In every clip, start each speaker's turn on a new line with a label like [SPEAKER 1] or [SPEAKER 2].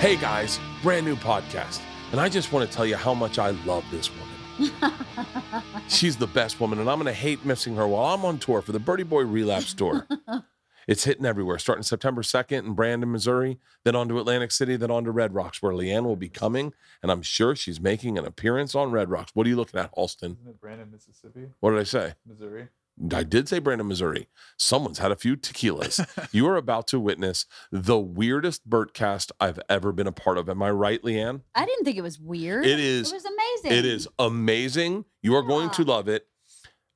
[SPEAKER 1] Hey guys, brand new podcast. And I just want to tell you how much I love this woman. She's the best woman, and I'm going to hate missing her while I'm on tour for the Birdie Boy Relapse Tour. it's hitting everywhere, starting September 2nd in Brandon, Missouri, then on to Atlantic City, then on to Red Rocks, where Leanne will be coming. And I'm sure she's making an appearance on Red Rocks. What are you looking at, Halston?
[SPEAKER 2] Isn't it Brandon, Mississippi,
[SPEAKER 1] What did I say?
[SPEAKER 2] Missouri?
[SPEAKER 1] I did say Brandon, Missouri. Someone's had a few tequilas. you are about to witness the weirdest Burtcast I've ever been a part of. Am I right, Leanne?
[SPEAKER 3] I didn't think it was weird.
[SPEAKER 1] It is.
[SPEAKER 3] It was amazing.
[SPEAKER 1] It is amazing. You are going to
[SPEAKER 3] Yeah.
[SPEAKER 1] love it.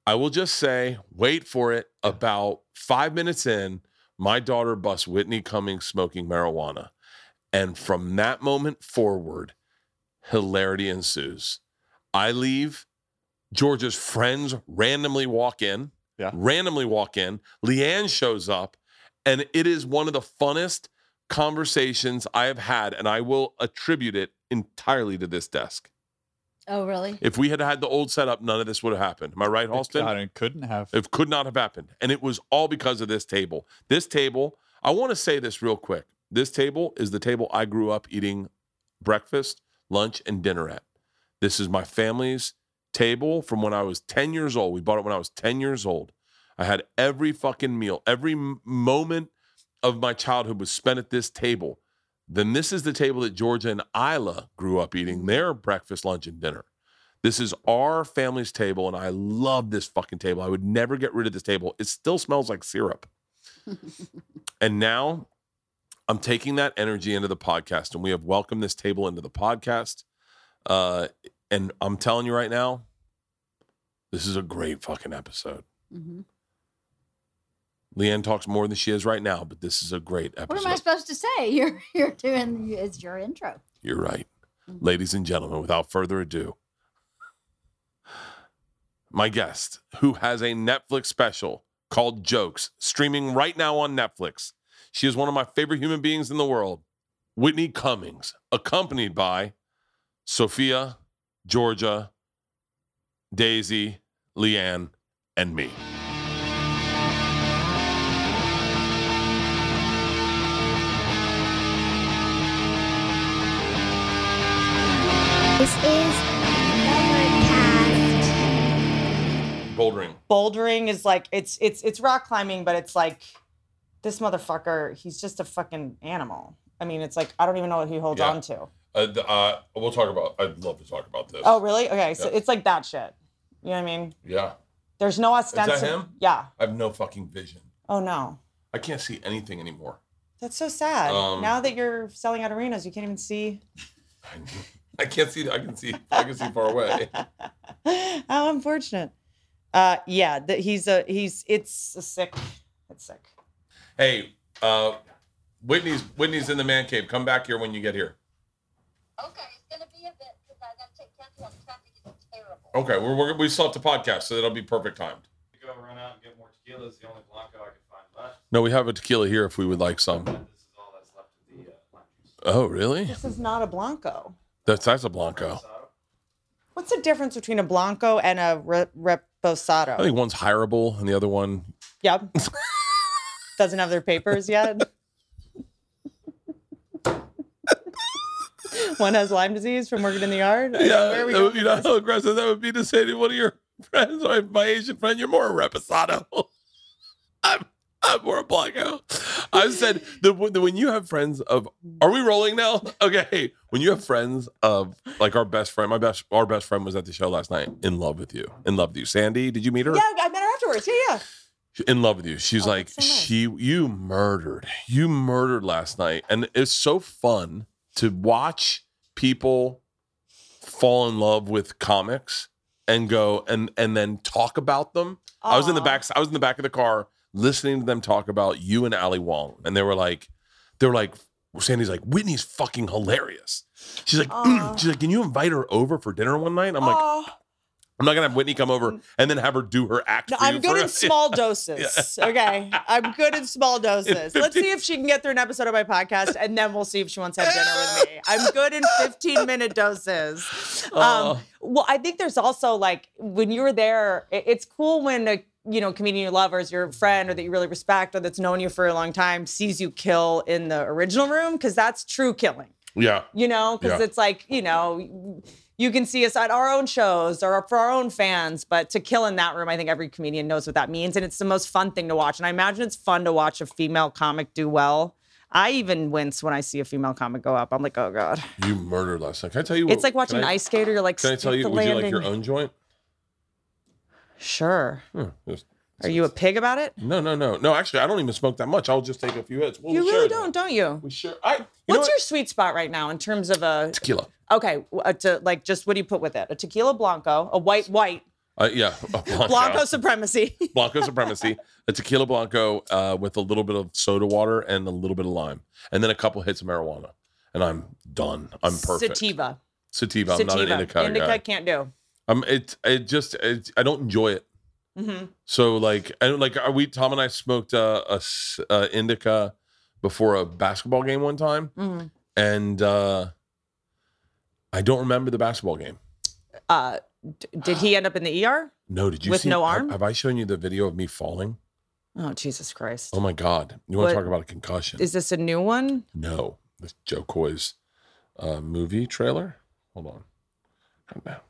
[SPEAKER 1] I will just say, wait for it. About five minutes in, my daughter busts Whitney Cummings smoking marijuana. And from that moment forward, hilarity ensues. I leave. George's friends randomly walk in.
[SPEAKER 2] Yeah.
[SPEAKER 1] Randomly walk in. Leanne shows up. And it is one of the funnest conversations I have had. And I will attribute it entirely to this desk.
[SPEAKER 3] Oh, really?
[SPEAKER 1] If we had had the old setup, none of this would have happened. Am I right,
[SPEAKER 2] God,
[SPEAKER 1] Halston?
[SPEAKER 2] I couldn't have.
[SPEAKER 1] It could not have happened. And it was all because of this table. This table, I want to say this real quick. This table is the table I grew up eating breakfast, lunch, and dinner at. This is my family's table from when I was 10 years old. We bought it when I was 10 years old. I had every fucking meal, every m- moment of my childhood was spent at this table. Then this is the table that Georgia and Isla grew up eating their breakfast, lunch, and dinner. This is our family's table, and I love this fucking table. I would never get rid of this table. It still smells like syrup. and now I'm taking that energy into the podcast, and we have welcomed this table into the podcast. Uh, and I'm telling you right now, this is a great fucking episode.
[SPEAKER 3] hmm
[SPEAKER 1] Leanne talks more than she is right now, but this is a great episode.
[SPEAKER 3] What am I supposed to say? You're you're doing it's your intro.
[SPEAKER 1] You're right.
[SPEAKER 3] Mhm.
[SPEAKER 1] Ladies and gentlemen, without further ado, my guest, who has a Netflix special called Jokes, streaming right now on Netflix. She is one of my favorite human beings in the world, Whitney Cummings, accompanied by Sophia, Georgia, Daisy, Leanne, and me.
[SPEAKER 4] This is the podcast.
[SPEAKER 1] Bouldering.
[SPEAKER 5] bouldering is like it's it's it's rock climbing, but it's like this motherfucker. He's just a fucking animal. I mean, it's like I don't even know what he holds
[SPEAKER 1] Yeah.
[SPEAKER 5] on to.
[SPEAKER 1] Uh, the, uh, we'll talk about, I'd love to talk about this.
[SPEAKER 5] Oh, really? Okay, so
[SPEAKER 1] Yeah.
[SPEAKER 5] it's like that shit. You know what I mean?
[SPEAKER 1] yeah.
[SPEAKER 5] There's no ostensible.
[SPEAKER 1] him?
[SPEAKER 5] Yeah.
[SPEAKER 1] I have no fucking vision.
[SPEAKER 5] Oh no,
[SPEAKER 1] I can't see anything anymore.
[SPEAKER 5] that's so sad.
[SPEAKER 1] Um,
[SPEAKER 5] now that you're selling out arenas, you can't even see
[SPEAKER 1] I can't see. I can see. I can see far away.
[SPEAKER 5] How unfortunate. Uh, yeah, that he's a he's it's a sick. It's sick.
[SPEAKER 1] Hey, uh, Whitney's Whitney's in the man cave. Come back here when you get here.
[SPEAKER 4] Okay, it's gonna be a bit because I gotta take care of the traffic. It's terrible.
[SPEAKER 1] Okay, we're, we're we still have to podcast, so that'll be perfect timed.
[SPEAKER 6] go run out and get more tequilas. The only blanco I could find left.
[SPEAKER 1] No, we have a tequila here if we would like some.
[SPEAKER 6] But this is all that's left of the uh, lime juice.
[SPEAKER 1] Oh, really?
[SPEAKER 5] This is not a blanco.
[SPEAKER 1] That's that's a blanco.
[SPEAKER 6] So,
[SPEAKER 5] What's the difference between a blanco and a re- reposado?
[SPEAKER 1] I think one's hireable and the other one.
[SPEAKER 5] Yep. Doesn't have their papers yet. One has Lyme disease from working in the yard. I mean, where
[SPEAKER 1] Yeah,
[SPEAKER 5] are we
[SPEAKER 1] that would
[SPEAKER 5] going
[SPEAKER 1] be
[SPEAKER 5] with
[SPEAKER 1] not
[SPEAKER 5] this?
[SPEAKER 1] how aggressive that would be to say to one of your friends or my Asian friend, "You're more a reposado." I'm I'm more a blanco. I said the, the when you have friends of Are we rolling now? Okay. When you have friends of like our best friend, my best our best friend was at the show last night. In love with you. In love with you. Sandy, did you meet her?
[SPEAKER 5] Yeah, I met her afterwards. Yeah, yeah.
[SPEAKER 1] In love with you. She's
[SPEAKER 5] Oh,
[SPEAKER 1] like,
[SPEAKER 5] that's so nice.
[SPEAKER 1] she you murdered. You murdered last night. And it's so fun to watch people fall in love with comics and go and and then talk about them. I was in the
[SPEAKER 5] Aw.
[SPEAKER 1] back. I was in the back of the car listening to them talk about you and Ali Wong, and they were like, they were like, Sandy's like, Whitney's fucking hilarious. She's like,
[SPEAKER 5] Aw.
[SPEAKER 1] she's like, can you invite her over for dinner one night? I'm like,
[SPEAKER 5] Aw. Mm.
[SPEAKER 1] I'm not gonna have Whitney come over and then have her do her act.
[SPEAKER 5] No,
[SPEAKER 1] for
[SPEAKER 5] I'm
[SPEAKER 1] you
[SPEAKER 5] good
[SPEAKER 1] for-
[SPEAKER 5] in small doses. Okay. I'm good in small doses. Let's see if she can get through an episode of my podcast and then we'll see if she wants to have dinner with me. I'm good in 15 minute doses.
[SPEAKER 1] Oh.
[SPEAKER 5] Um, well, I think there's also like when you're there, i- it's cool when a you know, comedian you love or is your friend or that you really respect or that's known you for a long time sees you kill in the original room because that's true killing.
[SPEAKER 1] Yeah.
[SPEAKER 5] you know, because
[SPEAKER 1] Yeah.
[SPEAKER 5] it's like, you know, you can see us at our own shows or for our own fans, but to kill in that room, I think every comedian knows what that means. And it's the most fun thing to watch. And I imagine it's fun to watch a female comic do well. I even wince when I see a female comic go up. I'm like, oh God.
[SPEAKER 1] You murdered last night. Can I tell you
[SPEAKER 5] It's
[SPEAKER 1] what-
[SPEAKER 5] like watching
[SPEAKER 1] can
[SPEAKER 5] an
[SPEAKER 1] I-
[SPEAKER 5] ice skater. You're like,
[SPEAKER 1] Can I tell
[SPEAKER 5] stick
[SPEAKER 1] you,
[SPEAKER 5] the
[SPEAKER 1] would you like
[SPEAKER 5] landing.
[SPEAKER 1] your own joint?
[SPEAKER 5] Sure.
[SPEAKER 1] Hmm, just-
[SPEAKER 5] Are you a pig about it?
[SPEAKER 1] No, no, no. No, actually, I don't even smoke that much. I'll just take a few hits. We'll
[SPEAKER 5] you
[SPEAKER 1] share
[SPEAKER 5] really
[SPEAKER 1] that.
[SPEAKER 5] don't, don't you?
[SPEAKER 1] We share. I, Oh, you know
[SPEAKER 5] What's
[SPEAKER 1] what?
[SPEAKER 5] your sweet spot right now in terms of a
[SPEAKER 1] tequila?
[SPEAKER 5] okay, a te- like just what do you put with it? A tequila blanco, a white white
[SPEAKER 1] Uh, yeah, a Blanco.
[SPEAKER 5] blanco
[SPEAKER 1] Blanco.
[SPEAKER 5] supremacy.
[SPEAKER 1] Supremacy, a tequila Blanco uh, with a little bit of soda water and a little bit of lime, and then a couple hits of marijuana, and I'm done. I'm perfect.
[SPEAKER 5] Sativa.
[SPEAKER 1] Sativa. I'm
[SPEAKER 5] Sativa.
[SPEAKER 1] not an indica, guy.
[SPEAKER 5] can't do.
[SPEAKER 1] Um, it it just it, I don't enjoy it.
[SPEAKER 5] hmm
[SPEAKER 1] So like I don't like are we Tom and I smoked uh, a s- uh, indica before a basketball game one time,
[SPEAKER 5] hmm
[SPEAKER 1] and uh, I don't remember the basketball game.
[SPEAKER 5] Uh, d- did he end up in the ER?
[SPEAKER 1] No, did you
[SPEAKER 5] With
[SPEAKER 1] see,
[SPEAKER 5] no
[SPEAKER 1] have-
[SPEAKER 5] arm?
[SPEAKER 1] Have I shown you the video of me falling?
[SPEAKER 5] Oh Jesus Christ!
[SPEAKER 1] Oh Mm-hmm. my god! You want
[SPEAKER 5] What-
[SPEAKER 1] to talk about a concussion?
[SPEAKER 5] Is this a new one?
[SPEAKER 1] No, this Joe Coy's uh, movie trailer. Hold on. Come now.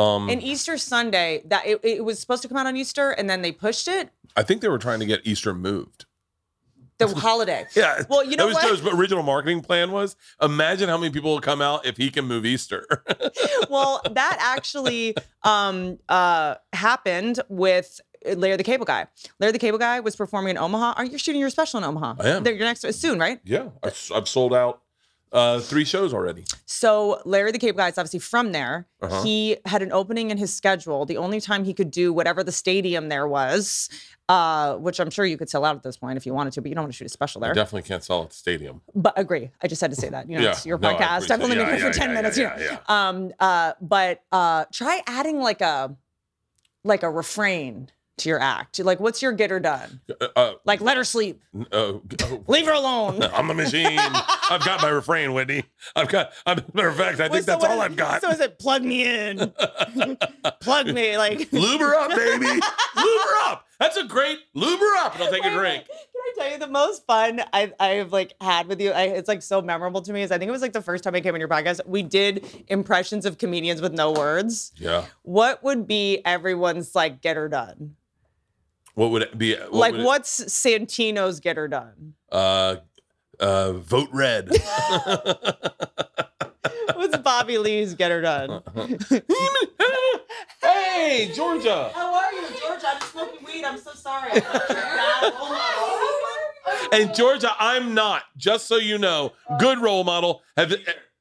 [SPEAKER 1] Um,
[SPEAKER 5] And Easter Sunday, that it, it was supposed to come out on Easter, and then they pushed it.
[SPEAKER 1] I think they were trying to get Easter moved.
[SPEAKER 5] The holiday.
[SPEAKER 1] Yeah.
[SPEAKER 5] Well, you know
[SPEAKER 1] that was
[SPEAKER 5] what?
[SPEAKER 1] Joe's original marketing plan was. Imagine how many people will come out if he can move Easter.
[SPEAKER 5] well, that actually um, uh, happened with Larry the Cable Guy. Larry the Cable Guy was performing in Omaha. Are you shooting your special in Omaha?
[SPEAKER 1] I am.
[SPEAKER 5] They're- Your next soon, right?
[SPEAKER 1] yeah, I, have sold out uh, three shows already.
[SPEAKER 5] So Larry the Cable Guy is obviously from there.
[SPEAKER 1] Uh-huh.
[SPEAKER 5] He had an opening in his schedule. The only time he could do whatever the stadium there was, uh, which I'm sure you could sell out at this point if you wanted to, but you don't want to shoot a special
[SPEAKER 1] I
[SPEAKER 5] there.
[SPEAKER 1] definitely can't sell at the stadium.
[SPEAKER 5] But agree. I just had to say that. You know,
[SPEAKER 1] Yeah.
[SPEAKER 5] it's your
[SPEAKER 1] No, I
[SPEAKER 5] podcast. I've
[SPEAKER 1] appreciate-
[SPEAKER 5] only been
[SPEAKER 1] yeah,
[SPEAKER 5] here for
[SPEAKER 1] yeah,
[SPEAKER 5] 10
[SPEAKER 1] yeah,
[SPEAKER 5] minutes,
[SPEAKER 1] yeah,
[SPEAKER 5] you know. Um, uh, but uh try adding like a like a refrain to your act. Like, what's your get her done?
[SPEAKER 1] Uh, uh,
[SPEAKER 5] Like, let her sleep,
[SPEAKER 1] n- uh, g- oh,
[SPEAKER 5] leave her alone.
[SPEAKER 1] I'm a machine. I've got my refrain, Whitney. I've got. I'm, matter of fact, I think
[SPEAKER 5] Wait, so
[SPEAKER 1] that's
[SPEAKER 5] what
[SPEAKER 1] all
[SPEAKER 5] is-
[SPEAKER 1] I've got.
[SPEAKER 5] So is it plug me in? plug me, like
[SPEAKER 1] lube her up, baby. lube her up. That's a great lube her up. And I'll take a
[SPEAKER 5] Wait,
[SPEAKER 1] drink.
[SPEAKER 5] wait. Can I tell you the most fun I, I've like had with you? I, it's like so memorable to me. Is I think it was like the first time I came on your podcast. We did impressions of comedians with no words.
[SPEAKER 1] Yeah.
[SPEAKER 5] What would be everyone's like get her done?
[SPEAKER 1] What would it be? What
[SPEAKER 5] like
[SPEAKER 1] would it-
[SPEAKER 5] what's Santino's get her done?
[SPEAKER 1] uh, uh, vote red.
[SPEAKER 5] What's Bobby Lee's get her done?
[SPEAKER 1] hey, Georgia.
[SPEAKER 5] How are you, George? I'm smoking weed. I'm so sorry. Oh
[SPEAKER 1] And Georgia, I'm not. Just so you know, good role model. Have eh,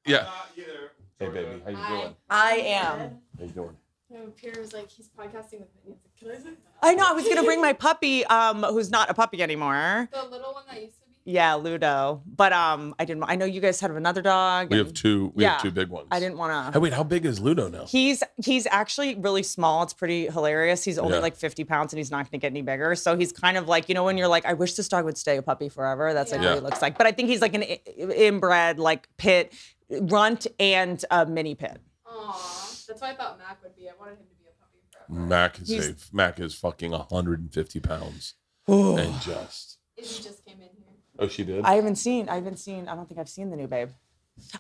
[SPEAKER 1] yeah.
[SPEAKER 6] Not either.
[SPEAKER 1] Hey, baby, how you doing?
[SPEAKER 5] I am.
[SPEAKER 1] How you doing?
[SPEAKER 2] No, Pierre was like, he's podcasting with me. Can I say
[SPEAKER 5] I know. I was gonna bring my puppy, um, who's not a puppy anymore.
[SPEAKER 2] the little one that used to be?
[SPEAKER 5] Yeah, Ludo. But um, I didn't. I know you guys have another dog.
[SPEAKER 1] We
[SPEAKER 5] and-
[SPEAKER 1] have two. We
[SPEAKER 5] Yeah.
[SPEAKER 1] have two big ones.
[SPEAKER 5] I didn't want
[SPEAKER 1] Hey,
[SPEAKER 5] to.
[SPEAKER 1] wait, how big is Ludo now?
[SPEAKER 5] He's he's actually really small. It's pretty hilarious. He's only
[SPEAKER 1] Yeah.
[SPEAKER 5] like 50 pounds and he's not going to get any bigger. So he's kind of like you know when you're like I wish this dog would stay a puppy forever. That's like
[SPEAKER 1] Yeah.
[SPEAKER 5] what he looks like. But I think he's like an i- inbred like pit runt and a mini pit.
[SPEAKER 2] Aw. That's why I thought Mac would be. I wanted him to be a puppy forever.
[SPEAKER 1] Mac is
[SPEAKER 5] He's-
[SPEAKER 1] a, Mac is fucking 150 pounds and just.
[SPEAKER 2] Izzy just came in here.
[SPEAKER 1] Oh, she did.
[SPEAKER 5] I haven't seen. I haven't seen. I don't think I've seen the new babe.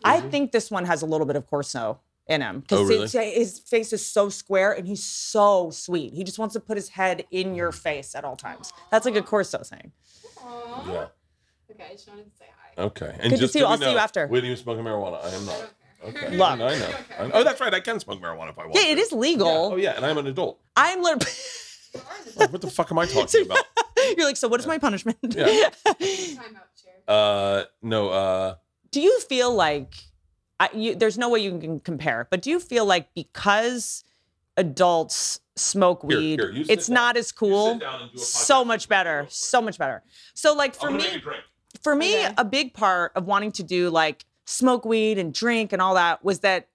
[SPEAKER 5] I think this one has a little bit of Corso in him
[SPEAKER 1] Mm-hmm. Oh,
[SPEAKER 5] because
[SPEAKER 1] really?
[SPEAKER 5] his face is so square and he's so sweet. He just wants to put his head in your face at all times. That's like a Corso thing.
[SPEAKER 2] Aw.
[SPEAKER 1] yeah. Uh.
[SPEAKER 2] Okay, I just wanted to say hi.
[SPEAKER 1] Okay.
[SPEAKER 5] Good
[SPEAKER 1] And
[SPEAKER 5] to
[SPEAKER 1] just
[SPEAKER 5] see
[SPEAKER 1] so
[SPEAKER 5] you.
[SPEAKER 1] we
[SPEAKER 5] I'll see you
[SPEAKER 1] know,
[SPEAKER 5] after.
[SPEAKER 1] Whitney was smoking marijuana. I am
[SPEAKER 2] I
[SPEAKER 1] not.
[SPEAKER 2] don't care.
[SPEAKER 1] Okay.
[SPEAKER 5] Look.
[SPEAKER 1] I know. I
[SPEAKER 2] Okay.
[SPEAKER 1] know. Oh, that's right. I can smoke marijuana if I want.
[SPEAKER 5] Yeah,
[SPEAKER 1] to.
[SPEAKER 5] it is
[SPEAKER 1] Yeah.
[SPEAKER 5] legal.
[SPEAKER 1] Oh yeah, and I'm an adult.
[SPEAKER 5] I'm literally.
[SPEAKER 2] You are in
[SPEAKER 1] Like, what the fuck am I talking about?
[SPEAKER 5] You're like, so what is my punishment?
[SPEAKER 1] Yeah.
[SPEAKER 2] the timeout chair.
[SPEAKER 1] Uh, no. Uh,
[SPEAKER 5] do you feel like I, you, there's no way you can compare, but do you feel like because adults smoke
[SPEAKER 1] Here,
[SPEAKER 5] weed,
[SPEAKER 1] here, you sit
[SPEAKER 5] it's
[SPEAKER 1] down.
[SPEAKER 5] not as
[SPEAKER 1] you
[SPEAKER 5] cool?
[SPEAKER 1] sit down and do a podcast
[SPEAKER 5] So much
[SPEAKER 1] with me
[SPEAKER 5] better,
[SPEAKER 1] real quick.
[SPEAKER 5] so much better. So like
[SPEAKER 1] I'm
[SPEAKER 5] for
[SPEAKER 1] gonna make a
[SPEAKER 5] me,
[SPEAKER 1] drink.
[SPEAKER 5] for me,
[SPEAKER 2] Okay.
[SPEAKER 5] a big part of wanting to do like smoke weed and drink and all that was that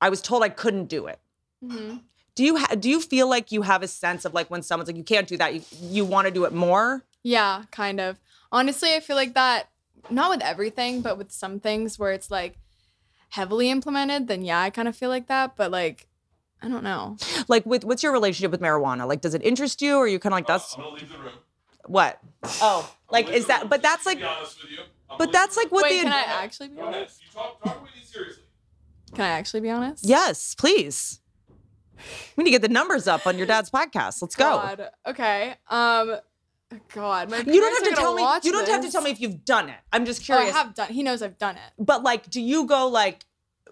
[SPEAKER 5] I was told I couldn't do it.
[SPEAKER 2] Mm-hmm.
[SPEAKER 5] Do you ha- do you feel like you have a sense of like when someone's like you can't do that, you you want to do it more?
[SPEAKER 2] Yeah, kind of. Honestly, I feel like that, not with everything, but with some things where it's like heavily implemented, then yeah, I kind of feel like that. But like, I don't know.
[SPEAKER 7] Um,
[SPEAKER 5] Like with what's your relationship with marijuana? Like does it interest you or are you kind of like that's
[SPEAKER 1] I'm gonna leave the room.
[SPEAKER 5] What? Oh, like is that? But that's like,
[SPEAKER 6] To be honest with you. I'm
[SPEAKER 5] but that's like what
[SPEAKER 2] Wait,
[SPEAKER 5] the.
[SPEAKER 2] can I actually be
[SPEAKER 6] Go ahead.
[SPEAKER 2] honest?
[SPEAKER 6] You talk, talk with me seriously.
[SPEAKER 2] Can I actually be honest?
[SPEAKER 5] yes, please. We need to get the numbers up on your dad's podcast. Let's go.
[SPEAKER 2] God. Okay. Um. God. My
[SPEAKER 5] You
[SPEAKER 2] parents
[SPEAKER 5] don't
[SPEAKER 2] are
[SPEAKER 5] have to
[SPEAKER 2] gonna
[SPEAKER 5] tell me.
[SPEAKER 2] watch
[SPEAKER 5] You don't have to
[SPEAKER 2] this.
[SPEAKER 5] tell me if you've done it. I'm just
[SPEAKER 2] Oh, I
[SPEAKER 5] curious.
[SPEAKER 2] have done. He knows I've done it.
[SPEAKER 5] but like, do you go like,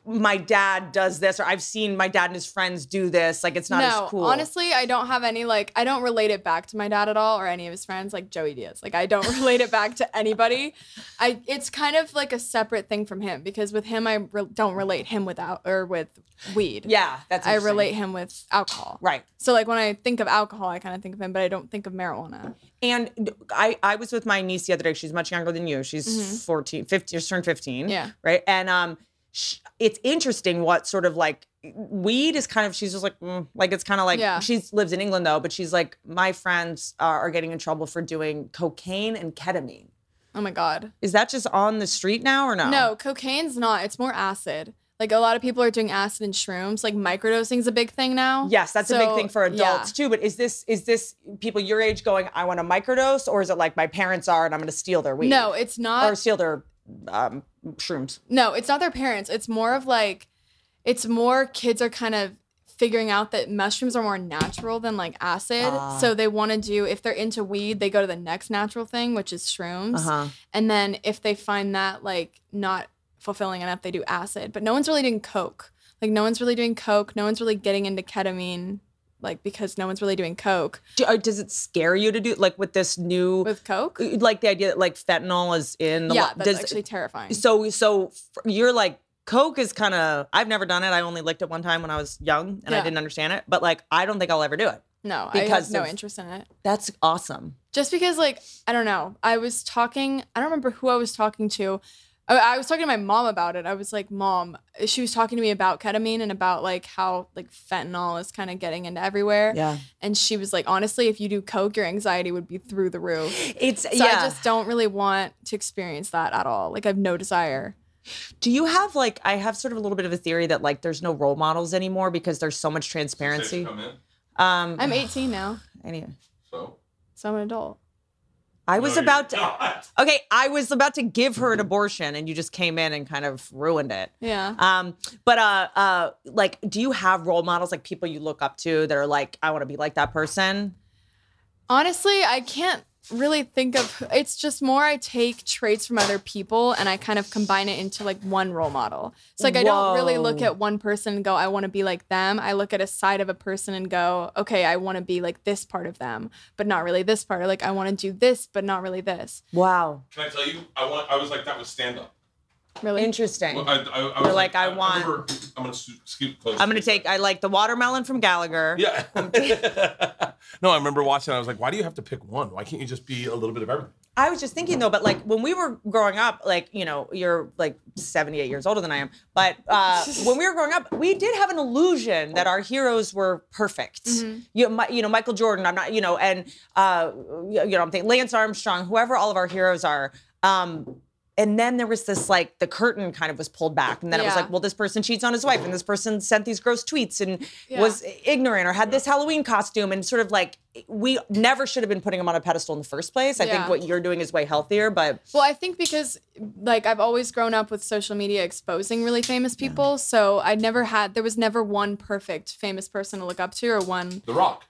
[SPEAKER 5] my dad does this, or I've seen my dad and his friends do this? Like, it's not
[SPEAKER 2] no,
[SPEAKER 5] as cool.
[SPEAKER 2] honestly, I don't have any like I don't relate it back to my dad at all or any of his friends like Joey Diaz. Like I don't relate it back to anybody. I it's kind of like a separate thing from him because with him I re- don't relate him without or with weed.
[SPEAKER 5] yeah, that's.
[SPEAKER 2] I
[SPEAKER 5] interesting.
[SPEAKER 2] relate him with alcohol.
[SPEAKER 5] Right.
[SPEAKER 2] So like when I think of alcohol, I kind of think of him, but I don't think of marijuana.
[SPEAKER 5] And d- I, I was with my niece the other day. She's much younger than you. She's 14, 15, just turned 15.
[SPEAKER 2] Mm-hmm. Yeah.
[SPEAKER 5] Right. And um, sh it's interesting what sort of like weed is kind of, she's just like, mm, like it's kind of like,
[SPEAKER 2] Yeah.
[SPEAKER 5] she lives in England though, but she's like, my friends are, are getting in trouble for doing cocaine and ketamine.
[SPEAKER 2] Oh my god.
[SPEAKER 5] Is that just on the street now or no?
[SPEAKER 2] No, cocaine's not. It's more acid. Like a lot of people are doing acid and shrooms. Like microdosing's a big thing now.
[SPEAKER 5] Yes, that's a big
[SPEAKER 2] So,
[SPEAKER 5] thing for
[SPEAKER 2] yeah.
[SPEAKER 5] adults too. But is this is this people your age going? I want a microdose, or is it like my parents are, and I'm going to steal their weed?
[SPEAKER 2] No, it's not.
[SPEAKER 5] or steal their um, shrooms.
[SPEAKER 2] No, it's not their parents. It's more of like, it's more kids are kind of figuring out that mushrooms are more natural than like acid.
[SPEAKER 5] Ah.
[SPEAKER 2] So they want to do, if they're into weed, they go to the next natural thing, which is shrooms.
[SPEAKER 5] Uh-huh.
[SPEAKER 2] And then if they find that like not fulfilling enough, they do acid. But no one's really doing coke. Like, no one's really doing coke. No one's really getting into ketamine, like, because no one's really doing coke.
[SPEAKER 5] Do, uh, does it scare you to do like with this new uh,
[SPEAKER 2] With coke?
[SPEAKER 5] like the idea that like fentanyl is in the
[SPEAKER 2] yeah,
[SPEAKER 5] lo-
[SPEAKER 2] that's
[SPEAKER 5] does-
[SPEAKER 2] actually terrifying.
[SPEAKER 5] so so f- you're like coke is kind of I've never done it I only licked it one time when I was young and I
[SPEAKER 2] Yeah.
[SPEAKER 5] didn't understand it but like I don't think I'll ever do it
[SPEAKER 2] no, I
[SPEAKER 5] because
[SPEAKER 2] have no
[SPEAKER 5] of-
[SPEAKER 2] interest in it.
[SPEAKER 5] that's awesome
[SPEAKER 2] just because like i don't know i was talking i don't remember who i was talking to I, I was talking to my mom about it i was like mom she was talking to me about ketamine and about like how like fentanyl is kind of getting into everywhere
[SPEAKER 5] yeah
[SPEAKER 2] and she was like honestly if you do coke your anxiety would be through the roof so
[SPEAKER 5] it's
[SPEAKER 2] i
[SPEAKER 5] yeah
[SPEAKER 2] just don't really want to experience that at all like i have no desire
[SPEAKER 5] do you have like I have sort of a little bit of a theory that like there's no role models anymore because there's so much transparency
[SPEAKER 6] Say Come in.
[SPEAKER 5] um
[SPEAKER 2] i'm 18 now
[SPEAKER 5] anyway
[SPEAKER 6] So.
[SPEAKER 2] so i'm an adult
[SPEAKER 5] I was
[SPEAKER 6] No, you're
[SPEAKER 5] about to
[SPEAKER 6] not. Mm-hmm.
[SPEAKER 5] okay I was about to give her an abortion and you just came in and kind of ruined it
[SPEAKER 2] yeah
[SPEAKER 5] Um, but uh, uh, like, do you have role models like people you look up to that are like, I want to be like that person?
[SPEAKER 2] Honestly, I can't really think of it's just more I take traits from other people and I kind of combine it into like one role model. So like I don't really look
[SPEAKER 5] Whoa.
[SPEAKER 2] at one person and go, I want to be like them. I look at a side of a person and go, okay, I want to be like this part of them, but not really this part. Or like I want to do this, but not really this.
[SPEAKER 5] Wow,
[SPEAKER 6] Can I tell you? I want. I was like that with stand up.
[SPEAKER 2] Really?
[SPEAKER 5] interesting.
[SPEAKER 6] Well, I, I, I
[SPEAKER 5] You're
[SPEAKER 6] was
[SPEAKER 5] like, I want-
[SPEAKER 6] remember- I'm gonna scoot- scoot close.
[SPEAKER 5] I'm gonna take. I like the watermelon from Gallagher.
[SPEAKER 1] Yeah. no, I remember watching. I was like, why do you have to pick one? Why can't you just be a little bit of everything?
[SPEAKER 5] I was just thinking though, but like when we were growing up, like you know, you're like 78 years older than I am. But uh, when we were growing up, we did have an illusion that our heroes were perfect.
[SPEAKER 2] Mm-hmm.
[SPEAKER 5] You, my, you know, Michael Jordan. I'm not, you know, and uh, you know, I'm thinking Lance Armstrong, whoever all of our heroes are. Um, and then there was this like the curtain kind of was pulled back, and then it was
[SPEAKER 2] Yeah.
[SPEAKER 5] like, well, this person cheats on his wife, and this person sent these gross tweets and
[SPEAKER 2] Yeah.
[SPEAKER 5] was ignorant or had this Halloween costume, and sort of like we never should have been putting him on a pedestal in the first place. I think
[SPEAKER 2] Yeah.
[SPEAKER 5] what you're doing is way healthier, but
[SPEAKER 2] Well, I think because like I've always grown up with social media exposing really famous people, so I never had there was never one perfect famous person to look up to or one
[SPEAKER 1] The Rock.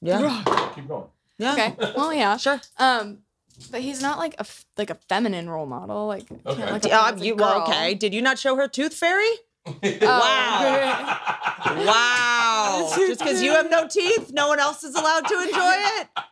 [SPEAKER 5] yeah,
[SPEAKER 1] Keep going.
[SPEAKER 5] yeah.
[SPEAKER 2] Okay. Well, yeah.
[SPEAKER 5] Sure.
[SPEAKER 2] Um, but he's not like a f- like a feminine role model. Like, you can't
[SPEAKER 1] Okay.
[SPEAKER 2] look
[SPEAKER 5] D-
[SPEAKER 2] up
[SPEAKER 5] uh,
[SPEAKER 2] to him as a
[SPEAKER 5] you, well,
[SPEAKER 2] girl.
[SPEAKER 5] okay. Did you not show her Tooth Fairy?
[SPEAKER 2] Oh.
[SPEAKER 5] Wow. Wow. Just because you have no teeth, no one else is allowed to enjoy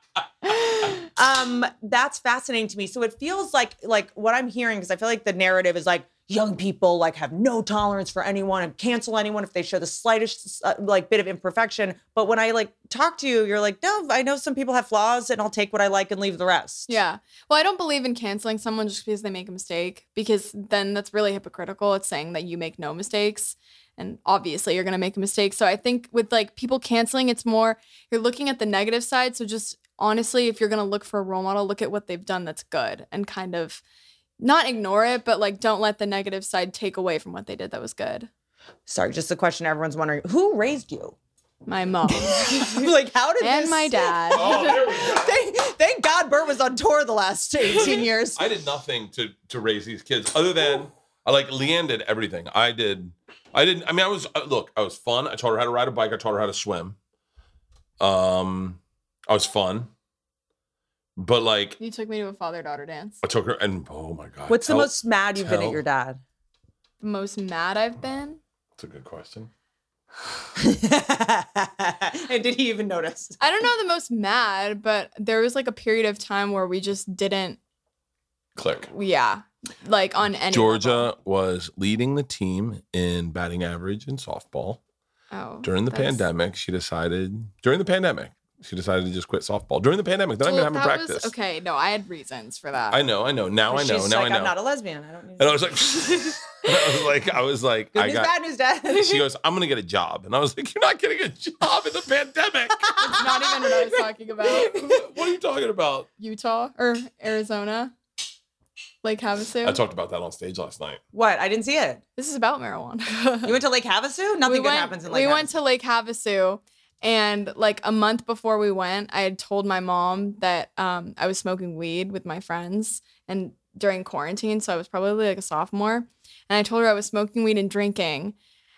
[SPEAKER 5] it. Um, that's fascinating to me. So it feels like like what I'm hearing, because I feel like the narrative is like young people like have no tolerance for anyone and cancel anyone if they show the slightest uh, like bit of imperfection. But when I like talk to you, you're like, no, I know some people have flaws and I'll take what I like and leave the rest.
[SPEAKER 2] yeah. Well, I don't believe in canceling someone just because they make a mistake, because then that's really hypocritical. It's saying that you make no mistakes, and obviously you're gonna make a mistake. So I think with like people canceling, it's more you're looking at the negative side. So just honestly, if you're gonna look for a role model, look at what they've done that's good, and kind of not ignore it, but like don't let the negative side take away from what they did that was good.
[SPEAKER 5] Sorry, just a question everyone's wondering: Who raised you?
[SPEAKER 2] my mom,
[SPEAKER 5] I'm like, how did
[SPEAKER 2] and
[SPEAKER 5] this-
[SPEAKER 2] my dad.
[SPEAKER 1] Oh, there we go.
[SPEAKER 5] Thank, thank God Bert was on tour the last 18 years.
[SPEAKER 1] I did nothing to to raise these kids other than I like Leanne did everything. I did. I didn't. I mean, I was uh, look. I was fun. I taught her how to ride a bike. I taught her how to swim. Um, I was fun, but like
[SPEAKER 2] You took me to a father daughter dance.
[SPEAKER 1] I took her and oh my god,
[SPEAKER 5] What's the
[SPEAKER 1] tell-
[SPEAKER 5] most mad you've been
[SPEAKER 1] tell-
[SPEAKER 5] at your dad?
[SPEAKER 2] The most mad I've been.
[SPEAKER 1] That's a good question.
[SPEAKER 5] and did he even notice?
[SPEAKER 2] I don't know the most mad, but there was like a period of time where we just didn't.
[SPEAKER 1] Click.
[SPEAKER 2] Yeah, like on any
[SPEAKER 1] Georgia
[SPEAKER 2] level.
[SPEAKER 1] was leading the team in batting average in softball.
[SPEAKER 2] Oh,
[SPEAKER 1] During the
[SPEAKER 2] that's-
[SPEAKER 1] pandemic, she decided during the pandemic, she decided to just quit softball. During the pandemic, they're not
[SPEAKER 2] Well,
[SPEAKER 1] even having
[SPEAKER 2] that
[SPEAKER 1] practice.
[SPEAKER 2] Was, okay, no, I had reasons for that.
[SPEAKER 1] I know, I know. Now I know.
[SPEAKER 5] She's
[SPEAKER 1] now
[SPEAKER 5] like,
[SPEAKER 1] I
[SPEAKER 5] am
[SPEAKER 1] know.
[SPEAKER 5] not a lesbian. I don't need
[SPEAKER 1] and I was like, I was like, I was like,
[SPEAKER 5] Good
[SPEAKER 1] I
[SPEAKER 5] news,
[SPEAKER 1] got.
[SPEAKER 5] bad news, dad.
[SPEAKER 1] She goes, I'm gonna get a job, and I was like, You're not getting a job in the pandemic.
[SPEAKER 2] It's not even what I was talking about.
[SPEAKER 1] what are you talking about?
[SPEAKER 2] Utah or Arizona, Lake Havasu.
[SPEAKER 1] I talked about that on stage last night.
[SPEAKER 5] what? I didn't see it.
[SPEAKER 2] this is about marijuana.
[SPEAKER 5] You went to Lake Havasu? Nothing
[SPEAKER 2] we
[SPEAKER 5] good
[SPEAKER 2] went,
[SPEAKER 5] happens in Lake
[SPEAKER 2] We
[SPEAKER 5] Havasu.
[SPEAKER 2] went to Lake Havasu, and like a month before we went, I had told my mom that um, I was smoking weed with my friends, and during quarantine, so I was probably like a sophomore, and I told her I was smoking weed and drinking,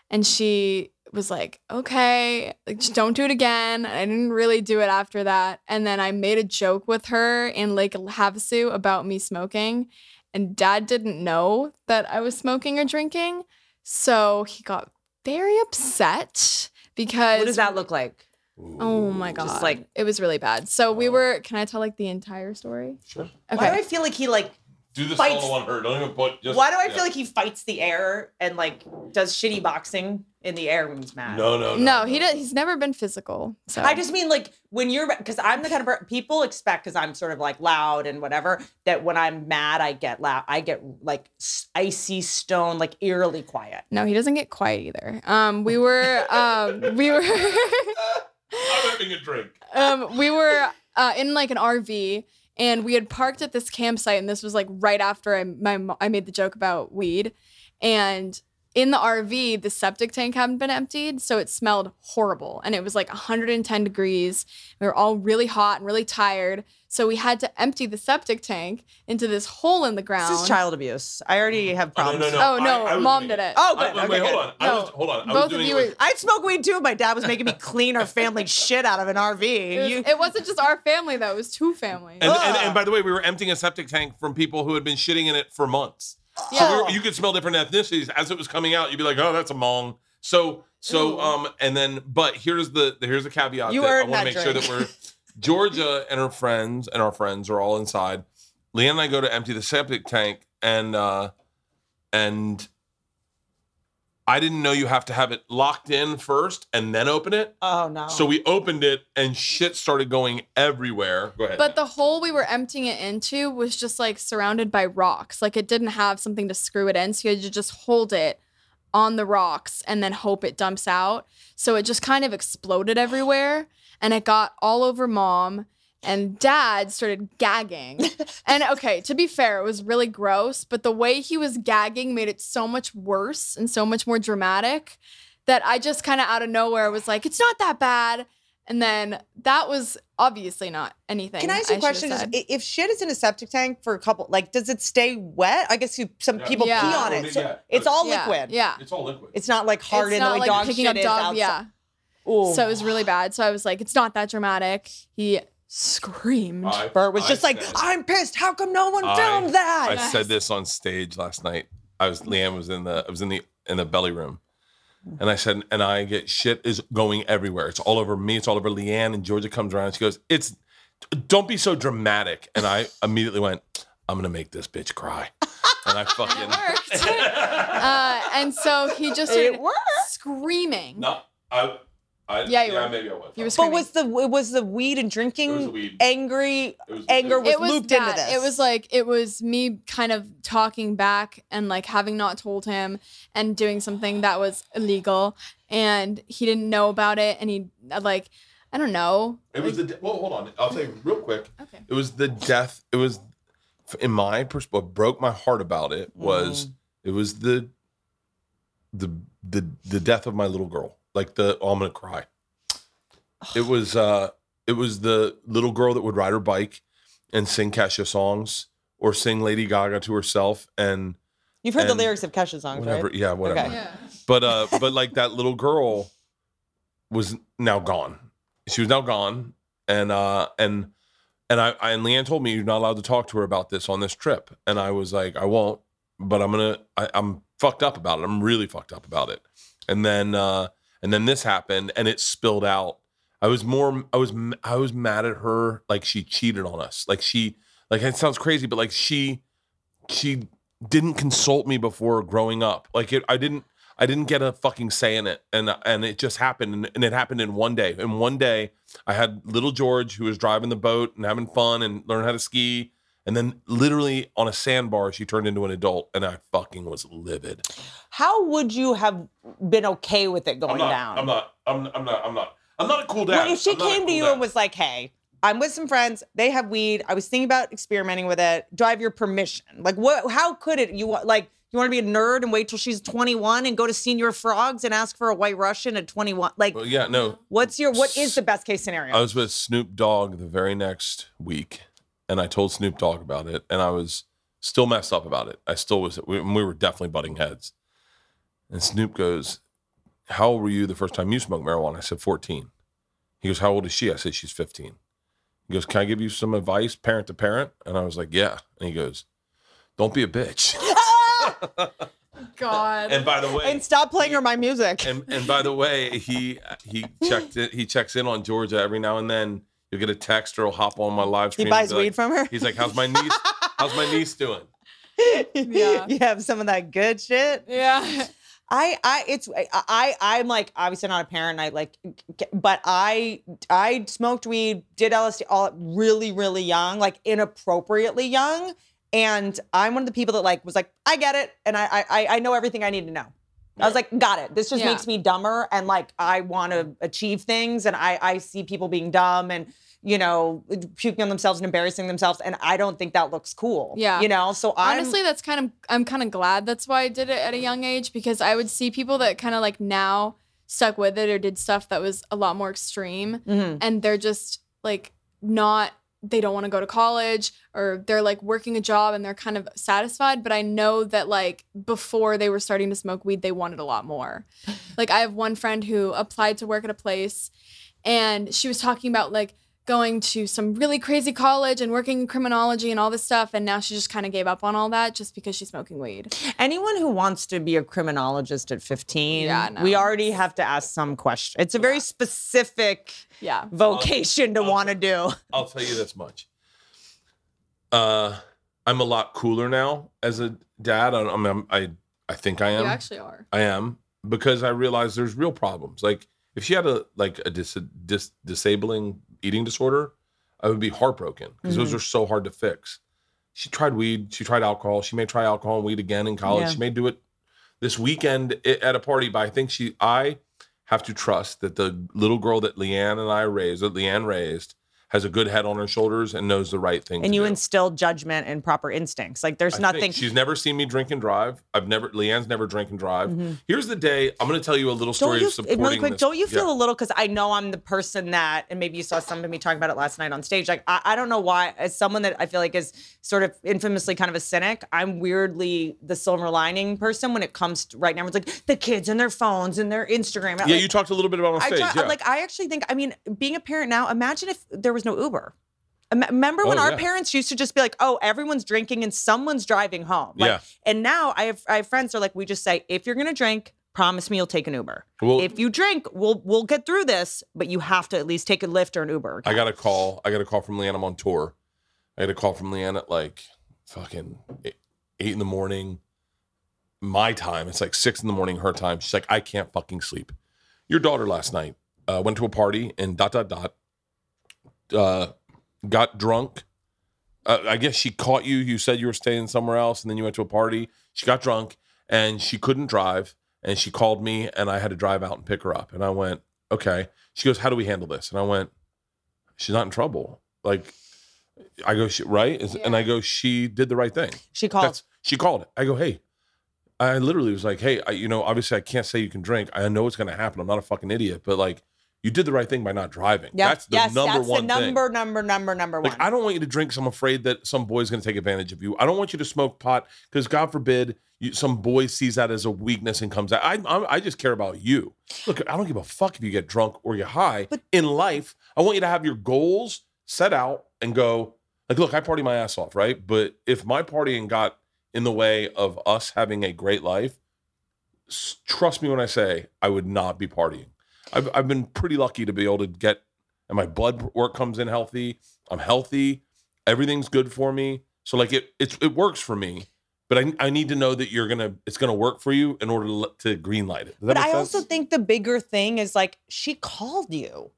[SPEAKER 2] and she was like, "Okay, like just don't do it again." I didn't really do it after that, and then I made a joke with her in Lake Havasu about me smoking. And dad didn't know that I was smoking or drinking. So he got very upset because
[SPEAKER 5] what does that look like?
[SPEAKER 2] Oh my god.
[SPEAKER 5] Just like-
[SPEAKER 2] it was really bad. So we
[SPEAKER 1] Oh.
[SPEAKER 2] were can I tell like the entire story?
[SPEAKER 1] Sure.
[SPEAKER 5] Why do
[SPEAKER 2] Okay.
[SPEAKER 5] I feel like he like
[SPEAKER 1] Do this
[SPEAKER 5] Fights.
[SPEAKER 1] solo on her. Don't even put. Just,
[SPEAKER 5] why do I
[SPEAKER 1] yeah.
[SPEAKER 5] feel like he fights the air and like does shitty boxing in the air when he's mad?
[SPEAKER 1] No, no, no.
[SPEAKER 2] No, he did he's never been physical. So
[SPEAKER 5] I just mean like when you're because I'm the kind of per- people expect because I'm sort of like loud and whatever that when I'm mad I get loud I get like s- icy stone like eerily quiet.
[SPEAKER 2] No, he doesn't get quiet either. Um we were um we were
[SPEAKER 1] I'm having a drink.
[SPEAKER 2] um, we were uh, in like an RV and we had parked at this campsite and this was like right after I my mo- I made the joke about weed and in the RV the septic tank hadn't been emptied so it smelled horrible and it was like 110 degrees we were all really hot and really tired so we had to empty the septic tank into this hole in the ground
[SPEAKER 5] This is child abuse. I already have
[SPEAKER 1] Oh, no,
[SPEAKER 5] problems.
[SPEAKER 1] no, no.
[SPEAKER 2] oh no
[SPEAKER 1] I- I was
[SPEAKER 2] mom
[SPEAKER 1] doing
[SPEAKER 2] did it
[SPEAKER 5] Oh,
[SPEAKER 1] I-
[SPEAKER 5] good.
[SPEAKER 1] wait,
[SPEAKER 5] okay,
[SPEAKER 1] wait, hold
[SPEAKER 5] good.
[SPEAKER 1] on. I
[SPEAKER 2] No.
[SPEAKER 1] was, hold on. I was
[SPEAKER 2] both of
[SPEAKER 1] doing
[SPEAKER 2] you
[SPEAKER 1] it with-
[SPEAKER 2] were-
[SPEAKER 5] I'd smoke weed too. if My dad was making me clean our family shit out of an
[SPEAKER 2] it, was,
[SPEAKER 5] RV. You,
[SPEAKER 2] it wasn't just our family though it was two families
[SPEAKER 1] And, and,
[SPEAKER 5] Ugh.
[SPEAKER 1] and by the way, we were emptying a septic tank from people who had been shitting in it for months. So we were, you could smell different ethnicities as it was coming out. You'd be like, "Oh, that's a Hmong." So so
[SPEAKER 2] Ooh.
[SPEAKER 1] um and then but here's the here's the caveat.
[SPEAKER 5] You
[SPEAKER 1] that I
[SPEAKER 5] earned
[SPEAKER 1] want to
[SPEAKER 5] that
[SPEAKER 1] make sure that
[SPEAKER 5] drink.
[SPEAKER 1] we're Georgia and her friends and our friends are all inside. Leanne and I go to empty the septic tank and uh and I didn't know you have to have it locked in first and then open it.
[SPEAKER 5] oh no.
[SPEAKER 1] So we opened it and shit started going everywhere. Go ahead.
[SPEAKER 2] But the hole we were emptying it into was just like surrounded by rocks. Like it didn't have something to screw it in. So you had to just hold it on the rocks and then hope it dumps out. So it just kind of exploded everywhere and it got all over mom. And dad started gagging. And okay, to be fair, it was really gross, but the way he was gagging made it so much worse and so much more dramatic that I just kind of out of nowhere was like, it's not that bad. And then that was obviously not anything.
[SPEAKER 5] Can I ask you a
[SPEAKER 2] should've
[SPEAKER 5] question? Just,
[SPEAKER 2] said.
[SPEAKER 5] i- if shit is in a septic tank for a couple, like, does it stay wet? I guess you, some
[SPEAKER 1] Yeah.
[SPEAKER 5] people pee
[SPEAKER 2] Yeah.
[SPEAKER 5] on it. So
[SPEAKER 1] Yeah.
[SPEAKER 5] it's all
[SPEAKER 2] Yeah,
[SPEAKER 5] liquid.
[SPEAKER 2] Yeah.
[SPEAKER 1] it's all liquid.
[SPEAKER 5] It's not like hard
[SPEAKER 2] It's
[SPEAKER 5] in the
[SPEAKER 2] not
[SPEAKER 5] way
[SPEAKER 2] like
[SPEAKER 5] dog
[SPEAKER 2] picking
[SPEAKER 5] shit
[SPEAKER 2] up
[SPEAKER 5] is
[SPEAKER 2] dog.
[SPEAKER 5] outside.
[SPEAKER 2] Yeah.
[SPEAKER 5] Ooh.
[SPEAKER 2] So it was really bad. So I was like, it's not that dramatic. He screamed.
[SPEAKER 1] I-
[SPEAKER 5] Bert was
[SPEAKER 1] I
[SPEAKER 5] just like,
[SPEAKER 1] said-
[SPEAKER 5] I'm pissed. How come no one
[SPEAKER 1] I-
[SPEAKER 5] filmed that?
[SPEAKER 1] I said this on stage last night. I was Leanne was in the I was in the in the belly room, and I said, and I get shit is going everywhere. It's all over me. It's all over Leanne. And Georgia comes around. And she goes, "It's don't be so dramatic." And I immediately went, "I'm gonna make this bitch cry," and I
[SPEAKER 2] It
[SPEAKER 1] fucking
[SPEAKER 2] worked.
[SPEAKER 5] Um,
[SPEAKER 2] uh, and so he just
[SPEAKER 5] it
[SPEAKER 2] started
[SPEAKER 5] worked.
[SPEAKER 2] screaming.
[SPEAKER 1] no. I, I
[SPEAKER 2] Yeah, you yeah, were.
[SPEAKER 1] maybe I was.
[SPEAKER 2] You were
[SPEAKER 5] But
[SPEAKER 2] screaming.
[SPEAKER 5] was the was the weed and drinking
[SPEAKER 1] weed.
[SPEAKER 5] angry? anger was-
[SPEAKER 2] it was
[SPEAKER 5] looped into
[SPEAKER 2] that.
[SPEAKER 5] this.
[SPEAKER 2] It was like it was me kind of talking back and like having not told him and doing something that was illegal and he didn't know about it and he uh, like I don't know.
[SPEAKER 1] It was the. Well, hold on. I'll tell you real quick.
[SPEAKER 2] Okay.
[SPEAKER 1] It was the death. It was, in my perspective, what broke my heart about it was
[SPEAKER 5] Mm.
[SPEAKER 1] it was the, the the the death of my little girl. Like the oh, I'm gonna cry. It was uh it was the little girl that would ride her bike and sing Kesha songs or sing Lady Gaga to herself and
[SPEAKER 5] You've heard the
[SPEAKER 1] And
[SPEAKER 5] lyrics of Kesha songs,
[SPEAKER 1] whatever.
[SPEAKER 5] right?
[SPEAKER 1] Yeah, whatever.
[SPEAKER 5] Okay.
[SPEAKER 2] Yeah.
[SPEAKER 1] But uh but like that little girl was now gone. She was now gone. And uh and and I, I and Leanne told me you're not allowed to talk to her about this on this trip. And I was like, I won't, but I'm gonna I, I'm fucked up about it. I'm really fucked up about it. And then uh and then this happened and it spilled out. I was more I was m- I was mad at her like she cheated on us. Like she like it sounds crazy, but like she she didn't consult me before growing up. Like it, I didn't I didn't get a fucking say in it, and and it just happened, and, and it happened in one day. In one day, I had little George who was driving the boat and having fun and learning how to ski, and then literally on a sandbar, she turned into an adult, and I fucking was livid.
[SPEAKER 5] How would you have been okay with it going
[SPEAKER 1] I'm not,
[SPEAKER 5] down?
[SPEAKER 1] I'm not. I'm, I'm not. I'm not. I'm not a cool dad.
[SPEAKER 5] Well, if she
[SPEAKER 1] I'm not a
[SPEAKER 5] came to
[SPEAKER 1] cool
[SPEAKER 5] you
[SPEAKER 1] dad.
[SPEAKER 5] and was like, "Hey, I'm with some friends. They have weed. I was thinking about experimenting with it. Do I have your permission?" Like, what? How could it? You wa- like you want to be a nerd and wait till she's 21 and go to Senior Frogs and ask for a White Russian at 21? Like,
[SPEAKER 1] well, yeah, no.
[SPEAKER 5] what's your what is the best case scenario?
[SPEAKER 1] I was with Snoop Dogg the very next week, and I told Snoop Dogg about it, and I was still messed up about it. I still was. We, and we were definitely butting heads. And Snoop goes, "How old were you the first time you smoked marijuana?" I said, 14. He goes, "How old is she?" I said, "She's 15." He goes, "Can I give you some advice, parent to parent?" And I was like, "Yeah." And he goes, "Don't be a bitch."
[SPEAKER 5] Ah!
[SPEAKER 2] God.
[SPEAKER 1] and by the way,
[SPEAKER 5] and stop playing her my music.
[SPEAKER 1] and and by the way, he he checked it, he checks in on Georgia every now and then. You'll get a text or he'll hop on my live
[SPEAKER 5] He
[SPEAKER 1] stream. and
[SPEAKER 5] buys
[SPEAKER 1] be
[SPEAKER 5] weed
[SPEAKER 1] like-
[SPEAKER 5] from her.
[SPEAKER 1] He's like, "How's my niece? How's my niece doing?"
[SPEAKER 2] Yeah.
[SPEAKER 5] You have some of that good shit.
[SPEAKER 2] yeah.
[SPEAKER 5] I, I, it's, I, I, I'm like obviously not a parent. I like, but I, I smoked weed, did LSD, all really, really young, like inappropriately young. And I'm one of the people that like was like, I get it, and I, I- I, I know everything I need to know. I was like, got it. This just
[SPEAKER 2] Yeah.
[SPEAKER 5] makes me dumber, and like I want to achieve things, and I, I see people being dumb and you know puking on themselves and embarrassing themselves, and I don't think that looks cool.
[SPEAKER 2] Yeah.
[SPEAKER 5] you know. So I'm-
[SPEAKER 2] Honestly, that's kind of I'm kind of glad that's why I did it at a young age because I would see people that kind of like now stuck with it or did stuff that was a lot more extreme
[SPEAKER 5] Mhm.
[SPEAKER 2] and they're just like not they don't want to go to college or they're like working a job and they're kind of satisfied but i know that like before they were starting to smoke weed they wanted a lot more like i have one friend who applied to work at a place and she was talking about like going to some really crazy college and working in criminology and all this stuff and now she just kind of gave up on all that just because she's smoking weed
[SPEAKER 5] Anyone who wants to be a criminologist at 15,
[SPEAKER 2] Yeah, no.
[SPEAKER 5] we already have to ask some question. It's a very specific
[SPEAKER 2] yeah
[SPEAKER 5] vocation to want to do.
[SPEAKER 1] I'll tell you this much. Uh, I'm a lot cooler now as a dad. I, I'm, I'm I I think I am.
[SPEAKER 2] you actually are
[SPEAKER 1] I am because I realize there's real problems. Like if she had a like a dis- dis- disabling eating disorder, I would be heartbroken because
[SPEAKER 5] Mm-hmm.
[SPEAKER 1] those are so hard to fix. She tried weed. She tried alcohol. She may try alcohol and weed again in college.
[SPEAKER 5] Yeah.
[SPEAKER 1] She may do it this weekend i- at a party. But I think she, I have to trust that the little girl that Leanne and I raised, that Leanne raised, has a good head on her shoulders and knows the right thing.
[SPEAKER 5] And
[SPEAKER 1] to
[SPEAKER 5] you
[SPEAKER 1] do.
[SPEAKER 5] instill judgment and proper instincts. Like
[SPEAKER 1] I
[SPEAKER 5] there's
[SPEAKER 1] think.
[SPEAKER 5] nothing.
[SPEAKER 1] She's never seen me drink and drive. I've never. Leanne's never drink and drive. Here's the day. I'm going to tell you a little
[SPEAKER 5] Mm-hmm. Don't
[SPEAKER 1] story
[SPEAKER 5] you,
[SPEAKER 1] of
[SPEAKER 5] and
[SPEAKER 1] supporting.
[SPEAKER 5] really quick,
[SPEAKER 1] this-
[SPEAKER 5] don't
[SPEAKER 1] yeah.
[SPEAKER 5] you feel a little, because I know I'm the person that, and maybe you saw some of me talking about it last night on stage. Like, I, I don't know why, as someone that I feel like is sort of infamously kind of a cynic, I'm weirdly the silver lining person when it comes to right now. It's like the kids and their phones and their Instagram.
[SPEAKER 1] Yeah,
[SPEAKER 5] Like,
[SPEAKER 1] you talked a little bit about it on
[SPEAKER 5] I
[SPEAKER 1] stage.
[SPEAKER 5] try,
[SPEAKER 1] yeah.
[SPEAKER 5] like I actually think I mean being a parent now imagine if there was no Uber Im- Remember when
[SPEAKER 1] Oh,
[SPEAKER 5] our
[SPEAKER 1] yeah.
[SPEAKER 5] parents used to just be like, "Oh, everyone's drinking and someone's driving home." Like,
[SPEAKER 1] Yeah.
[SPEAKER 5] And now I have I have friends that are like, "We just say if you're gonna drink, promise me you'll take an Uber.
[SPEAKER 1] Well-
[SPEAKER 5] if you drink, we'll we'll get through this, but you have to at least take a Lyft or an Uber."
[SPEAKER 1] I got a call. I got a call from Leanne. I'm on tour. I got a call from Leanne at like fucking eight eight in the morning, my time. It's like six in the morning, her time. She's like, I can't fucking sleep. Your daughter last night uh, went to a party and dot dot dot uh, got drunk. Uh, I guess she caught you. You said you were staying somewhere else, and then you went to a party. She got drunk and she couldn't drive, and she called me, and I had to drive out and pick her up. And I went, okay. She goes, how do we handle this? And I went, she's not in trouble. Like, I go, she, right? Is- And I go, she did the right thing.
[SPEAKER 5] she called.
[SPEAKER 1] That's she called. I go, hey. I literally was like, hey, I, you know, obviously I can't say you can drink. I know it's going to happen. I'm not a fucking idiot, but like, you did the right thing by not driving.
[SPEAKER 5] Yep.
[SPEAKER 1] That's the
[SPEAKER 5] yes,
[SPEAKER 1] number
[SPEAKER 5] that's
[SPEAKER 1] one
[SPEAKER 5] the
[SPEAKER 1] thing.
[SPEAKER 5] number, number, number, number
[SPEAKER 1] Like,
[SPEAKER 5] one.
[SPEAKER 1] I don't want you to drink 'cause I'm afraid that some boy's going to take advantage of you. I don't want you to smoke pot because, God forbid, you, some boy sees that as a weakness and comes out. I, I'm, I just care about you. Look, I don't give a fuck if you get drunk or you're high.
[SPEAKER 5] But-
[SPEAKER 1] in life, I want you to have your goals set out and go, like, look, I party my ass off, right? But if my partying got in the way of us having a great life, s- trust me when I say I would not be partying. I've, I've been pretty lucky to be able to get, and my blood work comes in healthy. I'm healthy. Everything's good for me. So like it, it's it works for me. But I, I need to know that you're gonna it's gonna work for you in order to, let- to green light it. Does that
[SPEAKER 5] But
[SPEAKER 1] make
[SPEAKER 5] I
[SPEAKER 1] sense?
[SPEAKER 5] also think the bigger thing is like she called you.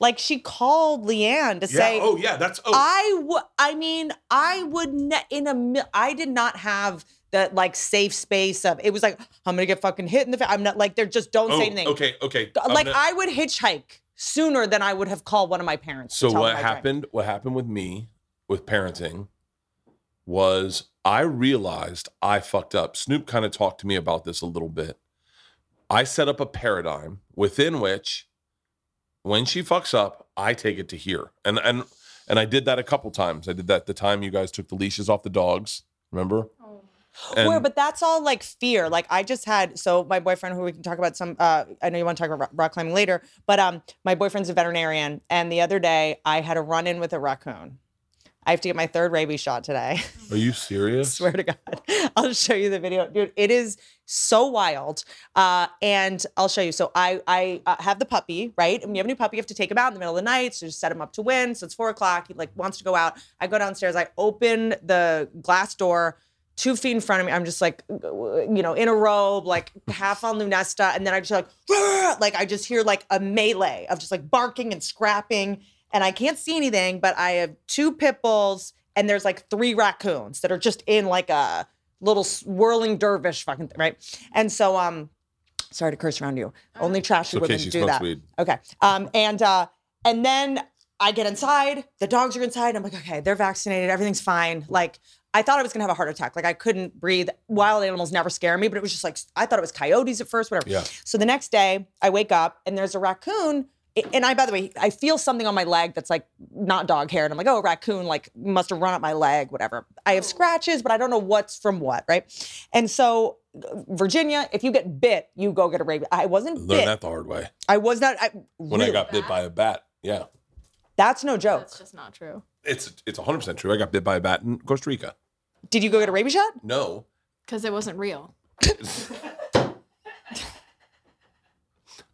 [SPEAKER 5] Like she called Leanne to
[SPEAKER 1] yeah.
[SPEAKER 5] say,
[SPEAKER 1] oh yeah, that's oh
[SPEAKER 5] I w- I mean, I would ne- in a mi- I did not have that like safe space of it was like I'm gonna get fucking hit in the face. I'm not like they're just don't
[SPEAKER 1] oh,
[SPEAKER 5] say anything.
[SPEAKER 1] okay okay.
[SPEAKER 5] Th-
[SPEAKER 1] I'm
[SPEAKER 5] Like
[SPEAKER 1] gonna-
[SPEAKER 5] I would hitchhike sooner than I would have called one of my parents. to
[SPEAKER 1] So
[SPEAKER 5] tell them
[SPEAKER 1] what
[SPEAKER 5] I drank.
[SPEAKER 1] happened? What happened with me with parenting was I realized I fucked up. Snoop kind of talked to me about this a little bit. I set up a paradigm within which, when she fucks up, I take it to here, and and and I did that a couple times. I did that the time you guys took the leashes off the dogs. Remember? And-
[SPEAKER 5] Well, Oh. but that's all like fear. Like I just had so my boyfriend, who we can talk about some. Uh, I know you want to talk about rock, rock climbing later, but um, my boyfriend's a veterinarian, and the other day I had a run in with a raccoon. I have to get my third rabies shot today.
[SPEAKER 1] Are you serious?
[SPEAKER 5] swear to God, I'll show you the video, dude. It is so wild, uh, and I'll show you. So I I uh, have the puppy, right? And when you have a new puppy, you have to take him out in the middle of the night. So just set him up to win. So it's four o'clock. He like wants to go out. I go downstairs. I open the glass door. Two feet in front of me, I'm just like, you know, in a robe, like half on Lunesta, and then I just like, "Rah!" like I just hear like a melee of just like barking and scrapping, and I can't see anything, but I have two pit bulls and there's like three raccoons that are just in like a little swirling dervish fucking thing, right? And so, um, sorry to curse around you. Only trashy
[SPEAKER 1] It's okay,
[SPEAKER 5] women
[SPEAKER 1] she
[SPEAKER 5] do
[SPEAKER 1] smokes
[SPEAKER 5] that.
[SPEAKER 1] weed.
[SPEAKER 5] Okay. Um, and uh, and then I get inside. The dogs are inside. I'm like, okay, they're vaccinated. Everything's fine. Like. I thought I was gonna have a heart attack. Like I couldn't breathe. Wild animals never scare me, but it was just like I thought it was coyotes at first, whatever.
[SPEAKER 1] Yeah.
[SPEAKER 5] So the next day, I wake up and there's a raccoon. And I, by the way, I feel something on my leg that's like not dog hair. And I'm like, oh, a raccoon like must have run up my leg, whatever. I have scratches, but I don't know what's from what, right? And so, Virginia, if you get bit, you go get a rabies. I wasn't
[SPEAKER 1] Learn
[SPEAKER 5] bit.
[SPEAKER 1] that the hard way.
[SPEAKER 5] I was not. I,
[SPEAKER 1] When I
[SPEAKER 5] really,
[SPEAKER 1] got bit by a bat, yeah,
[SPEAKER 5] that's no joke.
[SPEAKER 2] That's just not true.
[SPEAKER 1] it's it's 100 percent true. I got bit by a bat in Costa Rica.
[SPEAKER 5] Did you go get a rabies shot?
[SPEAKER 1] No,
[SPEAKER 2] Because it wasn't real.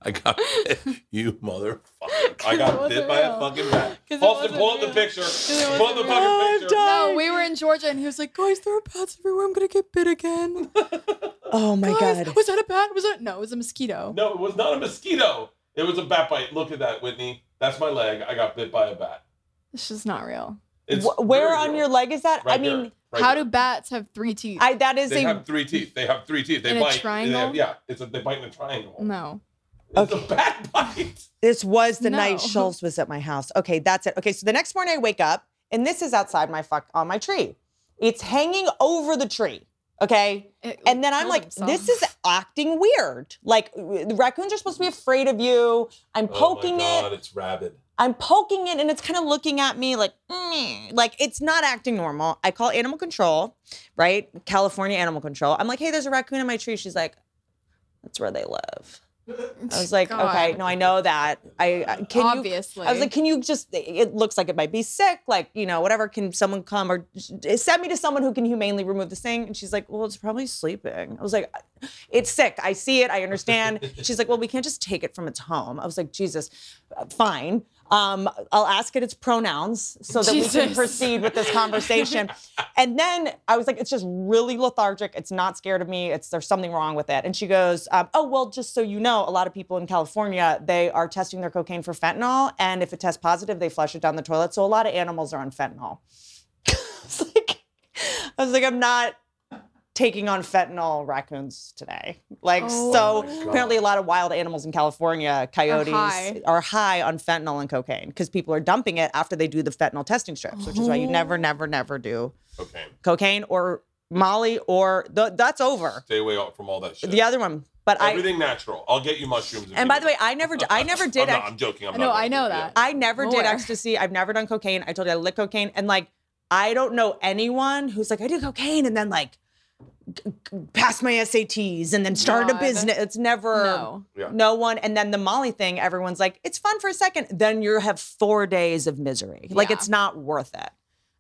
[SPEAKER 1] I got bit. you motherfucker. I got
[SPEAKER 2] wasn't
[SPEAKER 1] bit by a
[SPEAKER 2] real.
[SPEAKER 1] fucking bat.
[SPEAKER 2] 'Cause it
[SPEAKER 1] Austin, pull up
[SPEAKER 2] wasn't
[SPEAKER 1] the
[SPEAKER 2] real.
[SPEAKER 1] picture.
[SPEAKER 2] it
[SPEAKER 1] Pull up the
[SPEAKER 2] wasn't
[SPEAKER 1] fucking
[SPEAKER 5] real.
[SPEAKER 1] picture.
[SPEAKER 5] I'm
[SPEAKER 2] No, we were in Georgia and he was like, guys, there are bats everywhere. I'm going to get bit again.
[SPEAKER 5] Oh my
[SPEAKER 2] guys,
[SPEAKER 5] god.
[SPEAKER 2] was that a bat? Was that? No, it was a mosquito.
[SPEAKER 1] No, it was not a mosquito. It was a bat bite. Look at that, Whitney. That's my leg. I got bit by a bat.
[SPEAKER 2] It's just not real.
[SPEAKER 1] It's
[SPEAKER 5] Wh- where
[SPEAKER 1] very
[SPEAKER 5] on
[SPEAKER 1] real.
[SPEAKER 5] your leg is that?
[SPEAKER 1] Right
[SPEAKER 5] I mean,
[SPEAKER 1] there, right
[SPEAKER 2] How
[SPEAKER 1] there.
[SPEAKER 2] do bats have three teeth?
[SPEAKER 5] I that is
[SPEAKER 1] they
[SPEAKER 5] a
[SPEAKER 1] have three teeth? They have three teeth. They
[SPEAKER 2] In a
[SPEAKER 1] bite.
[SPEAKER 2] triangle?
[SPEAKER 1] They have- yeah, it's a, they bite in a triangle.
[SPEAKER 2] no.
[SPEAKER 1] It's a bat bite.
[SPEAKER 5] This was the
[SPEAKER 2] No.
[SPEAKER 5] night Schultz was at my house. Okay, that's it. Okay, so the next morning I wake up, and this is outside my fuck on my tree. It's hanging over the tree. Okay.
[SPEAKER 2] It
[SPEAKER 5] And then I'm
[SPEAKER 2] killed
[SPEAKER 5] like,
[SPEAKER 2] himself.
[SPEAKER 5] this is acting weird. Like w- the raccoons are supposed to be afraid of you.
[SPEAKER 1] Oh
[SPEAKER 5] I'm poking it.
[SPEAKER 1] It's rabid.
[SPEAKER 5] I'm poking it and it's kind of looking at me like, "Mm." like it's not acting normal. I call animal control, right? California animal control. I'm like, hey, there's a raccoon in my tree. She's like, that's where they live. I was like,
[SPEAKER 2] God.
[SPEAKER 5] okay, no, I know that. I I- can you.
[SPEAKER 2] Obviously.
[SPEAKER 5] I was like, can you just? It looks like it might be sick. Like, you know, whatever. Can someone come or s- send me to someone who can humanely remove this thing? And she's like, well, it's probably sleeping. I was like, it's sick. I see it. I understand. She's like, well, we can't just take it from its home. I was like, Jesus, uh, fine. Um, I'll ask it its pronouns so that we can
[SPEAKER 2] Jesus.
[SPEAKER 5] proceed with this conversation. and then I was like, it's just really lethargic. It's not scared of me. It's there's something wrong with it. And she goes, um, oh well, just so you know, a lot of people in California they are testing their cocaine for fentanyl, and if it tests positive, they flush it down the toilet. So a lot of animals are on fentanyl. It's like, I was like, I'm not taking on fentanyl raccoons today. Like,
[SPEAKER 2] Oh.
[SPEAKER 1] Oh my
[SPEAKER 5] so
[SPEAKER 1] God.
[SPEAKER 5] apparently a lot of wild animals in California, coyotes, are high,
[SPEAKER 2] high.
[SPEAKER 5] on fentanyl and cocaine because people are dumping it after they do the fentanyl testing strips, which is why you
[SPEAKER 2] Oh.
[SPEAKER 5] never, never, never do
[SPEAKER 1] Okay,
[SPEAKER 5] cocaine or Molly or the, that's over.
[SPEAKER 1] stay away from all that shit.
[SPEAKER 5] The other one, But I
[SPEAKER 1] Everything natural. I'll get you mushrooms. if
[SPEAKER 5] and
[SPEAKER 1] you
[SPEAKER 5] by
[SPEAKER 1] need
[SPEAKER 5] the way, I never d- I never
[SPEAKER 1] I'm,
[SPEAKER 5] did
[SPEAKER 1] not-
[SPEAKER 5] ex-
[SPEAKER 1] I'm joking. I'm
[SPEAKER 2] No,
[SPEAKER 1] not
[SPEAKER 2] I know
[SPEAKER 1] joking. Yeah.
[SPEAKER 2] that.
[SPEAKER 5] I never
[SPEAKER 2] More.
[SPEAKER 5] did ecstasy. I've never done cocaine. I told you I licked cocaine. And like, I don't know anyone who's like, I did cocaine and then like g- g- passed my SATs and then started a
[SPEAKER 2] God.
[SPEAKER 5] business. It's never
[SPEAKER 2] No.
[SPEAKER 1] Yeah.
[SPEAKER 5] no one. And then the Molly thing, everyone's like, it's fun for a second. Then you have four days of misery. Like
[SPEAKER 2] Yeah.
[SPEAKER 5] it's not worth it.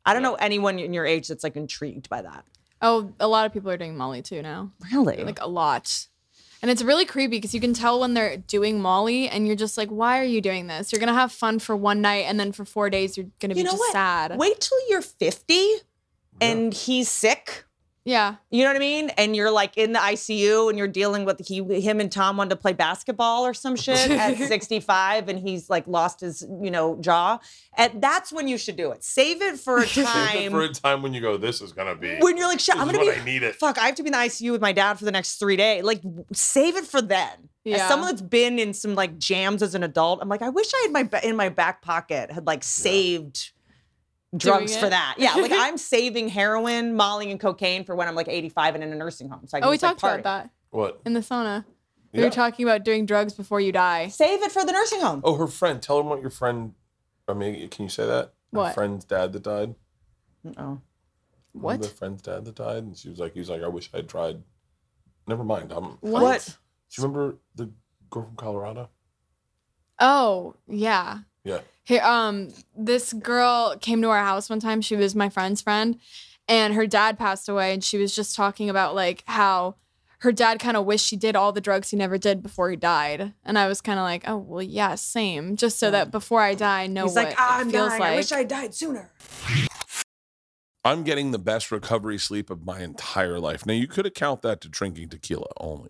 [SPEAKER 5] I don't know anyone in your age that's like intrigued by that.
[SPEAKER 2] Oh, a lot of people are doing Molly too now.
[SPEAKER 5] Really?
[SPEAKER 2] Like a lot. And it's really creepy because you can tell when they're doing Molly and you're just like, why are you doing this? You're going to have fun for one night and then for four days you're going to be
[SPEAKER 5] you know
[SPEAKER 2] just
[SPEAKER 5] what?
[SPEAKER 2] sad.
[SPEAKER 5] Wait till you're 50 and he's sick.
[SPEAKER 2] Yeah.
[SPEAKER 5] You know what I mean? And you're like in the ICU and you're dealing with he, him and Tom wanted to play basketball or some shit at 65 and he's like lost his, you know, jaw. And that's when you should do it. Save it for a time.
[SPEAKER 1] Save it for a time when you go. This is gonna be.
[SPEAKER 5] when you're like, shit,
[SPEAKER 1] This
[SPEAKER 5] I'm
[SPEAKER 1] is
[SPEAKER 5] going
[SPEAKER 1] when
[SPEAKER 5] to
[SPEAKER 1] I
[SPEAKER 5] be,
[SPEAKER 1] need it.
[SPEAKER 5] fuck, I have to be in the ICU with my dad for the next three days. Like, save it for then. As
[SPEAKER 2] Yeah.
[SPEAKER 5] someone that's been in some like jams as an adult, I'm like, I wish I had my ba- in my back pocket had like saved drugs
[SPEAKER 2] Doing
[SPEAKER 5] for
[SPEAKER 2] it.
[SPEAKER 5] that. Yeah, like I'm saving heroin, Molly, and cocaine for when I'm like 85 and in a nursing home. So I can
[SPEAKER 2] Oh, we
[SPEAKER 5] just, like,
[SPEAKER 2] talked
[SPEAKER 5] party.
[SPEAKER 2] about that
[SPEAKER 1] What?
[SPEAKER 2] in the sauna. We
[SPEAKER 1] Yeah.
[SPEAKER 2] were talking about doing drugs before you die.
[SPEAKER 5] Save it for the nursing home.
[SPEAKER 1] Oh, her friend. Tell him what your friend. I mean, can you say that? Her
[SPEAKER 2] What?
[SPEAKER 1] friend's dad that died.
[SPEAKER 5] Oh.
[SPEAKER 1] Remember
[SPEAKER 2] What?
[SPEAKER 1] Her friend's dad that died, and she was like, he was like, I wish I had tried. Never mind. I'm.
[SPEAKER 2] What?
[SPEAKER 5] What?
[SPEAKER 1] Do you remember the girl from Colorado?
[SPEAKER 2] Oh, yeah.
[SPEAKER 1] Yeah.
[SPEAKER 2] Here, um, this girl came to our house one time. She was my friend's friend, and her dad passed away. And she was just talking about like how her dad kind of wished she did all the drugs he never did before he died. And I was kind of like, oh well, yeah, same. Just so that before I die, I know
[SPEAKER 5] He's
[SPEAKER 2] what
[SPEAKER 5] like, ah,
[SPEAKER 2] it
[SPEAKER 5] I'm
[SPEAKER 2] feels
[SPEAKER 5] dying.
[SPEAKER 2] like.
[SPEAKER 5] I wish I had died sooner.
[SPEAKER 1] I'm getting the best recovery sleep of my entire life. Now, you could account that to drinking tequila only,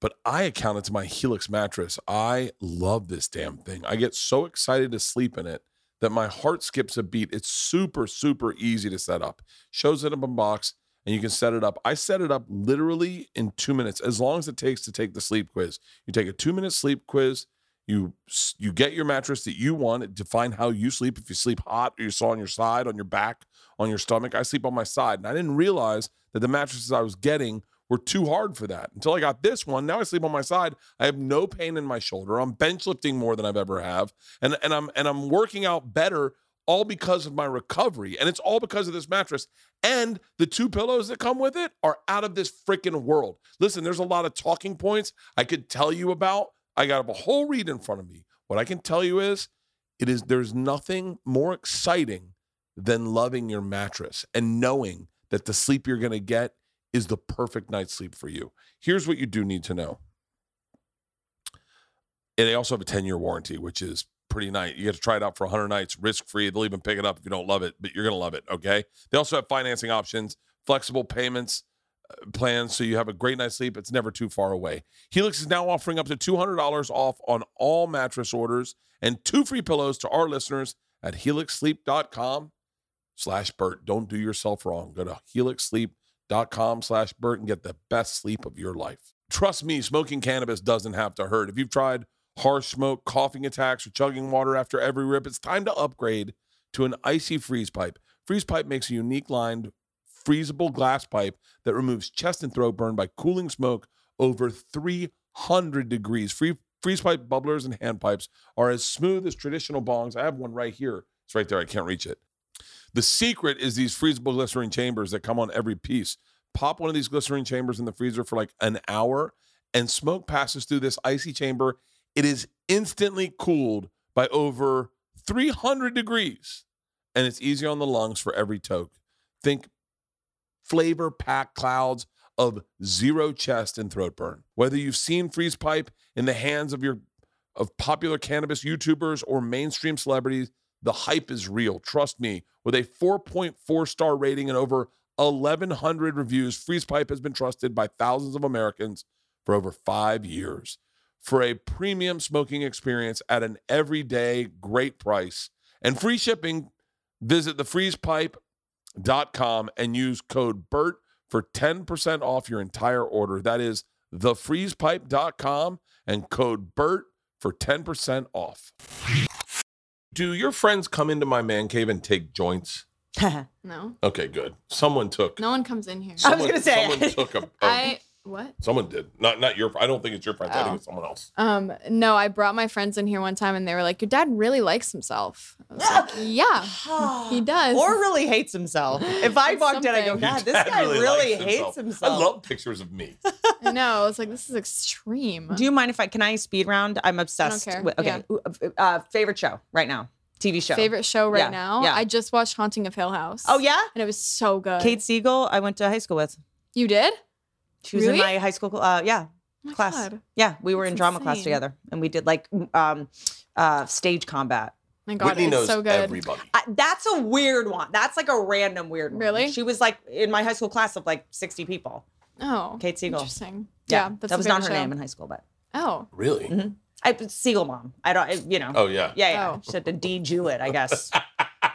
[SPEAKER 1] but I account it to my Helix mattress. I love this damn thing. I get so excited to sleep in it that my heart skips a beat. It's super, super easy to set up. Shows it up in box and you can set it up. I set it up literally in two minutes, as long as it takes to take the sleep quiz. You take a two minute sleep quiz. You s- you get your mattress that you want. It define how you sleep. If you sleep hot, or you sleep on your side, on your back, on your stomach. I sleep on my side. And I didn't realize that the mattresses I was getting were too hard for that until I got this one. Now I sleep on my side. I have no pain in my shoulder. I'm bench lifting more than I've ever have. And and I'm and I'm working out better all because of my recovery. And it's all because of this mattress. And the two pillows that come with it are out of this freaking world. Listen, there's a lot of talking points I could tell you about. I got a whole read in front of me. What I can tell you is it is there's nothing more exciting than loving your mattress and knowing that the sleep you're going to get is the perfect night's sleep for you. Here's what you do need to know. And they also have a 10 year warranty, which is pretty nice. You get to try it out for 100 nights, risk free. They'll even pick it up if you don't love it, but you're going to love it. Okay. They also have financing options, flexible payments uh, plans, so you have a great night's sleep. It's never too far away. Helix is now offering up to $200 off on all mattress orders and two free pillows to our listeners at helixsleep.com slash Burt. Don't do yourself wrong. Go to helixsleep.com slash Burt and get the best sleep of your life. Trust me, smoking cannabis doesn't have to hurt. If you've tried harsh smoke, coughing attacks, or chugging water after every rip, it's time to upgrade to an icy freeze pipe. Freeze pipe makes a unique lined, freezable glass pipe that removes chest and throat burn by cooling smoke over 300 degrees. Free, freeze pipe bubblers and hand pipes are as smooth as traditional bongs. I have one right here. It's right there. I can't reach it. The secret is these freezable glycerine chambers that come on every piece. Pop one of these glycerine chambers in the freezer for like an hour, and smoke passes through this icy chamber. It is instantly cooled by over 300 degrees, and it's easier on the lungs for every toke. Think flavor packed clouds of zero chest and throat burn. Whether you've seen freeze pipe in the hands of your of popular cannabis YouTubers or mainstream celebrities, the hype is real. Trust me. With a 4.4 star rating and over 1,100 reviews, Freeze Pipe has been trusted by thousands of Americans for over five years. For a premium smoking experience at an everyday great price and free shipping, visit thefreezepipe.com and use code BERT for 10% off your entire order. That is thefreezepipe.com and code BERT for 10% off. Do your friends come into my man cave and take joints?
[SPEAKER 5] I
[SPEAKER 2] no,
[SPEAKER 1] Okay, good. Someone took.
[SPEAKER 2] no one comes in here.
[SPEAKER 5] I
[SPEAKER 1] Someone,
[SPEAKER 5] was gonna say-
[SPEAKER 1] Someone took a. a-
[SPEAKER 2] I What?
[SPEAKER 1] Someone did. Not not your. I don't think it's your friend.
[SPEAKER 5] Oh.
[SPEAKER 1] I think it's someone else.
[SPEAKER 2] Um, no, I brought my friends in here one time and they were like, Your dad really likes himself. I was like, Yeah, he does.
[SPEAKER 5] Or really hates himself. If I
[SPEAKER 2] It's
[SPEAKER 5] walked in, I go,
[SPEAKER 2] something.
[SPEAKER 5] Oh, God, this
[SPEAKER 1] Dad
[SPEAKER 5] guy really,
[SPEAKER 1] likes
[SPEAKER 5] hates himself.
[SPEAKER 1] I love pictures of me.
[SPEAKER 2] I know. It's like, This is extreme.
[SPEAKER 5] Do you mind if I can I speed round? I'm obsessed.
[SPEAKER 2] care.
[SPEAKER 5] With, okay. Uh, favorite show right now? TV show.
[SPEAKER 2] Favorite show right
[SPEAKER 5] Yeah,
[SPEAKER 2] now?
[SPEAKER 5] yeah.
[SPEAKER 2] I just watched Haunting of Hill House.
[SPEAKER 5] Oh yeah.
[SPEAKER 2] And it was so good.
[SPEAKER 5] Kate Siegel. I went to high school with.
[SPEAKER 2] you did?
[SPEAKER 5] She was in
[SPEAKER 2] Really?
[SPEAKER 5] my high school. cl- Uh, yeah.
[SPEAKER 2] Oh my
[SPEAKER 5] class.
[SPEAKER 2] God.
[SPEAKER 5] Yeah, we were
[SPEAKER 2] That's
[SPEAKER 5] in drama class
[SPEAKER 2] insane.
[SPEAKER 5] together, and we did like um, uh, stage combat.
[SPEAKER 2] My God,
[SPEAKER 1] Whitney knows
[SPEAKER 2] it's so good.
[SPEAKER 1] everybody.
[SPEAKER 5] I, that's a weird one. That's like a random weird one.
[SPEAKER 2] Really?
[SPEAKER 5] She was like in my high school class of like sixty people.
[SPEAKER 2] Oh,
[SPEAKER 5] Kate Siegel.
[SPEAKER 2] Interesting. Yeah, that's
[SPEAKER 5] that
[SPEAKER 2] the
[SPEAKER 5] was not her
[SPEAKER 2] favorite show.
[SPEAKER 5] name in high school, but
[SPEAKER 2] Oh,
[SPEAKER 1] Really?
[SPEAKER 5] I Siegel mom. I don't. I, you know.
[SPEAKER 1] Oh yeah.
[SPEAKER 5] Yeah, yeah.
[SPEAKER 2] Oh.
[SPEAKER 5] She had to de-Jew it, I guess.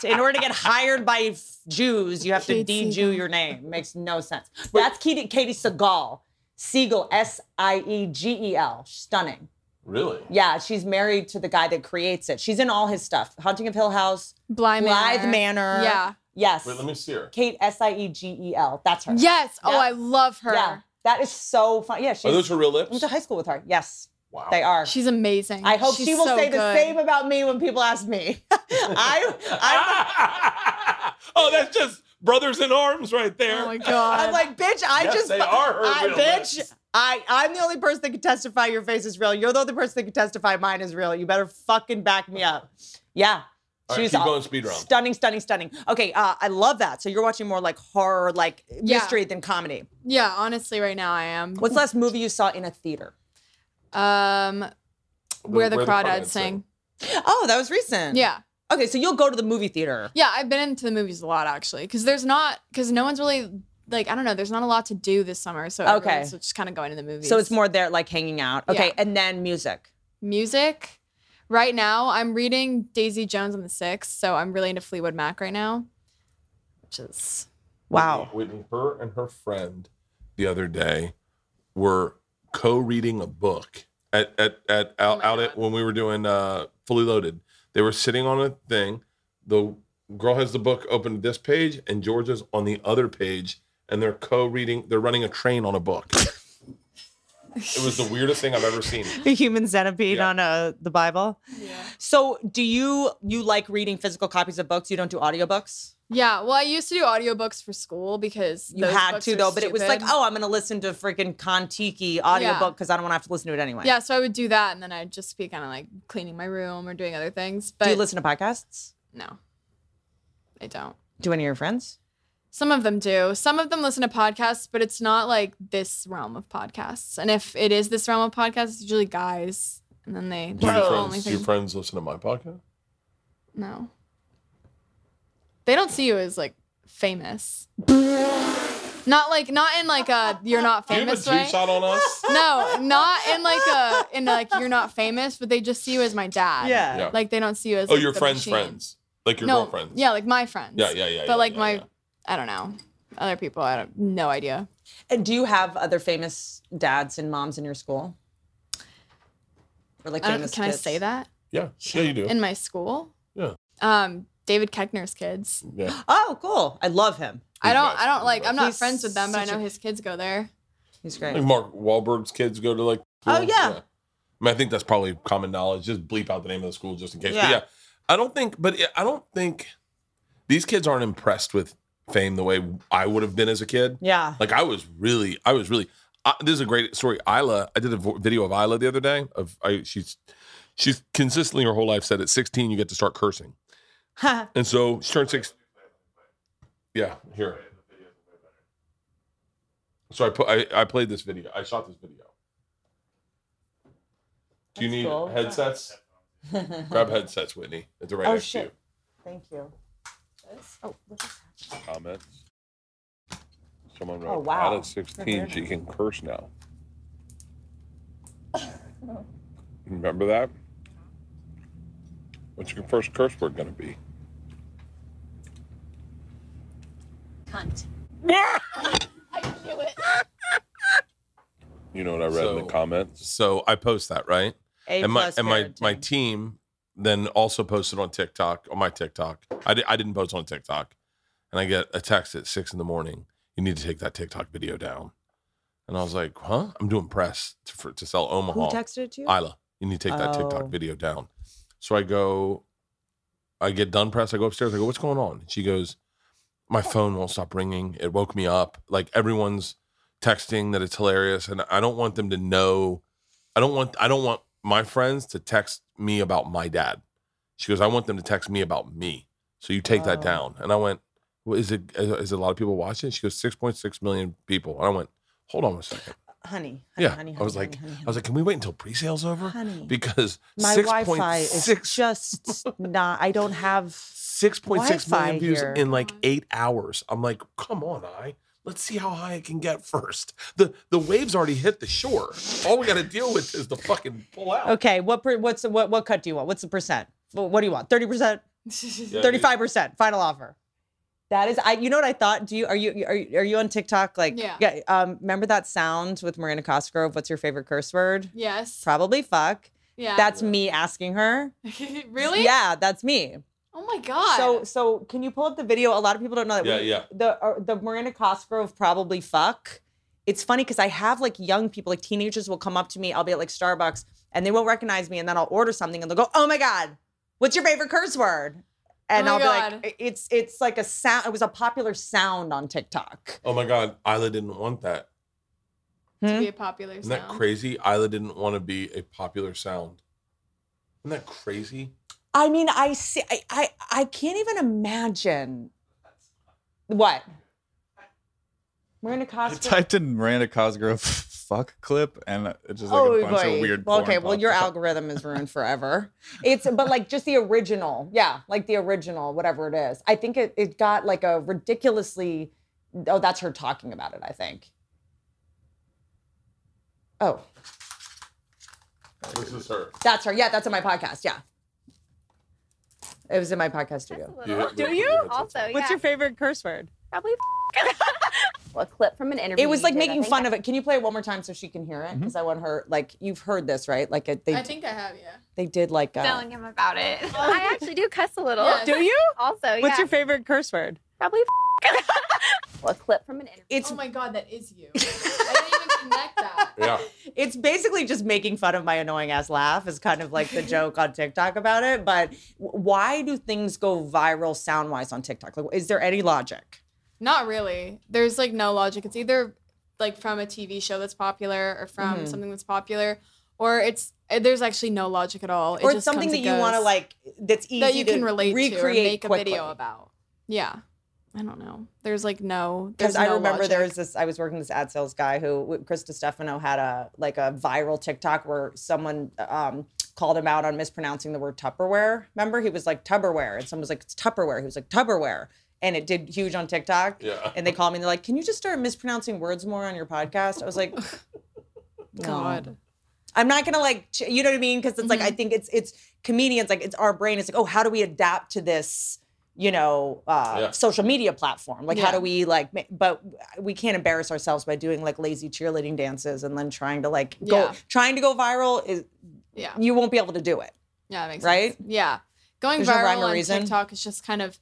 [SPEAKER 5] In order to get hired by f- Jews, you have to
[SPEAKER 2] Kate
[SPEAKER 5] de-Jew
[SPEAKER 2] Siegel.
[SPEAKER 5] your name. Makes no sense. That's Katie, Katie Segal. Siegel, S I E G E L. Stunning.
[SPEAKER 1] Really?
[SPEAKER 5] Yeah, she's married to the guy that creates it. She's in all his stuff. Haunting of Hill House,
[SPEAKER 2] Blythe Manor.
[SPEAKER 5] Blythe Manor.
[SPEAKER 2] uh, Yeah.
[SPEAKER 5] Yes.
[SPEAKER 1] Wait, let me see her.
[SPEAKER 5] Kate S I E G E L. That's her.
[SPEAKER 2] Yes. Oh,
[SPEAKER 5] Yeah.
[SPEAKER 2] I love her.
[SPEAKER 5] Yeah. That is so fun. Yeah,
[SPEAKER 1] Are
[SPEAKER 5] she's.
[SPEAKER 1] those her real
[SPEAKER 5] I went
[SPEAKER 1] lips?
[SPEAKER 5] to high school with her. Yes,
[SPEAKER 1] Wow.
[SPEAKER 5] they are.
[SPEAKER 2] She's amazing.
[SPEAKER 5] I hope
[SPEAKER 2] She's
[SPEAKER 5] she will
[SPEAKER 2] so
[SPEAKER 5] say the
[SPEAKER 2] good.
[SPEAKER 5] same about me when people ask me. I, I'm
[SPEAKER 1] oh, that's just brothers in arms right there.
[SPEAKER 2] Oh my god.
[SPEAKER 5] I'm like, bitch, I
[SPEAKER 1] Um, Yes,
[SPEAKER 5] just
[SPEAKER 1] they are her
[SPEAKER 5] I,
[SPEAKER 1] real
[SPEAKER 5] bitch,
[SPEAKER 1] lips.
[SPEAKER 5] I I'm the only person that can testify your face is real. You're the only person that can testify mine is real. You better fucking back me up. Yeah.
[SPEAKER 1] All right,
[SPEAKER 5] She's
[SPEAKER 1] keep
[SPEAKER 5] all-
[SPEAKER 1] going speed round.
[SPEAKER 5] Stunning, stunning, stunning. Okay, uh, I love that. So you're watching more like horror, like
[SPEAKER 2] Yeah.
[SPEAKER 5] mystery than comedy.
[SPEAKER 2] yeah, honestly, right now I am.
[SPEAKER 5] What's the last movie you saw in a theater?
[SPEAKER 2] Um, where, the, crawdads sing.
[SPEAKER 5] Oh, that was recent.
[SPEAKER 2] Yeah.
[SPEAKER 5] Okay, so you'll go to the movie theater.
[SPEAKER 2] Yeah, I've been into the movies a lot actually, because there's not, because no one's really like, I don't know, there's not a lot to do this summer, so
[SPEAKER 5] Okay.
[SPEAKER 2] everyone's just kind of going to the movies.
[SPEAKER 5] So it's more there, like hanging out. Okay,
[SPEAKER 2] Yeah.
[SPEAKER 5] and then music.
[SPEAKER 2] music. Right now, I'm reading Daisy Jones and the Six, so I'm really into Fleetwood Mac right now, which is
[SPEAKER 5] Wow.
[SPEAKER 1] Whitney, her and her friend the other day were co-reading a book at at at out,
[SPEAKER 2] Oh my
[SPEAKER 1] out at when we were doing uh fully loaded. They were sitting on a thing. The girl has the book open to this page and Georgia's on the other page and they're co-reading they're running a train on a book. it was the weirdest thing I've ever seen.
[SPEAKER 5] The human centipede
[SPEAKER 1] Yeah.
[SPEAKER 5] on uh, the Bible.
[SPEAKER 2] yeah.
[SPEAKER 5] So, do you you like reading physical copies of books? You don't do audiobooks?
[SPEAKER 2] Yeah, well, I used to do audiobooks for school because
[SPEAKER 5] You
[SPEAKER 2] those
[SPEAKER 5] had
[SPEAKER 2] books
[SPEAKER 5] to
[SPEAKER 2] are
[SPEAKER 5] though, but it was like,
[SPEAKER 2] stupid.
[SPEAKER 5] oh, I'm going to listen to freaking Kontiki audiobook because I don't want to have to listen to it anyway.
[SPEAKER 2] yeah. So I would do that, and then I'd just be kind of like cleaning my room or doing other things. But
[SPEAKER 5] do you listen to podcasts?
[SPEAKER 2] No, I don't.
[SPEAKER 5] Do any of your friends?
[SPEAKER 2] Some of them do. Some of them listen to podcasts, but it's not like this realm of podcasts. And if it is this realm of podcasts, it's usually guys, and then they
[SPEAKER 1] Do your
[SPEAKER 2] that's the only
[SPEAKER 1] friends, do your
[SPEAKER 2] thing.
[SPEAKER 1] friends listen to my podcast?
[SPEAKER 2] No, they don't see you as like famous. not like not in like a you're not
[SPEAKER 1] Do you have a
[SPEAKER 2] famous
[SPEAKER 1] two
[SPEAKER 2] way.
[SPEAKER 1] shot on us?
[SPEAKER 2] No, not in like a in like you're not famous, but they just see you as my dad.
[SPEAKER 1] Yeah.
[SPEAKER 2] Like they don't see you as
[SPEAKER 1] Oh,
[SPEAKER 2] like,
[SPEAKER 1] your
[SPEAKER 2] the
[SPEAKER 1] friends'
[SPEAKER 2] machine.
[SPEAKER 1] friends, like your
[SPEAKER 2] no,
[SPEAKER 1] girlfriends.
[SPEAKER 2] Yeah, like my friends.
[SPEAKER 1] Yeah, yeah, yeah,
[SPEAKER 2] But
[SPEAKER 1] yeah,
[SPEAKER 2] like
[SPEAKER 1] yeah,
[SPEAKER 2] my,
[SPEAKER 1] yeah.
[SPEAKER 2] I don't know, other people. I don't no idea.
[SPEAKER 5] And do you have other famous dads and moms in your school? Or like
[SPEAKER 2] I don't-
[SPEAKER 5] famous
[SPEAKER 2] Uh, can
[SPEAKER 5] kids?
[SPEAKER 2] I say that
[SPEAKER 1] Yeah, yeah, you do.
[SPEAKER 2] in my school?
[SPEAKER 1] Yeah.
[SPEAKER 2] Um, David Keckner's kids.
[SPEAKER 1] yeah.
[SPEAKER 5] Oh, cool. I love him.
[SPEAKER 2] I
[SPEAKER 1] He's
[SPEAKER 2] don't.
[SPEAKER 1] nice.
[SPEAKER 2] I don't like. I'm not
[SPEAKER 5] He's
[SPEAKER 2] friends with them, but I
[SPEAKER 5] such
[SPEAKER 2] know
[SPEAKER 5] a-
[SPEAKER 2] his kids go there.
[SPEAKER 5] He's
[SPEAKER 1] Like
[SPEAKER 5] great.
[SPEAKER 1] Mark Wahlberg's kids go to like.
[SPEAKER 5] Oh,
[SPEAKER 1] schools.
[SPEAKER 5] yeah.
[SPEAKER 1] I mean, I think that's probably common knowledge. Just bleep out the name of the school just in case.
[SPEAKER 5] Yeah.
[SPEAKER 1] But yeah, I don't think. But I don't think these kids aren't impressed with fame the way I would have been as a kid.
[SPEAKER 5] Yeah.
[SPEAKER 1] Like I was really, I was really. I, this is a great story. Isla, I did a vo- video of Isla the other day. Of I, she's she's consistently her whole life said at 16 you get to start cursing, and so she turned six. Yeah, here. So I put I, I played this video. I shot this video. Do you
[SPEAKER 5] That's
[SPEAKER 1] need
[SPEAKER 5] cool.
[SPEAKER 1] headsets? Grab headsets, Whitney. It's right
[SPEAKER 5] Oh,
[SPEAKER 1] next
[SPEAKER 5] shit.
[SPEAKER 1] to
[SPEAKER 5] Thank you. Oh, look at that.
[SPEAKER 1] you. Comments. Someone wrote
[SPEAKER 5] Oh, wow.
[SPEAKER 1] out of 16, she can curse now. Remember that? What's your first curse word gonna be?
[SPEAKER 3] Cunt.
[SPEAKER 1] You know what I read in
[SPEAKER 7] So-
[SPEAKER 1] the comments? So I post that, right?
[SPEAKER 5] A
[SPEAKER 1] and my
[SPEAKER 5] plus
[SPEAKER 1] and my, my
[SPEAKER 5] parenting.
[SPEAKER 1] team then also posted on TikTok on my TikTok. I, di- I didn't post on TikTok, and I get a text at six in the morning. You need to take that TikTok video down. And I was like, huh? I'm doing press to, for, to sell
[SPEAKER 5] Who
[SPEAKER 1] Omaha.
[SPEAKER 5] texted it to you?
[SPEAKER 1] Isla, you need to take that TikTok
[SPEAKER 5] Oh.
[SPEAKER 1] video down. So I go, I get done press. I go upstairs. I go, what's going on? And she goes, my phone won't stop ringing. It woke me up. Like everyone's texting that it's hilarious, and I don't want them to know. I don't want. I don't want my friends to text me about my dad. She goes, I want them to text me about me. So you take that
[SPEAKER 5] Wow.
[SPEAKER 1] down. And I went, well, is it? Is, is a lot of people watching? She goes, six point six million people. And I went, hold on a second.
[SPEAKER 5] honey, honey.
[SPEAKER 1] Yeah,
[SPEAKER 5] honey,
[SPEAKER 1] I was
[SPEAKER 5] honey,
[SPEAKER 1] like-
[SPEAKER 5] honey,
[SPEAKER 1] I was like, can we wait until pre-sales over?
[SPEAKER 5] honey, honey.
[SPEAKER 1] because
[SPEAKER 5] my
[SPEAKER 1] 6.6
[SPEAKER 5] Wi-Fi is just not. I don't have.
[SPEAKER 1] 6.6 million
[SPEAKER 5] Wi-Fi
[SPEAKER 1] views
[SPEAKER 5] here.
[SPEAKER 1] in like eight hours. I'm like, come on, I. Let's see how high it can get first. The the waves already hit the shore. All we got to deal with is the fucking pull out.
[SPEAKER 5] Okay, what per, what's the- what what cut do you want? What's the percent? What, what do you want? Thirty percent,
[SPEAKER 1] Yeah,
[SPEAKER 5] thirty five percent, final offer. That is, I you know what I thought? Do you are you are you, are you on TikTok? Like
[SPEAKER 2] Yeah.
[SPEAKER 5] um, remember that sound with Marina Cosgrove? What's your favorite curse word?
[SPEAKER 2] Yes.
[SPEAKER 5] Probably fuck.
[SPEAKER 2] Yeah.
[SPEAKER 5] That's me asking her.
[SPEAKER 2] really?
[SPEAKER 5] Yeah, that's me.
[SPEAKER 2] Oh my god.
[SPEAKER 5] So so can you pull up the video? A lot of people don't know that.
[SPEAKER 1] Yeah,
[SPEAKER 5] we-
[SPEAKER 1] yeah.
[SPEAKER 5] The uh, the Miranda Cosgrove probably fuck. It's funny because I have like young people, like teenagers, will come up to me. I'll be at like Starbucks, and they won't recognize me, and then I'll order something, and they'll go, "Oh my god, what's your favorite curse word?" And
[SPEAKER 2] Oh my
[SPEAKER 5] I'll be
[SPEAKER 2] God.
[SPEAKER 5] like, "It's it's like a sound. It was a popular sound on TikTok."
[SPEAKER 1] Oh my God, Isla didn't want that.
[SPEAKER 2] to
[SPEAKER 5] Hmm?
[SPEAKER 2] be a popular
[SPEAKER 1] Isn't that
[SPEAKER 2] sound.
[SPEAKER 1] crazy? Isla didn't want to be a popular sound. Isn't that crazy?
[SPEAKER 5] I mean, I see. I, I I can't even imagine what Miranda
[SPEAKER 7] I
[SPEAKER 5] Cosgrove.
[SPEAKER 7] typed in Miranda Cosgrove fuck clip, and it's just like a bunch of weird.
[SPEAKER 5] Oh, Well,
[SPEAKER 7] porn
[SPEAKER 5] okay, well
[SPEAKER 7] popped
[SPEAKER 5] your
[SPEAKER 7] up.
[SPEAKER 5] algorithm is ruined forever. It's but like just the original, yeah, like the original, whatever it is. I think it it got like a ridiculously. Oh, that's her talking about it. I think. Oh,
[SPEAKER 1] This is her.
[SPEAKER 5] that's her. Yeah, that's in my podcast. Yeah, it was in my podcast studio.
[SPEAKER 1] Do you?
[SPEAKER 4] Also, yeah.
[SPEAKER 5] favorite curse word?
[SPEAKER 4] probably a clip from an interview?
[SPEAKER 5] It was
[SPEAKER 4] you
[SPEAKER 5] like
[SPEAKER 4] did, I
[SPEAKER 5] making
[SPEAKER 4] think
[SPEAKER 5] fun
[SPEAKER 4] I-
[SPEAKER 5] of it. Can you play it one more time so she can hear
[SPEAKER 7] Mm-hmm.
[SPEAKER 5] it? Because I want her. Like you've heard this, right? Like it, they
[SPEAKER 2] I think I have, yeah.
[SPEAKER 5] they did like. Uh,
[SPEAKER 8] telling him about it.
[SPEAKER 4] I actually do cuss a little.
[SPEAKER 2] Yeah. Do
[SPEAKER 5] you?
[SPEAKER 4] Also, yeah.
[SPEAKER 5] favorite curse word?
[SPEAKER 4] probably a clip from an interview?
[SPEAKER 5] It's
[SPEAKER 2] oh my god, that is you. I didn't even connect that.
[SPEAKER 1] Yeah.
[SPEAKER 5] It's basically just making fun of my annoying ass laugh is kind of like the joke on TikTok about it. But w- why do things go viral sound wise on TikTok? Like, is there any logic?
[SPEAKER 2] Not really. There's like no logic. It's either like from a TV show that's popular or from
[SPEAKER 5] Mhm.
[SPEAKER 2] something that's popular or it's eh, there's actually no logic at all. It
[SPEAKER 5] or it's
[SPEAKER 2] just
[SPEAKER 5] something
[SPEAKER 2] comes
[SPEAKER 5] that
[SPEAKER 2] and
[SPEAKER 5] you want to
[SPEAKER 2] goes
[SPEAKER 5] like that's easy
[SPEAKER 2] that you
[SPEAKER 5] to
[SPEAKER 2] can relate
[SPEAKER 5] recreate
[SPEAKER 2] to or make a
[SPEAKER 5] quickly.
[SPEAKER 2] video about. Yeah. I don't know. There's like no
[SPEAKER 5] Because
[SPEAKER 2] there's
[SPEAKER 5] I
[SPEAKER 2] no
[SPEAKER 5] remember
[SPEAKER 2] logic.
[SPEAKER 5] there was this, I was working with this ad sales guy who Chris Stefano had a like a viral TikTok where someone um, called him out on mispronouncing the word Tupperware. Remember, he was like Tupperware, and someone was like it's Tupperware. He was like Tupperware, and it did huge on TikTok.
[SPEAKER 1] Yeah.
[SPEAKER 5] And they called me and they're like, "Can you just start mispronouncing words more on your podcast?" I was like, "No."
[SPEAKER 2] God.
[SPEAKER 5] I'm not gonna like, ch- you know what I mean? Because it's like I think it's it's comedians like it's our brain. It's like, oh, how do we adapt to this? You know, uh,
[SPEAKER 1] Yeah.
[SPEAKER 5] social media platform. Like, how
[SPEAKER 2] Yeah.
[SPEAKER 5] do we like? ma- But we can't embarrass ourselves by doing like lazy cheerleading dances and then trying to like go
[SPEAKER 2] Yeah.
[SPEAKER 5] trying to go viral. Is
[SPEAKER 2] Yeah.
[SPEAKER 5] you won't be able to do it.
[SPEAKER 2] Yeah, that makes
[SPEAKER 5] Right?
[SPEAKER 2] sense. Yeah. Going
[SPEAKER 5] There's no rhyme
[SPEAKER 2] viral
[SPEAKER 5] or
[SPEAKER 2] on
[SPEAKER 5] reason.
[SPEAKER 2] TikTok is just kind of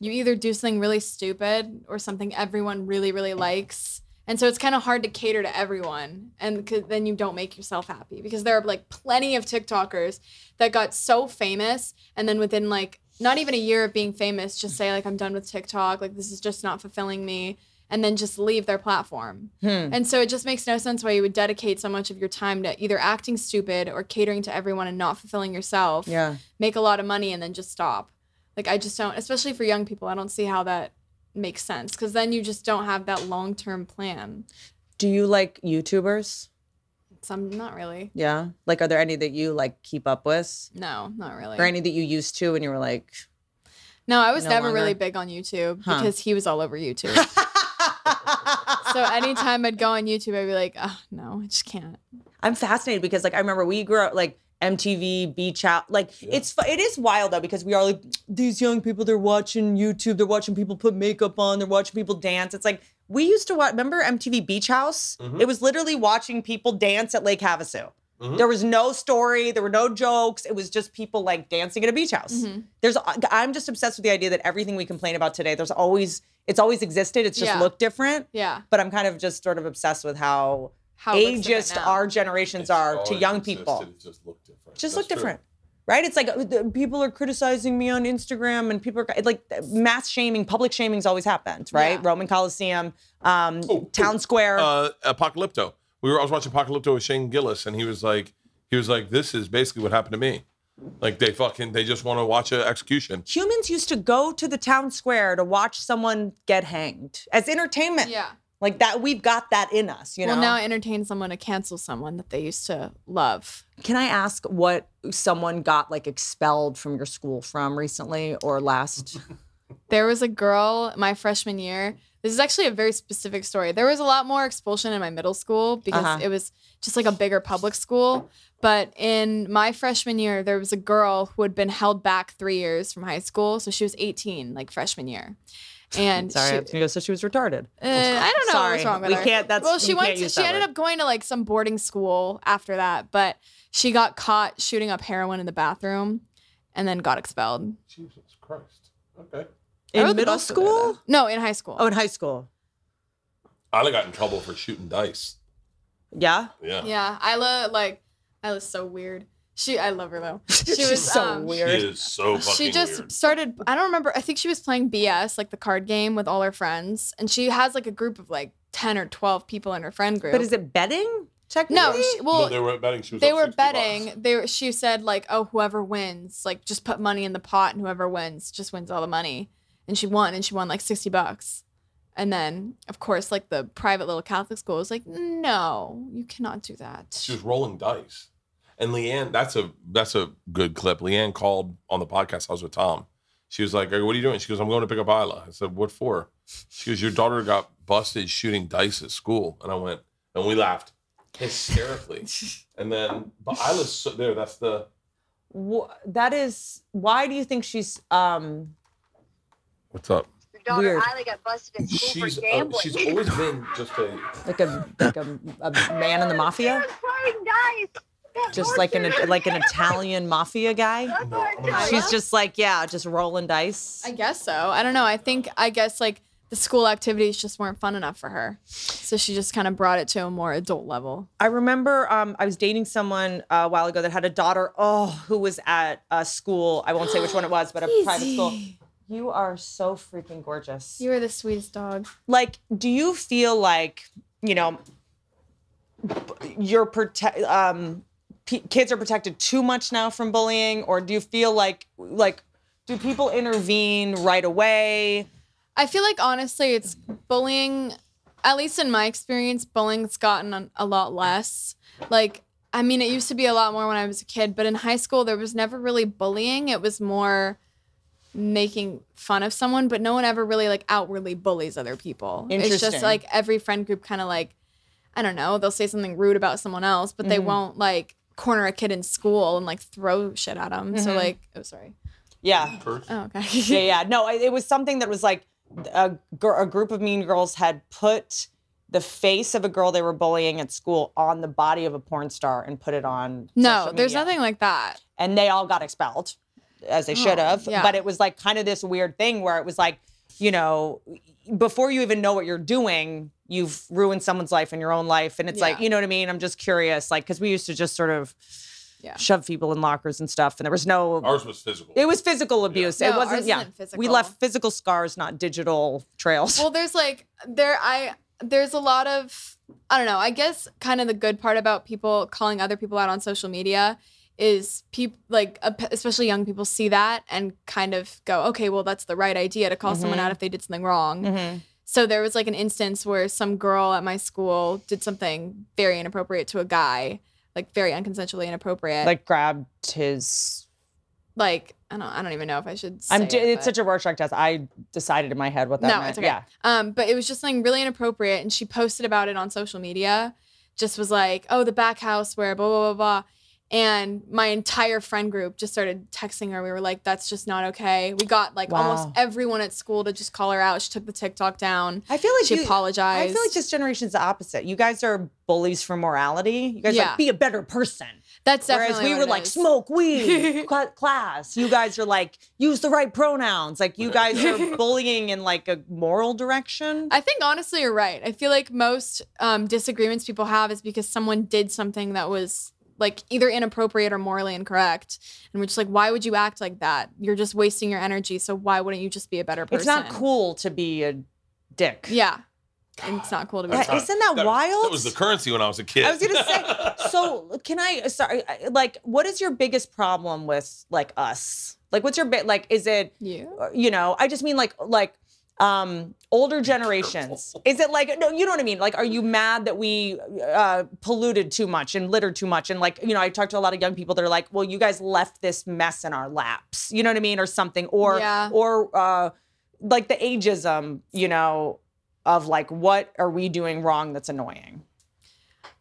[SPEAKER 2] you either do something really stupid or something everyone really, really likes. And so it's kind of hard to cater to everyone. And 'cause then you don't make yourself happy because there are like plenty of TikTokers that got so famous. And then within like not even a year of being famous, just say, like, I'm done with TikTok. Like, this is just not fulfilling me. And then just leave their platform.
[SPEAKER 5] Hmm.
[SPEAKER 2] And so it just makes no sense why you would dedicate so much of your time to either acting stupid or catering to everyone and not fulfilling yourself
[SPEAKER 5] Yeah.
[SPEAKER 2] make a lot of money and then just stop. Like I just don't, especially for young people, I don't see how that makes sense because then you just don't have that long term plan.
[SPEAKER 5] Do you like YouTubers?
[SPEAKER 2] So I'm not really.
[SPEAKER 5] Yeah. Like, are there any that you like keep up with,
[SPEAKER 2] No, not really.
[SPEAKER 5] or any that you used to and you were like,
[SPEAKER 2] No, I was
[SPEAKER 5] No
[SPEAKER 2] never
[SPEAKER 5] longer.
[SPEAKER 2] really big on YouTube
[SPEAKER 5] Huh.
[SPEAKER 2] because he was all over YouTube. so anytime I'd go on YouTube, I'd be like, oh no, I just can't.
[SPEAKER 5] I'm fascinated because like I remember we grew up like MTV Beach House. Like it's fu- it is wild though because we are like these young people. They're watching YouTube. They're watching people put makeup on. They're watching people dance. It's like we used to watch. Remember MTV Beach House? It was literally watching people dance at Lake Havasu.
[SPEAKER 1] Mhm.
[SPEAKER 5] There was no story. There were no jokes. It was just people like dancing at a beach house.
[SPEAKER 2] Mhm.
[SPEAKER 5] There's, I'm just obsessed with the idea that everything we complain about today, there's always, it's always existed. It's just
[SPEAKER 2] Yeah.
[SPEAKER 5] looked different.
[SPEAKER 2] Yeah.
[SPEAKER 5] But I'm kind of just sort of obsessed with how,
[SPEAKER 2] How it looks different
[SPEAKER 5] ageist
[SPEAKER 2] now.
[SPEAKER 5] our generations are to
[SPEAKER 1] always
[SPEAKER 5] young
[SPEAKER 1] existed,
[SPEAKER 5] people.
[SPEAKER 1] it just look different.
[SPEAKER 5] Just
[SPEAKER 1] That's
[SPEAKER 5] look
[SPEAKER 1] true.
[SPEAKER 5] different. Right, it's like uh, the- people are criticizing me on Instagram, and people are it's like uh, mass shaming, public shaming's always happened, right?
[SPEAKER 2] Yeah.
[SPEAKER 5] Roman Coliseum, um,
[SPEAKER 1] Oh, oh,
[SPEAKER 5] town square.
[SPEAKER 1] Uh, Apocalypto. We were. I was watching Apocalypto with Shane Gillis, and he was like, he was like, this is basically what happened to me. Like they fucking, they just want to watch an execution.
[SPEAKER 5] humans used to go to the town square to watch someone get hanged as entertainment.
[SPEAKER 2] Yeah.
[SPEAKER 5] Like that, we've got that in us, you
[SPEAKER 2] well,
[SPEAKER 5] know?
[SPEAKER 2] now entertain someone to cancel someone that they used to love.
[SPEAKER 5] Can I ask what someone got like expelled from your school from recently or last?
[SPEAKER 2] There was a girl my freshman year. This is actually a very specific story. There was a lot more expulsion in my middle school because
[SPEAKER 5] Uh-huh.
[SPEAKER 2] it was just like a bigger public school. But in my freshman year, there was a girl who had been held back three years from high school. So she was 18, like freshman year. And
[SPEAKER 5] Sorry, I
[SPEAKER 2] she,
[SPEAKER 5] have to go. So she was retarded.
[SPEAKER 2] Uh, I don't know
[SPEAKER 5] Sorry.
[SPEAKER 2] what's wrong with
[SPEAKER 5] We
[SPEAKER 2] her.
[SPEAKER 5] can't- that's-
[SPEAKER 2] well, she
[SPEAKER 5] you
[SPEAKER 2] went.
[SPEAKER 5] can't
[SPEAKER 2] To,
[SPEAKER 5] use
[SPEAKER 2] she
[SPEAKER 5] that
[SPEAKER 2] ended
[SPEAKER 5] word.
[SPEAKER 2] up going to like some boarding school after that, but she got caught shooting up heroin in the bathroom, and then got expelled.
[SPEAKER 1] Jesus Christ. Okay.
[SPEAKER 2] I
[SPEAKER 5] In
[SPEAKER 2] rode the
[SPEAKER 5] middle
[SPEAKER 2] bus with her,
[SPEAKER 5] school?
[SPEAKER 2] though. No, in high school.
[SPEAKER 5] Oh, in high school.
[SPEAKER 1] I got in trouble for shooting dice.
[SPEAKER 5] Yeah.
[SPEAKER 1] Yeah.
[SPEAKER 2] yeah, Isla like Isla's so weird. She, I love her though. She
[SPEAKER 5] She's
[SPEAKER 2] was
[SPEAKER 5] so
[SPEAKER 2] um,
[SPEAKER 1] She
[SPEAKER 5] weird.
[SPEAKER 1] is so fucking
[SPEAKER 2] She just
[SPEAKER 1] weird.
[SPEAKER 2] started. I don't remember. I think she was playing BS, like the card game, with all her friends, and she has like a group of like ten or twelve people in her friend group.
[SPEAKER 5] But is it betting? Technically?
[SPEAKER 2] no? She, well,
[SPEAKER 1] no, they were betting. She was
[SPEAKER 2] they
[SPEAKER 1] up
[SPEAKER 2] were
[SPEAKER 1] 60 bucks.
[SPEAKER 2] betting. They were, she said like, oh, whoever wins, like just put money in the pot, and whoever wins just wins all the money. And she won, and she won like sixty bucks. And then, of course, like the private little Catholic school was like, no, you cannot do that.
[SPEAKER 1] She was rolling dice. And Leanne, that's a that's a good clip. Leanne called on the podcast. I was with Tom. She was like, "Hey, "What are you doing?" She goes, "I'm going to pick up Isla." I said, "What for?" She goes, "Your daughter got busted shooting dice at school." And I went, and we laughed hysterically. and then, but Isla's so, there. That's the
[SPEAKER 5] Wh- that is why do you think she's um
[SPEAKER 1] what's up.
[SPEAKER 4] Your daughter
[SPEAKER 5] Weird.
[SPEAKER 4] Isla got busted at school
[SPEAKER 1] She's
[SPEAKER 4] for
[SPEAKER 1] uh,
[SPEAKER 4] gambling.
[SPEAKER 1] she's always been just a
[SPEAKER 5] like a like a, a man in the mafia?
[SPEAKER 4] She was playing dice. That
[SPEAKER 5] Just like an
[SPEAKER 4] bullshit.
[SPEAKER 5] like an Italian mafia guy?
[SPEAKER 4] That's
[SPEAKER 1] No,
[SPEAKER 4] what I
[SPEAKER 1] I'm gonna-
[SPEAKER 4] tell
[SPEAKER 5] She's
[SPEAKER 4] ya.
[SPEAKER 5] just like, yeah, just rolling dice.
[SPEAKER 2] I guess so. I don't know. I think I guess like the school activities just weren't fun enough for her, so she just kind of brought it to a more adult level.
[SPEAKER 5] I remember um, I was dating someone uh, a while ago that had a daughter, oh, who was at a school. I won't say which one it was, but a private school. You are so freaking gorgeous.
[SPEAKER 2] You are the sweetest dog.
[SPEAKER 5] like, do you feel like, you know, you're protect um, p- kids are protected too much now from bullying, or do you feel like like do people intervene right away?
[SPEAKER 2] I feel like honestly, it's bullying. At least in my experience, bullying's gotten a- a lot less. Like, I mean, it used to be a lot more when I was a kid, but in high school, there was never really bullying. It was more making fun of someone, but no one ever really like outwardly bullies other people. It's
[SPEAKER 5] Interesting.
[SPEAKER 2] just like every friend group kind of like, I don't know, they'll say something rude about someone else, but
[SPEAKER 5] Mm-hmm.
[SPEAKER 2] they won't like corner a kid in school and like throw shit at them. So, like, oh, sorry.
[SPEAKER 5] Yeah.
[SPEAKER 2] Oh, okay.
[SPEAKER 5] Mm-hmm. yeah, yeah. No, I- it was something that was like a, gr- a group of mean girls had put the face of a girl they were bullying at school on the body of a porn star and put it on.
[SPEAKER 2] No,
[SPEAKER 5] social
[SPEAKER 2] there's
[SPEAKER 5] media.
[SPEAKER 2] nothing like that.
[SPEAKER 5] And they all got expelled, as they should
[SPEAKER 2] Oh,
[SPEAKER 5] have.
[SPEAKER 2] yeah.
[SPEAKER 5] But it was like kind of this weird thing where it was like, you know, before you even know what you're doing, you've ruined someone's life and your own life. And it's like,
[SPEAKER 2] Yeah.
[SPEAKER 5] you know what I mean? I'm just curious, like, because we used to just sort of
[SPEAKER 2] Yeah.
[SPEAKER 5] shove people in lockers and stuff, and there was no
[SPEAKER 1] ours was physical.
[SPEAKER 5] it was physical abuse. It
[SPEAKER 2] No,
[SPEAKER 5] wasn't.
[SPEAKER 2] ours
[SPEAKER 5] yeah,
[SPEAKER 2] isn't physical.
[SPEAKER 5] we left physical scars, not digital trails.
[SPEAKER 2] Well, there's like there I there's a lot of I don't know. I guess kind of the good part about people calling other people out on social media is people like ap- especially young people see that and kind of go, okay, well that's the right idea to call someone
[SPEAKER 5] Mhm.
[SPEAKER 2] out if they did something wrong.
[SPEAKER 5] Mhm.
[SPEAKER 2] So there was like an instance where some girl at my school did something very inappropriate to a guy, like very unconsensually inappropriate.
[SPEAKER 5] Like grabbed his.
[SPEAKER 2] like I don't I don't even know if I should. Say
[SPEAKER 5] I'm.
[SPEAKER 2] it,
[SPEAKER 5] j it's
[SPEAKER 2] but-
[SPEAKER 5] such a Rorschach test. I decided in my head what that
[SPEAKER 2] No,
[SPEAKER 5] meant.
[SPEAKER 2] it's okay.
[SPEAKER 5] Yeah.
[SPEAKER 2] Um, but it was just something really inappropriate, and she posted about it on social media. Just was like, "Oh, the back house where blah blah blah blah," And my entire friend group just started texting her. We were like, that's just not okay. We got like almost
[SPEAKER 5] Wow.
[SPEAKER 2] everyone at school to just call her out. She took the TikTok down.
[SPEAKER 5] I feel like
[SPEAKER 2] She
[SPEAKER 5] you, I
[SPEAKER 2] apologized.
[SPEAKER 5] feel like this generation's the opposite. You guys are bullies for morality. You guys
[SPEAKER 2] Yeah.
[SPEAKER 5] like be a better person.
[SPEAKER 2] that's
[SPEAKER 5] Whereas
[SPEAKER 2] definitely
[SPEAKER 5] we
[SPEAKER 2] what
[SPEAKER 5] were
[SPEAKER 2] it
[SPEAKER 5] like
[SPEAKER 2] is.
[SPEAKER 5] smoke weed, cl- class. You guys are like use the right pronouns. Like you guys are bullying in like a moral direction.
[SPEAKER 2] I think honestly, you're right. I feel like most um, disagreements people have is because someone did something that was like either inappropriate or morally incorrect, and we're just like, why would you act like that? You're just wasting your energy. So why wouldn't you just be a better person?
[SPEAKER 5] it's not cool to be a dick.
[SPEAKER 2] Yeah, And it's not cool to be.
[SPEAKER 5] Yeah,
[SPEAKER 2] a
[SPEAKER 1] That's
[SPEAKER 2] dick.
[SPEAKER 1] not-
[SPEAKER 5] isn't that wild?
[SPEAKER 1] That was the currency when I was a kid.
[SPEAKER 5] I was gonna say. So can I? Sorry. I- Like, what is your biggest problem with like us? Like, what's your bit? Like, is it
[SPEAKER 2] you.
[SPEAKER 5] or, uh, you know i just mean like like um older generations is it like no you know what i mean like are you mad that we uh polluted too much and littered too much and like you know i talk to a lot of young people that are like well you guys left this mess in our laps you know what i mean or something or
[SPEAKER 2] Yeah.
[SPEAKER 5] or uh like the ageism you know of like what are we doing wrong that's annoying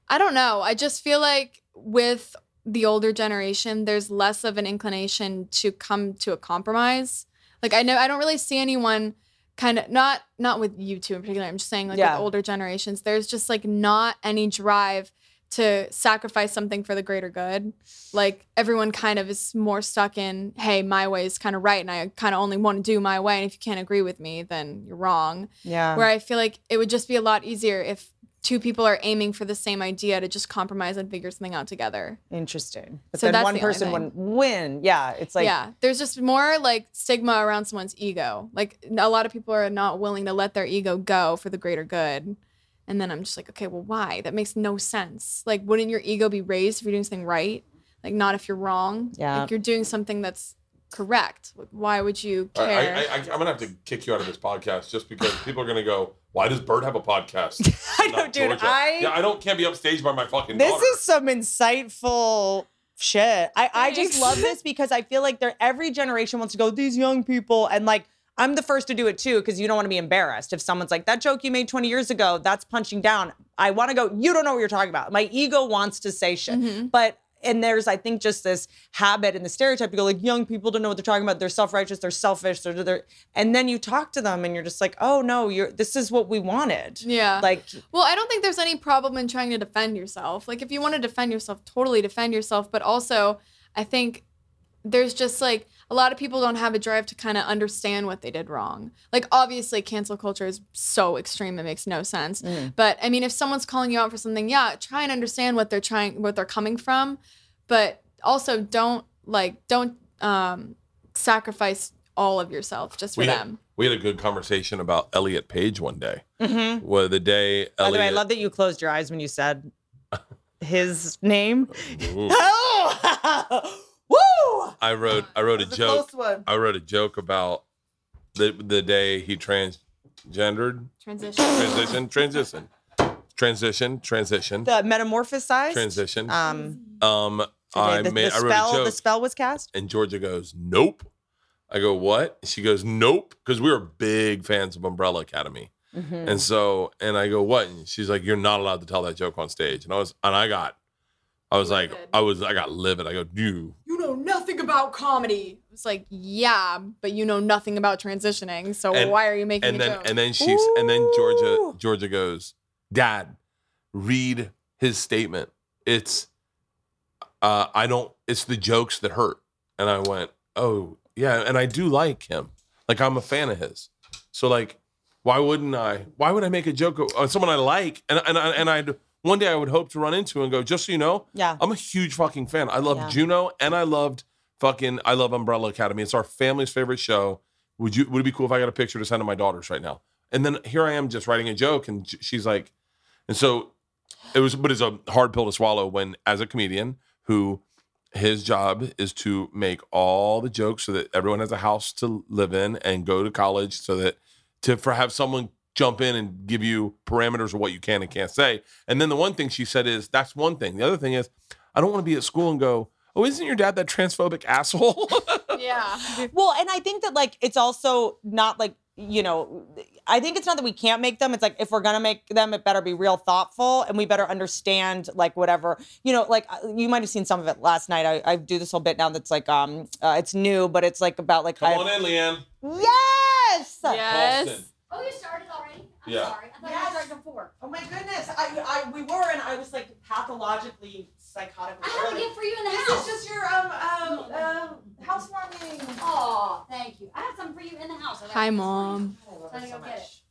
[SPEAKER 2] I don't know. I just feel like with the older generation, there's less of an inclination to come to a compromise. Like I know I don't really see anyone kind of not not with you two in particular. I'm just saying like
[SPEAKER 5] Yeah.
[SPEAKER 2] with older generations, there's just like not any drive to sacrifice something for the greater good. Like everyone kind of is more stuck in, hey, my way is kind of right and I kind of only want to do my way and if you can't agree with me, then you're wrong
[SPEAKER 5] yeah
[SPEAKER 2] where I feel like it would just be a lot easier if two people are aiming for the same idea to just compromise and figure something out together.
[SPEAKER 5] interesting but
[SPEAKER 2] So
[SPEAKER 5] then
[SPEAKER 2] that's
[SPEAKER 5] one
[SPEAKER 2] the only
[SPEAKER 5] person
[SPEAKER 2] thing.
[SPEAKER 5] wouldn't win yeah it's like
[SPEAKER 2] yeah, there's just more like stigma around someone's ego. Like a lot of people are not willing to let their ego go for the greater good. And then I'm just like, okay, well, why? That makes no sense. Like, wouldn't your ego be raised if you're doing something right? Like, not if you're wrong.
[SPEAKER 5] Yeah.
[SPEAKER 2] Like, you're doing something that's correct. Why would you
[SPEAKER 1] All
[SPEAKER 2] care?
[SPEAKER 1] right, I, I, I, I'm gonna have to kick you out of this podcast just because people are gonna go. Why does Bird have a podcast?
[SPEAKER 5] i know
[SPEAKER 1] Not
[SPEAKER 5] dude
[SPEAKER 1] Georgia."
[SPEAKER 5] i
[SPEAKER 1] yeah, I don't can't be upstaged by my fucking.
[SPEAKER 5] This
[SPEAKER 1] daughter.
[SPEAKER 5] is some insightful shit. I, I just
[SPEAKER 2] Thanks.
[SPEAKER 5] love this because I feel like they're, every generation wants to go, these young people, and like, I'm the first to do it too because you don't want to be embarrassed. If someone's like, that joke you made 20 years ago, that's punching down. I want to go, you don't know what you're talking about. My ego wants to say shit.
[SPEAKER 2] Mm-hmm.
[SPEAKER 5] But, and there's, I think, just this habit and the stereotype to go, like, young people don't know what they're talking about. They're self righteous, they're selfish, they're, they're, and then you talk to them and you're just like, oh no, you're, this is what we wanted.
[SPEAKER 2] yeah.
[SPEAKER 5] Like,
[SPEAKER 2] Well, I don't think there's any problem in trying to defend yourself. Like, if you want to defend yourself, totally defend yourself. But also, I think there's just like a lot of people don't have a drive to kind of understand what they did wrong. Like, obviously, cancel culture is so extreme, it makes no sense. But I mean, if someone's calling you out for something, yeah, try and understand what they're trying, what they're coming from. But also, don't like, don't um, sacrifice all of yourself just for
[SPEAKER 1] we
[SPEAKER 2] them.
[SPEAKER 1] Had, we had a good conversation about Elliot Page one day.
[SPEAKER 5] mhm.
[SPEAKER 1] Well, the day
[SPEAKER 5] By
[SPEAKER 1] Elliot.
[SPEAKER 5] the way, I love that you closed your eyes when you said his name.
[SPEAKER 1] Ooh.
[SPEAKER 5] Oh! Woo!
[SPEAKER 1] I wrote I wrote a
[SPEAKER 5] That was
[SPEAKER 1] joke.
[SPEAKER 5] close one.
[SPEAKER 1] I wrote a joke about the the day he transgendered,
[SPEAKER 2] Transition.
[SPEAKER 1] transition, transition, transition, transition,
[SPEAKER 5] The metamorphosized.
[SPEAKER 1] transition.
[SPEAKER 5] Um,
[SPEAKER 1] Um, I
[SPEAKER 5] the, the
[SPEAKER 1] made I
[SPEAKER 5] spell.
[SPEAKER 1] wrote a
[SPEAKER 5] The
[SPEAKER 1] joke,
[SPEAKER 5] spell was cast.
[SPEAKER 1] and Georgia goes, "Nope." I go, "What?" She goes, "Nope," because we were big fans of Umbrella Academy.
[SPEAKER 5] Mm-hmm.
[SPEAKER 1] And so, and I go, what? And she's like, you're not allowed to tell that joke on stage. And I was, and I got, I was like, I was, I got livid. I go, you
[SPEAKER 2] you know nothing about comedy. It's like, yeah, but you know nothing about transitioning, so
[SPEAKER 1] And-
[SPEAKER 2] why are you making
[SPEAKER 1] and
[SPEAKER 2] a
[SPEAKER 1] then
[SPEAKER 2] joke?
[SPEAKER 1] and then she's and then Georgia
[SPEAKER 5] Ooh.
[SPEAKER 1] Georgia goes, Dad, read his statement. It's uh I don't it's the jokes that hurt. And I went, Oh, yeah, and I do like him. Like I'm a fan of his. So like why wouldn't I? Why would I make a joke on someone I like? And and I- and I'd one day I would hope to run into and go, just so you know,
[SPEAKER 5] Yeah.
[SPEAKER 1] I'm a huge fucking fan. I love
[SPEAKER 5] Yeah.
[SPEAKER 1] Juno and I loved fucking I love Umbrella Academy. It's our family's favorite show. Would you would it be cool if I got a picture to send to my daughters right now? And then here I am just writing a joke and j- she's like and so it was but it's a hard pill to swallow when as a comedian who his job is to make all the jokes so that everyone has a house to live in and go to college so that to for have someone jump in and give you parameters of what you can and can't say. And then the one thing she said is that's one thing. The other thing is I don't want to be at school and go, "Oh, isn't your dad that transphobic asshole?"
[SPEAKER 2] yeah,
[SPEAKER 5] Well, and I think that like it's also not like you know, I think it's not that we can't make them. It's like if we're gonna make them, it better be real thoughtful, and we better understand like whatever you know. Like uh, you might have seen some of it last night. I, I do this whole bit now that's like um, uh, it's new, but it's like about like
[SPEAKER 1] Come
[SPEAKER 5] I-
[SPEAKER 1] on in, Leanne.
[SPEAKER 5] yes,
[SPEAKER 2] Yes.
[SPEAKER 1] Paulson.
[SPEAKER 4] Oh, you started already? I'm
[SPEAKER 1] Yeah.
[SPEAKER 4] sorry. I thought
[SPEAKER 5] Yes.
[SPEAKER 4] you started before.
[SPEAKER 5] Oh my goodness, I, I we were, and I was like pathologically psychotic.
[SPEAKER 4] I have a gift for you in the house.
[SPEAKER 5] just your um um
[SPEAKER 4] uh,
[SPEAKER 5] housewarming.
[SPEAKER 4] Oh, thank you. I have something for you in the house. I got
[SPEAKER 2] Hi,
[SPEAKER 4] this for you.
[SPEAKER 2] Mom.
[SPEAKER 4] her so much.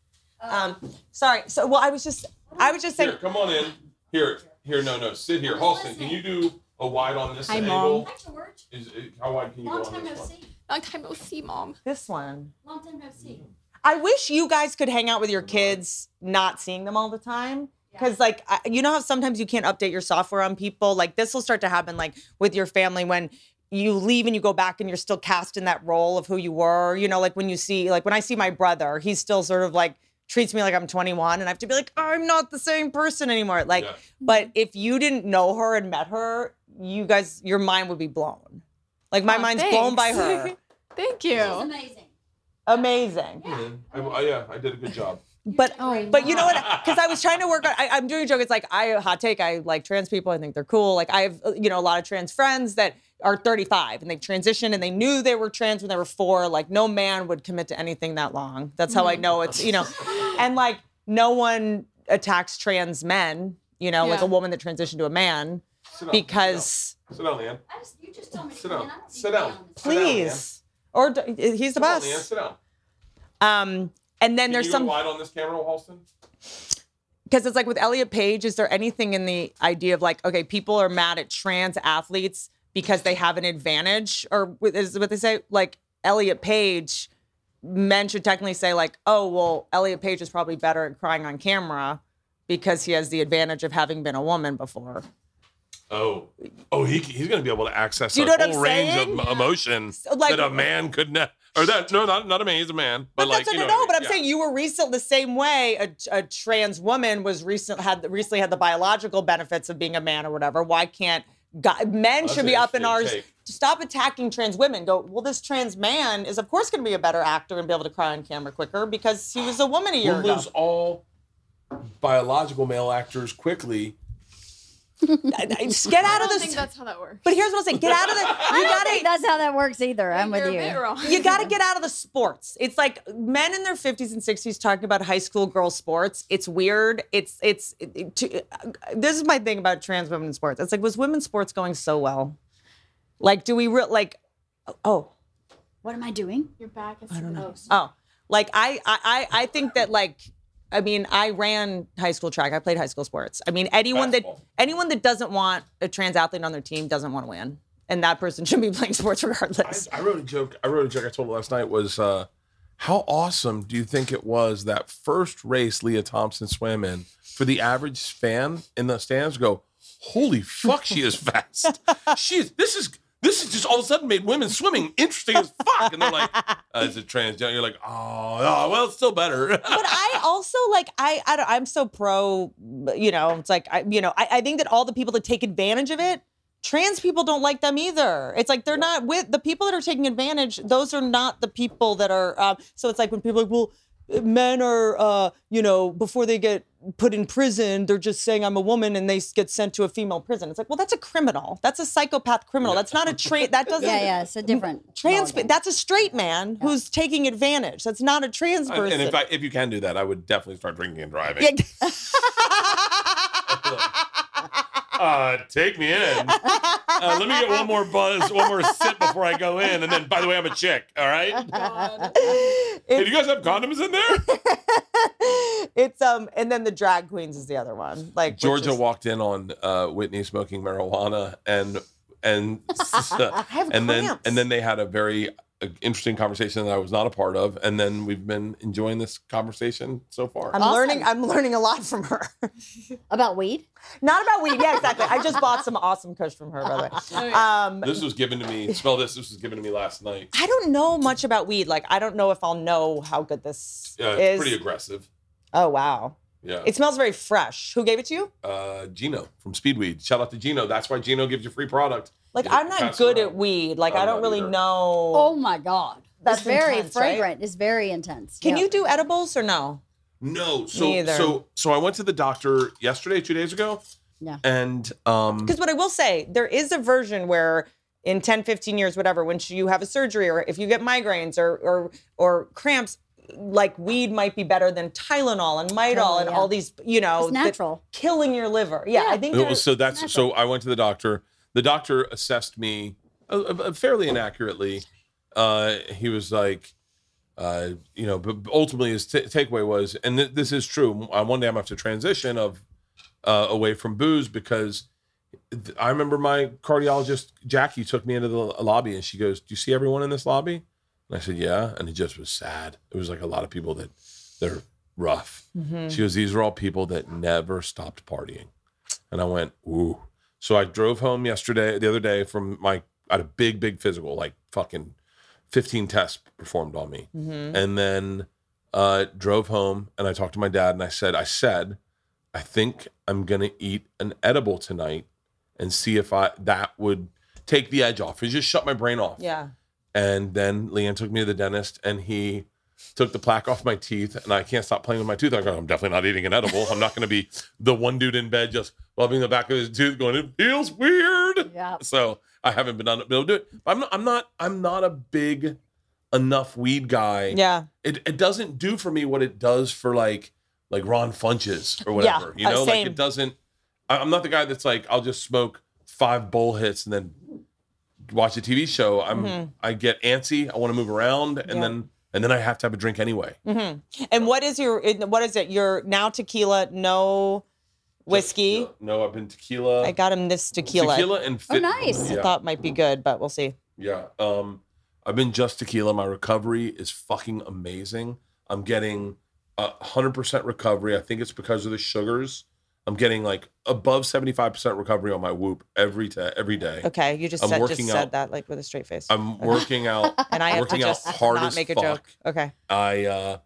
[SPEAKER 4] Uh,
[SPEAKER 5] Um, sorry. So well, I was just I was just saying.
[SPEAKER 1] Here, come on in. Here, here, no, no, sit here. Halston, can you do a wide on this
[SPEAKER 2] Hi,
[SPEAKER 1] angle?
[SPEAKER 4] Hi, George.
[SPEAKER 1] Is, is- how wide can you
[SPEAKER 4] Long
[SPEAKER 1] go on
[SPEAKER 4] time no
[SPEAKER 1] this one?
[SPEAKER 4] see.
[SPEAKER 2] Long time no see, mom.
[SPEAKER 5] This one.
[SPEAKER 4] Long time no see.
[SPEAKER 1] Mm-hmm.
[SPEAKER 5] I wish you guys could hang out with your kids, not seeing them all the time. Because, like, I, you know how sometimes you can't update your software on people? Like, this will start to happen, like, with your family when you leave and you go back and you're still cast in that role of who you were. You know, like when you see, like, when I see my brother, he's still sort of like, treats me like I'm 21 and I have to be like, I'm not the same person anymore. Like,
[SPEAKER 1] Yeah.
[SPEAKER 5] but if you didn't know her and met her, you guys, your mind would be blown. Like, my
[SPEAKER 2] Aw,
[SPEAKER 5] mind's blown by
[SPEAKER 2] thanks.
[SPEAKER 5] her.
[SPEAKER 4] It's
[SPEAKER 2] Thank you.
[SPEAKER 4] amazing.
[SPEAKER 5] Amazing.
[SPEAKER 1] Yeah, I, I- yeah, I did a good job.
[SPEAKER 5] But
[SPEAKER 2] Oh,
[SPEAKER 5] But you know what? Because I was trying to work on. I, I'm doing a joke. It's like I hot take. I like trans people. I think they're cool. Like I have uh, you know a lot of trans friends that are 35 and they've transitioned and they knew they were trans when they were four. Like no man would commit to anything that long. That's how I know it's you know, and like no one attacks trans men. You know, like
[SPEAKER 2] Yeah.
[SPEAKER 5] a woman that transitioned to a man
[SPEAKER 1] Sit down,
[SPEAKER 5] because
[SPEAKER 1] sit down, sit down Leanne.
[SPEAKER 4] I just, you just told me. to
[SPEAKER 1] Sit
[SPEAKER 4] come
[SPEAKER 1] down.
[SPEAKER 4] in. I don't need
[SPEAKER 1] Sit
[SPEAKER 4] to be
[SPEAKER 1] down.
[SPEAKER 4] on this.
[SPEAKER 1] Sit down, Leanne.
[SPEAKER 5] please or d- he's
[SPEAKER 1] Sit
[SPEAKER 5] the
[SPEAKER 1] down, Leanne.
[SPEAKER 5] best.
[SPEAKER 1] Sit down.
[SPEAKER 5] Um, and then
[SPEAKER 1] Can
[SPEAKER 5] there's
[SPEAKER 1] you
[SPEAKER 5] some
[SPEAKER 1] go wide on this camera, Halston?
[SPEAKER 5] because it's like with Elliot Page, is there anything in the idea of like, okay, people are mad at trans athletes because they have an advantage, or wh- is what they say? Like Elliot Page, men should technically say like, oh, well, Elliot Page is probably better at crying on camera because he has the advantage of having been a woman before.
[SPEAKER 1] Oh, oh, he, he's going to be able to access
[SPEAKER 5] Do you
[SPEAKER 1] a
[SPEAKER 5] know what
[SPEAKER 1] whole
[SPEAKER 5] I'm
[SPEAKER 1] range
[SPEAKER 5] saying?
[SPEAKER 1] of emotion
[SPEAKER 5] like-
[SPEAKER 1] that a man could not, or that no, not not a man. He's a man, but,
[SPEAKER 5] But
[SPEAKER 1] like
[SPEAKER 5] that's
[SPEAKER 1] you
[SPEAKER 5] what
[SPEAKER 1] know,
[SPEAKER 5] I
[SPEAKER 1] what I
[SPEAKER 5] know.
[SPEAKER 1] mean?
[SPEAKER 5] But I'm
[SPEAKER 1] Yeah.
[SPEAKER 5] saying you were recent the same way a, a trans woman was recent had recently had the biological benefits of being a man or whatever. Why can't guy, men
[SPEAKER 1] That's
[SPEAKER 5] should
[SPEAKER 1] an
[SPEAKER 5] be up in
[SPEAKER 1] interesting take.
[SPEAKER 5] ours? Stop attacking trans women. Go well. This trans man is of course going to be a better actor and be able to cry on camera quicker because he was a woman a year
[SPEAKER 1] we'll
[SPEAKER 5] ago.
[SPEAKER 1] lose all biological male actors quickly.
[SPEAKER 5] I- I- just Get out
[SPEAKER 2] I
[SPEAKER 5] of
[SPEAKER 2] don't think
[SPEAKER 5] this.
[SPEAKER 2] that's how that works.
[SPEAKER 5] But here's what I'm saying. Get out of the. You
[SPEAKER 3] I don't
[SPEAKER 5] gotta
[SPEAKER 3] think that's how that works either. I'm with
[SPEAKER 2] You're
[SPEAKER 3] you.
[SPEAKER 2] A bit wrong.
[SPEAKER 5] you got to get out of the sports. It's like men in their 50s and 60s talking about high school girl sports. It's weird. It's it's it- it- to- uh, this is my thing about trans women in sports. It's like was women's sports going so well? Like do we real like oh
[SPEAKER 3] What am I doing?
[SPEAKER 2] Your back is. I
[SPEAKER 3] don't know.
[SPEAKER 5] oh like I I I I think that like I mean I ran high school track. I played high school sports. I mean anyone
[SPEAKER 1] Basketball.
[SPEAKER 5] that anyone that doesn't want a trans athlete on their team doesn't want to win. And that person should be playing sports
[SPEAKER 1] I,
[SPEAKER 5] regardless.
[SPEAKER 1] I wrote a joke. I wrote a joke. I told it last night was uh, how awesome do you think it was that first race Leah Thompson swam in for the average fan in the stands? to Go, holy fuck, she is fast. she is. This is. This is just all of a sudden made women swimming interesting as fuck, and they're like, uh, "It's a transgender." You're like, "Oh, oh well, it's still better."
[SPEAKER 5] but I also like I, I don't, I'm so pro, you know. It's like I, you know, I, I think that all the people that take advantage of it, trans people don't like them either. It's like they're not with the people that are taking advantage. Those are not the people that are. Um, so it's like when people are like, well, men are, uh, you know, before they get put in prison, they're just saying I'm a woman and they s- get sent to a female prison. It's like, well, that's a criminal. That's a psychopath criminal. That's not a trait. That doesn't.
[SPEAKER 3] Yeah, yeah, it's a different
[SPEAKER 5] Trans,
[SPEAKER 3] ballgame.
[SPEAKER 5] that's a straight man who's taking advantage. That's not a trans person.
[SPEAKER 1] and and if I, if you can do that, I would definitely start drinking and driving.
[SPEAKER 5] Yeah.
[SPEAKER 1] uh, take me in. Uh, let me get one more buzz, one more sip before I go in. And then, by the way, I'm a chick. All right. Hey, do you guys have condoms in there?
[SPEAKER 5] it's um, and then the drag queens is the other one. Like which
[SPEAKER 1] Georgia
[SPEAKER 5] is-
[SPEAKER 1] walked in on uh, Whitney smoking marijuana, and and
[SPEAKER 5] have
[SPEAKER 1] and then
[SPEAKER 5] cramps.
[SPEAKER 1] and then they had a very uh, interesting conversation that I was not a part of. And then we've been enjoying this conversation so far.
[SPEAKER 5] I'm
[SPEAKER 3] Awesome.
[SPEAKER 5] learning. I'm learning a lot from her.
[SPEAKER 3] About weed?
[SPEAKER 5] Not about weed. Yeah, exactly. I just bought some awesome kush from her, by the
[SPEAKER 3] Oh,
[SPEAKER 5] way. Um,
[SPEAKER 1] this was given to me. Smell this. This was given to me last night.
[SPEAKER 5] I don't know much about weed. Like I don't know if I'll know how good this
[SPEAKER 1] Yeah,
[SPEAKER 5] is.
[SPEAKER 1] it's pretty aggressive.
[SPEAKER 5] oh wow,
[SPEAKER 1] Yeah.
[SPEAKER 5] it smells very fresh. Who gave it to you?
[SPEAKER 1] uh, Gino from Speedweed. Shout out to Gino. That's why Gino gives you free product.
[SPEAKER 5] Like
[SPEAKER 1] You
[SPEAKER 5] I'm
[SPEAKER 1] pass
[SPEAKER 5] not
[SPEAKER 1] it
[SPEAKER 5] good
[SPEAKER 1] around.
[SPEAKER 5] at weed. Like
[SPEAKER 1] I'm
[SPEAKER 5] I don't
[SPEAKER 1] not
[SPEAKER 5] really
[SPEAKER 1] either.
[SPEAKER 5] know.
[SPEAKER 3] Oh my God. That's
[SPEAKER 5] It's
[SPEAKER 3] very
[SPEAKER 5] intense, right?
[SPEAKER 3] fragrant. It's very intense.
[SPEAKER 5] Can
[SPEAKER 3] yeah.
[SPEAKER 5] you do edibles or no?
[SPEAKER 1] No, so
[SPEAKER 5] Neither.
[SPEAKER 1] so so I went to the doctor yesterday, two days ago.
[SPEAKER 3] Yeah.
[SPEAKER 1] And um
[SPEAKER 5] Because what I will say, there is a version where in 10, 15 years, whatever, when you have a surgery or if you get migraines or or or cramps, like weed might be better than Tylenol and Midol
[SPEAKER 3] Totally,
[SPEAKER 5] and
[SPEAKER 3] yeah.
[SPEAKER 5] all these, you know,
[SPEAKER 3] It's
[SPEAKER 5] that-
[SPEAKER 3] natural.
[SPEAKER 5] killing your liver. Yeah, I think
[SPEAKER 1] It was-
[SPEAKER 5] there's
[SPEAKER 1] so that's
[SPEAKER 3] that's
[SPEAKER 1] so I went to the doctor. The doctor assessed me uh, uh, fairly inaccurately. Uh, he was like, uh, you know, but ultimately his t- takeaway was, and th- this is true. I, one day I'm gonna have to transition of uh, away from booze because th- I remember my cardiologist Jackie took me into the lobby and she goes, "Do you see everyone in this lobby?" And I said, "Yeah," and it just was sad. It was like a lot of people that they're rough.
[SPEAKER 5] Mm-hmm.
[SPEAKER 1] She goes, These are all people that never stopped partying. And I went, Ooh. So I drove home yesterday, the other day from my, I had a big, big physical, like fucking 15 tests performed on me.
[SPEAKER 5] Mm-hmm.
[SPEAKER 1] And then uh, drove home and I talked to my dad and I said, I said, I think I'm going to eat an edible tonight and see if I, that would take the edge off. It just shut my brain off.
[SPEAKER 5] yeah.
[SPEAKER 1] And then Leanne took me to the dentist and he took the plaque off my teeth and I can't stop playing with my tooth. I go, I'm definitely not eating an edible. I'm not going to be the one dude in bed just rubbing the back of his tooth going, it feels weird.
[SPEAKER 3] Yeah.
[SPEAKER 1] So I haven't been able to do it. But I'm not, I'm not, I'm not a big enough weed guy.
[SPEAKER 5] Yeah.
[SPEAKER 1] It, it doesn't do for me what it does for like, like Ron Funches or whatever,
[SPEAKER 5] Yeah, uh,
[SPEAKER 1] you know, like
[SPEAKER 5] same.
[SPEAKER 1] it doesn't, I- I'm not the guy that's like, I'll just smoke five bowl hits and then watch a TV show, I'm I get antsy. I want to move around, and
[SPEAKER 5] Mm-hmm. Yeah.
[SPEAKER 1] then and then I have to have a drink anyway.
[SPEAKER 5] Mm-hmm. And what is your what is it? Your now tequila, no whiskey.
[SPEAKER 1] No, I've been tequila.
[SPEAKER 5] I got him this tequila.
[SPEAKER 1] and
[SPEAKER 3] Oh, nice.
[SPEAKER 5] I
[SPEAKER 1] Yeah,
[SPEAKER 5] thought might be good, but we'll see.
[SPEAKER 1] yeah. Um, I've been just tequila. My recovery is fucking amazing. I'm getting hundred percent recovery. I think it's because of the sugars. I'm getting like above seventy five percent recovery on my Whoop every day. Every day.
[SPEAKER 5] Okay, you just
[SPEAKER 1] I'm
[SPEAKER 5] said, just
[SPEAKER 1] working
[SPEAKER 5] said
[SPEAKER 1] out.
[SPEAKER 5] that like with a straight face.
[SPEAKER 1] I'm working out.
[SPEAKER 5] and I have to
[SPEAKER 1] working out
[SPEAKER 5] just
[SPEAKER 1] hard
[SPEAKER 5] not
[SPEAKER 1] as
[SPEAKER 5] make a
[SPEAKER 1] fuck.
[SPEAKER 5] joke. Okay.
[SPEAKER 1] I uh,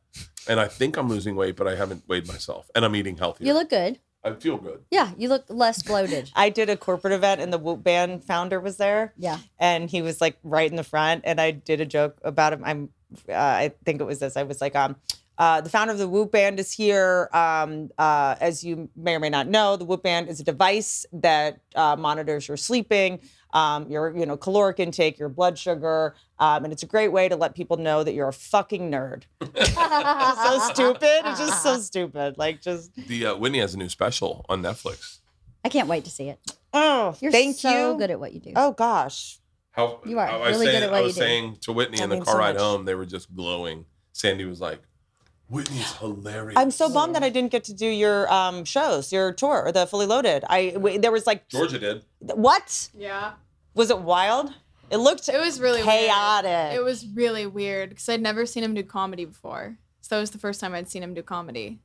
[SPEAKER 1] and I think I'm losing weight, but I haven't weighed myself, and I'm eating healthier.
[SPEAKER 3] You look good.
[SPEAKER 1] I feel good.
[SPEAKER 3] Yeah, you look less bloated.
[SPEAKER 5] I did a corporate event and the Whoop Band founder was there.
[SPEAKER 3] Yeah.
[SPEAKER 5] And he was like right in the front. And I did a joke about him. I'm, uh, I think it was this. I was like, um, uh, the founder of the Whoop Band is here. Um, uh, as you may or may not know, the Whoop Band is a device that uh, monitors your sleeping, um, your you know caloric intake, your blood sugar, um, and it's a great way to let people know that you're a fucking nerd. so stupid. It's just so stupid. Like just
[SPEAKER 1] The uh, Whitney has a new special on Netflix.
[SPEAKER 3] I can't wait to see it.
[SPEAKER 5] oh,
[SPEAKER 3] You're
[SPEAKER 5] thank
[SPEAKER 3] so
[SPEAKER 5] you.
[SPEAKER 3] good at what you do.
[SPEAKER 5] oh gosh.
[SPEAKER 1] How
[SPEAKER 3] You are
[SPEAKER 1] how
[SPEAKER 3] really
[SPEAKER 1] saying,
[SPEAKER 3] good at what
[SPEAKER 1] I was
[SPEAKER 3] you do.
[SPEAKER 1] saying to Whitney
[SPEAKER 5] That
[SPEAKER 1] in the
[SPEAKER 5] means
[SPEAKER 1] car
[SPEAKER 5] so
[SPEAKER 1] ride
[SPEAKER 5] much.
[SPEAKER 1] home, they were just glowing. Sandy was like, "Whitney's hilarious."
[SPEAKER 5] I'm so bummed that I didn't get to do your um, shows, your tour, or the Fully Loaded. I w- there was like
[SPEAKER 1] Georgia did.
[SPEAKER 5] what
[SPEAKER 2] Yeah.
[SPEAKER 5] was it wild? It looked
[SPEAKER 2] It was really
[SPEAKER 5] chaotic.
[SPEAKER 2] Weird. It was really weird because I'd never seen him do comedy before. So it was the first time I'd seen him do comedy.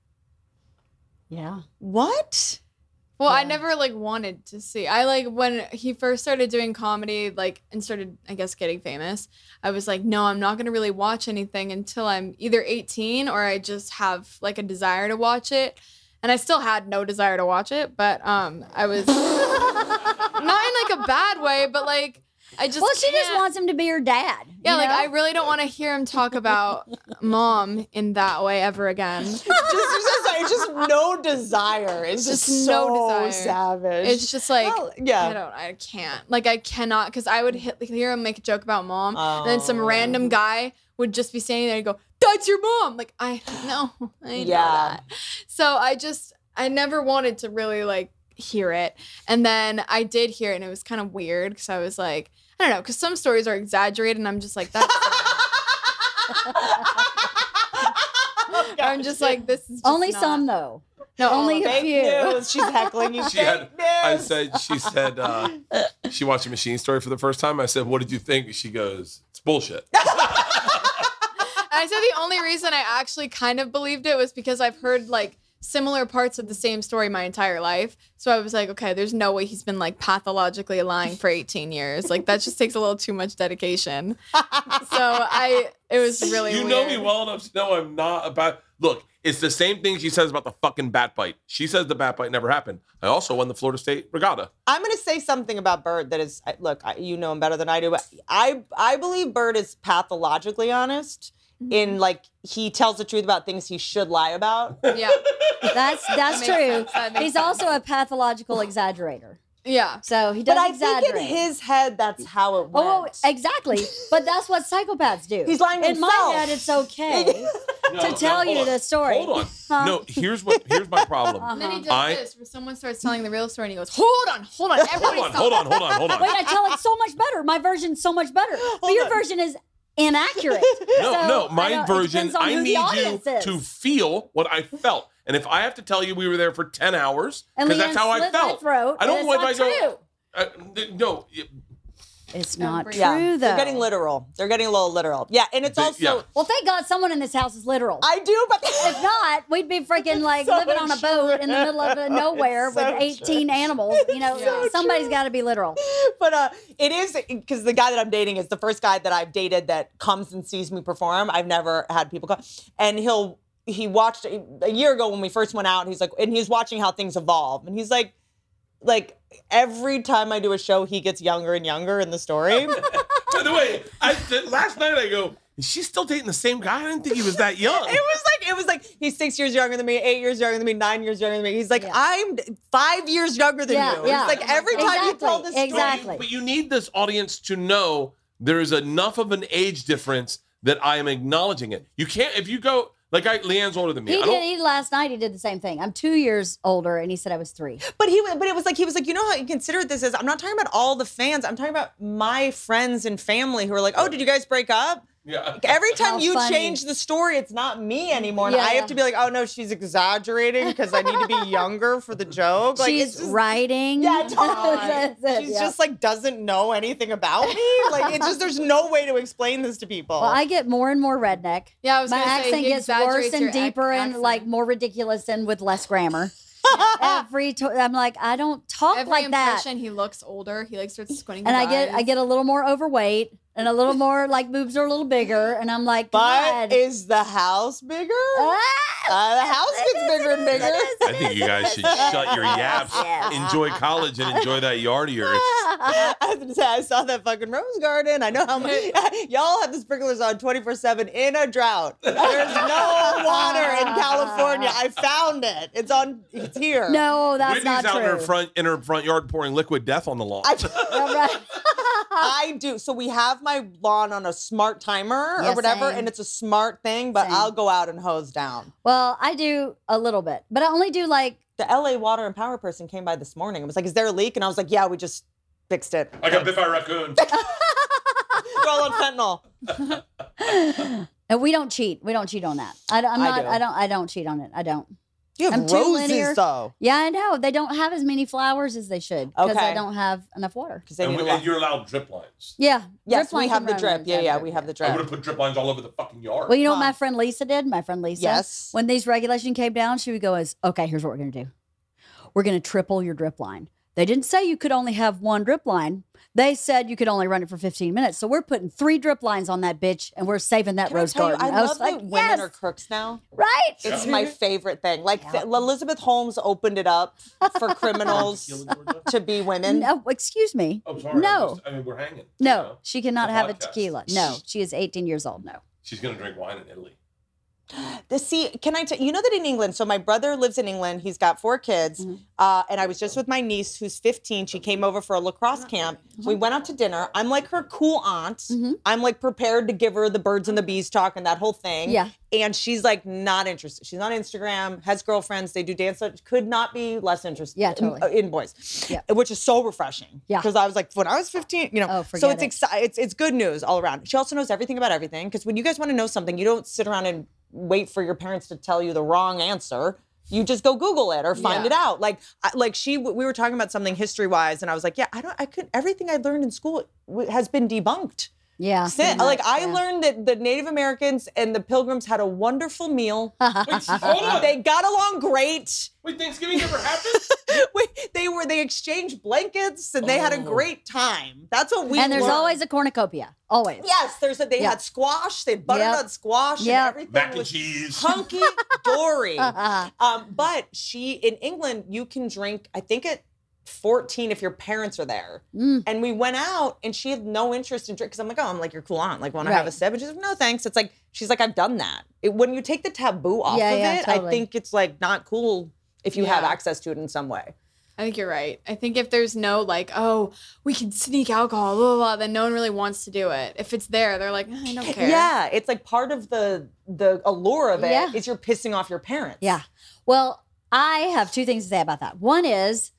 [SPEAKER 3] Yeah.
[SPEAKER 5] what?
[SPEAKER 2] Well, I never like wanted to see. I like when he first started doing comedy, like and started, I guess, getting famous. I was like, no, I'm not gonna really watch anything until I'm either 18 or I just have like a desire to watch it. And I still had no desire to watch it, but um, I was not in like a bad way, but like I just
[SPEAKER 3] Well, she just
[SPEAKER 2] can't-
[SPEAKER 3] wants him to be her dad.
[SPEAKER 2] Yeah,
[SPEAKER 3] you
[SPEAKER 2] like
[SPEAKER 3] know?
[SPEAKER 2] I really don't want to hear him talk about mom in that way ever again.
[SPEAKER 5] Just, just, it's just no desire. It's just,
[SPEAKER 2] Just
[SPEAKER 5] so
[SPEAKER 2] no desire.
[SPEAKER 5] savage.
[SPEAKER 2] It's just like
[SPEAKER 5] Well,
[SPEAKER 2] I
[SPEAKER 5] yeah.
[SPEAKER 2] don't. I can't. Like I cannot because I would hit, hear him make a joke about mom, and then some
[SPEAKER 5] Oh.
[SPEAKER 2] random guy would just be standing there and go, "That's your mom." Like I know, I know
[SPEAKER 5] Yeah.
[SPEAKER 2] that. So I just, I never wanted to really like hear it, and then I did hear it, and it was kind of weird because I was like, I don't know, because some stories are exaggerated, and I'm just like that's I'm just like this is just
[SPEAKER 3] only
[SPEAKER 2] not-
[SPEAKER 3] some though.
[SPEAKER 2] No,
[SPEAKER 3] only a
[SPEAKER 5] Fake
[SPEAKER 3] few.
[SPEAKER 5] news. She's heckling you.
[SPEAKER 1] She
[SPEAKER 5] Fake
[SPEAKER 1] had.
[SPEAKER 5] news.
[SPEAKER 1] I said. She said. Uh, she watched a Machine Story for the first time. I said, "What did you think?" She goes, "It's bullshit."
[SPEAKER 2] And I said the only reason I actually kind of believed it was because I've heard like similar parts of the same story my entire life. So I was like, okay, there's no way he's been like pathologically lying for 18 years. Like that just takes a little too much dedication. So I, it was really.
[SPEAKER 1] you know me
[SPEAKER 2] weird.
[SPEAKER 1] well enough to know I'm not about. Look, it's the same thing she says about the fucking bat bite. She says the bat bite never happened. I also won the Florida State Regatta.
[SPEAKER 5] I'm going to say something about Bird that is, I- look, I, you know him better than I do, but I, I believe Bird is pathologically honest
[SPEAKER 2] Mm-hmm.
[SPEAKER 5] in like he tells the truth about things he should lie about.
[SPEAKER 2] Yeah,
[SPEAKER 3] That's
[SPEAKER 2] That
[SPEAKER 3] that's
[SPEAKER 2] makes
[SPEAKER 3] true.
[SPEAKER 2] sense. That makes
[SPEAKER 3] He's
[SPEAKER 2] sense.
[SPEAKER 3] also a pathological exaggerator.
[SPEAKER 2] yeah.
[SPEAKER 3] So he
[SPEAKER 5] But
[SPEAKER 3] does
[SPEAKER 5] I
[SPEAKER 3] exaggerate.
[SPEAKER 5] think in his head, that's how it went.
[SPEAKER 3] Oh, exactly. But that's what psychopaths do.
[SPEAKER 5] He's lying to
[SPEAKER 3] In my
[SPEAKER 5] himself.
[SPEAKER 3] head, it's okay
[SPEAKER 1] No,
[SPEAKER 3] to tell
[SPEAKER 1] no,
[SPEAKER 3] you
[SPEAKER 1] hold on.
[SPEAKER 3] the story.
[SPEAKER 1] Hold on.
[SPEAKER 3] Huh?
[SPEAKER 1] No, here's what here's my problem.
[SPEAKER 2] And then he does
[SPEAKER 1] I-
[SPEAKER 2] this where someone starts telling the real story and he goes, hold on, hold on, everybody
[SPEAKER 1] Hold on,
[SPEAKER 2] stop.
[SPEAKER 1] hold on, hold on, hold on.
[SPEAKER 3] Wait, I tell it so much better. My version's so much better. But
[SPEAKER 5] Hold
[SPEAKER 3] your
[SPEAKER 5] on.
[SPEAKER 3] version is inaccurate.
[SPEAKER 1] No,
[SPEAKER 3] So,
[SPEAKER 1] no,
[SPEAKER 3] I
[SPEAKER 1] my
[SPEAKER 3] don't- it
[SPEAKER 1] version.
[SPEAKER 3] depends on
[SPEAKER 1] I
[SPEAKER 3] who the
[SPEAKER 1] need you
[SPEAKER 3] audience is.
[SPEAKER 1] to feel what I felt, and if I have to tell you we were there for ten hours,
[SPEAKER 3] And
[SPEAKER 1] because that's
[SPEAKER 3] Leanne
[SPEAKER 1] how I
[SPEAKER 3] slit my
[SPEAKER 1] felt.
[SPEAKER 3] throat,
[SPEAKER 1] I don't
[SPEAKER 3] and
[SPEAKER 1] want if I
[SPEAKER 3] it's not
[SPEAKER 1] go. Uh, th- no, it-
[SPEAKER 3] It's not
[SPEAKER 2] breathe.
[SPEAKER 3] true,
[SPEAKER 5] yeah,
[SPEAKER 3] though.
[SPEAKER 5] they're getting literal. They're getting a little literal. Yeah, and it's
[SPEAKER 1] They-
[SPEAKER 5] also
[SPEAKER 1] yeah.
[SPEAKER 3] Well, thank God someone in this house is literal.
[SPEAKER 5] I do, but
[SPEAKER 3] if not, we'd be freaking like
[SPEAKER 5] so
[SPEAKER 3] living on a boat in the middle of nowhere
[SPEAKER 5] It's so
[SPEAKER 3] with 18 animals. You know,
[SPEAKER 2] so
[SPEAKER 3] somebody's got to be literal.
[SPEAKER 5] but uh, it is because the guy that I'm dating is the first guy that I've dated that comes and sees me perform. I've never had people come, and he'll he watched a year ago when we first went out. He's like, and he's watching how things evolve, and he's like, like every time I do a show, he gets younger and younger in the story.
[SPEAKER 1] By the way, I, th- last night I go, is she still dating the same guy? I didn't think he was that young.
[SPEAKER 5] It was like it was like he's six years younger than me, eight years younger than me, nine years younger than me. He's like
[SPEAKER 3] Yeah.
[SPEAKER 5] I'm five years younger than
[SPEAKER 3] Yeah,
[SPEAKER 5] you.
[SPEAKER 3] yeah.
[SPEAKER 5] It's like every time you
[SPEAKER 3] Exactly,
[SPEAKER 5] tell this story,
[SPEAKER 3] exactly.
[SPEAKER 1] But you need this audience to know there is enough of an age difference that I am acknowledging it. You can't if you go like I Leanne's older than me.
[SPEAKER 3] He
[SPEAKER 1] I
[SPEAKER 3] did.
[SPEAKER 1] don't
[SPEAKER 3] He last night. He did the same thing. I'm two years older, and he said I was three.
[SPEAKER 5] But he, but it was like he was like, you know how considerate this is. I'm not talking about all the fans. I'm talking about my friends and family who are like, oh, did you guys break up?
[SPEAKER 1] yeah.
[SPEAKER 5] Every time
[SPEAKER 3] How
[SPEAKER 5] you
[SPEAKER 3] funny.
[SPEAKER 5] change the story, it's not me anymore, and I
[SPEAKER 3] Yeah.
[SPEAKER 5] have to be like, oh no, she's exaggerating because I need to be younger for the joke. Like
[SPEAKER 3] She's
[SPEAKER 5] it's just,
[SPEAKER 3] writing.
[SPEAKER 5] Yeah, totally.
[SPEAKER 3] That's it,
[SPEAKER 5] She's
[SPEAKER 3] yeah.
[SPEAKER 5] just like doesn't know anything about me. Like it's just there's no way to explain this to people.
[SPEAKER 3] Well, I get more and more redneck.
[SPEAKER 2] Yeah, I was
[SPEAKER 3] My
[SPEAKER 2] gonna say,
[SPEAKER 3] accent
[SPEAKER 2] he
[SPEAKER 3] gets worse
[SPEAKER 2] exaggerates your
[SPEAKER 3] and
[SPEAKER 2] ac-
[SPEAKER 3] deeper and
[SPEAKER 2] accent.
[SPEAKER 3] like more ridiculous and with less grammar. Every to- I'm like, I don't talk
[SPEAKER 2] Every
[SPEAKER 3] like that.
[SPEAKER 2] impression, he looks older. He like starts squinting.
[SPEAKER 3] and I
[SPEAKER 2] his
[SPEAKER 3] get I
[SPEAKER 2] eyes.
[SPEAKER 3] get a little more overweight and a little more like boobs are a little bigger, and I'm like,
[SPEAKER 5] but
[SPEAKER 3] God.
[SPEAKER 5] is the house bigger?
[SPEAKER 3] Ah!
[SPEAKER 5] Uh, the house
[SPEAKER 3] It
[SPEAKER 5] gets
[SPEAKER 3] is,
[SPEAKER 5] bigger
[SPEAKER 3] it
[SPEAKER 5] and
[SPEAKER 3] is,
[SPEAKER 5] bigger.
[SPEAKER 3] it is,
[SPEAKER 1] I
[SPEAKER 3] it
[SPEAKER 1] think
[SPEAKER 3] is,
[SPEAKER 1] you
[SPEAKER 3] it
[SPEAKER 1] guys
[SPEAKER 3] is,
[SPEAKER 1] should
[SPEAKER 3] it is.
[SPEAKER 1] shut your yaps,
[SPEAKER 3] Yeah.
[SPEAKER 1] enjoy college, and enjoy that yard of yours.
[SPEAKER 5] I was gonna say, I saw that fucking rose garden. I know how much y'all have the sprinklers on 24 7 in a drought. There's no water in California. I found it. It's on, it's here.
[SPEAKER 3] No, that's
[SPEAKER 1] Whitney's
[SPEAKER 3] not
[SPEAKER 1] out
[SPEAKER 3] true.
[SPEAKER 1] in her front in her front yard pouring liquid death on the lawn.
[SPEAKER 5] I,
[SPEAKER 3] Yeah, right.
[SPEAKER 5] I do. So we have my lawn on a smart timer
[SPEAKER 3] Yeah,
[SPEAKER 5] or whatever,
[SPEAKER 3] same.
[SPEAKER 5] and it's a smart thing, but
[SPEAKER 3] Same.
[SPEAKER 5] I'll go out and hose down.
[SPEAKER 3] Well, I do a little bit, but I only do like
[SPEAKER 5] The LA water and power person came by this morning and was like, Is there a leak? And I was like, Yeah, we just fixed it.
[SPEAKER 1] I got bit by a raccoon.
[SPEAKER 5] We're all on fentanyl.
[SPEAKER 3] and we don't cheat. We don't cheat on that. I, am
[SPEAKER 5] I
[SPEAKER 3] not.
[SPEAKER 5] do.
[SPEAKER 3] I don't. I don't cheat on it. I don't.
[SPEAKER 5] You have
[SPEAKER 3] I'm too linear.
[SPEAKER 5] roses though.
[SPEAKER 3] Yeah, I know. They don't have as many flowers as they should because
[SPEAKER 5] Okay.
[SPEAKER 3] I don't have enough water.
[SPEAKER 5] 'Cause they
[SPEAKER 1] and, we-
[SPEAKER 5] need a lot.
[SPEAKER 1] and you're allowed drip lines.
[SPEAKER 3] Yeah.
[SPEAKER 5] Yes,
[SPEAKER 3] drip line
[SPEAKER 5] we have
[SPEAKER 3] can
[SPEAKER 5] the
[SPEAKER 3] run
[SPEAKER 5] drip.
[SPEAKER 3] with
[SPEAKER 5] Yeah,
[SPEAKER 3] that
[SPEAKER 5] yeah,
[SPEAKER 3] drip,
[SPEAKER 5] we have
[SPEAKER 1] I
[SPEAKER 5] the
[SPEAKER 1] would
[SPEAKER 5] drip.
[SPEAKER 1] have put drip lines all over the fucking yard.
[SPEAKER 3] Well, you know what
[SPEAKER 5] Huh.
[SPEAKER 3] my friend Lisa did? My friend Lisa.
[SPEAKER 5] Yes.
[SPEAKER 3] When these regulation came down, she would go as, okay, here's what we're gonna do. We're gonna triple your drip line. They didn't say you could only have one drip line. They said you could only run it for 15 minutes. So we're putting three drip lines on that bitch and we're saving that
[SPEAKER 5] Can
[SPEAKER 3] rose
[SPEAKER 5] I tell you,
[SPEAKER 3] garden.
[SPEAKER 5] I,
[SPEAKER 3] was
[SPEAKER 5] love
[SPEAKER 3] like,
[SPEAKER 5] that women
[SPEAKER 3] yes,
[SPEAKER 5] are crooks now.
[SPEAKER 3] right.
[SPEAKER 5] It's my favorite thing. Like th- Elizabeth Holmes opened it up for criminals to be women.
[SPEAKER 3] No, excuse me.
[SPEAKER 1] Oh, sorry. I
[SPEAKER 3] No.
[SPEAKER 1] just- I mean, we're hanging. you
[SPEAKER 3] No,
[SPEAKER 1] know?
[SPEAKER 3] she cannot
[SPEAKER 1] The
[SPEAKER 3] have
[SPEAKER 1] podcast.
[SPEAKER 3] a tequila. No, she is 18 years old. No.
[SPEAKER 1] She's gonna drink wine in Italy.
[SPEAKER 5] The, see, can I tell you know that in England? So my brother lives in England. He's got four kids,
[SPEAKER 3] Mm-hmm.
[SPEAKER 5] uh, and I was just with my niece who's 15. She came over for a
[SPEAKER 3] Uh-huh.
[SPEAKER 5] lacrosse camp. We went out to dinner. I'm like her cool aunt.
[SPEAKER 3] Mm-hmm.
[SPEAKER 5] I'm like prepared to give her the birds and the bees talk and that whole thing.
[SPEAKER 3] Yeah.
[SPEAKER 5] And she's like not interested. She's on Instagram, has girlfriends. They do dance. so Could not be less interested.
[SPEAKER 3] Yeah, totally.
[SPEAKER 5] In, uh, in boys,
[SPEAKER 3] Yeah.
[SPEAKER 5] which is so refreshing.
[SPEAKER 3] Yeah.
[SPEAKER 5] Because I was like, when I was 15, you know.
[SPEAKER 3] Oh,
[SPEAKER 5] so
[SPEAKER 3] forget
[SPEAKER 5] it's
[SPEAKER 3] it.
[SPEAKER 5] exci- it's it's good news all around. She also knows everything about everything because when you guys want to know something, you don't sit around and wait for your parents to tell you the wrong answer. You just go Google it or find
[SPEAKER 2] Yeah.
[SPEAKER 5] it out. Like I, like she we were talking about something history wise, and I was like, yeah, I don't I could everything I learned in school w- has been debunked.
[SPEAKER 3] Yeah.
[SPEAKER 5] Sin-
[SPEAKER 3] pretty
[SPEAKER 5] like
[SPEAKER 3] much,
[SPEAKER 5] I
[SPEAKER 3] yeah.
[SPEAKER 5] learned that the Native Americans and the Pilgrims had a wonderful meal.
[SPEAKER 6] Wait, hold on.
[SPEAKER 5] They got along great.
[SPEAKER 6] Wait, Thanksgiving never happened?
[SPEAKER 5] We- they were they exchanged blankets and they had a
[SPEAKER 1] Oh.
[SPEAKER 5] great time. That's what we
[SPEAKER 3] and there's
[SPEAKER 5] learned.
[SPEAKER 3] always a cornucopia. Always.
[SPEAKER 5] yes, there's a, they
[SPEAKER 3] Yeah.
[SPEAKER 5] had squash, they had butternut squash,
[SPEAKER 3] Yeah.
[SPEAKER 5] and everything
[SPEAKER 1] Mac and
[SPEAKER 5] was
[SPEAKER 1] cheese.
[SPEAKER 5] hunky dory.
[SPEAKER 3] Uh-uh.
[SPEAKER 5] Um, but she in England, you can drink. I think at 14 if your parents are there.
[SPEAKER 3] Mm.
[SPEAKER 5] And we went out, and she had no interest in drink because I'm like, oh, I'm like your cool aunt. Like, want to have a
[SPEAKER 3] Right.
[SPEAKER 5] sip? And she's like, no, thanks. It's like she's like, I've done that. It, when you take the taboo off
[SPEAKER 3] Yeah,
[SPEAKER 5] of
[SPEAKER 3] yeah,
[SPEAKER 5] it, I
[SPEAKER 3] totally.
[SPEAKER 5] think it's like not cool if you have
[SPEAKER 2] Yeah.
[SPEAKER 5] access to it in some way.
[SPEAKER 2] I think you're right. I think if there's no like, oh, we can sneak alcohol, blah blah, blah then no one really wants to do it. If it's there, they're like, "Eh, I don't care.
[SPEAKER 5] Yeah, it's like part of the the allure of it
[SPEAKER 3] Yeah.
[SPEAKER 5] is you're pissing off your parents.
[SPEAKER 3] Yeah. Well, I have two things to say about that. One is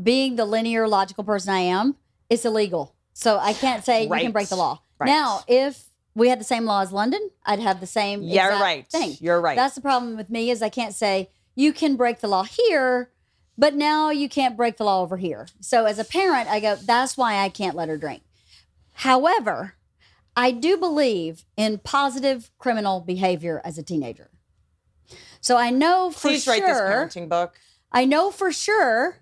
[SPEAKER 3] being the linear, logical person I am, it's illegal. So I can't say you
[SPEAKER 5] Right.
[SPEAKER 3] can break the law.
[SPEAKER 5] Right.
[SPEAKER 3] Now, if we had the same law as London, I'd have the same
[SPEAKER 5] Yeah,
[SPEAKER 3] exact
[SPEAKER 5] right.
[SPEAKER 3] thing.
[SPEAKER 5] You're right.
[SPEAKER 3] That's the problem with me is I can't say you can break the law here, but now you can't break the law over here. So as a parent, I go, that's why I can't let her drink. However, I do believe in positive criminal behavior as a teenager. So I know for
[SPEAKER 5] Please
[SPEAKER 3] sure.
[SPEAKER 5] write this parenting book.
[SPEAKER 3] I know for sure.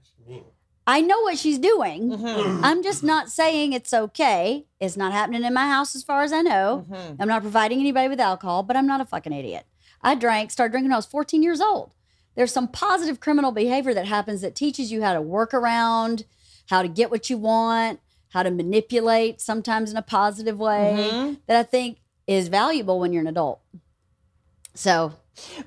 [SPEAKER 3] I know what she's doing. I'm just not saying it's okay. It's not happening in my house as far as I know. I'm not providing anybody with alcohol, but I'm not a fucking idiot. I drank, started drinking when I was 14 years old. There's some positive criminal behavior that happens that teaches you how to work around, how to get what you want, how to manipulate sometimes in a positive way
[SPEAKER 5] Mm-hmm.
[SPEAKER 3] that I think is valuable when you're an adult. So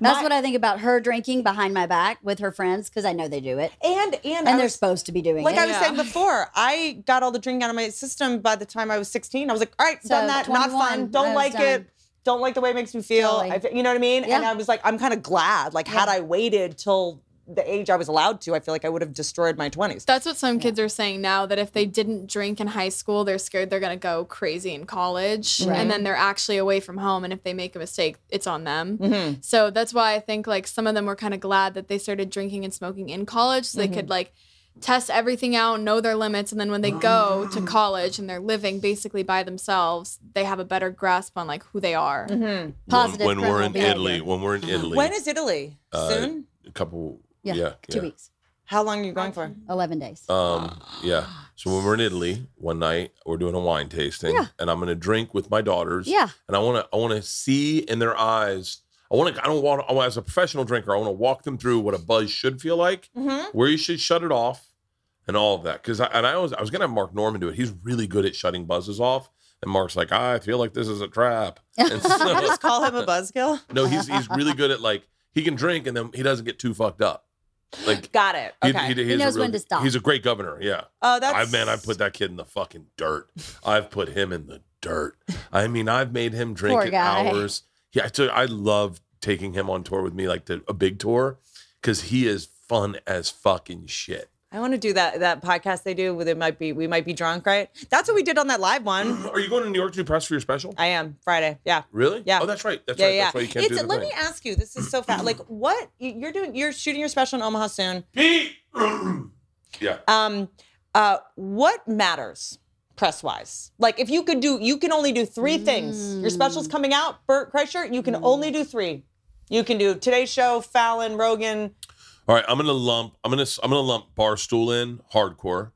[SPEAKER 3] that's
[SPEAKER 5] My-
[SPEAKER 3] what I think about her drinking behind my back with her friends because I know they do it
[SPEAKER 5] And and, I
[SPEAKER 3] and they're
[SPEAKER 5] was-
[SPEAKER 3] supposed to be doing
[SPEAKER 5] like
[SPEAKER 3] it.
[SPEAKER 5] I was saying before, I got all the drink out of my system by the time I was 16. I was like, all right,
[SPEAKER 3] So,
[SPEAKER 5] done that,
[SPEAKER 3] 21,
[SPEAKER 5] not fun,
[SPEAKER 3] I was
[SPEAKER 5] don't like it,
[SPEAKER 3] done.
[SPEAKER 5] don't like the way it makes me feel.
[SPEAKER 3] Totally.
[SPEAKER 5] I fe- you know what I mean? And
[SPEAKER 3] Yeah.
[SPEAKER 5] I was like, I'm kind of glad. Like, had I waited till the age I was allowed to, I feel like I would have destroyed my 20s.
[SPEAKER 2] That's what some kids are saying now that if they didn't drink in high school, they're scared they're going to go crazy in college.
[SPEAKER 3] Right.
[SPEAKER 2] And then they're actually away from home. And if they make a mistake, it's on them. So that's why I think like some of them were kind of glad that they started drinking and smoking in college so they could like test everything out, know their limits. And then when they go to college and they're living basically by themselves, they have a better grasp on like who they are.
[SPEAKER 3] positive
[SPEAKER 1] when, when we're
[SPEAKER 3] criminal
[SPEAKER 1] in
[SPEAKER 3] behavior.
[SPEAKER 1] Italy, when we're in Italy,
[SPEAKER 5] When is Italy?
[SPEAKER 1] Uh,
[SPEAKER 5] Soon?
[SPEAKER 1] a couple, yeah,
[SPEAKER 3] Yeah, two
[SPEAKER 1] yeah.
[SPEAKER 3] weeks,
[SPEAKER 5] How long are you going for?
[SPEAKER 3] 11 days.
[SPEAKER 1] Um, yeah. So when we're in Italy one night, we're doing a wine tasting,
[SPEAKER 3] Yeah.
[SPEAKER 1] and I'm gonna drink with my daughters.
[SPEAKER 3] Yeah.
[SPEAKER 1] And I wanna, I wanna see in their eyes. I wanna, I don't want. to As a professional drinker, I wanna walk them through what a buzz should feel like,
[SPEAKER 3] Mm-hmm.
[SPEAKER 1] where you should shut it off, and all of that. Because I, and I was, I was gonna have Mark Norman do it. He's really good at shutting buzzes off. And Mark's like, "Ah, I feel like this is a trap. And so-
[SPEAKER 5] Just call him a buzzkill.
[SPEAKER 1] no, he's he's really good at like he can drink and then he doesn't get too fucked up. Like
[SPEAKER 5] Got it.
[SPEAKER 1] he-
[SPEAKER 5] Okay.
[SPEAKER 1] he's
[SPEAKER 3] He
[SPEAKER 1] a
[SPEAKER 3] knows
[SPEAKER 1] real
[SPEAKER 3] when to
[SPEAKER 1] good-
[SPEAKER 3] stop.
[SPEAKER 1] He's a great governor. Yeah.
[SPEAKER 5] Oh, that's
[SPEAKER 1] I man, I put that kid in the fucking dirt. I've put him in the dirt. I mean, I've made him drink
[SPEAKER 3] Poor
[SPEAKER 1] at
[SPEAKER 3] guy.
[SPEAKER 1] hours. Yeah, I, tell you, I love taking him on tour with me, like to, a big tour, because he is fun as fucking shit.
[SPEAKER 5] I want to do that that podcast they do where they might be we might be drunk, right? That's what we did on that live one.
[SPEAKER 1] Are you going to New York to press for your special?
[SPEAKER 5] I am Friday. Yeah.
[SPEAKER 1] really?
[SPEAKER 5] Yeah.
[SPEAKER 1] Oh, that's right. That's
[SPEAKER 5] yeah,
[SPEAKER 1] right.
[SPEAKER 5] yeah.
[SPEAKER 1] That's why you can't
[SPEAKER 5] it's,
[SPEAKER 1] do the
[SPEAKER 5] let
[SPEAKER 1] thing.
[SPEAKER 5] me ask you. This is so fast. Like, what you- you're doing? You're shooting your special in Omaha soon.
[SPEAKER 1] Pete! yeah.
[SPEAKER 5] Um, uh, what matters press wise? Like, if you could do, you can only do three things. Your special's
[SPEAKER 1] Mm.
[SPEAKER 5] coming out, Bert Kreischer. You can only do three. You can do Today's Show, Fallon, Rogan.
[SPEAKER 1] All right, I'm gonna lump. I'm gonna. I'm gonna lump Barstool in hardcore.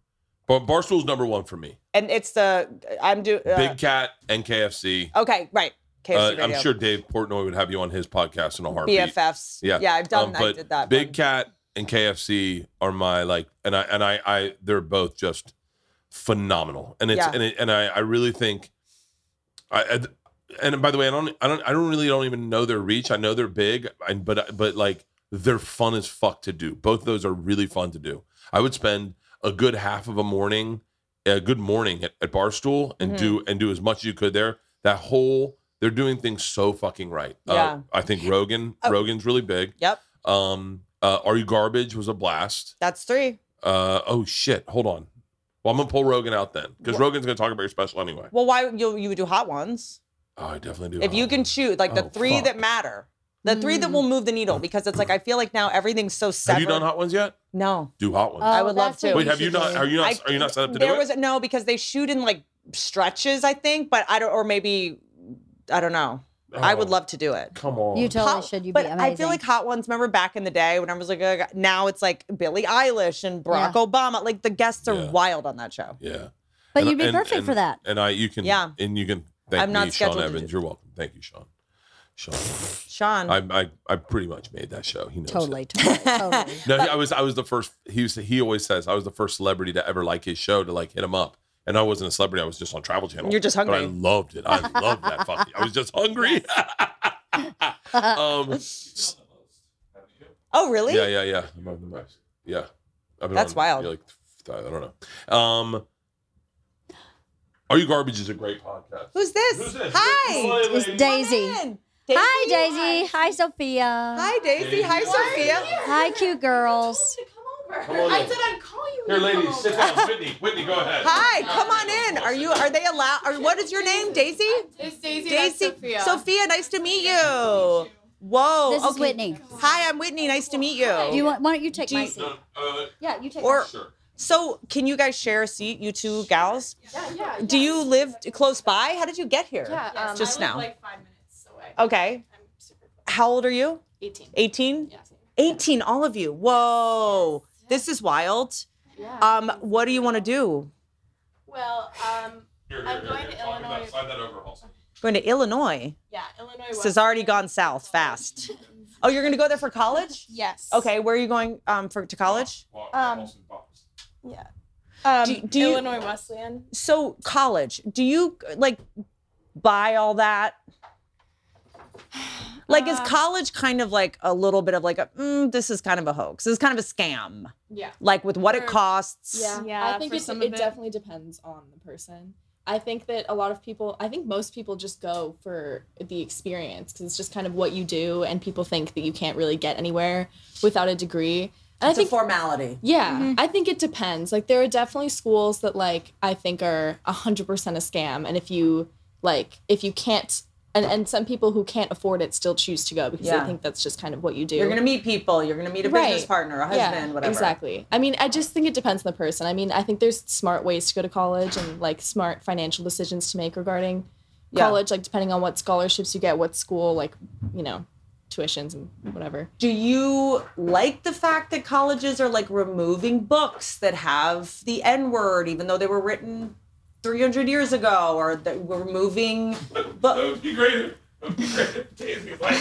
[SPEAKER 1] But Barstool's number one for me.
[SPEAKER 5] And it's the I'm doing uh,
[SPEAKER 1] Big Cat and KFC.
[SPEAKER 5] Okay, right. KFC
[SPEAKER 1] Uh,
[SPEAKER 5] Radio.
[SPEAKER 1] I'm sure Dave Portnoy would have you on his podcast in a heartbeat.
[SPEAKER 5] BFFs.
[SPEAKER 1] Yeah,
[SPEAKER 5] yeah. I've done.
[SPEAKER 1] Um,
[SPEAKER 5] I
[SPEAKER 1] but
[SPEAKER 5] did that.
[SPEAKER 1] Big
[SPEAKER 5] one.
[SPEAKER 1] Cat and KFC are my like, and I and I, I they're both just phenomenal, and it's
[SPEAKER 5] Yeah.
[SPEAKER 1] and it, and I, I really think, I, I and by the way, I don't I don't I don't really don't even know their reach. I know they're big, and but but like they're fun as fuck to do. Both of those are really fun to do. I would spend a good half of a morning, a good morning at, at Barstool, and do
[SPEAKER 5] Mm-hmm.
[SPEAKER 1] and do as much as you could there. That whole they're doing things so fucking right.
[SPEAKER 5] Yeah. Oh.
[SPEAKER 1] Uh, I think Rogan Rogan's really big.
[SPEAKER 5] Yep.
[SPEAKER 1] Um, uh, Are You Garbage was a blast.
[SPEAKER 5] That's three.
[SPEAKER 1] Uh, oh shit, hold on. Well, I'm gonna pull Rogan out then because Rogan's gonna talk about your special anyway.
[SPEAKER 5] Well, why you you would do hot ones?
[SPEAKER 1] Oh, I definitely do.
[SPEAKER 5] if you can choose like the
[SPEAKER 1] Oh,
[SPEAKER 5] three
[SPEAKER 1] fuck.
[SPEAKER 5] that matter the three
[SPEAKER 3] Hmm.
[SPEAKER 5] that will move the needle because it's like i feel like now everything's so separate
[SPEAKER 1] have you done hot ones yet?
[SPEAKER 5] no
[SPEAKER 1] Do hot ones.
[SPEAKER 5] I would
[SPEAKER 3] Oh, that's
[SPEAKER 5] love
[SPEAKER 3] what
[SPEAKER 5] to.
[SPEAKER 1] Wait, have you
[SPEAKER 3] should
[SPEAKER 1] not?
[SPEAKER 3] do.
[SPEAKER 1] Are you not?
[SPEAKER 5] Oh, I-
[SPEAKER 1] are you not set up to
[SPEAKER 5] there
[SPEAKER 1] do
[SPEAKER 5] was
[SPEAKER 1] it?
[SPEAKER 5] no because they shoot in like stretches, I think, but I don't, or maybe, I don't know. I would
[SPEAKER 1] Oh,
[SPEAKER 5] love to do it.
[SPEAKER 1] Come on.
[SPEAKER 3] You totally
[SPEAKER 5] Hot-
[SPEAKER 3] should. You
[SPEAKER 5] but
[SPEAKER 3] be amazing.
[SPEAKER 5] I feel like hot ones. Remember back in the day when I was like, uh, now it's like Billie Eilish and Barack Obama. Like the guests are
[SPEAKER 1] Yeah.
[SPEAKER 5] wild on that show.
[SPEAKER 1] yeah.
[SPEAKER 3] but
[SPEAKER 1] And-
[SPEAKER 3] you'd be
[SPEAKER 1] and-
[SPEAKER 3] perfect for
[SPEAKER 1] and-
[SPEAKER 3] that.
[SPEAKER 1] And I, you can,
[SPEAKER 5] Yeah.
[SPEAKER 1] and you can thank
[SPEAKER 5] I'm
[SPEAKER 1] me,
[SPEAKER 5] not scheduled
[SPEAKER 1] Sean
[SPEAKER 5] to
[SPEAKER 1] Evans.
[SPEAKER 5] do- Mm.
[SPEAKER 1] You're welcome. Thank you, Sean. Sean,
[SPEAKER 5] Sean,
[SPEAKER 1] I, I, I pretty much made that show. He knows it.
[SPEAKER 3] Totally, totally, totally.
[SPEAKER 1] No, he- I was I was the first. He was, he always says I was the first celebrity to ever like his show to like hit him up. And I wasn't a celebrity. I was just on Travel Channel.
[SPEAKER 5] You're just
[SPEAKER 1] But I
[SPEAKER 5] hungry.
[SPEAKER 1] loved it. I loved that. Fucking, I was just hungry. um, s-
[SPEAKER 5] oh really?
[SPEAKER 1] yeah, yeah, yeah. I'm on the most. Yeah, I've been
[SPEAKER 5] That's
[SPEAKER 1] on,
[SPEAKER 5] wild.
[SPEAKER 1] yeah, Like, I don't know. Um, Are you garbage is a great podcast.
[SPEAKER 5] Who's this?
[SPEAKER 6] Who's this?
[SPEAKER 5] Hi.
[SPEAKER 6] Hello,
[SPEAKER 3] It's
[SPEAKER 6] lady.
[SPEAKER 3] Daisy.
[SPEAKER 5] Come in.
[SPEAKER 3] Hi, Daisy.
[SPEAKER 5] Hi.
[SPEAKER 3] Hi, Sophia.
[SPEAKER 5] Hi, Daisy. Hi, Sophia.
[SPEAKER 3] Hi, cute girls.
[SPEAKER 6] Come on in.
[SPEAKER 2] I'd call you.
[SPEAKER 6] Here, ladies, sit down. Whitney, Whitney, go ahead.
[SPEAKER 5] Hi. Come on in. Are you? Are they allowed? Are, what is your name? Daisy.
[SPEAKER 2] It's Daisy. that's
[SPEAKER 5] Daisy.
[SPEAKER 2] Sophia.
[SPEAKER 5] nice to meet you. Whoa.
[SPEAKER 3] This is
[SPEAKER 5] okay.
[SPEAKER 3] Whitney.
[SPEAKER 5] Hi, I'm Whitney. Nice to meet you.
[SPEAKER 3] Do you want? Why don't you take
[SPEAKER 5] Do you-
[SPEAKER 3] my seat?
[SPEAKER 6] No, uh,
[SPEAKER 3] Yeah, you take.
[SPEAKER 5] Or-
[SPEAKER 3] my seat.
[SPEAKER 6] sure.
[SPEAKER 5] So, can you guys share a seat, you two gals?
[SPEAKER 2] Yeah, yeah.
[SPEAKER 5] Do you live close by? How did you get here?
[SPEAKER 2] Yeah, um,
[SPEAKER 5] Just
[SPEAKER 2] I live
[SPEAKER 5] now.
[SPEAKER 2] Like five minutes away.
[SPEAKER 5] Okay.
[SPEAKER 2] I'm super close.
[SPEAKER 5] How old are you?
[SPEAKER 2] 18.
[SPEAKER 5] 18?
[SPEAKER 2] Yes.
[SPEAKER 5] 18, all of you. Whoa. This is wild.
[SPEAKER 2] Yeah.
[SPEAKER 5] Um, what do you want to do?
[SPEAKER 2] well, um,
[SPEAKER 6] Here, here,
[SPEAKER 2] I'm
[SPEAKER 6] here,
[SPEAKER 2] going
[SPEAKER 6] here.
[SPEAKER 2] to
[SPEAKER 6] Slide that-
[SPEAKER 2] Illinois.
[SPEAKER 6] Slide that over, Halsey.
[SPEAKER 5] Going to Illinois.
[SPEAKER 2] yeah, Illinois.
[SPEAKER 5] This
[SPEAKER 2] West-
[SPEAKER 5] has already gone south fast. Oh, you're going to go there for college?
[SPEAKER 2] Yes.
[SPEAKER 5] Okay, where are you going um, for to college?
[SPEAKER 6] Walk,
[SPEAKER 2] Um,
[SPEAKER 6] Halsey, walk.
[SPEAKER 2] Yeah. Um,
[SPEAKER 5] Do- do you-
[SPEAKER 2] Illinois Wesleyan.
[SPEAKER 5] So, college, do you like buy all that? Like, is
[SPEAKER 2] Uh,
[SPEAKER 5] college kind of like a little bit of like, a, mm, this is kind of a hoax? This is kind of a scam,
[SPEAKER 8] Yeah.
[SPEAKER 5] like with what it
[SPEAKER 8] Or-
[SPEAKER 5] costs.
[SPEAKER 8] Yeah,
[SPEAKER 9] I think
[SPEAKER 8] for
[SPEAKER 9] it,
[SPEAKER 8] some
[SPEAKER 9] it,
[SPEAKER 8] of it.
[SPEAKER 9] definitely depends on the person. I think that a lot of people, I think most people just go for the experience because it's just kind of what you do, and people think that you can't really get anywhere without a degree. And I
[SPEAKER 5] It's a Mm-hmm.
[SPEAKER 9] think,
[SPEAKER 5] formality.
[SPEAKER 9] yeah, I think it depends. Like, there are definitely schools that, like, I think are 100% a scam. And if you, like, if you can't, and, and some people who can't afford it still choose to go because
[SPEAKER 5] Yeah.
[SPEAKER 9] they think that's just kind of what you do.
[SPEAKER 5] You're gonna meet people. You're gonna meet a business
[SPEAKER 9] Right.
[SPEAKER 5] partner, a husband, whatever.
[SPEAKER 9] Exactly. I mean, I just think it depends on the person. I mean, I think there's smart ways to go to college and like smart financial decisions to make regarding
[SPEAKER 5] Yeah.
[SPEAKER 9] college, like depending on what scholarships you get, what school, like, you know, tuitions and whatever.
[SPEAKER 5] Do you like the fact that colleges are like removing books that have the N word, even though they were written 300 years ago, or that we're removing?
[SPEAKER 6] That
[SPEAKER 5] But
[SPEAKER 6] would be great. That would be great. Daisy's like,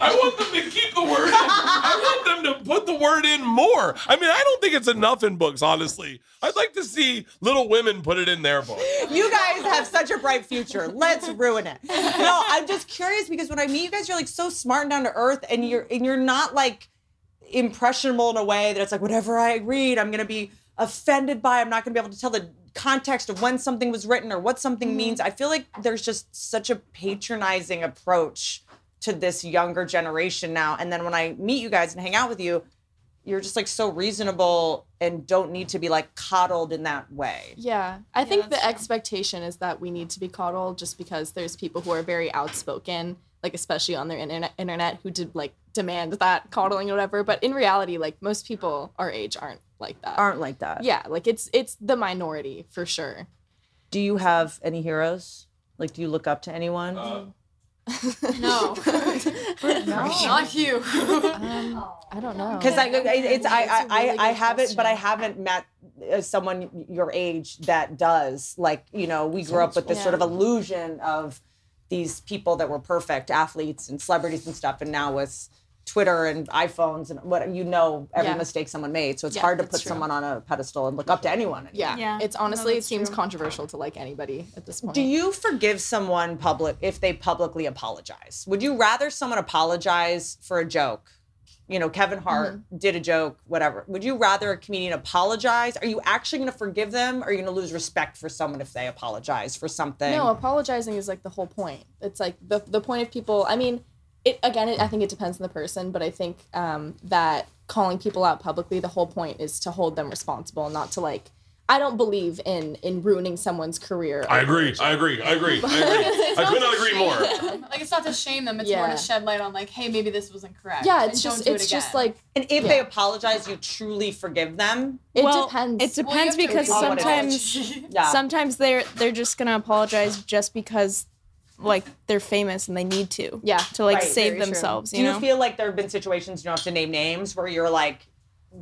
[SPEAKER 6] I want them to keep the word in.
[SPEAKER 1] I want them to put the word in more. I mean, I don't think it's enough in books, honestly. I'd like to see Little Women put it in their book.
[SPEAKER 5] you guys have such a bright future. Let's ruin it. No, I'm just curious because when I meet you guys, you're like so smart and down to earth, and you're and you're not like impressionable in a way that it's like whatever I read, I'm gonna be offended by. I'm not gonna be able to tell the context of when something was written or what something means. I feel like there's just such a patronizing approach to this younger generation now. And then when I meet you guys and hang out with you, you're just like so reasonable and don't need to be like coddled in that way.
[SPEAKER 9] Yeah. I think the
[SPEAKER 8] that's true.
[SPEAKER 9] expectation is that we need to be coddled just because there's people who are very outspoken, like especially on their internet internet who did like demand that coddling or whatever. But in reality, like most people our age aren't like that.
[SPEAKER 5] Aren't like that.
[SPEAKER 9] yeah, like it's it's the minority for sure.
[SPEAKER 5] Do you have any heroes? Like, do you look up to anyone?
[SPEAKER 6] Uh,
[SPEAKER 2] No. Not you.
[SPEAKER 9] I don't know.
[SPEAKER 5] Because I, I- it's I, I,
[SPEAKER 9] That's a
[SPEAKER 5] I,
[SPEAKER 9] really
[SPEAKER 5] I
[SPEAKER 9] good
[SPEAKER 5] haven't, but I
[SPEAKER 9] question.
[SPEAKER 5] haven't met uh, someone your age that does. Like, you know, we grew up with this sort of illusion of these people that were perfect athletes and celebrities and stuff, and now with Twitter and iPhones and what you know, every
[SPEAKER 9] Yeah.
[SPEAKER 5] mistake someone made. So it's
[SPEAKER 9] Yeah,
[SPEAKER 5] hard to
[SPEAKER 9] that's
[SPEAKER 5] put
[SPEAKER 9] true.
[SPEAKER 5] someone on a pedestal and look up to anyone. anymore.
[SPEAKER 9] Yeah.
[SPEAKER 8] Yeah.
[SPEAKER 9] It's
[SPEAKER 8] No,
[SPEAKER 9] honestly, it
[SPEAKER 8] that's
[SPEAKER 9] seems
[SPEAKER 8] true.
[SPEAKER 9] controversial to like anybody at this point.
[SPEAKER 5] Do you forgive someone public if they publicly apologize? Would you rather someone apologize for a joke? You know, Kevin Hart
[SPEAKER 8] Mm-hmm.
[SPEAKER 5] did a joke, whatever. Would you rather a comedian apologize? Are you actually going to forgive them? Or are you going to lose respect for someone if they apologize for something?
[SPEAKER 9] No, apologizing is like the whole point. It's like the the point of people. I mean, it again. It, I think it depends on the person, but I think um, that calling people out publicly, the whole point is to hold them responsible, not to like. I don't believe in in ruining someone's career.
[SPEAKER 1] I agree. I agree. I agree. I agree. I could not agree more.
[SPEAKER 2] Like it's not to shame them. It's more
[SPEAKER 9] Yeah.
[SPEAKER 2] to shed light on like, hey, maybe this wasn't correct.
[SPEAKER 9] Yeah,
[SPEAKER 2] and
[SPEAKER 9] it's just
[SPEAKER 2] don't do it
[SPEAKER 9] it's just
[SPEAKER 2] again.
[SPEAKER 9] like
[SPEAKER 5] And if they
[SPEAKER 9] Yeah.
[SPEAKER 5] apologize, you truly forgive them.
[SPEAKER 9] it
[SPEAKER 8] Well,
[SPEAKER 9] depends.
[SPEAKER 8] It
[SPEAKER 2] Well, you
[SPEAKER 8] depends
[SPEAKER 2] have to
[SPEAKER 8] because
[SPEAKER 5] read what it
[SPEAKER 8] sometimes sometimes they're they're just gonna apologize just because like they're famous and they need to
[SPEAKER 9] yeah.
[SPEAKER 8] to like
[SPEAKER 5] Right.
[SPEAKER 8] save
[SPEAKER 9] Very true.
[SPEAKER 8] themselves.
[SPEAKER 5] Do
[SPEAKER 8] You
[SPEAKER 5] you
[SPEAKER 8] know.
[SPEAKER 5] feel like there have been situations you don't have to name names where you're like,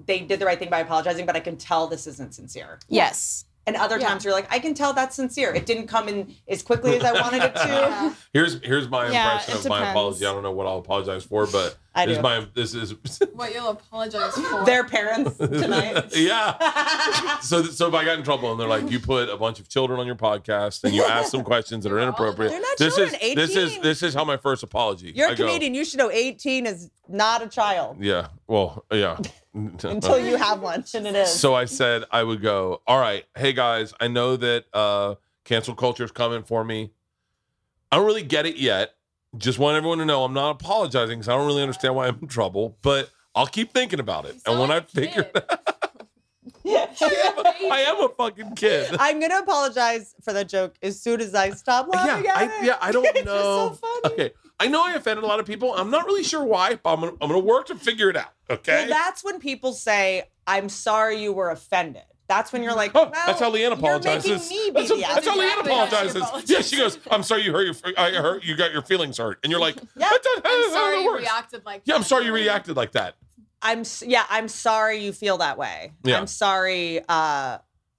[SPEAKER 5] they did the right thing by apologizing, but I can tell this isn't sincere.
[SPEAKER 8] yes.
[SPEAKER 5] And other
[SPEAKER 9] Yeah.
[SPEAKER 5] times you're like, I can tell that's sincere. It didn't come in as quickly as I wanted it to.
[SPEAKER 9] Yeah.
[SPEAKER 1] Here's here's my
[SPEAKER 8] Yeah,
[SPEAKER 1] impression
[SPEAKER 8] it
[SPEAKER 1] of my
[SPEAKER 8] depends.
[SPEAKER 1] apology. I don't know what I'll apologize for, but
[SPEAKER 5] I
[SPEAKER 1] this
[SPEAKER 5] do.
[SPEAKER 1] is my this is
[SPEAKER 2] what you'll apologize for.
[SPEAKER 5] Their parents tonight.
[SPEAKER 1] yeah. So th- so if I got in trouble and they're like, you put a bunch of children on your podcast and you ask them questions that are inappropriate.
[SPEAKER 5] They're not
[SPEAKER 1] this
[SPEAKER 5] children,
[SPEAKER 1] is this is
[SPEAKER 5] 18.
[SPEAKER 1] this is how my first apology.
[SPEAKER 5] You're
[SPEAKER 1] I
[SPEAKER 5] a
[SPEAKER 1] go,
[SPEAKER 5] comedian. You should know 18 is not a child
[SPEAKER 1] Yeah. Well, yeah.
[SPEAKER 5] until you have one. And it is.
[SPEAKER 1] So I said I would go, all right, hey guys, I know that uh cancel culture is coming for me. I don't really get it yet. Just want everyone to know I'm not apologizing because I don't really understand why I'm in trouble, but I'll keep thinking about it.
[SPEAKER 2] You
[SPEAKER 1] And
[SPEAKER 2] sound
[SPEAKER 1] when I
[SPEAKER 2] like a
[SPEAKER 1] figure
[SPEAKER 2] kid.
[SPEAKER 1] it out, I am a fucking kid.
[SPEAKER 5] I'm going to apologize for that joke as soon as I stop
[SPEAKER 1] yeah,
[SPEAKER 5] laughing at
[SPEAKER 1] I,
[SPEAKER 5] it.
[SPEAKER 1] yeah, I don't
[SPEAKER 5] It's just
[SPEAKER 1] know.
[SPEAKER 5] so funny.
[SPEAKER 1] Okay, I know I offended a lot of people. I'm not really sure why, but I'm gonna, I'm gonna work to figure it out. Okay,
[SPEAKER 5] Well, that's when people say, I'm sorry you were offended. That's when you're like,
[SPEAKER 1] Oh,
[SPEAKER 5] well,
[SPEAKER 1] that's how Leanne apologizes.
[SPEAKER 5] You're making me be
[SPEAKER 1] that's,
[SPEAKER 5] the
[SPEAKER 1] that's how
[SPEAKER 5] asshole.
[SPEAKER 1] Leanne
[SPEAKER 2] Exactly how she
[SPEAKER 1] apologizes. Yeah, she goes, "I'm sorry you hurt your, I hurt you got your feelings hurt," and you're like,
[SPEAKER 5] Yeah.
[SPEAKER 1] "That's not- that's
[SPEAKER 2] I'm
[SPEAKER 1] not how
[SPEAKER 2] sorry
[SPEAKER 1] it
[SPEAKER 2] you
[SPEAKER 1] works."
[SPEAKER 2] reacted like
[SPEAKER 1] Yeah, I'm
[SPEAKER 2] that.
[SPEAKER 1] sorry you reacted like that.
[SPEAKER 5] I'm s- yeah, I'm sorry you feel that way.
[SPEAKER 1] Yeah.
[SPEAKER 5] I'm sorry. Uh,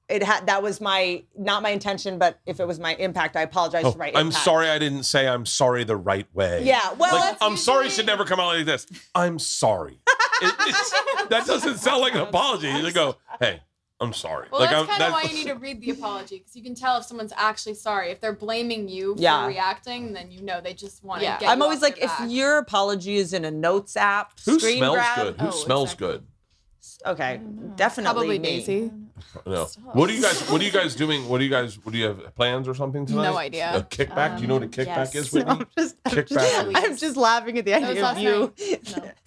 [SPEAKER 5] it had that was my not my intention, but if it was my impact, I apologize
[SPEAKER 1] Oh,
[SPEAKER 5] for my.
[SPEAKER 1] I'm
[SPEAKER 5] impact.
[SPEAKER 1] sorry I didn't say I'm sorry the right way.
[SPEAKER 5] Yeah, well,
[SPEAKER 1] Like,
[SPEAKER 5] that's-
[SPEAKER 1] I'm sorry should never come out like this. I'm sorry. It- it's- that doesn't sound like an apology. You go, "Hey, I'm sorry."
[SPEAKER 2] Well,
[SPEAKER 1] like
[SPEAKER 2] that's
[SPEAKER 1] I'm,
[SPEAKER 2] kind of why you need to read the apology because you can tell if someone's actually sorry. If they're blaming you for
[SPEAKER 5] Yeah.
[SPEAKER 2] reacting, then you know they just want to
[SPEAKER 9] Yeah.
[SPEAKER 2] get.
[SPEAKER 5] I'm
[SPEAKER 2] you
[SPEAKER 5] always
[SPEAKER 2] off
[SPEAKER 5] like,
[SPEAKER 2] your
[SPEAKER 5] if
[SPEAKER 2] back.
[SPEAKER 5] your apology is in a notes app,
[SPEAKER 1] Who
[SPEAKER 5] screen
[SPEAKER 1] smells
[SPEAKER 5] grab,
[SPEAKER 1] good? Who
[SPEAKER 9] Oh,
[SPEAKER 1] smells
[SPEAKER 9] exactly.
[SPEAKER 1] good?
[SPEAKER 5] Okay, definitely
[SPEAKER 9] probably
[SPEAKER 5] me.
[SPEAKER 9] Daisy.
[SPEAKER 1] No. What are you guys? What are you guys doing? What do you guys? What do you have plans or something tonight?
[SPEAKER 9] No idea.
[SPEAKER 1] A kickback? do you know what a
[SPEAKER 8] Um,
[SPEAKER 1] kickback
[SPEAKER 8] yes.
[SPEAKER 1] is,
[SPEAKER 5] No,
[SPEAKER 1] Whitney?
[SPEAKER 5] I'm just, I'm
[SPEAKER 1] Kick
[SPEAKER 5] just-
[SPEAKER 1] back.
[SPEAKER 5] I'm just laughing at the
[SPEAKER 2] was
[SPEAKER 5] idea of
[SPEAKER 2] last
[SPEAKER 5] you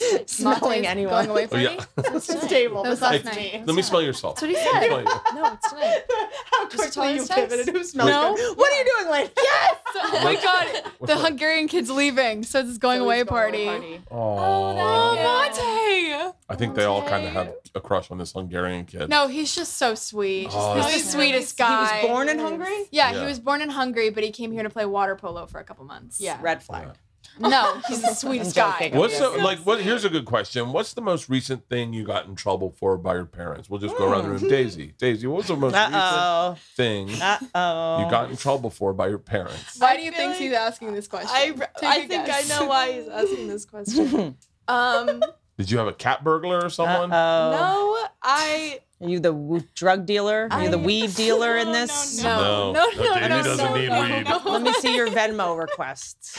[SPEAKER 2] night.
[SPEAKER 5] smelling
[SPEAKER 2] Lattes
[SPEAKER 5] anyone.
[SPEAKER 2] going away
[SPEAKER 1] Oh
[SPEAKER 2] from me.
[SPEAKER 1] yeah.
[SPEAKER 5] It's this table.
[SPEAKER 2] That was
[SPEAKER 1] Hey,
[SPEAKER 2] last night.
[SPEAKER 1] Let me smell your salt.
[SPEAKER 9] That's what he
[SPEAKER 1] Let me
[SPEAKER 9] said.
[SPEAKER 1] smell your-
[SPEAKER 9] No, it's tonight.
[SPEAKER 5] How quickly you
[SPEAKER 9] Taurus text?
[SPEAKER 5] pivoted. Who smells
[SPEAKER 8] No.
[SPEAKER 5] good? What are you doing, lady?
[SPEAKER 2] oh my god,
[SPEAKER 1] What's
[SPEAKER 2] the
[SPEAKER 1] that?
[SPEAKER 2] Hungarian kid's leaving, so it's his going away party.
[SPEAKER 1] Oh,
[SPEAKER 2] Oh,
[SPEAKER 1] I think they all kind of have a crush on this Hungarian
[SPEAKER 2] Mate!
[SPEAKER 1] kid.
[SPEAKER 2] No, he's just so sweet.
[SPEAKER 1] Oh,
[SPEAKER 2] he's
[SPEAKER 1] that's
[SPEAKER 2] the sweetest guy.
[SPEAKER 5] He was born in Hungary.
[SPEAKER 2] Yeah,
[SPEAKER 1] Yeah.
[SPEAKER 2] he was born in Hungary, but he came here to play water polo for a couple months.
[SPEAKER 9] Yeah.
[SPEAKER 5] Red flag.
[SPEAKER 2] No, he's the sweetest
[SPEAKER 5] I'm
[SPEAKER 2] guy.
[SPEAKER 5] joking.
[SPEAKER 1] What's the,
[SPEAKER 5] So
[SPEAKER 1] like? What? Here's a good question. What's the most recent thing you got in trouble for by your parents? We'll just go around the room.
[SPEAKER 5] Hmm.
[SPEAKER 1] Daisy, Daisy, what's the most
[SPEAKER 5] Uh oh.
[SPEAKER 1] recent thing you
[SPEAKER 5] Uh oh.
[SPEAKER 1] got in trouble for by your parents?
[SPEAKER 2] Why
[SPEAKER 8] I
[SPEAKER 2] do you
[SPEAKER 8] feel
[SPEAKER 2] think
[SPEAKER 8] like
[SPEAKER 2] he's asking this question?
[SPEAKER 8] I,
[SPEAKER 2] Take
[SPEAKER 8] I
[SPEAKER 2] a
[SPEAKER 8] think I
[SPEAKER 2] guess.
[SPEAKER 8] know why he's asking this question. Um,
[SPEAKER 1] Did you have a cat burglar or someone?
[SPEAKER 5] Uh
[SPEAKER 8] no, I
[SPEAKER 5] oh. Are you the w- drug dealer? Are you the
[SPEAKER 8] I-
[SPEAKER 5] weed dealer in
[SPEAKER 8] No, no,
[SPEAKER 5] this?
[SPEAKER 8] no.
[SPEAKER 1] No,
[SPEAKER 8] no, no,
[SPEAKER 1] Daisy
[SPEAKER 8] no,
[SPEAKER 1] doesn't
[SPEAKER 8] no,
[SPEAKER 1] need
[SPEAKER 8] no,
[SPEAKER 1] weed.
[SPEAKER 8] no.
[SPEAKER 5] Let me see your Venmo requests.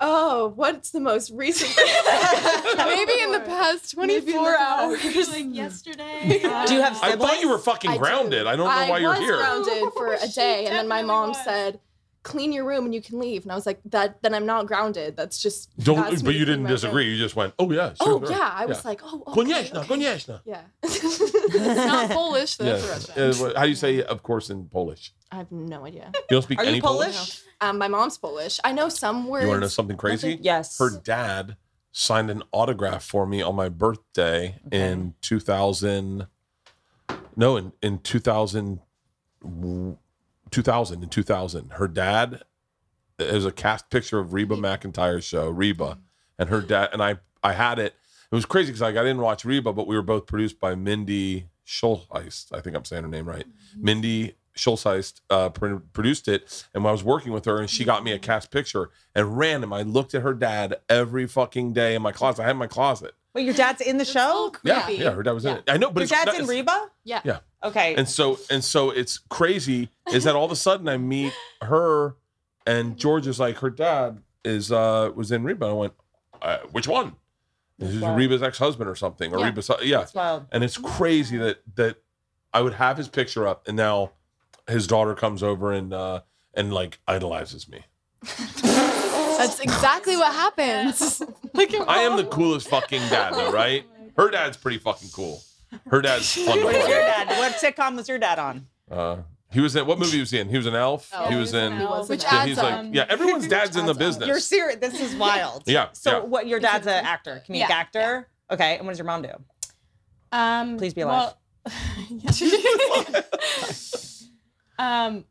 [SPEAKER 8] oh, what's the most recent?
[SPEAKER 2] Maybe in the past 24 hours.
[SPEAKER 8] like
[SPEAKER 4] Hmm.
[SPEAKER 8] yesterday.
[SPEAKER 5] Do you have
[SPEAKER 1] I
[SPEAKER 5] siblings?
[SPEAKER 1] thought you were fucking
[SPEAKER 9] I do.
[SPEAKER 1] grounded. I don't know
[SPEAKER 9] I
[SPEAKER 1] why you're
[SPEAKER 9] was
[SPEAKER 1] here.
[SPEAKER 9] grounded for a day, and then my
[SPEAKER 8] definitely
[SPEAKER 9] mom
[SPEAKER 8] was.
[SPEAKER 9] said, "Clean your room and you can leave." And I was like, "That then I'm not grounded. That's just that's
[SPEAKER 1] Don't,
[SPEAKER 9] me
[SPEAKER 1] but you didn't
[SPEAKER 9] being my
[SPEAKER 1] disagree. You just went, oh yeah, sure.
[SPEAKER 9] parent." Oh yeah, I was like, "Oh, okay,
[SPEAKER 1] Konieczna,
[SPEAKER 9] okay.
[SPEAKER 1] konieczna.
[SPEAKER 9] Yeah,
[SPEAKER 2] It's not Polish, though. That's
[SPEAKER 1] Yes.
[SPEAKER 2] Russian.
[SPEAKER 1] Uh, what- How do you say of course in Polish?
[SPEAKER 9] I have no idea.
[SPEAKER 1] You don't speak
[SPEAKER 5] Are
[SPEAKER 1] any
[SPEAKER 5] you Polish?
[SPEAKER 9] Um, my mom's Polish. I know some words.
[SPEAKER 1] You want to know something crazy?
[SPEAKER 5] Yes.
[SPEAKER 1] Her dad signed an autograph for me on my birthday in 2000. No, in, in 2000, 2000, in 2000. Her dad, it was a cast picture of Reba McIntyre's show, Reba. And her dad, and I, I had it. It was crazy because like, I didn't watch Reba, but we were both produced by Mindy Schulheist. I think I'm saying her name right. Mindy Schulzeist uh, pr- produced it, and I was working with her, and she got me a cast picture. And random, I looked at her dad every fucking day in my closet. I had my closet.
[SPEAKER 5] Wait, your dad's in the show?
[SPEAKER 1] Yeah,
[SPEAKER 9] Creepy.
[SPEAKER 1] yeah, her dad was in
[SPEAKER 9] Yeah.
[SPEAKER 1] it. I know, but
[SPEAKER 5] Your
[SPEAKER 1] it's
[SPEAKER 5] dad's
[SPEAKER 1] not-
[SPEAKER 5] in
[SPEAKER 1] it's-
[SPEAKER 5] Reba?
[SPEAKER 9] Yeah.
[SPEAKER 1] Yeah.
[SPEAKER 5] Okay.
[SPEAKER 1] And so, and so, it's crazy is that all of a sudden I meet her, and George is like, her dad is uh was in Reba. I went, uh, which one? This is
[SPEAKER 5] Wow.
[SPEAKER 1] Reba's ex husband or something, or
[SPEAKER 9] Yeah.
[SPEAKER 1] Reba's yeah.
[SPEAKER 5] That's wild.
[SPEAKER 1] And it's crazy that that I would have his picture up, and now his daughter comes over and uh and like idolizes me.
[SPEAKER 2] That's exactly what happens. Look at
[SPEAKER 1] I am the coolest fucking dad, though, right? Her dad's pretty fucking cool. Her dad's fun to
[SPEAKER 5] What is your
[SPEAKER 1] watch.
[SPEAKER 5] dad? What sitcom was your dad on?
[SPEAKER 1] Uh, he was in what movie was he in? He was in Elf.
[SPEAKER 8] Oh,
[SPEAKER 1] he was in.
[SPEAKER 2] Which
[SPEAKER 1] yeah,
[SPEAKER 2] adds
[SPEAKER 1] he's
[SPEAKER 2] up.
[SPEAKER 1] like
[SPEAKER 8] um,
[SPEAKER 1] yeah. Everyone's dad's in the business.
[SPEAKER 5] You're serious. This is wild.
[SPEAKER 1] Yeah,
[SPEAKER 5] So
[SPEAKER 1] yeah.
[SPEAKER 5] what? Your dad's an actor, comedic
[SPEAKER 8] Yeah,
[SPEAKER 5] actor. Okay. And what does your mom do?
[SPEAKER 8] Um,
[SPEAKER 5] Please be alive.
[SPEAKER 8] well- um,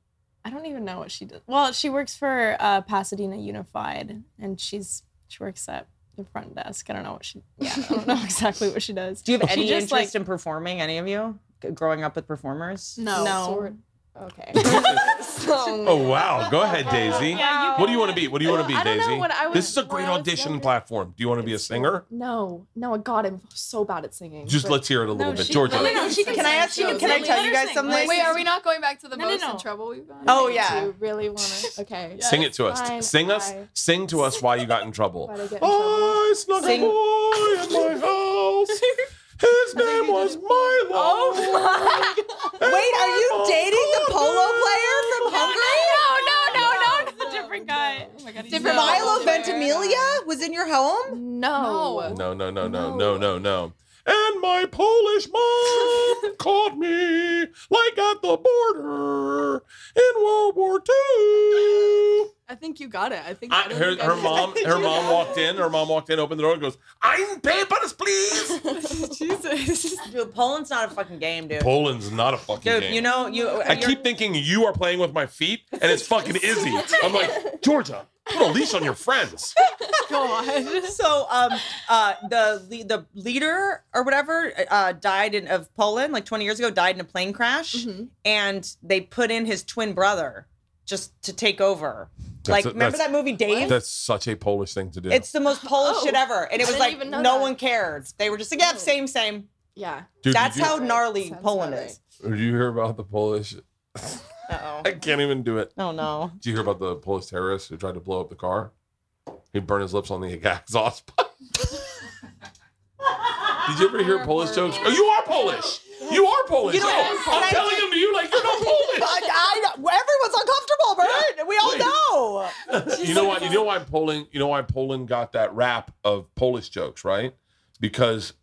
[SPEAKER 8] I don't even know what she does. Well, she works for uh, Pasadena Unified, and she's she works at the front desk. I don't know what she. Yeah, I don't know exactly what she does.
[SPEAKER 5] Do you have
[SPEAKER 8] She
[SPEAKER 5] any
[SPEAKER 8] just,
[SPEAKER 5] interest
[SPEAKER 8] like-
[SPEAKER 5] in performing? Any of you G- growing up with performers?
[SPEAKER 9] No.
[SPEAKER 8] No.
[SPEAKER 9] Sword. Okay.
[SPEAKER 1] oh wow. Go ahead, Daisy.
[SPEAKER 8] Yeah, you
[SPEAKER 1] What do you want to be? What do you want to be,
[SPEAKER 8] I don't know
[SPEAKER 1] Daisy?
[SPEAKER 8] what I
[SPEAKER 1] this
[SPEAKER 8] was-
[SPEAKER 1] is a great
[SPEAKER 8] when I was
[SPEAKER 1] audition
[SPEAKER 8] younger.
[SPEAKER 1] platform. Do you want to be a singer?
[SPEAKER 9] No, no, God, I'm so bad at singing.
[SPEAKER 1] Just
[SPEAKER 9] but-
[SPEAKER 1] let's hear it a little
[SPEAKER 8] No,
[SPEAKER 1] bit,
[SPEAKER 8] she-
[SPEAKER 1] Georgia.
[SPEAKER 8] no, no, no, she
[SPEAKER 5] Can I ask you?
[SPEAKER 9] Shows.
[SPEAKER 5] Can I
[SPEAKER 9] Let
[SPEAKER 5] tell
[SPEAKER 8] me
[SPEAKER 5] you guys
[SPEAKER 8] listen.
[SPEAKER 5] something?
[SPEAKER 2] Wait, are we not going back to the
[SPEAKER 8] No, no,
[SPEAKER 2] most
[SPEAKER 8] no.
[SPEAKER 2] in trouble we've gotten?
[SPEAKER 5] Oh,
[SPEAKER 9] I
[SPEAKER 5] yeah.
[SPEAKER 9] do really wanna. Okay.
[SPEAKER 1] Sing it to us.
[SPEAKER 9] Fine,
[SPEAKER 1] Sing us.
[SPEAKER 9] I-
[SPEAKER 1] Sing to us why you got in trouble.
[SPEAKER 9] Why'd I get in
[SPEAKER 1] I snug a
[SPEAKER 5] Sing.
[SPEAKER 1] boy in my house. His name was Milo.
[SPEAKER 5] Oh Wait, are you dating the polo player from Hungary?
[SPEAKER 2] Oh,
[SPEAKER 8] No, no, no, no, it's a different guy. Oh my god, he's
[SPEAKER 2] Different
[SPEAKER 8] so-
[SPEAKER 5] Milo
[SPEAKER 2] No.
[SPEAKER 5] Ventimiglia was in your home.
[SPEAKER 9] No.
[SPEAKER 1] No, no, no, no, no, no, no. And my Polish mom caught me like at the border in World War II.
[SPEAKER 2] I think you got it. I think
[SPEAKER 1] I, her, her mom, her mom walked in. Her mom walked in, opened the door, and goes, "I'm papers, please."
[SPEAKER 2] Jesus.
[SPEAKER 5] Dude, Poland's not a fucking game, dude.
[SPEAKER 1] Poland's not a fucking
[SPEAKER 5] Dude,
[SPEAKER 1] game.
[SPEAKER 5] you know you.
[SPEAKER 1] I keep thinking you are playing with my feet, and it's fucking Izzy. I'm like, Georgia, put a leash on your friends.
[SPEAKER 5] so um uh the le- the leader or whatever uh died in of Poland like 20 years ago died in a plane crash and they put in his twin brother just to take over. like
[SPEAKER 1] a-
[SPEAKER 5] remember
[SPEAKER 1] that's-
[SPEAKER 5] that movie Dave?
[SPEAKER 1] That's such a Polish thing to do.
[SPEAKER 5] It's the most Polish shit ever and it was
[SPEAKER 9] didn't
[SPEAKER 5] like
[SPEAKER 9] even
[SPEAKER 5] no
[SPEAKER 9] know that.
[SPEAKER 5] one cared. They were just like yeah, same same.
[SPEAKER 9] Yeah.
[SPEAKER 1] Dude,
[SPEAKER 5] That's
[SPEAKER 1] did you,
[SPEAKER 5] how gnarly
[SPEAKER 9] Sounds
[SPEAKER 5] Poland
[SPEAKER 9] about
[SPEAKER 5] is.
[SPEAKER 1] Did you hear about the Polish?
[SPEAKER 5] Uh-oh.
[SPEAKER 1] I can't even do it.
[SPEAKER 5] Oh no.
[SPEAKER 1] Did you hear about the Polish terrorist who tried to blow up the car? He burned his lips on the exhaust pipe. Did you ever hear Polish jokes? Oh, you are Polish. You are Polish.
[SPEAKER 5] You know,
[SPEAKER 1] Oh,
[SPEAKER 5] can I
[SPEAKER 1] I'm telling
[SPEAKER 5] say-
[SPEAKER 1] them to you like you're not Polish.
[SPEAKER 5] I, I, everyone's uncomfortable, Bert. We all
[SPEAKER 1] Wait.
[SPEAKER 5] know.
[SPEAKER 1] you know why? You know why Poland? You know why Poland got that rap of Polish jokes, right? Because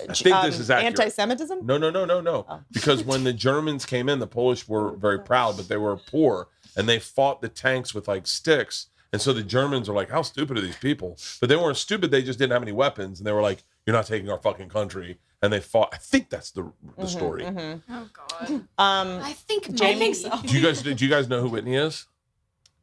[SPEAKER 1] I think this
[SPEAKER 5] Um, Oh.
[SPEAKER 1] is accurate.
[SPEAKER 5] anti-Semitism.
[SPEAKER 1] no, no, no, no, no. Because when the Germans came in, the Polish were
[SPEAKER 5] Oh,
[SPEAKER 1] very proud, but they were poor, and they fought the tanks with like sticks. And so the Germans were like, "How stupid are these people?" But they weren't stupid; they just didn't have any weapons, and they were like, "You're not taking our fucking country." And they fought. I think that's the the story.
[SPEAKER 5] Mhm.
[SPEAKER 2] Oh God.
[SPEAKER 5] Um,
[SPEAKER 2] I think
[SPEAKER 8] I think so.
[SPEAKER 1] Do you guys do you guys know who Whitney is?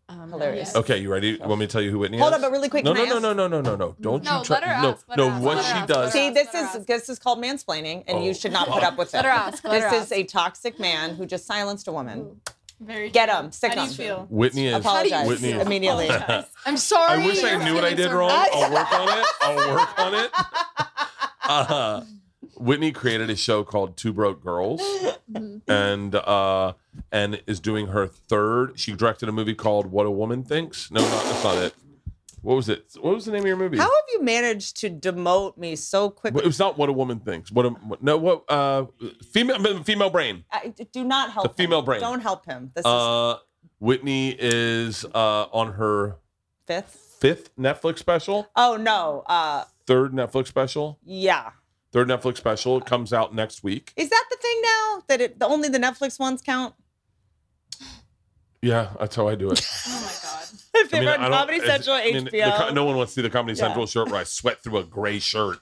[SPEAKER 9] Um,
[SPEAKER 5] Hilarious.
[SPEAKER 9] no,
[SPEAKER 1] Okay, you ready? Want me to tell you who Whitney
[SPEAKER 5] Hold
[SPEAKER 1] is?
[SPEAKER 5] on, but really quick.
[SPEAKER 1] No,
[SPEAKER 5] can
[SPEAKER 1] no,
[SPEAKER 5] I
[SPEAKER 1] no,
[SPEAKER 5] ask-
[SPEAKER 1] no, no, no, no, no. Don't
[SPEAKER 2] No,
[SPEAKER 1] you try.
[SPEAKER 2] let her
[SPEAKER 1] no,
[SPEAKER 2] ask, let
[SPEAKER 1] no.
[SPEAKER 2] her ask,
[SPEAKER 1] what
[SPEAKER 2] let her
[SPEAKER 1] she
[SPEAKER 2] ask, let her
[SPEAKER 1] does.
[SPEAKER 5] See,
[SPEAKER 2] ask,
[SPEAKER 5] this
[SPEAKER 2] let her
[SPEAKER 5] is
[SPEAKER 2] ask.
[SPEAKER 5] this is called mansplaining, and you
[SPEAKER 1] Oh.
[SPEAKER 5] should not put up with it.
[SPEAKER 2] Let her ask, let
[SPEAKER 5] this
[SPEAKER 2] her
[SPEAKER 5] is
[SPEAKER 2] ask.
[SPEAKER 5] a toxic man who just silenced a woman.
[SPEAKER 8] Very
[SPEAKER 5] Get him, sick
[SPEAKER 8] How do
[SPEAKER 5] him.
[SPEAKER 8] you feel?
[SPEAKER 1] Whitney is.
[SPEAKER 5] Apologize
[SPEAKER 1] Whitney is-
[SPEAKER 5] immediately.
[SPEAKER 2] I'm sorry.
[SPEAKER 1] I wish I
[SPEAKER 2] your
[SPEAKER 1] knew what I
[SPEAKER 2] feelings
[SPEAKER 1] did
[SPEAKER 2] are
[SPEAKER 1] wrong. Oh,
[SPEAKER 2] hurt.
[SPEAKER 1] I'll work on it. I'll work on it. Uh, Whitney created a show called Two Broke Girls, and uh, and is doing her third. She directed a movie called What a Woman Thinks. No, not, that's not it. What was it? What was the name of your movie?
[SPEAKER 5] How have you managed to demote me so
[SPEAKER 1] it
[SPEAKER 5] quickly?
[SPEAKER 1] was not What a Woman Thinks. What? A, what- no. What? Uh, female. Female Brain.
[SPEAKER 5] I, d- do not help.
[SPEAKER 1] The
[SPEAKER 5] him.
[SPEAKER 1] female brain.
[SPEAKER 5] Don't help him. This is
[SPEAKER 1] Uh, Whitney is uh, on her
[SPEAKER 5] fifth.
[SPEAKER 1] fifth Netflix special,
[SPEAKER 5] Oh no. Uh,
[SPEAKER 1] third Netflix special,
[SPEAKER 5] yeah.
[SPEAKER 1] third Netflix special. It comes out next week.
[SPEAKER 5] Is that the thing now that it, the only the Netflix ones count?
[SPEAKER 1] Yeah, that's how I do it.
[SPEAKER 5] If they
[SPEAKER 1] I mean,
[SPEAKER 5] run
[SPEAKER 1] I don't-
[SPEAKER 5] Comedy
[SPEAKER 1] it's-
[SPEAKER 5] Central,
[SPEAKER 1] I mean, the
[SPEAKER 5] HBO.
[SPEAKER 1] co- no one wants to see the Comedy Central shirt where I sweat through a gray shirt.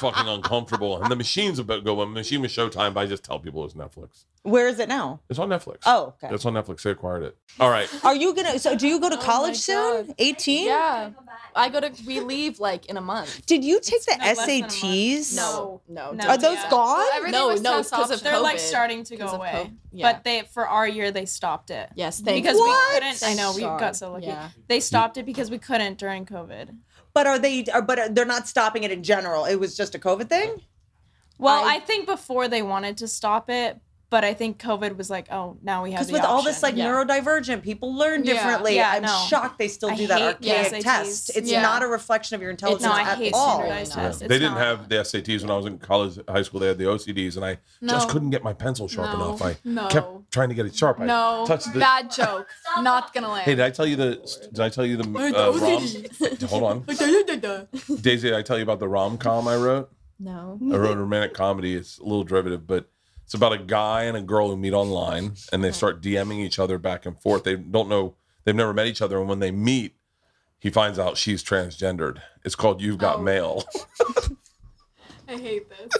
[SPEAKER 1] fucking uncomfortable. And the machine's about go. When the machine was Showtime, but I just tell people it's Netflix.
[SPEAKER 5] Where is it now?
[SPEAKER 1] It's on Netflix.
[SPEAKER 5] Oh, okay.
[SPEAKER 1] It's on Netflix. They acquired it. All right.
[SPEAKER 5] Are you gonna? So do you
[SPEAKER 8] Oh
[SPEAKER 5] go to college soon?
[SPEAKER 9] God.
[SPEAKER 5] Eighteen?
[SPEAKER 9] Yeah. I go to. We leave like in a month.
[SPEAKER 5] Did you take the
[SPEAKER 8] less than a month.
[SPEAKER 5] SATs?
[SPEAKER 9] No. No.
[SPEAKER 8] No.
[SPEAKER 5] Are those
[SPEAKER 8] Yeah.
[SPEAKER 5] gone?
[SPEAKER 2] Everything
[SPEAKER 9] No,
[SPEAKER 2] was
[SPEAKER 9] no,
[SPEAKER 2] test
[SPEAKER 9] because of
[SPEAKER 2] optional.
[SPEAKER 8] They're like
[SPEAKER 9] COVID.
[SPEAKER 8] starting to go
[SPEAKER 9] Because of
[SPEAKER 8] away,
[SPEAKER 9] COVID. Yeah.
[SPEAKER 8] but they for our year they stopped it.
[SPEAKER 9] Yes. Thank
[SPEAKER 8] because
[SPEAKER 5] What?
[SPEAKER 8] we couldn't. I know we
[SPEAKER 9] Sorry.
[SPEAKER 8] got so lucky.
[SPEAKER 9] Yeah.
[SPEAKER 8] They stopped it because we couldn't during COVID.
[SPEAKER 5] But are they? Are, but are, they're not stopping it in general. It was just a COVID thing.
[SPEAKER 8] Well,
[SPEAKER 9] I-
[SPEAKER 8] I, think before they wanted to stop it, but I think COVID was like, oh, now we have.
[SPEAKER 5] Because
[SPEAKER 8] the
[SPEAKER 5] with all this like
[SPEAKER 8] option.
[SPEAKER 9] yeah.
[SPEAKER 5] neurodivergent, people learn
[SPEAKER 2] Yeah,
[SPEAKER 5] differently.
[SPEAKER 8] yeah,
[SPEAKER 5] I'm
[SPEAKER 8] no.
[SPEAKER 5] shocked they still
[SPEAKER 8] I
[SPEAKER 5] do that
[SPEAKER 8] hate
[SPEAKER 5] archaic
[SPEAKER 8] the
[SPEAKER 5] test.
[SPEAKER 8] SATs.
[SPEAKER 5] It's
[SPEAKER 2] Yeah.
[SPEAKER 5] not a reflection of your intelligence
[SPEAKER 8] no, I
[SPEAKER 5] at
[SPEAKER 8] hate
[SPEAKER 5] all.
[SPEAKER 8] standardized
[SPEAKER 9] Yeah.
[SPEAKER 8] tests.
[SPEAKER 1] they
[SPEAKER 8] It's
[SPEAKER 1] didn't
[SPEAKER 8] not-
[SPEAKER 1] have the SATs when I was in college, high school. They had the OCDs, and I just
[SPEAKER 2] No.
[SPEAKER 1] couldn't get my pencil sharp
[SPEAKER 2] No.
[SPEAKER 1] enough. I
[SPEAKER 2] No.
[SPEAKER 1] kept trying to get it sharp. I
[SPEAKER 2] No.
[SPEAKER 1] touched the.
[SPEAKER 2] Bad joke. Not gonna
[SPEAKER 1] Hey, did
[SPEAKER 2] land.
[SPEAKER 1] I tell you the? Did I tell you the? Uh, rom? Hold on, Daisy. Did I tell you about the rom com I wrote?
[SPEAKER 9] No.
[SPEAKER 1] I wrote a romantic comedy. It's a little derivative, but it's about a guy and a girl who meet online and they start DMing each other back and forth. They don't know, they've never met each other. And when they meet, he finds out she's transgendered. It's called You've Got
[SPEAKER 2] Oh.
[SPEAKER 1] Mail.
[SPEAKER 2] I hate this.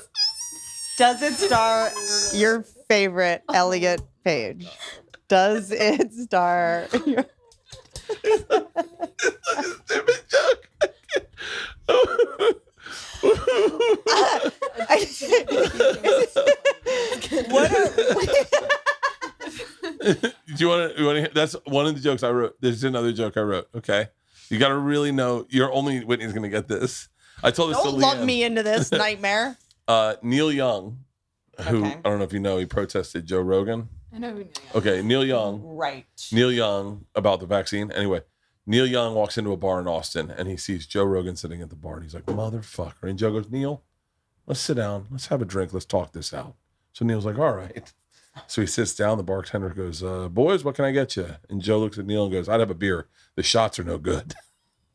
[SPEAKER 5] Does it star your favorite Elliot Page? Does it star your
[SPEAKER 1] Stupid joke.
[SPEAKER 5] what are,
[SPEAKER 1] Do you want to? You want to? Hear? That's one of the jokes I wrote. There's another joke I wrote. Okay, you got to really know. Your only Whitney's gonna get this. I told this
[SPEAKER 5] don't
[SPEAKER 1] to
[SPEAKER 5] lug
[SPEAKER 1] Leanne.
[SPEAKER 5] me into this nightmare.
[SPEAKER 1] Uh, Neil Young, who
[SPEAKER 5] Okay.
[SPEAKER 1] I don't know if you know, he protested Joe Rogan.
[SPEAKER 2] I know who knew that.
[SPEAKER 1] Okay, Neil Young.
[SPEAKER 5] Right.
[SPEAKER 1] Neil Young about the vaccine. Anyway, Neil Young walks into a bar in Austin and he sees Joe Rogan sitting at the bar and he's like, motherfucker. And Joe goes, Neil, let's sit down. Let's have a drink. Let's talk this out. So Neil's like, all right. So he sits down. The bartender goes, uh, boys, what can I get you? And Joe looks at Neil and goes, I'd have a beer. The shots are no good.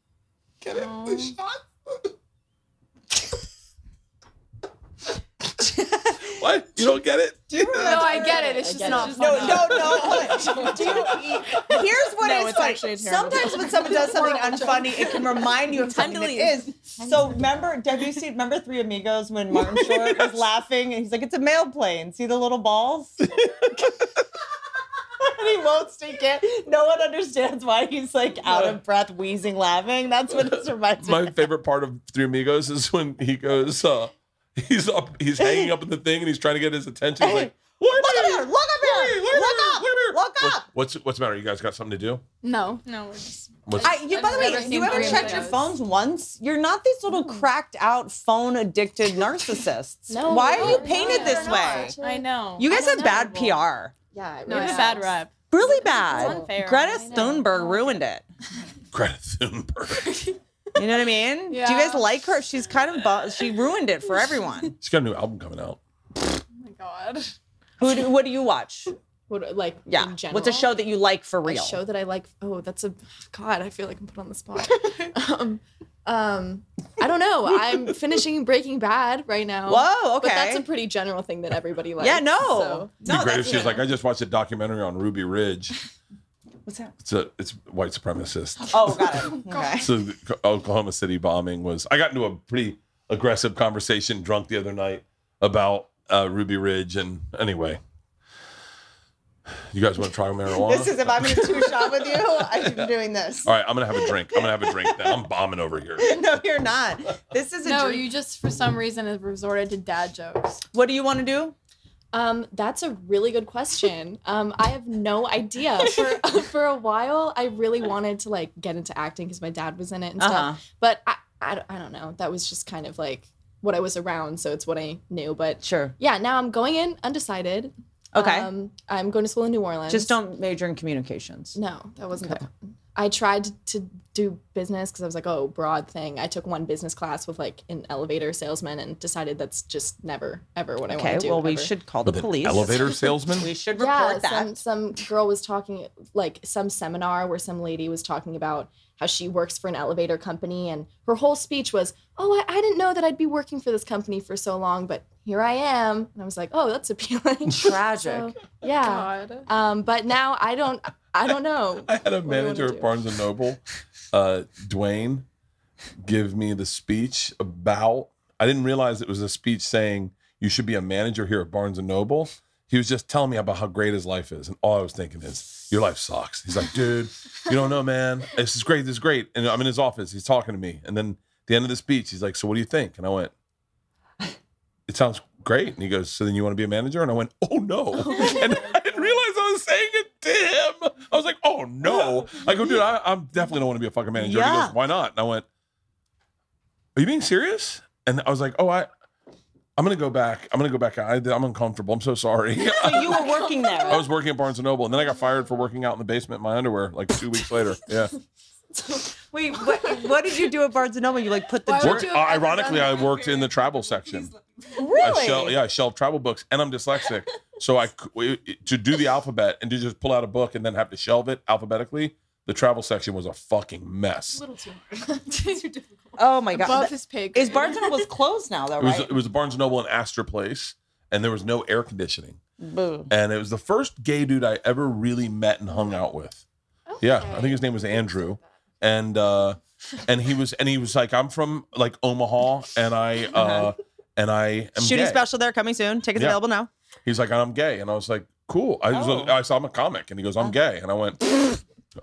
[SPEAKER 1] Get it? The shots? what? You don't get it?
[SPEAKER 2] No, I get it. It's
[SPEAKER 9] I
[SPEAKER 2] just
[SPEAKER 9] get it.
[SPEAKER 2] not
[SPEAKER 9] It's just
[SPEAKER 5] No,
[SPEAKER 2] funny.
[SPEAKER 5] no, no. hold it. Do you, here's what
[SPEAKER 8] No,
[SPEAKER 5] is
[SPEAKER 8] it's
[SPEAKER 5] funny.
[SPEAKER 8] actually a terrible
[SPEAKER 5] Sometimes when someone does something unfunny, it can remind you of something it is. So remember, have you seen? Remember Three Amigos when Martin Short was laughing and he's like, "It's a mail plane. See the little balls." and he won't stick it. No one understands why he's like out of breath, wheezing, laughing. That's what this reminds me.
[SPEAKER 1] my favorite part of Three Amigos is when he goes, uh, he's up, he's hanging up in the thing, and he's trying to get his attention. He's like,
[SPEAKER 5] Look up here! Look up here! Look up! Look
[SPEAKER 1] "What-
[SPEAKER 5] up!
[SPEAKER 1] what's what's the matter? You guys got something to do?
[SPEAKER 2] No.
[SPEAKER 8] No, we're just
[SPEAKER 1] What's,
[SPEAKER 5] I, you, by the
[SPEAKER 2] I've never
[SPEAKER 5] way, you
[SPEAKER 2] seen
[SPEAKER 5] haven't
[SPEAKER 2] three
[SPEAKER 5] checked your
[SPEAKER 2] windows.
[SPEAKER 5] phones once. You're not these little cracked out phone addicted narcissists.
[SPEAKER 9] No,
[SPEAKER 5] Why are you
[SPEAKER 9] no,
[SPEAKER 5] painted
[SPEAKER 8] no,
[SPEAKER 5] this
[SPEAKER 8] no.
[SPEAKER 5] way?
[SPEAKER 8] I know.
[SPEAKER 5] You
[SPEAKER 9] I
[SPEAKER 5] guys
[SPEAKER 9] don't
[SPEAKER 5] have bad
[SPEAKER 9] know.
[SPEAKER 5] PR.
[SPEAKER 9] Yeah. It
[SPEAKER 8] we have
[SPEAKER 9] really
[SPEAKER 8] a bad
[SPEAKER 9] sucks.
[SPEAKER 8] rep.
[SPEAKER 5] Really bad.
[SPEAKER 8] unfair.
[SPEAKER 5] Greta
[SPEAKER 8] I know.
[SPEAKER 5] Thunberg ruined it.
[SPEAKER 1] Greta Thunberg.
[SPEAKER 5] You know what I mean? Do you guys
[SPEAKER 2] Yeah.
[SPEAKER 5] like her? She's kind of bu- she ruined it for everyone.
[SPEAKER 1] She's got a new album coming out.
[SPEAKER 2] Oh my god.
[SPEAKER 5] Who do, what do you watch?
[SPEAKER 9] What, like
[SPEAKER 5] Yeah.
[SPEAKER 9] in general,
[SPEAKER 5] What's a show that you like for
[SPEAKER 9] A
[SPEAKER 5] real?
[SPEAKER 9] show that I like. Oh, that's a God. I feel like I'm put on the spot. um, um, I don't know. I'm finishing Breaking Bad right now.
[SPEAKER 5] Whoa, okay.
[SPEAKER 9] But that's a pretty general thing that everybody likes.
[SPEAKER 5] yeah, no.
[SPEAKER 9] so-
[SPEAKER 1] It'd
[SPEAKER 5] No,
[SPEAKER 1] be great if
[SPEAKER 5] that's
[SPEAKER 1] she was like, I just watched a documentary on Ruby Ridge.
[SPEAKER 5] What's that?
[SPEAKER 1] It's a it's white supremacist.
[SPEAKER 5] Oh, got it. Okay.
[SPEAKER 1] So the Co- Oklahoma City bombing was. I got into a pretty aggressive conversation drunk the other night about uh, Ruby Ridge, and anyway. You guys want to try marijuana?
[SPEAKER 5] This is if I'm in a two shot with you, I'm doing this.
[SPEAKER 1] All right, I'm gonna have a drink. I'm gonna have a drink. Now. I'm bombing over here.
[SPEAKER 5] No, you're not. This is a
[SPEAKER 2] No,
[SPEAKER 5] dream.
[SPEAKER 2] you just for some reason have resorted to dad jokes.
[SPEAKER 5] What do you want to do?
[SPEAKER 9] Um, that's a really good question. Um, I have no idea. For for a while, I really wanted to like get into acting because my dad was in it and stuff.
[SPEAKER 5] Uh-huh.
[SPEAKER 9] But I, I don't- I don't know. That was just kind of like what I was around, so it's what I knew. But
[SPEAKER 5] Sure.
[SPEAKER 9] yeah, now I'm going in undecided.
[SPEAKER 5] Okay.
[SPEAKER 9] Um, I'm going to school in New Orleans.
[SPEAKER 5] Just don't major in communications.
[SPEAKER 9] No, that wasn't
[SPEAKER 5] Okay.
[SPEAKER 9] the plan. I tried to do business because I was like, oh, broad thing. I took one business class with like an elevator salesman and decided that's just never ever what I
[SPEAKER 5] Okay.
[SPEAKER 9] want to do.
[SPEAKER 5] Well, we
[SPEAKER 9] ever.
[SPEAKER 5] should call
[SPEAKER 1] With
[SPEAKER 5] the
[SPEAKER 1] an
[SPEAKER 5] police.
[SPEAKER 1] elevator salesman.
[SPEAKER 5] We should
[SPEAKER 9] yeah,
[SPEAKER 5] report that.
[SPEAKER 9] Some, some girl was talking like some seminar where some lady was talking about how she works for an elevator company and her whole speech was, Oh, I, I didn't know that I'd be working for this company for so long, but here I am. And I was like, Oh, that's appealing.
[SPEAKER 5] Tragic.
[SPEAKER 9] So, yeah.
[SPEAKER 8] God.
[SPEAKER 9] Um, but now I don't I don't know.
[SPEAKER 1] I had a
[SPEAKER 9] do you
[SPEAKER 1] manager
[SPEAKER 9] wanna
[SPEAKER 1] at
[SPEAKER 9] do?
[SPEAKER 1] Barnes and Noble, uh, Dwayne, give me the speech about. I didn't realize it was a speech saying you should be a manager here at Barnes and Noble. He was just telling me about how great his life is, and all I was thinking is, "Your life sucks." He's like, "Dude, you don't know, man. This is great. This is great." And I'm in his office. He's talking to me, and then at the end of the speech, he's like, "So what do you think?" And I went, "It sounds great." And he goes, "So then you want to be a manager?" And I went, "Oh no!" and I didn't realize I was saying it to him. I was like, "Oh no!" I go, "Dude, I, I'm definitely don't want to be a fucking manager." And he
[SPEAKER 5] Yeah.
[SPEAKER 1] goes, "Why not?" And I went, "Are you being serious?" And I was like, "Oh, I." I'm gonna go back. I'm gonna go back. I, I'm uncomfortable. I'm so sorry.
[SPEAKER 5] But you were working
[SPEAKER 1] I
[SPEAKER 5] there.
[SPEAKER 1] was working at Barnes and Noble, and then I got fired for working out in the basement in my underwear like two weeks later. Yeah.
[SPEAKER 5] Wait, what, what did you do at Barnes and Noble? You like put the
[SPEAKER 8] Why would
[SPEAKER 5] jerk.
[SPEAKER 1] Worked,
[SPEAKER 8] you have ever
[SPEAKER 1] ironically, I
[SPEAKER 8] done that?
[SPEAKER 1] worked in the travel section. I
[SPEAKER 5] Really?
[SPEAKER 1] shell, yeah, I shelved travel books, and I'm dyslexic, so I c- w- to do the alphabet and to just pull out a book and then have to shelve it alphabetically The travel section was a fucking mess.
[SPEAKER 9] little too hard. Too difficult.
[SPEAKER 5] Oh my god.
[SPEAKER 2] Above his pay
[SPEAKER 5] Is
[SPEAKER 2] grade.
[SPEAKER 5] Barnes and Noble was closed now though,
[SPEAKER 1] It was
[SPEAKER 5] right?
[SPEAKER 1] it was a Barnes and Noble in Astor Place, and there was no air conditioning.
[SPEAKER 5] Boo.
[SPEAKER 1] And it was the first gay dude I ever really met and hung out with. Yeah, I think his name was Andrew, and uh, and he was and he was like, I'm from like Omaha, and I uh, and I am
[SPEAKER 5] Shooting
[SPEAKER 1] gay."
[SPEAKER 5] special there coming soon. Tickets
[SPEAKER 1] Yeah.
[SPEAKER 5] available now.
[SPEAKER 1] He's like, I'm gay, and I was like, cool. I was
[SPEAKER 5] Oh.
[SPEAKER 1] I saw I'm a comic, and he goes, I'm gay, and I went,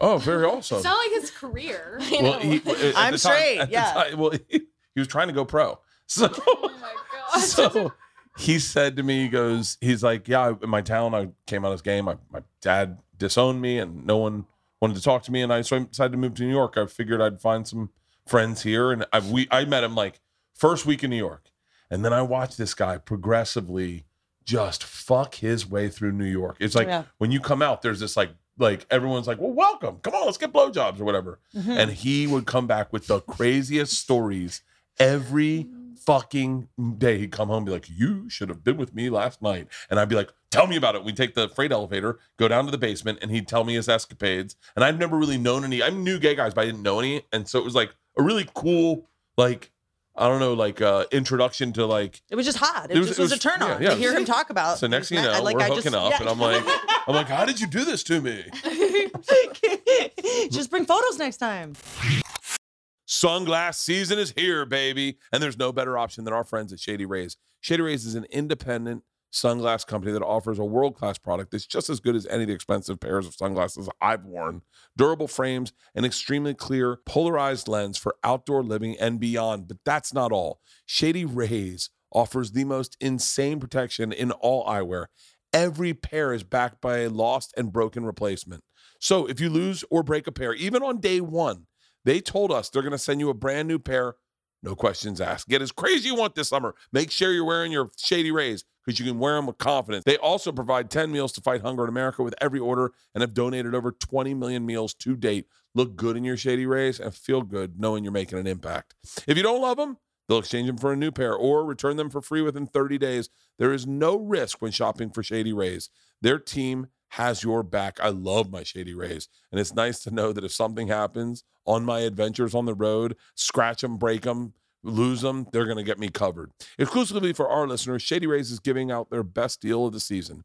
[SPEAKER 1] oh, very awesome.
[SPEAKER 9] It's not like his career.
[SPEAKER 1] well, he, at the
[SPEAKER 5] I'm
[SPEAKER 1] time-
[SPEAKER 5] straight,
[SPEAKER 1] at the
[SPEAKER 5] yeah.
[SPEAKER 1] time- well, he, he was trying to go pro, so.
[SPEAKER 9] oh my god.
[SPEAKER 1] so he said to me, he goes, he's like, yeah, in my town, I came out as gay. My, my dad disowned me and no one wanted to talk to me. And I, so I decided to move to New York. I figured I'd find some friends here. And I, we, I met him like first week in New York. And then I watched this guy progressively just fuck his way through New York. It's like
[SPEAKER 5] Yeah.
[SPEAKER 1] when you come out, there's this like, like everyone's like, well, welcome. Come on, let's get blowjobs or whatever. And he would come back with the craziest stories every fucking day. He'd come home and be like, You should have been with me last night. And I'd be like, Tell me about it. We'd take the freight elevator, go down to the basement, and he'd tell me his escapades. And I've never really known any, I knew gay guys, but I didn't know any. And so it was like a really cool, like, I don't know, like uh introduction to like
[SPEAKER 5] It was just hot. It,
[SPEAKER 1] It was-
[SPEAKER 5] just
[SPEAKER 1] it
[SPEAKER 5] was,
[SPEAKER 1] was-
[SPEAKER 5] a turn on
[SPEAKER 1] yeah, yeah.
[SPEAKER 5] to hear him talk about.
[SPEAKER 1] so next thing you
[SPEAKER 5] I-
[SPEAKER 1] know,
[SPEAKER 5] Uh, like,
[SPEAKER 1] we're
[SPEAKER 5] I
[SPEAKER 1] hooking
[SPEAKER 5] just-
[SPEAKER 1] up,
[SPEAKER 5] yeah.
[SPEAKER 1] and I'm like, I'm like, how did you do this to me?
[SPEAKER 5] just bring photos next time.
[SPEAKER 1] Sunglass season is here, baby. And there's no better option than our friends at Shady Rays. Shady Rays is an independent sunglass company that offers a world class product that's just as good as any of the expensive pairs of sunglasses I've worn. Durable frames, an extremely clear polarized lens for outdoor living and beyond. But that's not all. Shady Rays offers the most insane protection in all eyewear. Every pair is backed by a lost and broken replacement. So if you lose or break a pair, even on day one, they told us they're going to send you a brand new pair, no questions asked. Get as crazy you want this summer. Make sure you're wearing your Shady Rays because you can wear them with confidence. They also provide 10 meals to fight hunger in America with every order and have donated over 20 million meals to date. Look good in your Shady Rays and feel good knowing you're making an impact. If you don't love them, they'll exchange them for a new pair or return them for free within 30 days. There is no risk when shopping for Shady Rays. Their team has your back. I love my Shady Rays. And it's nice to know that if something happens on my adventures on the road, scratch them, break them, lose them, they're going to get me covered. Exclusively for our listeners, Shady Rays is giving out their best deal of the season.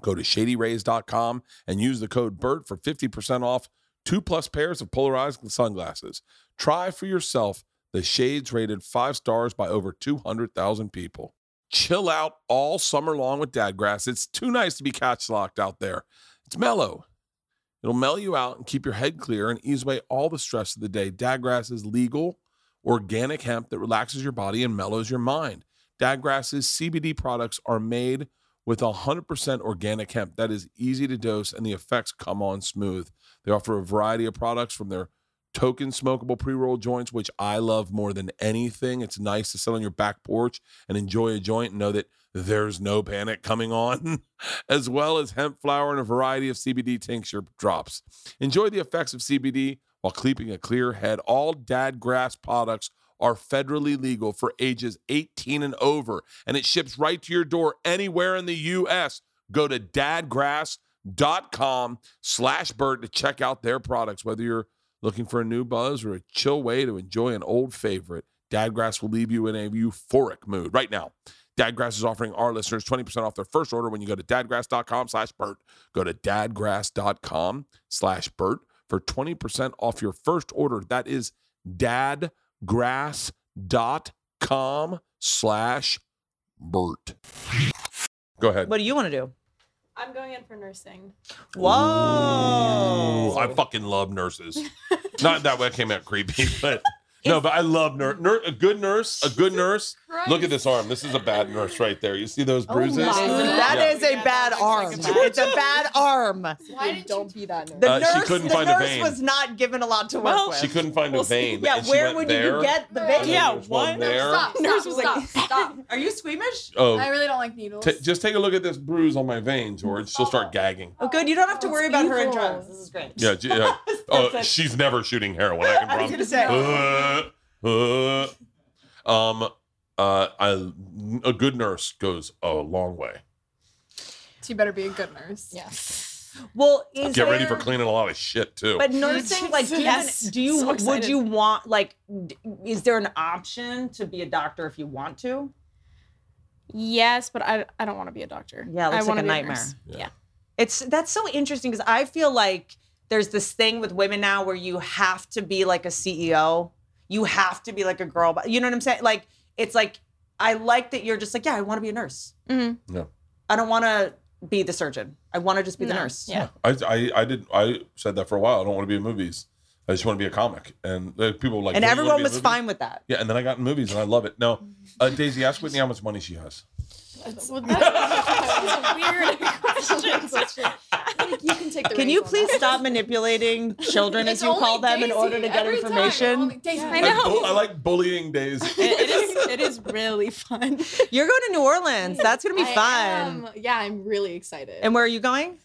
[SPEAKER 1] Go to shadyrays.com and use the code BIRD for 50% off two plus pairs of polarized sunglasses. Try for yourself the shades rated five stars by over 200,000 people. Chill out all summer long with Dadgrass. It's too nice to be catch locked out there. It's mellow. It'll mellow you out and keep your head clear and ease away all the stress of the day. Dadgrass is legal, organic hemp that relaxes your body and mellows your mind. Dadgrass's CBD products are made with 100% organic hemp that is easy to dose and the effects come on smooth. They offer a variety of products from their token smokable pre-roll joints, which I love more than anything. It's nice to sit on your back porch and enjoy a joint and know that there's no panic coming on, as well as hemp flower and a variety of CBD tincture drops. Enjoy the effects of CBD while keeping a clear head. All dad grass products are federally legal for ages 18 and over, and it ships right to your door anywhere in the U.S. Go to dadgrass.com slash bird to check out their products, whether you're Looking for a new buzz or a chill way to enjoy an old favorite? Dadgrass will leave you in a euphoric mood right now. Dadgrass is offering our listeners 20% off their first order when you go to dadgrass.com slash Bert. Go to dadgrass.com slash Bert for 20% off your first order. That is dadgrass.com slash Bert. Go ahead.
[SPEAKER 5] What do you want to do?
[SPEAKER 8] I'm going in for nursing.
[SPEAKER 5] Whoa.
[SPEAKER 1] Ooh, I fucking love nurses. Not that way it came out creepy, but no, but I love nurse. Nur- a good nurse, a good nurse. Look at this arm. This is a bad nurse right there. You see
[SPEAKER 5] Oh
[SPEAKER 1] those bruises?
[SPEAKER 5] That is
[SPEAKER 1] Yeah.
[SPEAKER 5] a bad Uh, arm. it's a bad arm. The
[SPEAKER 9] Why didn't you
[SPEAKER 2] Don't be that nervous.
[SPEAKER 1] Uh, she
[SPEAKER 5] nurse,
[SPEAKER 1] couldn't
[SPEAKER 5] the
[SPEAKER 1] find a
[SPEAKER 5] nurse
[SPEAKER 1] vein.
[SPEAKER 5] was not given a lot to work
[SPEAKER 8] Well,
[SPEAKER 5] with.
[SPEAKER 1] she couldn't find a vein.
[SPEAKER 5] Yeah,
[SPEAKER 1] and she
[SPEAKER 5] where
[SPEAKER 1] went
[SPEAKER 5] would
[SPEAKER 1] there,
[SPEAKER 5] you get the
[SPEAKER 9] No.
[SPEAKER 5] vein?
[SPEAKER 1] and then
[SPEAKER 8] Yeah,
[SPEAKER 1] there was one
[SPEAKER 8] why not?
[SPEAKER 1] there.
[SPEAKER 9] Stop,
[SPEAKER 5] Nurse
[SPEAKER 9] stop,
[SPEAKER 5] was
[SPEAKER 9] stop,
[SPEAKER 5] like-
[SPEAKER 9] stop.
[SPEAKER 5] Are you squeamish?
[SPEAKER 2] I
[SPEAKER 1] Oh,
[SPEAKER 2] really don't like needles.
[SPEAKER 1] t- just take a look at this bruise on my vein, George. She'll start gagging.
[SPEAKER 5] Oh, good. You don't have to worry about her and
[SPEAKER 9] evil.
[SPEAKER 5] drugs. This is great.
[SPEAKER 1] Yeah, j- yeah.
[SPEAKER 5] That's
[SPEAKER 1] Oh,
[SPEAKER 5] it.
[SPEAKER 1] she's never shooting heroin. I can
[SPEAKER 5] I was
[SPEAKER 1] promise.
[SPEAKER 5] gonna say.
[SPEAKER 1] uh, uh. um, uh, I, a good nurse goes a long way.
[SPEAKER 2] so you better be a good nurse.
[SPEAKER 9] Yeah.
[SPEAKER 5] Well, is
[SPEAKER 1] Get ready for
[SPEAKER 5] there-
[SPEAKER 1] cleaning a lot of shit too.
[SPEAKER 5] But nursing, like, do you,
[SPEAKER 8] Yes.
[SPEAKER 5] do you
[SPEAKER 8] So
[SPEAKER 5] would
[SPEAKER 8] excited.
[SPEAKER 5] you want like, d- is there an option to be a doctor if you want to?
[SPEAKER 8] Yes, but I, I don't want to be a doctor.
[SPEAKER 5] Yeah, it
[SPEAKER 8] I
[SPEAKER 5] looks like
[SPEAKER 8] wanna
[SPEAKER 5] a
[SPEAKER 8] be
[SPEAKER 5] nightmare.
[SPEAKER 8] nurse.
[SPEAKER 1] Yeah.
[SPEAKER 8] Yeah.
[SPEAKER 5] It's that's so interesting because I feel like there's this thing with women now where you have to be like a CEO, you have to be like a girl, but you know what I'm saying? Like, it's like I like that you're just like, yeah, I want to be a nurse.
[SPEAKER 8] Mhm.
[SPEAKER 5] Mm-hmm.
[SPEAKER 1] Yeah.
[SPEAKER 5] I don't want to be the surgeon. I want to just be the
[SPEAKER 8] No.
[SPEAKER 5] nurse.
[SPEAKER 8] Yeah.
[SPEAKER 1] I, I I did I said that for a while. I don't want to be in movies. I just want to be a comic. And the people were like
[SPEAKER 5] and
[SPEAKER 1] "Don't you wanna
[SPEAKER 5] everyone
[SPEAKER 1] be in
[SPEAKER 5] was
[SPEAKER 1] movies?"
[SPEAKER 5] fine with that.
[SPEAKER 1] Yeah, and then I got in movies and I love it. No, uh, Daisy, ask Whitney how much money she has.
[SPEAKER 8] Well, that's, that's a weird question.
[SPEAKER 9] you can take the
[SPEAKER 5] Can
[SPEAKER 9] reins
[SPEAKER 5] you
[SPEAKER 9] on
[SPEAKER 5] please
[SPEAKER 9] that.
[SPEAKER 5] stop manipulating children as
[SPEAKER 9] It's
[SPEAKER 5] you call
[SPEAKER 9] only
[SPEAKER 5] them in
[SPEAKER 9] Daisy.
[SPEAKER 5] order to get
[SPEAKER 9] Every time,
[SPEAKER 5] information?
[SPEAKER 9] only Daisy.
[SPEAKER 8] Yeah.
[SPEAKER 9] I
[SPEAKER 8] I
[SPEAKER 9] know.
[SPEAKER 8] know.
[SPEAKER 1] I, bu- I like bullying Daisy.
[SPEAKER 8] It- it is it is really fun.
[SPEAKER 5] You're going to New Orleans. That's going to be
[SPEAKER 9] I
[SPEAKER 5] fun.
[SPEAKER 9] am- yeah, I'm really excited.
[SPEAKER 5] And where are you going?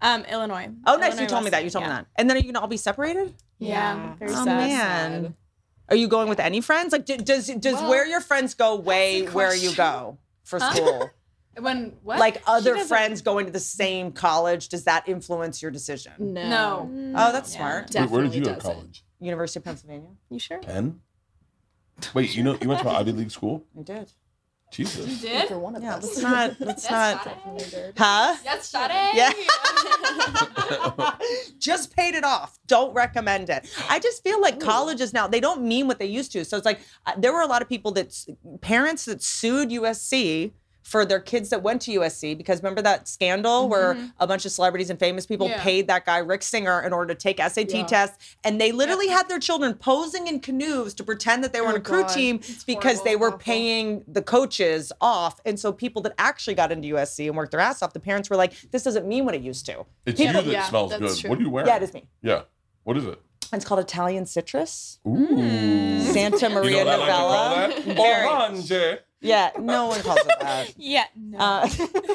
[SPEAKER 8] Um, Illinois.
[SPEAKER 5] Oh, nice. You
[SPEAKER 8] Illinois
[SPEAKER 5] told me that.
[SPEAKER 8] Wesleyan,
[SPEAKER 5] You told
[SPEAKER 8] yeah.
[SPEAKER 5] me that. And then are you going to all be separated?
[SPEAKER 8] Yeah,
[SPEAKER 9] Yeah.
[SPEAKER 8] very
[SPEAKER 5] oh,
[SPEAKER 8] sad.
[SPEAKER 5] man. Are you going with any friends? Like, d- does does
[SPEAKER 9] Well,
[SPEAKER 5] where your friends go weigh
[SPEAKER 9] that's a
[SPEAKER 5] where you
[SPEAKER 9] question.
[SPEAKER 5] go for
[SPEAKER 9] Huh?
[SPEAKER 5] school?
[SPEAKER 9] when what?
[SPEAKER 5] like other
[SPEAKER 9] doesn't-
[SPEAKER 5] friends going to the same college, does that influence your decision?
[SPEAKER 9] no,
[SPEAKER 2] No.
[SPEAKER 9] Mm,
[SPEAKER 5] Oh, that's smart.
[SPEAKER 9] definitely
[SPEAKER 1] Where did you go to
[SPEAKER 9] doesn't.
[SPEAKER 1] college?
[SPEAKER 5] University of Pennsylvania.
[SPEAKER 8] You sure?
[SPEAKER 1] Penn. Wait, you know you went to an Ivy League school?
[SPEAKER 5] I did.
[SPEAKER 1] Jesus.
[SPEAKER 9] Did
[SPEAKER 2] one of
[SPEAKER 5] Yeah, let's not. Let's
[SPEAKER 9] Yes,
[SPEAKER 5] not.
[SPEAKER 9] Sade.
[SPEAKER 5] Huh?
[SPEAKER 9] Yes, Sade.
[SPEAKER 5] Yeah. just paid it off. Don't recommend it. I just feel like colleges now they don't mean what they used to. So it's like uh, there were a lot of people that s- parents that sued USC for their kids that went to USC because remember that scandal where a bunch of celebrities and famous people
[SPEAKER 9] Mm-hmm. Yeah.
[SPEAKER 5] paid that guy Rick Singer in order to take SAT
[SPEAKER 9] Yeah.
[SPEAKER 5] tests and they literally had their children posing in canoes to pretend that they were on a crew
[SPEAKER 9] Oh, God.
[SPEAKER 5] team
[SPEAKER 9] It's
[SPEAKER 5] because they
[SPEAKER 9] horrible,
[SPEAKER 5] were
[SPEAKER 9] awful.
[SPEAKER 5] paying the coaches off and so people that actually got into USC and worked their ass off the parents were like this doesn't mean what it used to.
[SPEAKER 1] It's you that
[SPEAKER 9] Yeah,
[SPEAKER 1] smells
[SPEAKER 9] that's
[SPEAKER 1] good.
[SPEAKER 9] true.
[SPEAKER 1] What are you wearing?
[SPEAKER 5] Yeah, it is me.
[SPEAKER 1] Yeah. What is it?
[SPEAKER 5] It's called Italian citrus.
[SPEAKER 1] Ooh.
[SPEAKER 5] Santa
[SPEAKER 1] Mm.
[SPEAKER 5] Maria
[SPEAKER 1] you know what I
[SPEAKER 5] Novella.
[SPEAKER 1] like to call
[SPEAKER 5] Very.
[SPEAKER 1] that? Oh, Orange.
[SPEAKER 5] Yeah, no one calls it that.
[SPEAKER 8] Yeah. No.
[SPEAKER 5] Uh,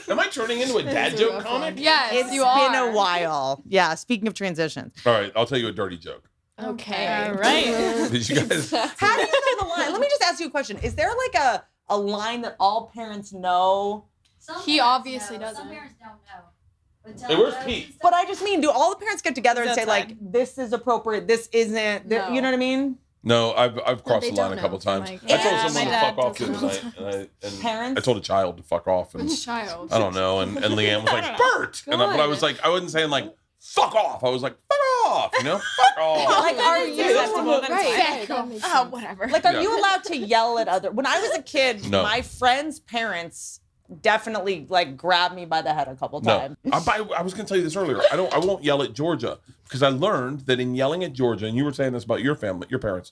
[SPEAKER 1] Am I turning into a dad joke comic?
[SPEAKER 9] Yes,
[SPEAKER 5] it's
[SPEAKER 9] you
[SPEAKER 5] been
[SPEAKER 9] are.
[SPEAKER 5] a while. Yeah, speaking of transitions.
[SPEAKER 1] All right, I'll tell you a dirty joke.
[SPEAKER 9] Okay.
[SPEAKER 8] All right.
[SPEAKER 1] Did you guys?
[SPEAKER 5] How do you know the line? Let me just ask you a question. Is there like a, a line that all parents know?
[SPEAKER 4] Some
[SPEAKER 2] He
[SPEAKER 4] parents
[SPEAKER 2] obviously
[SPEAKER 4] know,
[SPEAKER 2] doesn't.
[SPEAKER 4] Some parents don't know. But
[SPEAKER 1] Hey, where's
[SPEAKER 4] television
[SPEAKER 1] Pete?
[SPEAKER 4] stuff-
[SPEAKER 5] But I just mean, do all the parents get together and
[SPEAKER 8] He's
[SPEAKER 5] say like, this is appropriate, this isn't, th-
[SPEAKER 9] No.
[SPEAKER 5] you know what I mean?
[SPEAKER 1] No, I've I've crossed
[SPEAKER 9] they
[SPEAKER 1] the line
[SPEAKER 9] don't
[SPEAKER 1] a couple
[SPEAKER 9] know.
[SPEAKER 1] times.
[SPEAKER 9] Like-
[SPEAKER 1] I told
[SPEAKER 8] Yeah,
[SPEAKER 1] someone to
[SPEAKER 8] my
[SPEAKER 1] fuck
[SPEAKER 8] dad
[SPEAKER 1] off the other
[SPEAKER 8] doesn't
[SPEAKER 1] night, and I, and
[SPEAKER 5] Parents?
[SPEAKER 1] I told a child to fuck off, and
[SPEAKER 9] Which child.
[SPEAKER 1] I don't know. And, and Leanne was like, Bert! And I, but I was like, I wasn't saying like, fuck off. I was like, fuck off, you know? Fuck off.
[SPEAKER 5] Like, are you?
[SPEAKER 8] That's the one that's
[SPEAKER 9] Right.
[SPEAKER 8] like, Oh, whatever.
[SPEAKER 5] Like, are
[SPEAKER 1] Yeah.
[SPEAKER 5] you allowed to yell at other? When I was a kid,
[SPEAKER 1] No.
[SPEAKER 5] my friends' parents definitely like grabbed me by the head a couple
[SPEAKER 1] No,
[SPEAKER 5] times.
[SPEAKER 1] I, but I, I was going to tell you this earlier. I don't. I won't yell at Georgia because I learned that in yelling at Georgia, and you were saying this about your family, your parents.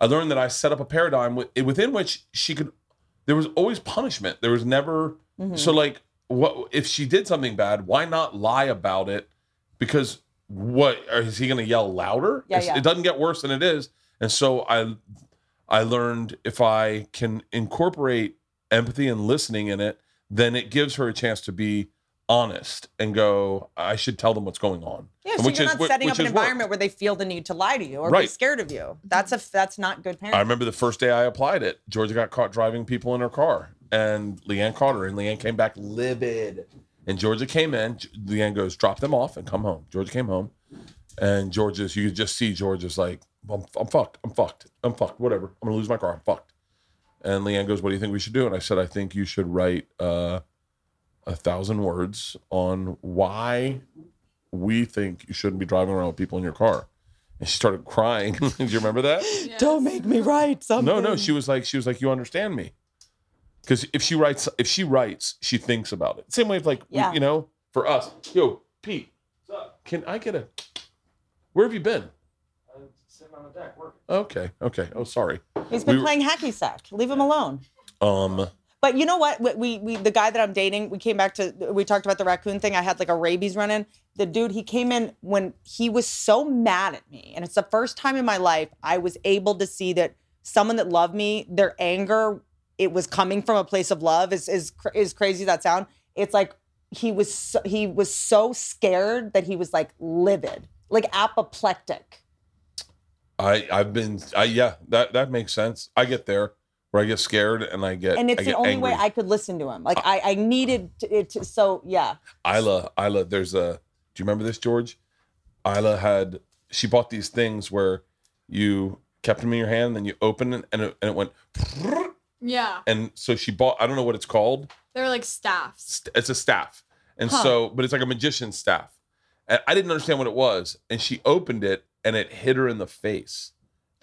[SPEAKER 1] I learned that I set up a paradigm wi- within which she could. There was always punishment. There was never.
[SPEAKER 5] Mm-hmm.
[SPEAKER 1] So like, what if she did something bad? Why not lie about it? Because what is he going to yell louder?
[SPEAKER 5] Yeah,
[SPEAKER 1] It's-
[SPEAKER 5] yeah.
[SPEAKER 1] It doesn't get worse than it is. And so I, I learned if I can incorporate empathy and listening in it, then it gives her a chance to be honest and go, I should tell them what's going on.
[SPEAKER 5] Yeah, so
[SPEAKER 1] Which
[SPEAKER 5] you're
[SPEAKER 1] is
[SPEAKER 5] not
[SPEAKER 1] whi-
[SPEAKER 5] setting
[SPEAKER 1] which
[SPEAKER 5] up an
[SPEAKER 1] is work.
[SPEAKER 5] environment where they feel the need to lie to you or be
[SPEAKER 1] Right.
[SPEAKER 5] scared of you. That's a that's not good parenting.
[SPEAKER 1] I remember the first day I applied it, Georgia got caught driving people in her car, and Leanne caught her, and Leanne came back livid. And Georgia came in. G- Leanne goes, drop them off and come home. Georgia came home, and Georgia's, you could just see Georgia's like, I'm, I'm fucked. I'm fucked. I'm fucked. Whatever. I'm gonna lose my car. I'm fucked. And Leanne goes, what do you think we should do? And I said, I think you should write uh, a thousand words on why we think you shouldn't be driving around with people in your car. And she started crying. do you remember that?
[SPEAKER 5] Don't make me write something.
[SPEAKER 1] No, no, she was like, she was like, you understand me, because if she writes, if she writes, she thinks about it. Same way, of like, we-
[SPEAKER 5] Yeah.
[SPEAKER 1] you know, for us, yo, Pete, can I get a? Where have you been? Okay, okay. Oh, sorry.
[SPEAKER 5] He's been
[SPEAKER 1] we were-
[SPEAKER 5] playing hacky sack. Leave him alone.
[SPEAKER 1] Um,
[SPEAKER 5] But you know what? We, we we the guy that I'm dating, we came back to we talked about the raccoon thing. I had like a rabies run in. The dude, he came in when he was so mad at me. And it's the first time in my life I was able to see that someone that loved me, their anger, it was coming from a place of love. Is is cr- is crazy as that sound? It's like he was so, he was so scared that he was like livid, like apoplectic.
[SPEAKER 1] I I've been, I yeah, that that makes sense. I get there where I get scared and I get
[SPEAKER 5] And it's
[SPEAKER 1] I
[SPEAKER 5] the
[SPEAKER 1] get
[SPEAKER 5] only
[SPEAKER 1] angry. Uh,
[SPEAKER 5] way I could listen to him. Like I I needed to, it to, so yeah.
[SPEAKER 1] Isla, Isla, there's a Do you remember this, George? Isla had she bought these things where you kept them in your hand, and then you opened it, and it, and it went.
[SPEAKER 2] Yeah.
[SPEAKER 1] And so she bought. I don't know what it's called.
[SPEAKER 2] They're like staffs.
[SPEAKER 1] St- It's a staff, and
[SPEAKER 3] Huh.
[SPEAKER 1] so but it's like a magician's staff. And I didn't understand what it was, and she opened it, and it hit her in the face,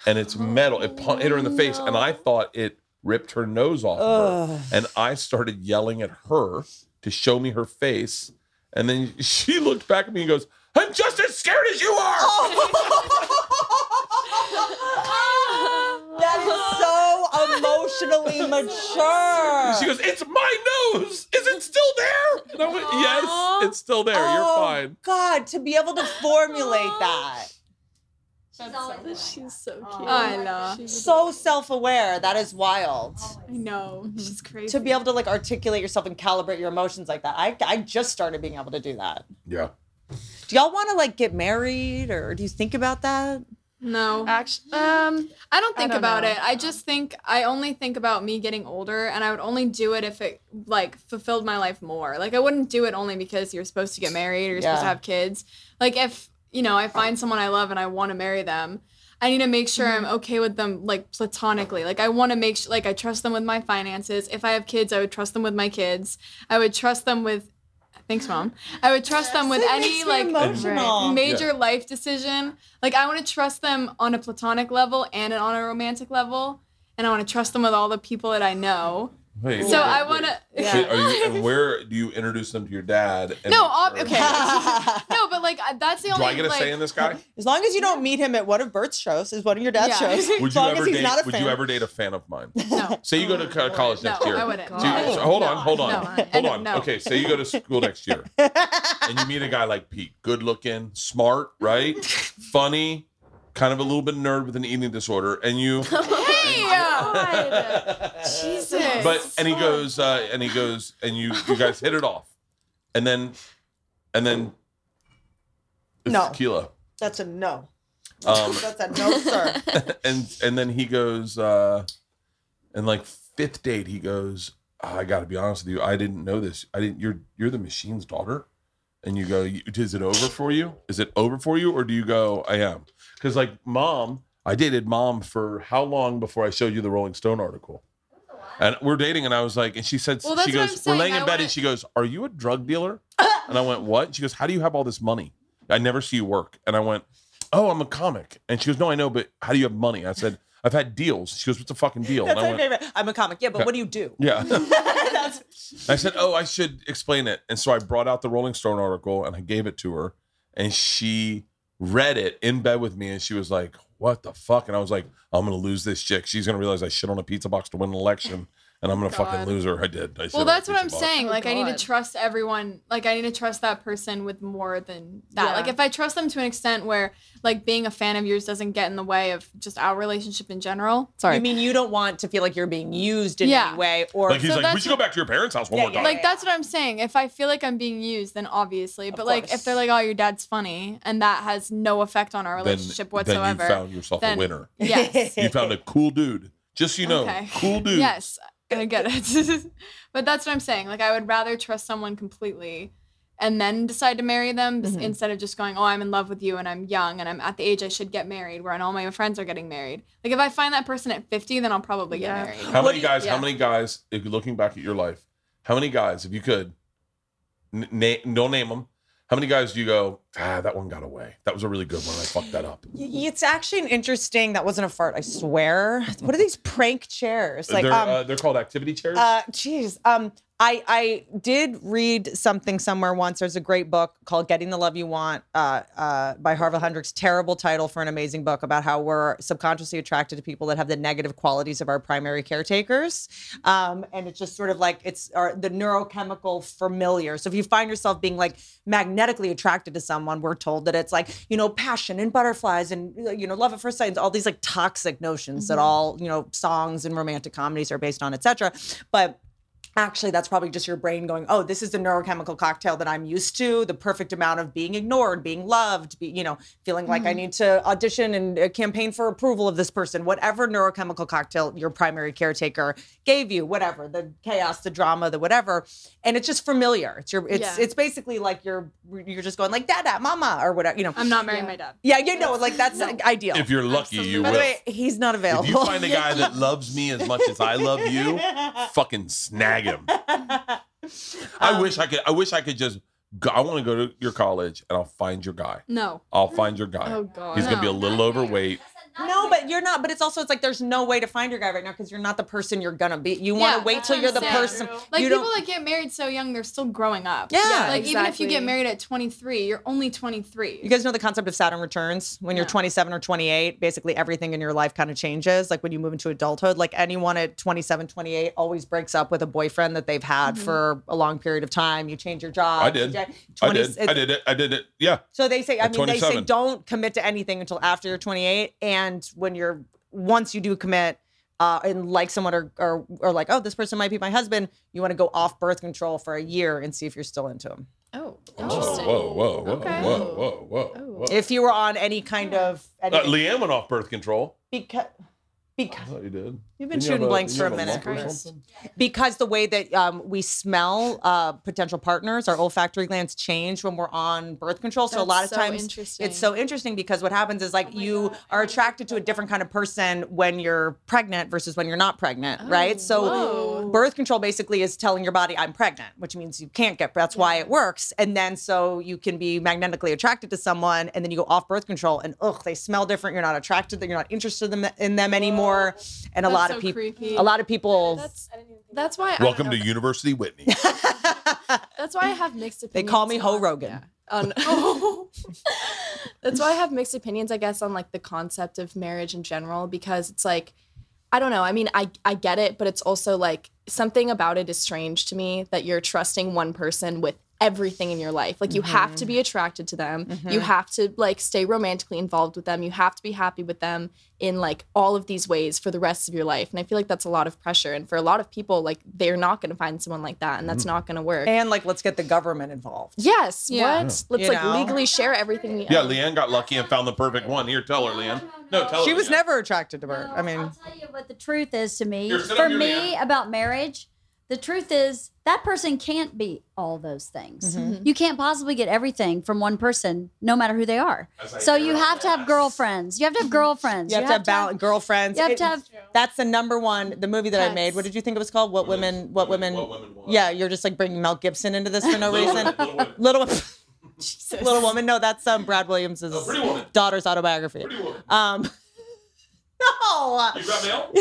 [SPEAKER 1] and it's metal. It pun- hit her in the face, and I thought it ripped her nose off. Of her
[SPEAKER 5] Ugh.
[SPEAKER 1] and I started yelling at her to show me her face. And then she looked back at me and goes, I'm just as scared as you are.
[SPEAKER 5] that is so emotionally mature.
[SPEAKER 1] And she goes, It's my nose. Is it still there? And I went, Yes, it's still there.
[SPEAKER 5] Oh,
[SPEAKER 1] You're fine.
[SPEAKER 5] God, to be able to formulate that.
[SPEAKER 4] She's always
[SPEAKER 8] She's so cute.
[SPEAKER 2] Isla.
[SPEAKER 5] So self-aware. That is wild.
[SPEAKER 2] I know. She's crazy.
[SPEAKER 5] Mm-hmm. To be able to like articulate yourself and calibrate your emotions like that. I, I just started being able to do that.
[SPEAKER 1] Yeah.
[SPEAKER 5] Do y'all want to like get married or do you think about that?
[SPEAKER 2] No.
[SPEAKER 8] Actually,
[SPEAKER 2] Um, I don't think
[SPEAKER 8] don't
[SPEAKER 2] about
[SPEAKER 8] know.
[SPEAKER 2] it. I just think I only think about me getting older, and I would only do it if it like fulfilled my life more. Like I wouldn't do it only because you're supposed to get married or you're supposed to
[SPEAKER 5] Yeah.
[SPEAKER 2] have kids. Like if you know I find someone I love and I want to marry them, I need to make sure I'm okay with them like platonically. Like I want to make sure like I trust them with my finances. If I have kids, I would trust them with my kids. I would trust them with. Thanks, mom. I would trust them with
[SPEAKER 5] That makes
[SPEAKER 2] any
[SPEAKER 5] me
[SPEAKER 2] like
[SPEAKER 5] emotional.
[SPEAKER 2] major life decision. Like I want to trust them on a platonic level and on a romantic level, and I want to trust them with all the people that I know.
[SPEAKER 1] Wait,
[SPEAKER 2] So I want to.
[SPEAKER 1] Wait, are you, and where do you introduce them to your dad? and
[SPEAKER 2] No,
[SPEAKER 1] make
[SPEAKER 2] ob-
[SPEAKER 1] sure-
[SPEAKER 2] okay. No, but like I- that's the
[SPEAKER 1] Do
[SPEAKER 2] only.
[SPEAKER 1] I get a
[SPEAKER 2] like,
[SPEAKER 1] say in this guy?
[SPEAKER 5] as long as you don't meet him at one of Bert's shows, is one of your dad's
[SPEAKER 2] Yeah.
[SPEAKER 5] shows.
[SPEAKER 1] Would
[SPEAKER 5] as
[SPEAKER 1] you
[SPEAKER 5] long
[SPEAKER 1] ever
[SPEAKER 5] as he's
[SPEAKER 1] date?
[SPEAKER 5] not a
[SPEAKER 1] Would
[SPEAKER 5] fan.
[SPEAKER 1] you ever date a fan of mine?
[SPEAKER 2] No.
[SPEAKER 1] Say you go to co- college
[SPEAKER 2] No,
[SPEAKER 1] next year.
[SPEAKER 2] I wouldn't.
[SPEAKER 1] Do you- so hold on, hold on,
[SPEAKER 2] No.
[SPEAKER 1] hold
[SPEAKER 2] And-
[SPEAKER 1] on.
[SPEAKER 2] no.
[SPEAKER 1] Okay, so you go to school next year, and you meet a guy like Pete, good looking, smart, right, funny, kind of a little bit nerd with an eating disorder, and you.
[SPEAKER 2] Hey,
[SPEAKER 5] Oh
[SPEAKER 2] Jesus.
[SPEAKER 1] But and he goes, uh, and he goes, and you you guys hit it off, and then, and then. It's
[SPEAKER 5] No.
[SPEAKER 1] tequila.
[SPEAKER 5] That's a no.
[SPEAKER 1] Um,
[SPEAKER 5] That's a no, sir.
[SPEAKER 1] and and then he goes uh and like fifth date he goes "Ah, i gotta be honest with you i didn't know this i didn't you're you're the machine's daughter and you go "You- is it over for you is it over for you or do you go i am because like mom i dated mom for how long before i showed you the rolling stone article and we're dating and i was like and she said
[SPEAKER 2] Well,
[SPEAKER 1] she
[SPEAKER 2] that's what I'm
[SPEAKER 1] goes we're
[SPEAKER 2] saying.
[SPEAKER 1] laying in
[SPEAKER 2] I
[SPEAKER 1] bed
[SPEAKER 2] wanna-
[SPEAKER 1] and she goes are you a drug dealer and i went what she goes how do you have all this money i never see you work and i went oh, I'm a comic. And she goes, no, I know, but how do you have money? I said, I've had deals. She goes, what's a fucking deal?
[SPEAKER 5] That's
[SPEAKER 1] and I
[SPEAKER 5] my favorite. I'm a comic. Yeah, but what do you do?
[SPEAKER 1] yeah.
[SPEAKER 5] That's-
[SPEAKER 1] I said, oh, I should explain it. And so I brought out the Rolling Stone article and I gave it to her. And she read it in bed with me and she was like, what the fuck? And I was like, I'm going to lose this chick. She's going to realize I shit on a pizza box to win an election. And I'm going to fucking
[SPEAKER 2] God.
[SPEAKER 1] lose her. I did. I shit on
[SPEAKER 2] Well,
[SPEAKER 1] a
[SPEAKER 2] that's what
[SPEAKER 1] pizza
[SPEAKER 2] I'm
[SPEAKER 1] box.
[SPEAKER 2] saying.
[SPEAKER 9] Oh,
[SPEAKER 2] like, I need
[SPEAKER 9] God.
[SPEAKER 2] to trust everyone. Like, I need to trust that person with more than that.
[SPEAKER 9] Yeah.
[SPEAKER 2] Like, if I trust them to an extent where, like, being a fan of yours doesn't get in the way of just our relationship in general. Sorry.
[SPEAKER 5] You mean you don't want to feel like you're being used in
[SPEAKER 2] Yeah.
[SPEAKER 5] any way or
[SPEAKER 1] Like, he's
[SPEAKER 2] So
[SPEAKER 1] like, we
[SPEAKER 2] that's
[SPEAKER 1] should go back to your parents' house one
[SPEAKER 5] Yeah,
[SPEAKER 1] more
[SPEAKER 5] yeah,
[SPEAKER 1] time.
[SPEAKER 5] yeah.
[SPEAKER 2] like that's what I'm saying. If I feel like I'm being used, then obviously.
[SPEAKER 5] Of
[SPEAKER 2] but like
[SPEAKER 5] course.
[SPEAKER 2] if they're like, "Oh, your dad's funny," and that has no effect on our
[SPEAKER 1] Then-
[SPEAKER 2] relationship
[SPEAKER 1] Then you
[SPEAKER 2] whatsoever.
[SPEAKER 1] found yourself a
[SPEAKER 2] then-
[SPEAKER 1] winner.
[SPEAKER 2] yes,
[SPEAKER 1] You found a cool dude. Just so you know,
[SPEAKER 2] Okay.
[SPEAKER 1] cool dude.
[SPEAKER 2] yes, I get it. but that's what I'm saying. Like I would rather trust someone completely, and then decide to marry them bes-
[SPEAKER 5] Mhm.
[SPEAKER 2] instead of just going, "Oh, I'm in love with you, and I'm young, and I'm at the age I should get married, where and all my friends are getting married." Like if I find that person at 50, then I'll probably get
[SPEAKER 9] Yeah.
[SPEAKER 2] married.
[SPEAKER 1] How
[SPEAKER 5] What
[SPEAKER 1] many
[SPEAKER 5] do you-
[SPEAKER 1] guys? How
[SPEAKER 9] yeah.
[SPEAKER 1] many guys? If you're looking back at your life, how many guys, if you could, n- na- don't name them. How many guys do you go? Ah, that one got away. That was a really good one. I fucked that up.
[SPEAKER 5] Y- It's actually an interesting. That wasn't a fart, I swear. What are these prank chairs? Like,
[SPEAKER 1] they're,
[SPEAKER 5] um,
[SPEAKER 1] uh, they're called activity chairs.
[SPEAKER 5] uh, geez, um, I I did read something somewhere once. There's a great book called "Getting the Love You Want" uh, uh, by Harville Hendrix. Terrible title for an amazing book about how we're subconsciously attracted to people that have the negative qualities of our primary caretakers, um, and it's just sort of like it's our, the neurochemical familiar. So if you find yourself being like magnetically attracted to someone, we're told that it's like you know passion and butterflies and you know love at first sight, and all these like toxic notions that all you know songs and romantic comedies are based on, etc. But actually that's probably just your brain going oh this is the neurochemical cocktail that i'm used to the perfect amount of being ignored being loved be, you know feeling like i need to audition and uh, campaign for approval of this person whatever neurochemical cocktail your primary caretaker gave you whatever the chaos the drama the whatever and it's just familiar it's your it's
[SPEAKER 9] Yeah.
[SPEAKER 5] it's basically like you're you're just going like dada mama or whatever you know
[SPEAKER 9] I'm not marrying my dad.
[SPEAKER 5] yeah you know like that's ideal
[SPEAKER 1] If you're lucky, you
[SPEAKER 5] by the
[SPEAKER 1] will.
[SPEAKER 5] way he's not available
[SPEAKER 1] If you find a guy that loves me as much as I love you, fucking snag him. I
[SPEAKER 5] Um,
[SPEAKER 1] wish I could. I wish I could just. Go, I want to go to your college and I'll find your guy.
[SPEAKER 2] No.
[SPEAKER 1] I'll find your guy.
[SPEAKER 2] Oh, God.
[SPEAKER 1] He's gonna be a little overweight.
[SPEAKER 5] No, but you're not. But it's also it's like there's no way to find your guy right now because you're not the person you're gonna be. You want
[SPEAKER 2] Yeah,
[SPEAKER 5] to wait
[SPEAKER 2] that's
[SPEAKER 5] till
[SPEAKER 2] what
[SPEAKER 5] you're
[SPEAKER 2] I'm
[SPEAKER 5] the person.
[SPEAKER 2] saying. Like
[SPEAKER 5] you
[SPEAKER 2] people
[SPEAKER 5] don't.
[SPEAKER 2] that get married so young, they're still growing up.
[SPEAKER 5] Yeah.
[SPEAKER 2] Like even if you get
[SPEAKER 9] exactly.
[SPEAKER 2] married at 23, you're only 23.
[SPEAKER 5] you guys know the concept of Saturn returns when you're
[SPEAKER 2] No.
[SPEAKER 5] 27 or 28. Basically, everything in your life kind of changes. Like when you move into adulthood, like anyone at 27, 28 always breaks up with a boyfriend that they've had
[SPEAKER 2] Mm-hmm.
[SPEAKER 5] for a long period of time. You change your job.
[SPEAKER 1] I did.
[SPEAKER 5] You-
[SPEAKER 1] I
[SPEAKER 5] 20
[SPEAKER 1] did. I did it. I did it. Yeah.
[SPEAKER 5] So they say, I
[SPEAKER 1] At
[SPEAKER 5] mean, they say
[SPEAKER 1] 27.
[SPEAKER 5] don't commit to anything until after you're 28. And when you're, once you do commit uh, and like someone or, or, or like, oh, this person might be my husband, you want to go off birth control for a year and see if you're still into him.
[SPEAKER 9] Oh,
[SPEAKER 1] Whoa,
[SPEAKER 9] interesting.
[SPEAKER 1] whoa, whoa, whoa,
[SPEAKER 9] Okay.
[SPEAKER 1] whoa, whoa,
[SPEAKER 5] Oh.
[SPEAKER 1] whoa, whoa.
[SPEAKER 5] If you were on any kind of,
[SPEAKER 1] uh,
[SPEAKER 5] anything,
[SPEAKER 1] Leanne went off birth control.
[SPEAKER 5] because, because,
[SPEAKER 1] thought you did.
[SPEAKER 5] You've been
[SPEAKER 1] Didn't you
[SPEAKER 5] shooting
[SPEAKER 1] have
[SPEAKER 5] blanks
[SPEAKER 1] didn't you
[SPEAKER 5] for a
[SPEAKER 1] have
[SPEAKER 5] minute.
[SPEAKER 1] lump or
[SPEAKER 9] Christ.
[SPEAKER 1] something?
[SPEAKER 5] because the way that um, we smell uh, potential partners, our olfactory glands change when we're on birth control. So a
[SPEAKER 9] That's
[SPEAKER 5] lot of
[SPEAKER 9] so
[SPEAKER 5] times
[SPEAKER 9] interesting. Oh
[SPEAKER 5] it's so interesting because what happens is like you are attracted to a different kind of person when you're pregnant versus when you're not pregnant, right? So
[SPEAKER 9] Oh, whoa.
[SPEAKER 5] birth control basically is telling your body I'm pregnant, which means you can't get. That's why it works. And then so you can be magnetically attracted to someone, and then you go off birth control, and ugh, they smell different. You're not attracted. You're not interested in them- in them anymore. And a
[SPEAKER 9] That's
[SPEAKER 5] lot
[SPEAKER 9] so
[SPEAKER 5] of people,
[SPEAKER 9] creepy.
[SPEAKER 5] a lot of people.
[SPEAKER 9] That's that's why. I don't
[SPEAKER 1] Welcome
[SPEAKER 9] know
[SPEAKER 1] to
[SPEAKER 9] that-
[SPEAKER 1] University Whitney.
[SPEAKER 9] That's why I have mixed opinions.
[SPEAKER 5] They call me Ho
[SPEAKER 9] on-
[SPEAKER 5] Rogan.
[SPEAKER 9] on- that's why I have mixed opinions, I guess, on like the concept of marriage in general, because it's like, I don't know. I mean, I I get it, but it's also like something about it is strange to me that you're trusting one person with everything in your life. Like you have to be attracted to them. You have to like stay romantically involved with them. You have to be happy with them in like all of these ways for the rest of your life. And I feel like that's a lot of pressure. And for a lot of people, like they're not gonna find someone like that and that's not gonna work.
[SPEAKER 5] And like, let's get the government involved.
[SPEAKER 9] Yes.
[SPEAKER 2] Yeah.
[SPEAKER 9] What? Let's
[SPEAKER 5] You
[SPEAKER 9] like
[SPEAKER 5] know?
[SPEAKER 9] legally share everything we
[SPEAKER 1] Yeah,
[SPEAKER 9] own.
[SPEAKER 1] Leanne got lucky and found the perfect one. Here, tell her, Leanne. No, tell her.
[SPEAKER 5] She was
[SPEAKER 1] Leanne.
[SPEAKER 5] never attracted to Bert. I mean,
[SPEAKER 3] I'll tell you what the truth is to me.
[SPEAKER 1] Here, sit
[SPEAKER 3] For
[SPEAKER 1] up here,
[SPEAKER 3] me,
[SPEAKER 1] Leanne.
[SPEAKER 3] about marriage, the truth is that person can't be all those things.
[SPEAKER 5] Mm-hmm.
[SPEAKER 3] You can't possibly get everything from one person, no matter who they are.
[SPEAKER 1] As I
[SPEAKER 3] So
[SPEAKER 1] hear
[SPEAKER 3] you
[SPEAKER 1] it.
[SPEAKER 3] have to have girlfriends. You have to have girlfriends.
[SPEAKER 5] you have to have balance, girlfriends.
[SPEAKER 3] you have to have-
[SPEAKER 5] That's the number one. The movie that I made.
[SPEAKER 3] Pets.
[SPEAKER 5] What did you think it was called? What women? What women?
[SPEAKER 1] What Women Want.
[SPEAKER 5] Yeah, you're just like bringing Mel Gibson into this for no
[SPEAKER 1] Little
[SPEAKER 5] reason.
[SPEAKER 1] Women, Little Women.
[SPEAKER 5] Little, little woman. No, that's um, Brad Williams'
[SPEAKER 1] Oh, Pretty Woman.
[SPEAKER 5] daughter's autobiography.
[SPEAKER 1] Pretty Woman.
[SPEAKER 5] Um, no,
[SPEAKER 1] You got mail?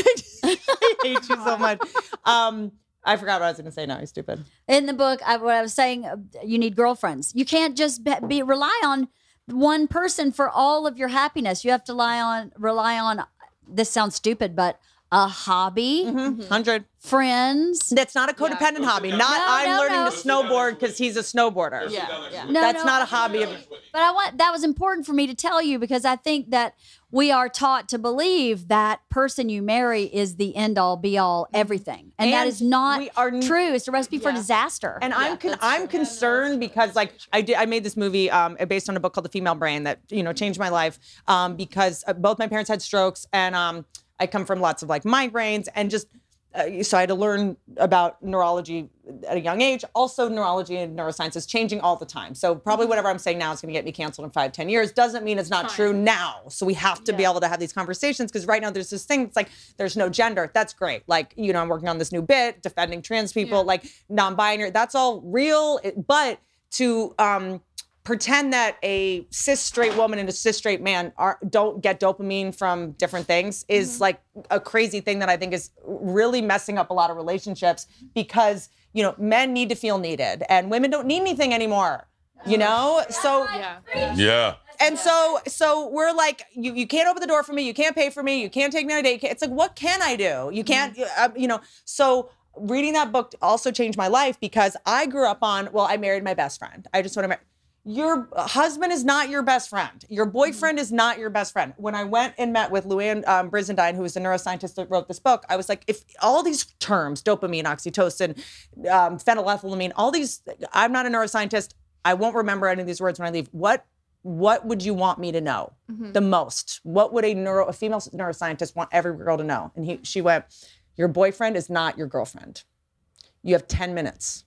[SPEAKER 5] I hate you so much. Um, I forgot what I was gonna say. Now you're stupid.
[SPEAKER 3] in the book I, what i was saying uh, you need girlfriends you can't just be, be rely on one person for all of your happiness you have to rely on rely on this sounds stupid but a hobby
[SPEAKER 5] Hmm? Mm-hmm. Hundred.
[SPEAKER 3] friends
[SPEAKER 5] That's not a codependent hobby. Not I'm
[SPEAKER 3] no,
[SPEAKER 5] learning
[SPEAKER 3] no.
[SPEAKER 5] to snowboard because he's a snowboarder.
[SPEAKER 9] Yeah. yeah.
[SPEAKER 3] no,
[SPEAKER 5] That's
[SPEAKER 3] no,
[SPEAKER 5] not a hobby. Of,
[SPEAKER 3] but i want that was important for me to tell you because i think that we are taught to believe that person you marry is the end all be all everything and, that
[SPEAKER 5] Mm-hmm. And
[SPEAKER 3] is not
[SPEAKER 5] we are n-
[SPEAKER 3] true it's a recipe for disaster
[SPEAKER 5] and I'm con- I'm concerned because like I did I made this movie um, based on a book called The Female Brain that you know changed my life um, because uh, both my parents had strokes and um, I come from lots of like migraines and just uh, so I had to learn about neurology at a young age. Also, neurology and neuroscience is changing all the time. So probably whatever I'm saying now is going to get me canceled in five, ten years. Doesn't mean it's not true now. So we have to be able to have these conversations because right now there's this thing. It's like there's no gender. That's great. Like you know, I'm working on this new bit defending trans people, like non-binary. That's all real. It- But to um, pretend that a cis straight woman and a cis straight man are, don't get dopamine from different things is like a crazy thing that I think is really messing up a lot of relationships because you know men need to feel needed and women don't need anything anymore. You know, so
[SPEAKER 1] Yeah.
[SPEAKER 5] and so so we're like you you can't open the door for me you can't pay for me you can't take me on a date you can't- it's like what can i do you can't uh, you know so reading that book also changed my life because i grew up on well i married my best friend i just want to marry your husband is not your best friend. Your boyfriend is not your best friend. When I went and met with Luann um, Brizendine, who is the neuroscientist that wrote this book, I was like, if all these terms, dopamine, oxytocin, um, phenylethylamine, all these, I'm not a neuroscientist. I won't remember any of these words when I leave. What what would you want me to know the most? What would a neuro a female neuroscientist want every girl to know? And he she went, Your boyfriend is not your girlfriend. You have 10 minutes.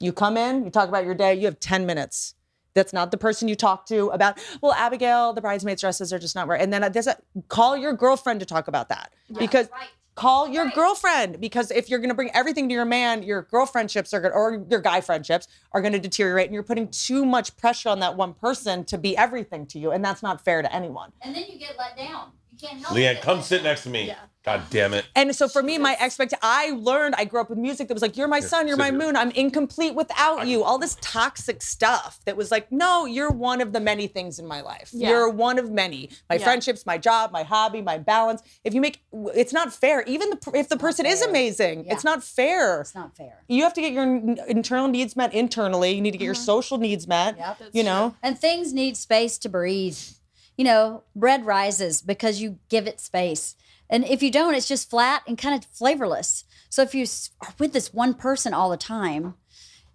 [SPEAKER 5] You come in, you talk about your day, you have 10 minutes. That's not the person you talk to about, well, Abigail, the bridesmaids' dresses are just not right. And then uh, there's a, call your girlfriend to talk about that. because call your girlfriend because if you're going to bring everything to your man, your girl friendships are gonna, or your guy friendships are going to deteriorate, and you're putting too much pressure on that one person to be everything to you, and that's not fair to anyone.
[SPEAKER 4] And then you get let down. You can't help
[SPEAKER 1] Leanne,
[SPEAKER 4] it.
[SPEAKER 1] come sit next to me. God damn it.
[SPEAKER 5] And so for me, my expect I learned I grew up with music that was like, you're my sun, you're
[SPEAKER 1] sit
[SPEAKER 5] my
[SPEAKER 1] here.
[SPEAKER 5] moon, I'm incomplete without you. All this toxic stuff that was like, no, you're one of the many things in my life.
[SPEAKER 9] Yeah.
[SPEAKER 5] You're one of many. My
[SPEAKER 9] Yeah.
[SPEAKER 5] friendships, my job, my hobby, my balance. If you make, it's not fair. Even the, per- if the person is amazing,
[SPEAKER 3] Yeah.
[SPEAKER 5] it's not fair.
[SPEAKER 3] It's not fair.
[SPEAKER 5] You have to get your n- internal needs met internally. You need to get your social needs met.
[SPEAKER 3] Yep.
[SPEAKER 5] you know,
[SPEAKER 3] And things need space to breathe. You know, bread rises because you give it space. And if you don't, it's just flat and kind of flavorless. So if you s- are with this one person all the time,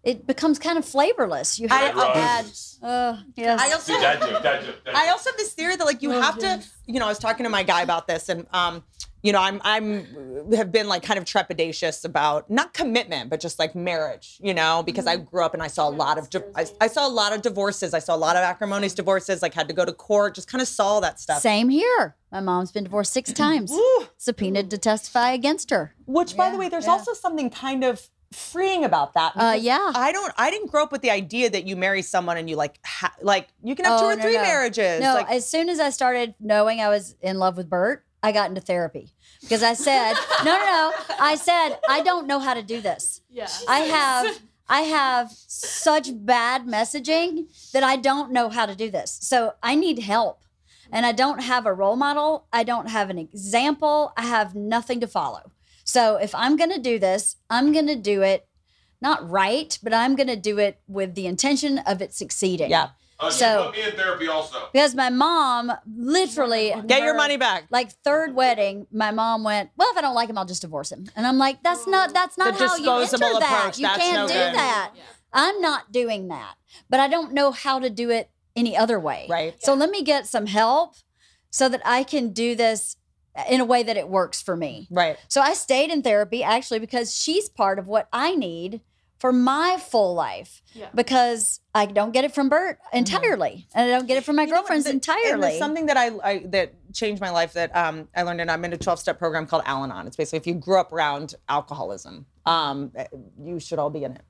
[SPEAKER 3] it becomes kind of flavorless. You have
[SPEAKER 1] Oh,
[SPEAKER 5] I-
[SPEAKER 3] a bad. Uh, yes.
[SPEAKER 5] I also
[SPEAKER 6] Dad joke, dad joke, dad
[SPEAKER 5] I
[SPEAKER 6] joke.
[SPEAKER 5] also have this theory that like
[SPEAKER 3] Oh,
[SPEAKER 5] you have to, you know, I was talking to my guy about this and um, you know, I'm I'm have been like kind of trepidatious about not commitment, but just like marriage, you know, because
[SPEAKER 3] Mm-hmm.
[SPEAKER 5] I grew up and I saw a lot of di- I, I saw a lot of divorces. I saw a lot of acrimonious divorces, like had to go to court, just kind of saw all that stuff.
[SPEAKER 3] Same here. My mom's been divorced six times, subpoenaed to testify against her.
[SPEAKER 5] Which, by the way, there's also something kind of freeing about that.
[SPEAKER 3] Uh,
[SPEAKER 5] because
[SPEAKER 3] yeah.
[SPEAKER 5] I don't. I didn't grow up with the idea that you marry someone and you like, ha- like you can have two
[SPEAKER 3] Oh,
[SPEAKER 5] or
[SPEAKER 3] no,
[SPEAKER 5] three
[SPEAKER 3] no.
[SPEAKER 5] marriages.
[SPEAKER 3] No,
[SPEAKER 5] like,
[SPEAKER 3] as soon as I started knowing I was in love with Bert, I got into therapy because I said, no, no, no. I said, I don't know how to do this.
[SPEAKER 9] Yeah.
[SPEAKER 3] I have I have such bad messaging that I don't know how to do this. So I need help. And I don't have a role model. I don't have an example. I have nothing to follow. So if I'm going to do this, I'm going to do it not right, but I'm going to do it with the intention of it succeeding.
[SPEAKER 5] yeah,
[SPEAKER 1] Oh,
[SPEAKER 6] Uh, she
[SPEAKER 3] so-
[SPEAKER 6] put me in therapy also.
[SPEAKER 3] Because my mom literally
[SPEAKER 5] get your
[SPEAKER 3] her-
[SPEAKER 5] money back.
[SPEAKER 3] Like third wedding, my mom went, "Well, if I don't like him, I'll just divorce him." And I'm like, "That's not that's not
[SPEAKER 5] Oh. The
[SPEAKER 3] how you enter
[SPEAKER 5] disposable
[SPEAKER 3] that.
[SPEAKER 5] approach,
[SPEAKER 3] You
[SPEAKER 5] that's
[SPEAKER 3] can't
[SPEAKER 5] no
[SPEAKER 3] do
[SPEAKER 5] good.
[SPEAKER 3] that. I'm not doing that. But I don't know how to do it any other way.
[SPEAKER 5] Right.
[SPEAKER 3] So let me get some help so that I can do this in a way that it works for me.
[SPEAKER 5] Right.
[SPEAKER 3] So I stayed in therapy actually because she's part of what I need for my full life
[SPEAKER 9] Yeah.
[SPEAKER 3] because I don't get it from Bert entirely and I don't get it from my
[SPEAKER 5] Mm-hmm. You know what,
[SPEAKER 3] girlfriends
[SPEAKER 5] the- and there's
[SPEAKER 3] entirely.
[SPEAKER 5] something that I, I that changed my life that um, I learned, and I'm in a 12 step program called Al Anon. It's basically if you grew up around alcoholism, um, you should all be in it.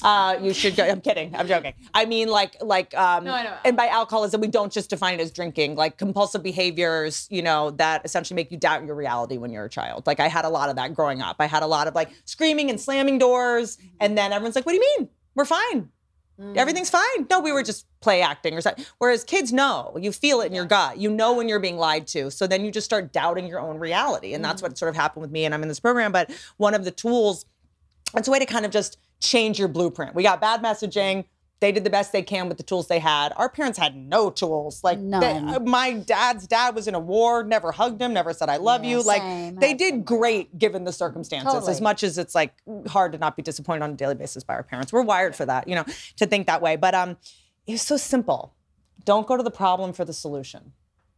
[SPEAKER 5] Uh, you should go. I'm kidding. I'm joking. I mean, like, like, um,
[SPEAKER 9] No, I know.
[SPEAKER 5] and by alcoholism, we don't just define it as drinking, like compulsive behaviors, you know, that essentially make you doubt your reality when you're a child. Like, I had a lot of that growing up. I had a lot of like screaming and slamming doors, and then everyone's like, what do you mean? We're fine. Mm. Everything's fine. No, we were just play acting or something. Whereas kids know, you feel it in your gut. You know when you're being lied to. So then you just start doubting your own reality. And that's
[SPEAKER 3] Mm.
[SPEAKER 5] what sort of happened with me. And I'm in this program. But one of the tools, it's a way to kind of just change your blueprint. We got bad messaging. They did the best they can with the tools they had. Our parents had no tools. Like they- uh,
[SPEAKER 3] None.
[SPEAKER 5] my dad's dad was in a war, never hugged him, never said I love
[SPEAKER 3] Yeah,
[SPEAKER 5] you. Like
[SPEAKER 3] same.
[SPEAKER 5] they did great given the circumstances. As
[SPEAKER 3] Totally.
[SPEAKER 5] much as it's like hard to not be disappointed on a daily basis by our parents. We're wired for that, you know, to think that way. But um it was so simple. Don't go to the problem for the solution.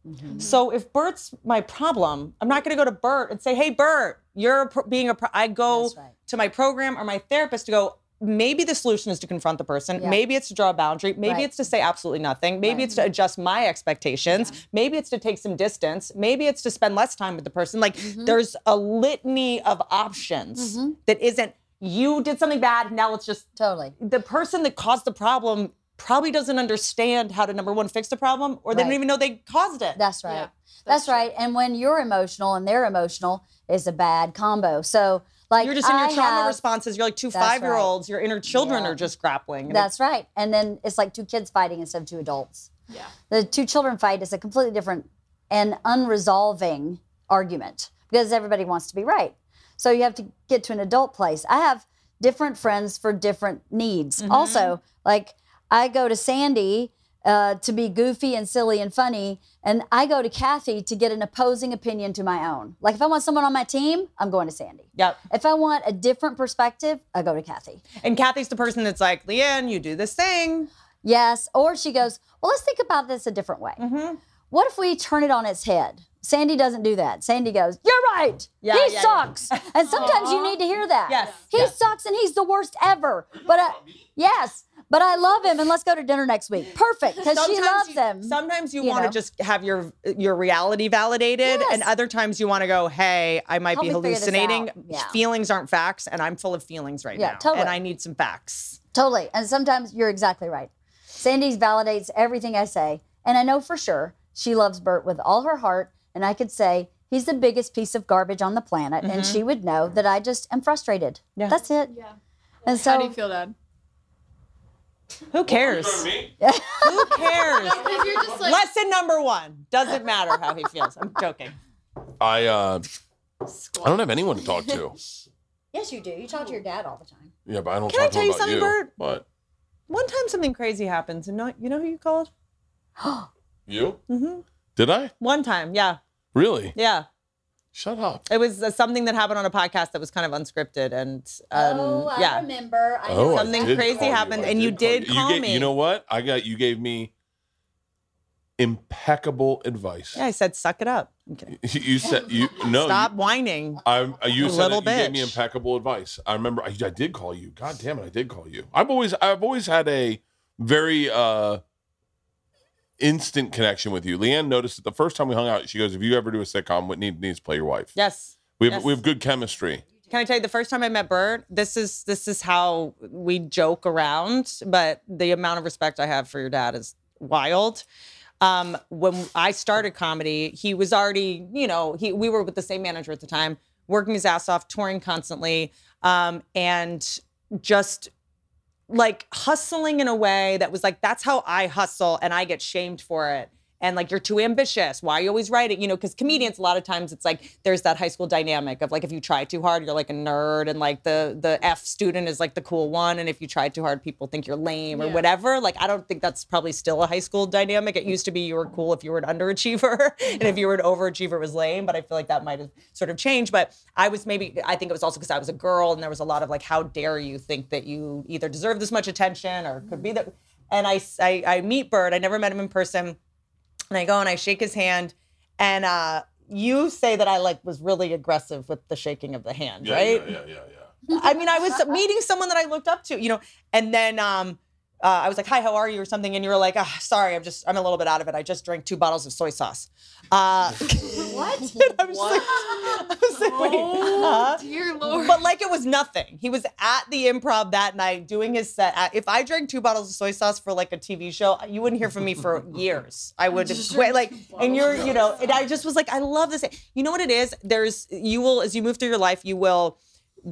[SPEAKER 3] Mm-hmm.
[SPEAKER 5] So if Bert's my problem, I'm not going to go to Bert and say, "Hey, Bert, you're a pro- being a." Pro-. I go
[SPEAKER 3] That's right.
[SPEAKER 5] to my program or my therapist to go. Maybe the solution is to confront the person.
[SPEAKER 3] Yeah.
[SPEAKER 5] Maybe it's to draw a boundary. Maybe
[SPEAKER 3] Right.
[SPEAKER 5] it's to say absolutely nothing. Maybe it's to adjust my expectations. Maybe it's to take some distance. Maybe it's to spend less time with the person. Like
[SPEAKER 3] Mm-hmm.
[SPEAKER 5] there's a litany of options that isn't you did something bad. Now it's just
[SPEAKER 3] Totally.
[SPEAKER 5] the person that caused the problem probably doesn't understand how to number one fix the problem, or they don't
[SPEAKER 3] Right.
[SPEAKER 5] even know they caused it.
[SPEAKER 3] That's right.
[SPEAKER 9] Yeah,
[SPEAKER 3] that's
[SPEAKER 9] that's true.
[SPEAKER 3] right. And when you're emotional and they're emotional, it's a bad combo. So like
[SPEAKER 5] you're just in your
[SPEAKER 3] I
[SPEAKER 5] trauma
[SPEAKER 3] have-
[SPEAKER 5] responses. You're like two
[SPEAKER 3] That's
[SPEAKER 5] five year olds. Your inner children
[SPEAKER 3] Yeah.
[SPEAKER 5] are just grappling. And
[SPEAKER 3] That's right. And then it's like two kids fighting instead of two adults.
[SPEAKER 9] Yeah.
[SPEAKER 3] The two children fight is a completely different and unresolving argument because everybody wants to be right. So you have to get to an adult place. I have different friends for different needs. Also, like I go to Sandy uh, to be goofy and silly and funny, and I go to Kathy to get an opposing opinion to my own. Like if I want someone on my team, I'm going to Sandy.
[SPEAKER 5] Yep.
[SPEAKER 3] If I want a different perspective, I go to Kathy.
[SPEAKER 5] And Kathy's the person that's like, Leanne, you do this thing.
[SPEAKER 3] Yes, or she goes, well, let's think about this a different way.
[SPEAKER 5] Mm-hmm.
[SPEAKER 3] What if we turn it on its head? Sandy doesn't do that. Sandy goes, "You're right.
[SPEAKER 5] Yeah,
[SPEAKER 3] he
[SPEAKER 5] yeah, yeah.
[SPEAKER 3] sucks." And sometimes you need to hear that.
[SPEAKER 5] Yes,
[SPEAKER 3] he sucks and he's the worst ever. But I, yes, but I love him and let's go to dinner next week. Perfect, because she loves
[SPEAKER 5] you,
[SPEAKER 3] him.
[SPEAKER 5] Sometimes you,
[SPEAKER 3] you
[SPEAKER 5] want
[SPEAKER 3] know?
[SPEAKER 5] to just have your your reality validated, and
[SPEAKER 3] Yes.
[SPEAKER 5] other times you want to go, "Hey, I might
[SPEAKER 3] Help
[SPEAKER 5] be
[SPEAKER 3] me figure this
[SPEAKER 5] hallucinating.
[SPEAKER 3] out." Yeah.
[SPEAKER 5] Feelings aren't facts, and I'm full of feelings right
[SPEAKER 3] Yeah,
[SPEAKER 5] now,
[SPEAKER 3] totally.
[SPEAKER 5] and I need some facts."
[SPEAKER 3] Totally. And sometimes you're exactly right. Sandy validates everything I say. And I know for sure she loves Bert with all her heart. And I could say, he's the biggest piece of garbage on the planet. And she would know that I just am frustrated.
[SPEAKER 5] Mm-hmm. Yeah.
[SPEAKER 3] That's it.
[SPEAKER 9] Yeah.
[SPEAKER 3] And
[SPEAKER 2] How
[SPEAKER 3] so,
[SPEAKER 2] do you feel, Dad?
[SPEAKER 5] Who
[SPEAKER 6] You're
[SPEAKER 5] cares?
[SPEAKER 6] me?
[SPEAKER 5] Who cares?
[SPEAKER 9] Because you're just like,
[SPEAKER 5] Lesson number one: doesn't matter how he feels. I'm joking.
[SPEAKER 1] I uh, I don't have anyone to talk to.
[SPEAKER 3] yes, you do. You talk to your dad all the time.
[SPEAKER 1] Yeah, but I don't
[SPEAKER 5] Can I
[SPEAKER 1] talk to
[SPEAKER 5] tell
[SPEAKER 1] him
[SPEAKER 5] you
[SPEAKER 1] about
[SPEAKER 5] something,
[SPEAKER 1] you.
[SPEAKER 5] Bert?
[SPEAKER 1] What?
[SPEAKER 5] One time something crazy happens, and not you know who you called?
[SPEAKER 1] You? Mm-hmm. Did I?
[SPEAKER 5] One time, yeah,
[SPEAKER 1] Really?
[SPEAKER 5] yeah.
[SPEAKER 1] Shut up.
[SPEAKER 5] It was uh, something that happened on a podcast that was kind of unscripted, and um, yeah.
[SPEAKER 3] Oh, remember. I
[SPEAKER 1] Oh, I
[SPEAKER 5] Something
[SPEAKER 1] did
[SPEAKER 5] crazy
[SPEAKER 1] call you.
[SPEAKER 5] happened,
[SPEAKER 1] I
[SPEAKER 5] and you did call
[SPEAKER 1] you ga-
[SPEAKER 5] me.
[SPEAKER 1] You know what? I got you gave me impeccable advice.
[SPEAKER 5] Yeah, I said, suck it up. I'm kidding.
[SPEAKER 1] Oh, You said you no. you-
[SPEAKER 5] Stop whining.
[SPEAKER 1] I, I you said
[SPEAKER 5] Little
[SPEAKER 1] that you gave me
[SPEAKER 5] bitch.
[SPEAKER 1] impeccable advice. I remember I, I did call you. God damn it, I did call you. I've always I've always had a very uh instant connection with you. Leanne noticed it the first time we hung out. She goes, "If you ever do a sitcom, Whitney needs to play your wife.
[SPEAKER 5] Yes.
[SPEAKER 1] we have
[SPEAKER 5] yes.
[SPEAKER 1] we have good chemistry.
[SPEAKER 5] Can I tell you the first time I met Bert, this is this is how we joke around, but the amount of respect I have for your dad is wild. Um, when I started comedy, he was already, you know, he we were with the same manager at the time, working his ass off, touring constantly, um, and just like hustling in a way that was like, that's how I hustle and I get shamed for it. And like, you're too ambitious. Why are you always writing? You know, because comedians, a lot of times it's like there's that high school dynamic of like, if you try too hard, you're like a nerd. And like the the F student is like the cool one. And if you try too hard, people think you're lame or whatever. Like, I don't think that's probably still a high school dynamic. It used to be you were cool if you were an underachiever. and if you were an overachiever, it was lame. But I feel like that might have sort of changed. But I was maybe, I think it was also because I was a girl and there was a lot of like, how dare you think that you either deserve this much attention or could be
[SPEAKER 1] Mm.
[SPEAKER 5] that. And I, I, I meet Bird. I never met him in person. And I go and I shake his hand. And uh, you say that I like was really aggressive with the shaking of the hand,
[SPEAKER 1] Yeah,
[SPEAKER 5] right?
[SPEAKER 1] yeah, yeah, yeah, yeah.
[SPEAKER 5] I mean, I was meeting someone that I looked up to, you know, and then um, uh, I was like, "Hi, how are you?" or something, and you were like, Ah, "Sorry, I'm just, I'm a little bit out of it. I just drank two bottles of soy sauce." Uh,
[SPEAKER 3] What?
[SPEAKER 5] and I was like, I was like, "Wait, huh?"
[SPEAKER 9] Oh, dear Lord.
[SPEAKER 5] But like it was nothing. He was at the improv that night doing his set. At, if I drank two bottles of soy sauce for like a TV show, you wouldn't hear from me for years. I would quit. Like, and you're, you know, and I just was like, I love this. You know what it is? There's, you will, as you move through your life, you will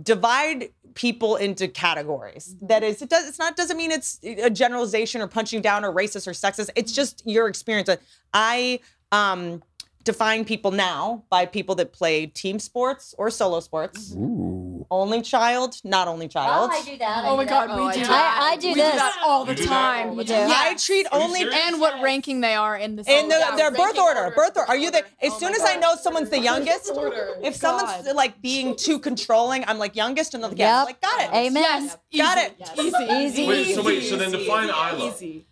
[SPEAKER 5] divide people into categories. That is, it does. It's not doesn't mean it's a generalization or punching down or racist or sexist. It's just your experience. I um, define people now by people that play team sports or solo sports. Only child, not only child.
[SPEAKER 3] I do that.
[SPEAKER 2] Oh my God,
[SPEAKER 9] Oh,
[SPEAKER 2] we
[SPEAKER 9] I
[SPEAKER 2] do.
[SPEAKER 9] do.
[SPEAKER 2] that.
[SPEAKER 3] I, I do
[SPEAKER 2] we
[SPEAKER 3] this.
[SPEAKER 2] do that all the
[SPEAKER 1] You do that
[SPEAKER 2] time.
[SPEAKER 1] all
[SPEAKER 3] the
[SPEAKER 2] You do.
[SPEAKER 3] time.
[SPEAKER 5] I treat
[SPEAKER 1] you
[SPEAKER 5] only
[SPEAKER 1] serious?
[SPEAKER 2] And what ranking they are in the
[SPEAKER 5] in the,
[SPEAKER 9] Yeah,
[SPEAKER 5] their
[SPEAKER 9] ranking
[SPEAKER 5] birth order,
[SPEAKER 9] order,
[SPEAKER 5] Birth order. Are
[SPEAKER 9] ranking
[SPEAKER 5] you the?
[SPEAKER 9] order.
[SPEAKER 5] As
[SPEAKER 9] Oh
[SPEAKER 5] soon
[SPEAKER 9] my
[SPEAKER 5] as I
[SPEAKER 9] God.
[SPEAKER 5] know someone's the youngest,
[SPEAKER 9] Order.
[SPEAKER 5] if someone's
[SPEAKER 2] God.
[SPEAKER 5] like being too controlling, I'm like youngest, and they're like, yeah, I'm
[SPEAKER 3] Yep.
[SPEAKER 5] like got it.
[SPEAKER 3] Amen.
[SPEAKER 2] Yes,
[SPEAKER 5] Got
[SPEAKER 2] easy,
[SPEAKER 5] it.
[SPEAKER 2] yes.
[SPEAKER 3] Easy.
[SPEAKER 1] Wait, so wait, so then define Isla.
[SPEAKER 9] Easy.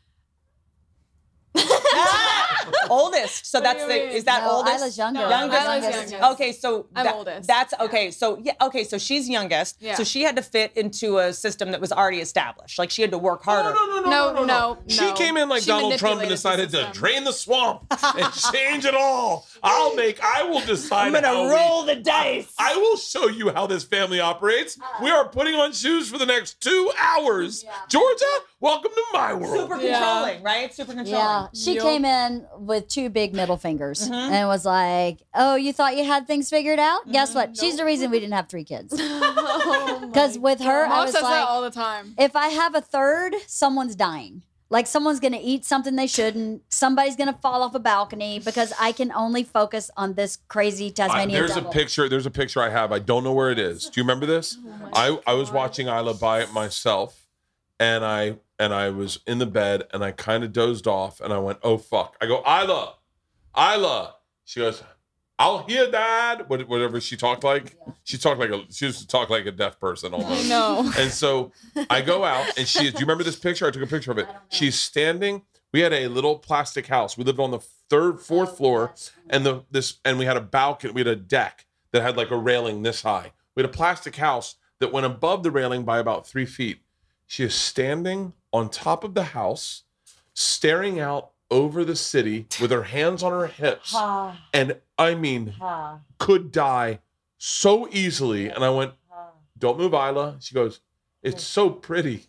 [SPEAKER 5] oldest. So that's
[SPEAKER 9] do you
[SPEAKER 5] the
[SPEAKER 9] mean?
[SPEAKER 5] is that
[SPEAKER 3] No,
[SPEAKER 5] oldest?
[SPEAKER 3] Isla's younger.
[SPEAKER 9] No,
[SPEAKER 5] Youngest.
[SPEAKER 9] Isla's
[SPEAKER 3] Youngest.
[SPEAKER 9] youngest.
[SPEAKER 5] Okay, so
[SPEAKER 2] I'm
[SPEAKER 5] that-
[SPEAKER 2] oldest.
[SPEAKER 5] That's okay. So yeah, okay, so she's youngest.
[SPEAKER 2] Yeah.
[SPEAKER 5] So she had to fit into a system that was already established. Like she had to work harder.
[SPEAKER 2] No, no, no.
[SPEAKER 1] She came in like
[SPEAKER 2] She
[SPEAKER 1] Donald Trump and decided
[SPEAKER 2] manipulated the
[SPEAKER 1] to
[SPEAKER 2] system.
[SPEAKER 1] drain the swamp and change it all. I'll make. I will decide.
[SPEAKER 5] I'm gonna
[SPEAKER 1] how we-
[SPEAKER 5] roll the dice.
[SPEAKER 1] I will show you how this family operates. we are putting on shoes for the next two hours. Georgia, welcome to my world.
[SPEAKER 5] Super
[SPEAKER 2] Yeah.
[SPEAKER 5] controlling, right? Super controlling.
[SPEAKER 3] Yeah, she
[SPEAKER 2] Yup.
[SPEAKER 3] came in with two big middle fingers and was like, "Oh, you thought you had things figured out? Guess what? She's the reason we didn't have three kids.
[SPEAKER 2] Oh,
[SPEAKER 3] Because with her, I
[SPEAKER 2] Mom
[SPEAKER 3] was
[SPEAKER 2] says that
[SPEAKER 3] like,
[SPEAKER 2] all the time.
[SPEAKER 3] if I have a third, someone's dying. Like someone's gonna eat something they shouldn't. Somebody's gonna fall off a balcony because I can only focus on this crazy
[SPEAKER 1] I-
[SPEAKER 3] Tasmanian
[SPEAKER 1] Uh, there's a
[SPEAKER 3] devil. Oh
[SPEAKER 1] picture. There's a picture I have. I don't know where it is. Do you remember this? I I was watching Isla by it myself, and I
[SPEAKER 6] and I was in the bed and I kind of dozed off and I went, oh fuck. I go, Isla, Isla. She goes, I'll hear dad. What- Whatever she talked like. She talked like a she used to talk like a deaf person almost.
[SPEAKER 9] No.
[SPEAKER 6] And so I go out and she is, do you remember this picture? I took a picture of it. She's standing. We had a little plastic house. We lived on the third,
[SPEAKER 3] Oh,
[SPEAKER 6] fourth floor, and the this and we had a balcony, we had a deck that had like a railing this high. We had a plastic house that went above the railing by about three feet. She is standing on top of the house, staring out over the city with her hands on her hips. And I mean, could die so easily. And I went, Don't move, Isla. She goes, It's so pretty.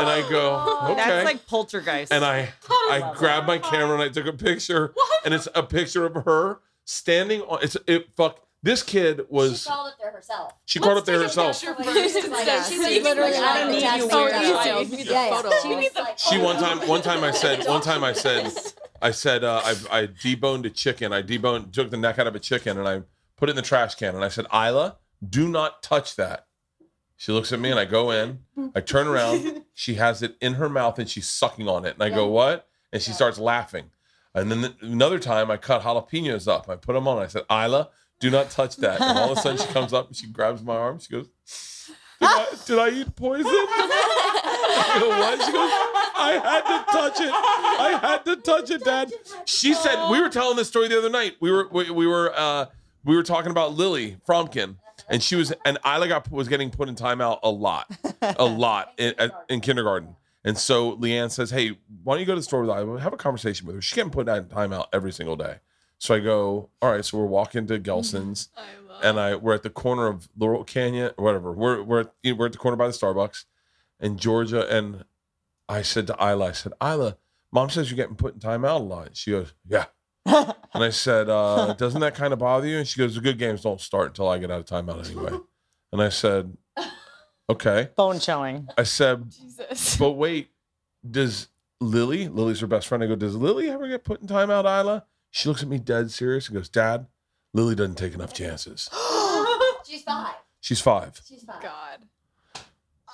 [SPEAKER 6] And I go, and I go Okay.
[SPEAKER 5] That's like poltergeist.
[SPEAKER 6] and I I grabbed my camera and I took a picture. And it's a picture of her standing on it's it fuck. This kid was
[SPEAKER 3] she called up there herself.
[SPEAKER 6] she called up there herself.
[SPEAKER 4] First instead,
[SPEAKER 3] She
[SPEAKER 4] she
[SPEAKER 3] was
[SPEAKER 4] was
[SPEAKER 3] literally
[SPEAKER 4] like,
[SPEAKER 3] out
[SPEAKER 4] I
[SPEAKER 3] of
[SPEAKER 4] don't need
[SPEAKER 3] text
[SPEAKER 4] you,
[SPEAKER 3] photo.
[SPEAKER 4] weird child.
[SPEAKER 3] Yeah, yeah.
[SPEAKER 4] Photo.
[SPEAKER 3] She was like,
[SPEAKER 6] She
[SPEAKER 3] oh,
[SPEAKER 6] one time, one time I said, one time I said, I said, uh, I, I deboned a chicken. I deboned, took the neck out of a chicken, and I put it in the trash can. And I said, Isla, do not touch that. She looks at me, and I go in. I turn around. She has it in her mouth, and she's sucking on it. And I go, what? And she starts laughing. And then the- another time, I cut jalapenos up. I put them on. I said, Isla, do not touch that. And all of a sudden, she comes up and she grabs my arm. She goes, did I, did I eat poison? I go, what? She goes, I had to touch it. I had to touch it, Dad. She said we were telling this story the other night. We were we, we were uh we were talking about Lily Fromkin, and she was and Isla got was getting put in timeout a lot, a lot in, at- in kindergarten. And so Leanne says, "Hey, why don't you go to the store with Isla? Have a conversation with her. She's getting put in timeout every single day." So I go, "All right." So we're walking to Gelson's, and I we're at the corner of Laurel Canyon or whatever. We're we're at, we're at the corner by the Starbucks, and Georgia and I said to Isla, I said, Isla, mom says you're getting put in timeout a lot. She goes, Yeah. and I said, uh, Doesn't that kind of bother you? And she goes, The good games don't start until I get out of timeout anyway. And I said, Okay.
[SPEAKER 5] Bone chilling.
[SPEAKER 6] I said,
[SPEAKER 9] Jesus.
[SPEAKER 6] But wait, does Lily, Lily's her best friend, I go, Does Lily ever get put in timeout, Isla? She looks at me dead serious and goes, Dad, Lily doesn't take enough chances.
[SPEAKER 3] She's five.
[SPEAKER 6] She's five.
[SPEAKER 3] She's five.
[SPEAKER 4] God.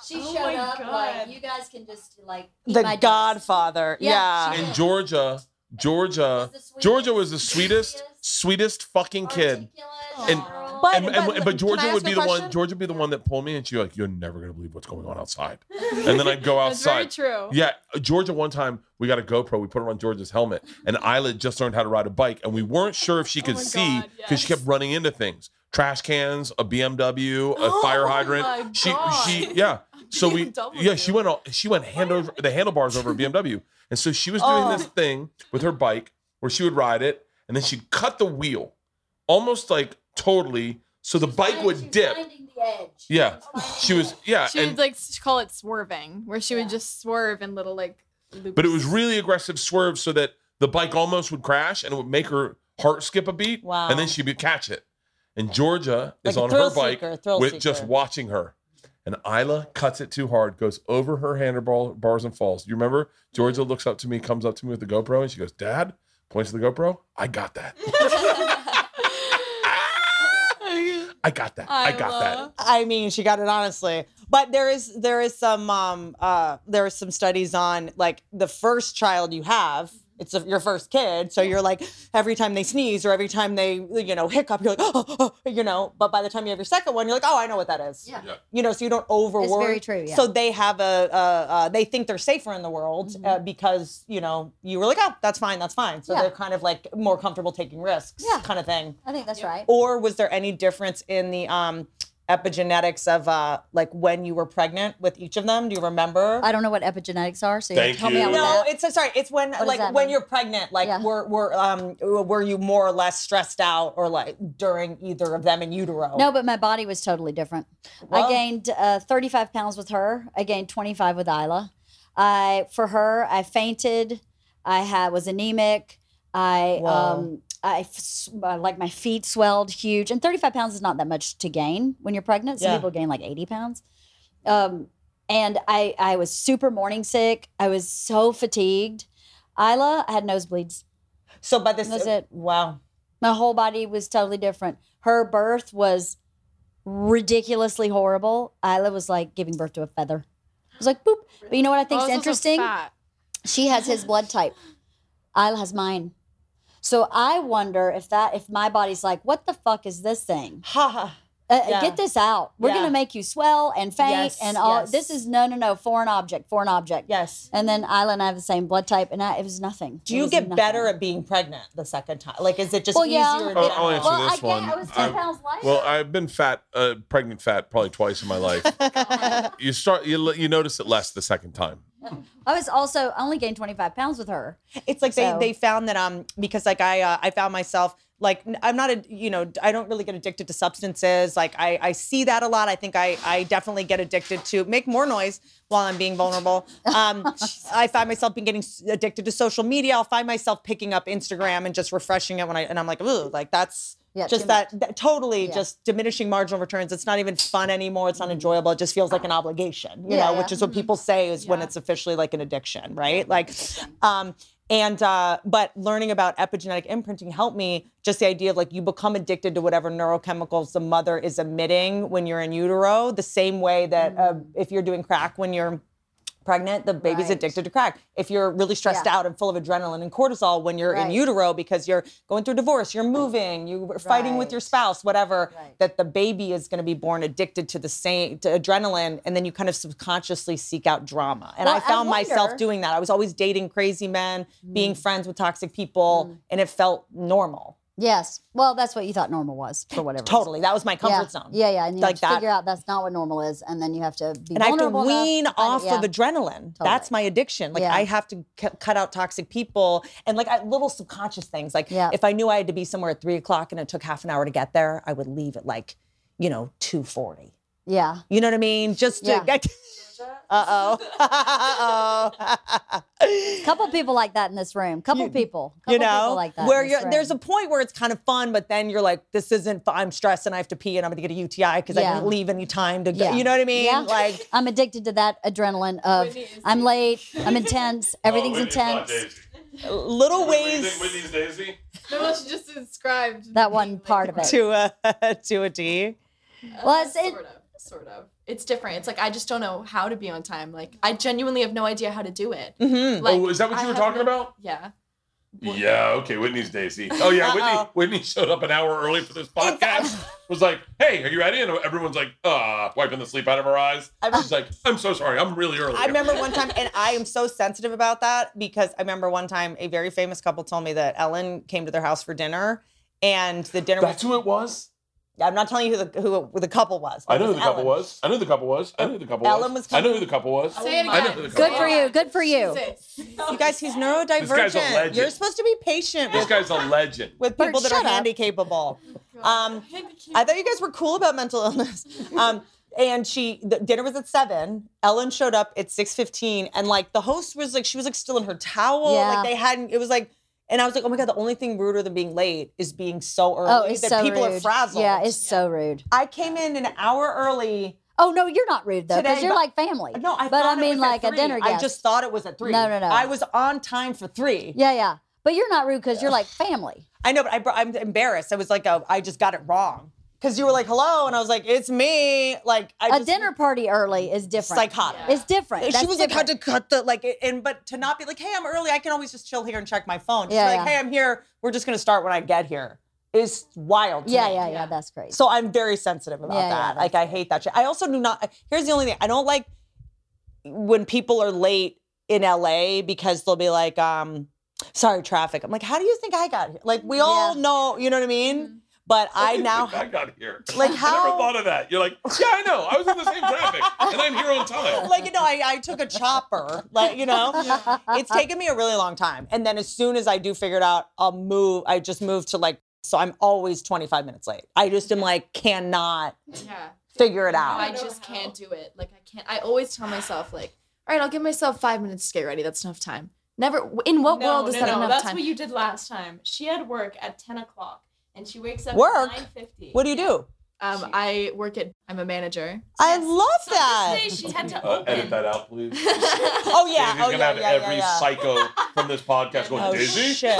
[SPEAKER 3] She
[SPEAKER 10] Oh
[SPEAKER 3] showed
[SPEAKER 10] my
[SPEAKER 3] up
[SPEAKER 10] God.
[SPEAKER 3] like you guys can just like eat my
[SPEAKER 5] The
[SPEAKER 3] dust."
[SPEAKER 5] Godfather.
[SPEAKER 3] Yeah,
[SPEAKER 5] Yeah.
[SPEAKER 3] she-
[SPEAKER 6] And Georgia, Georgia,
[SPEAKER 3] She's the sweetest,
[SPEAKER 6] Georgia was the sweetest, sweetest fucking kid.
[SPEAKER 3] articulate
[SPEAKER 6] And-
[SPEAKER 3] girl.
[SPEAKER 5] But-
[SPEAKER 6] and, and, but
[SPEAKER 4] Can
[SPEAKER 6] Georgia
[SPEAKER 4] I
[SPEAKER 6] would
[SPEAKER 4] ask
[SPEAKER 6] be
[SPEAKER 4] a
[SPEAKER 6] the one.
[SPEAKER 4] question?
[SPEAKER 6] Georgia would be the one that pulled me, and she like, "You're never gonna believe what's going on outside." And then I'd go
[SPEAKER 9] That's very
[SPEAKER 6] outside.
[SPEAKER 9] true.
[SPEAKER 6] Yeah, Georgia. One time we got a GoPro. We put her on Georgia's helmet, and Isla just learned how to ride a bike, and we weren't sure if she could
[SPEAKER 9] my
[SPEAKER 6] see
[SPEAKER 9] God,
[SPEAKER 6] because she kept running into things: trash cans, a BMW, a fire hydrant.
[SPEAKER 9] my
[SPEAKER 6] she,
[SPEAKER 9] God.
[SPEAKER 6] she, yeah. So we,
[SPEAKER 9] BMW.
[SPEAKER 6] yeah, she went, on, she went hand over the handlebars over a BMW, and so she was doing
[SPEAKER 5] Oh.
[SPEAKER 6] this thing with her bike where she would ride it, and then she'd cut the wheel, almost like totally, so the bike
[SPEAKER 3] She
[SPEAKER 6] would
[SPEAKER 3] was
[SPEAKER 6] dip.
[SPEAKER 3] finding the edge.
[SPEAKER 6] Yeah,
[SPEAKER 3] finding
[SPEAKER 6] she
[SPEAKER 3] the
[SPEAKER 6] was,
[SPEAKER 3] edge.
[SPEAKER 6] yeah,
[SPEAKER 9] She
[SPEAKER 6] and
[SPEAKER 9] would like s- call it swerving, where she would just swerve in little like. Loops.
[SPEAKER 6] but it was really aggressive swerve so that the bike almost would crash and it would make her heart skip a beat.
[SPEAKER 5] Wow.
[SPEAKER 6] And then she'd be, catch it. And Georgia
[SPEAKER 5] Like
[SPEAKER 6] is
[SPEAKER 5] a
[SPEAKER 6] on
[SPEAKER 5] thrill
[SPEAKER 6] her bike
[SPEAKER 5] seeker, thrill
[SPEAKER 6] with just
[SPEAKER 5] seeker.
[SPEAKER 6] watching her. And Isla cuts it too hard, goes over her handlebar bars and falls. You remember? Georgia looks up to me, comes up to me with the GoPro, and she goes, Dad, points to the GoPro. I got that. I got that. I got that.
[SPEAKER 5] I mean, she got it honestly. But there is there is some um uh there is some studies on like the first child you have. It's a, your first kid, so you're like every time they sneeze or every time they you know hiccup, you're like oh, oh, oh," you know. But by the time you have your second one, you're like oh I know what that is.
[SPEAKER 3] Yeah.
[SPEAKER 6] Yeah.
[SPEAKER 5] You know, so you don't over
[SPEAKER 3] It's
[SPEAKER 5] worry.
[SPEAKER 3] very true, yeah.
[SPEAKER 5] So they have a uh, uh, they think they're safer in the world uh, because you know you were like oh that's fine that's fine. So
[SPEAKER 3] Mm-hmm. Yeah.
[SPEAKER 5] they're kind of like more comfortable taking risks,
[SPEAKER 3] Yeah.
[SPEAKER 5] kind of thing
[SPEAKER 3] I think that's right.
[SPEAKER 5] or was there any difference in the um, epigenetics of uh, like when you were pregnant with each of them? Do you remember?
[SPEAKER 3] I don't know what epigenetics are, so you have to
[SPEAKER 6] Thank
[SPEAKER 3] help me out
[SPEAKER 6] you.
[SPEAKER 3] with
[SPEAKER 5] no,
[SPEAKER 3] that.
[SPEAKER 5] it's uh, sorry. It's when
[SPEAKER 3] does
[SPEAKER 5] like
[SPEAKER 3] that
[SPEAKER 5] when
[SPEAKER 3] mean?
[SPEAKER 5] you're pregnant, like
[SPEAKER 3] Yeah.
[SPEAKER 5] were were um were you more or less stressed out or like during either of them in utero?
[SPEAKER 3] No, but my body was totally different.
[SPEAKER 5] Well-
[SPEAKER 3] I gained uh, 35 pounds with her. I gained 25 with Isla. I for her, I fainted. I had was anemic. I
[SPEAKER 5] Whoa.
[SPEAKER 3] um I f- s- uh, like my feet swelled huge, and 35 pounds is not that much to gain when you're pregnant. Some
[SPEAKER 5] Yeah.
[SPEAKER 3] people gain like 80 pounds. Um, and I I was super morning sick. I was so fatigued. Isla, I had nosebleeds.
[SPEAKER 5] So by this
[SPEAKER 3] Was it-
[SPEAKER 5] wow.
[SPEAKER 3] My whole body was totally different. Her birth was ridiculously horrible. Isla was like giving birth to a feather. I was like, boop. But you know what I think's
[SPEAKER 9] Those are
[SPEAKER 3] interesting?
[SPEAKER 9] fat.
[SPEAKER 3] She has his blood type. Isla has mine. So I wonder if that if my body's like, what the fuck is this thing?
[SPEAKER 5] Ha ha.
[SPEAKER 3] Uh, uh,
[SPEAKER 5] Yeah.
[SPEAKER 3] Get this out. We're
[SPEAKER 5] Yeah.
[SPEAKER 3] gonna make you swell and faint
[SPEAKER 5] Yes,
[SPEAKER 3] and all.
[SPEAKER 5] yes.
[SPEAKER 3] This is no, no, no. Foreign object. Foreign object.
[SPEAKER 5] Yes.
[SPEAKER 3] And then Isla and I have the same blood type, and I, it was nothing.
[SPEAKER 5] Do
[SPEAKER 3] It
[SPEAKER 5] you
[SPEAKER 3] was
[SPEAKER 5] get
[SPEAKER 3] nothing.
[SPEAKER 5] better at being pregnant the second time? Like, is it just
[SPEAKER 3] Well,
[SPEAKER 5] easier?
[SPEAKER 3] yeah.
[SPEAKER 5] in
[SPEAKER 1] I'll,
[SPEAKER 5] general?
[SPEAKER 1] I'll answer
[SPEAKER 3] Well, I
[SPEAKER 1] this
[SPEAKER 3] get-
[SPEAKER 1] one.
[SPEAKER 3] I was 10 pounds lighter.
[SPEAKER 1] Well, I've been fat, uh, pregnant fat, probably twice in my life. you start, you you notice it less the second time.
[SPEAKER 3] I was also I only gained 25 pounds with her.
[SPEAKER 5] It's like
[SPEAKER 3] So-
[SPEAKER 5] they they found that um because like I uh, I found myself like n- I'm not a you know I don't really get addicted to substances like I I see that a lot I think I I definitely get addicted to make more noise while I'm being vulnerable um I find myself being getting s- addicted to social media I'll find myself picking up Instagram and just refreshing it when I and I'm like ooh like that's
[SPEAKER 3] Yeah,
[SPEAKER 5] just
[SPEAKER 3] too
[SPEAKER 5] that, that totally
[SPEAKER 3] Yeah. Mm-hmm.
[SPEAKER 5] just diminishing marginal returns it's not even fun anymore it's not enjoyable it just feels like an obligation you
[SPEAKER 3] Yeah,
[SPEAKER 5] know
[SPEAKER 3] yeah. Mm-hmm.
[SPEAKER 5] which is what people say is when it's officially like an addiction right like um and uh, but learning about epigenetic imprinting helped me just the idea of like you become addicted to whatever neurochemicals the mother is emitting when you're in utero, the same way that uh, if you're doing crack when you're pregnant, the baby's
[SPEAKER 3] Mm-hmm. Right.
[SPEAKER 5] addicted to crack. If you're really stressed
[SPEAKER 3] Yeah.
[SPEAKER 5] out and full of adrenaline and cortisol when you're in
[SPEAKER 3] Right.
[SPEAKER 5] utero because you're going through divorce, you're moving, you're fighting with your
[SPEAKER 3] Right.
[SPEAKER 5] spouse, whatever,
[SPEAKER 3] Right.
[SPEAKER 5] that the baby is going to be born addicted to the same to adrenaline, and then you kind of subconsciously seek out drama. And
[SPEAKER 3] Well,
[SPEAKER 5] I
[SPEAKER 3] I
[SPEAKER 5] found myself
[SPEAKER 3] wonder- Mm.
[SPEAKER 5] doing that. I was always dating crazy men, being friends with toxic people, and it felt normal.
[SPEAKER 3] Yes. Well, that's what you thought normal was for whatever. reason.
[SPEAKER 5] Totally, that was my
[SPEAKER 3] yeah.
[SPEAKER 5] comfort zone.
[SPEAKER 3] Yeah, yeah. And you have
[SPEAKER 5] Like
[SPEAKER 3] to
[SPEAKER 5] that.
[SPEAKER 3] figure out that's not what normal is, and then you have to be
[SPEAKER 5] and I have to
[SPEAKER 3] vulnerable enough
[SPEAKER 5] wean
[SPEAKER 3] find it.
[SPEAKER 5] off
[SPEAKER 3] Yeah.
[SPEAKER 5] of adrenaline. That's
[SPEAKER 3] Totally.
[SPEAKER 5] my addiction. Like
[SPEAKER 3] Yeah.
[SPEAKER 5] I have to c- cut out toxic people and like I, little subconscious things. Like
[SPEAKER 3] Yeah.
[SPEAKER 5] if I knew I had to be somewhere at three o'clock and it took half an hour to get there, I would leave at like, you know, two forty.
[SPEAKER 3] Yeah.
[SPEAKER 5] You know what I mean? Just to
[SPEAKER 3] Yeah.
[SPEAKER 5] get. uh oh. uh oh.
[SPEAKER 3] Couple people like that in this room. Couple people. Couple
[SPEAKER 5] you know,
[SPEAKER 3] people like that
[SPEAKER 5] where
[SPEAKER 3] in this
[SPEAKER 5] you're,
[SPEAKER 3] room.
[SPEAKER 5] there's a point where it's kind of fun, but then you're like, this isn't. fu- I'm stressed and I have to pee and I'm going to get a UTI because I
[SPEAKER 3] Yeah.
[SPEAKER 5] didn't leave any time to go.
[SPEAKER 3] Yeah.
[SPEAKER 5] You know what I mean?
[SPEAKER 3] Yeah.
[SPEAKER 5] Like.
[SPEAKER 3] I'm addicted to that adrenaline of I'm late, I'm intense,
[SPEAKER 6] Oh,
[SPEAKER 3] everything's intense.
[SPEAKER 5] little ways
[SPEAKER 6] Whitney's Daisy.
[SPEAKER 9] No, well, she just described
[SPEAKER 3] That one part of it.
[SPEAKER 5] to a to a D.
[SPEAKER 3] Well, it's- it-
[SPEAKER 9] sort of, sort of. It's different. It's like I just don't know how to be on time. Like I genuinely have no idea how to do it.
[SPEAKER 3] Mm-hmm.
[SPEAKER 9] Like,
[SPEAKER 1] oh, is that what
[SPEAKER 9] I
[SPEAKER 1] you were
[SPEAKER 9] have
[SPEAKER 1] talking
[SPEAKER 9] no-
[SPEAKER 1] about?
[SPEAKER 9] Yeah.
[SPEAKER 6] Yeah, okay, Whitney's Daisy.
[SPEAKER 1] Oh yeah,
[SPEAKER 5] Uh-oh.
[SPEAKER 1] Whitney. Whitney showed up an hour early for this podcast. was like, "Hey, are you ready?" And everyone's like, "Uh," wiping the sleep out of her eyes. She's like, "I'm so sorry. I'm really early."
[SPEAKER 5] I remember one time, and I am so sensitive about that because I remember one time a very famous couple told me that Ellen came to their house for dinner, and the dinner
[SPEAKER 1] That's
[SPEAKER 5] was.
[SPEAKER 1] who it was.
[SPEAKER 5] I'm not telling you who the, who, who the couple was. but
[SPEAKER 1] I
[SPEAKER 5] it
[SPEAKER 1] know who the couple
[SPEAKER 5] Ellen.
[SPEAKER 1] was. I know who the couple was. I know who the couple
[SPEAKER 5] Ellen
[SPEAKER 1] was.
[SPEAKER 5] was
[SPEAKER 1] I know who the couple was.
[SPEAKER 9] Say it
[SPEAKER 1] I know
[SPEAKER 9] again.
[SPEAKER 1] who the couple
[SPEAKER 3] Good for you. Good for you.
[SPEAKER 5] You guys, he's neurodivergent.
[SPEAKER 1] legend.
[SPEAKER 5] You're supposed to be patient
[SPEAKER 1] This
[SPEAKER 5] with,
[SPEAKER 1] guy's a legend.
[SPEAKER 5] with people
[SPEAKER 3] Bert,
[SPEAKER 5] that are
[SPEAKER 3] shut up.
[SPEAKER 5] handy capable. Um, I thought you guys were cool about mental illness. Um, and she the dinner was at seven. Ellen showed up at six fifteen, and like the host was like she was like still in her towel.
[SPEAKER 3] Yeah.
[SPEAKER 5] Like they hadn't. It was like, and I was like, oh my god, the only thing ruder than being late is being so early
[SPEAKER 3] Oh, it's
[SPEAKER 5] that
[SPEAKER 3] so
[SPEAKER 5] people
[SPEAKER 3] rude.
[SPEAKER 5] are frazzled.
[SPEAKER 3] Yeah, it's so rude.
[SPEAKER 5] I came in an hour early.
[SPEAKER 3] Oh no, you're not rude though,
[SPEAKER 5] Today,
[SPEAKER 3] because you're
[SPEAKER 5] but-
[SPEAKER 3] like family.
[SPEAKER 5] No, I
[SPEAKER 3] but
[SPEAKER 5] thought
[SPEAKER 3] I
[SPEAKER 5] it
[SPEAKER 3] mean
[SPEAKER 5] was at
[SPEAKER 3] like
[SPEAKER 5] three.
[SPEAKER 3] a dinner
[SPEAKER 5] I
[SPEAKER 3] guest.
[SPEAKER 5] just thought it was at three.
[SPEAKER 3] No, no, no.
[SPEAKER 5] I was on time for three.
[SPEAKER 3] yeah, yeah. But you're not rude because you're like family.
[SPEAKER 5] I know, but I, br- I'm embarrassed. I was like, oh, I just got it wrong because you were like, hello, and I was like, it's me. Like I
[SPEAKER 3] A
[SPEAKER 5] just,
[SPEAKER 3] dinner party early is different.
[SPEAKER 5] Psychotic.
[SPEAKER 3] It's different.
[SPEAKER 5] And she
[SPEAKER 3] That's
[SPEAKER 5] was like, had
[SPEAKER 3] different.
[SPEAKER 5] to cut the like, it- and but to not be like, hey, I'm early. I can always just chill here and check my phone. Just be
[SPEAKER 3] Yeah,
[SPEAKER 5] like,
[SPEAKER 3] yeah.
[SPEAKER 5] hey, I'm here. We're just gonna start when I get here. Is wild. to
[SPEAKER 3] Yeah,
[SPEAKER 5] me.
[SPEAKER 3] yeah, yeah. That's crazy.
[SPEAKER 5] So I'm very sensitive about
[SPEAKER 3] Yeah, yeah,
[SPEAKER 5] that.
[SPEAKER 3] that's
[SPEAKER 5] like I hate that shit. I also do not. Here's the only thing I don't like when people are late in LA because they'll be like, um, "Sorry, traffic." I'm like, "How do you think I got here?" Like we all
[SPEAKER 3] Yeah. Mm-hmm.
[SPEAKER 5] know, you know what I mean. But I now
[SPEAKER 6] I got here.
[SPEAKER 5] like
[SPEAKER 1] I
[SPEAKER 5] how
[SPEAKER 1] never thought of that. You're like, yeah, I know. I was in the same traffic, and I'm here on time.
[SPEAKER 5] like you know, I, I took a chopper. Like you know, it's taken me a really long time. And then as soon as I do figure it out, I'll move. I just move to like so I'm always 25 minutes late. I just am like cannot
[SPEAKER 9] Yeah.
[SPEAKER 5] figure it
[SPEAKER 9] I
[SPEAKER 5] out.
[SPEAKER 9] just can't do it. Like I can't. I always tell myself like, all right, I'll give myself five minutes to get ready. That's enough time. Never. In what world is that enough
[SPEAKER 8] That's
[SPEAKER 9] time?
[SPEAKER 8] what you did last time. She had work at 10 o'clock and she wakes up
[SPEAKER 5] Work?
[SPEAKER 8] at 9.50.
[SPEAKER 5] What do you do?
[SPEAKER 9] um, I work at. I'm a manager.
[SPEAKER 5] I love
[SPEAKER 8] Today
[SPEAKER 5] that.
[SPEAKER 8] she had to
[SPEAKER 1] Uh,
[SPEAKER 8] open.
[SPEAKER 1] edit that out, please.
[SPEAKER 5] Oh yeah.
[SPEAKER 1] Daisy's
[SPEAKER 5] Oh
[SPEAKER 1] gonna
[SPEAKER 5] yeah.
[SPEAKER 1] have
[SPEAKER 5] Yeah. Yeah.
[SPEAKER 1] every
[SPEAKER 5] yeah.
[SPEAKER 1] psycho from this podcast going,
[SPEAKER 5] Oh
[SPEAKER 1] "Dizzy?
[SPEAKER 5] shit.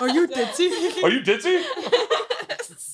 [SPEAKER 9] Are you ditzy?
[SPEAKER 1] Are you ditzy?"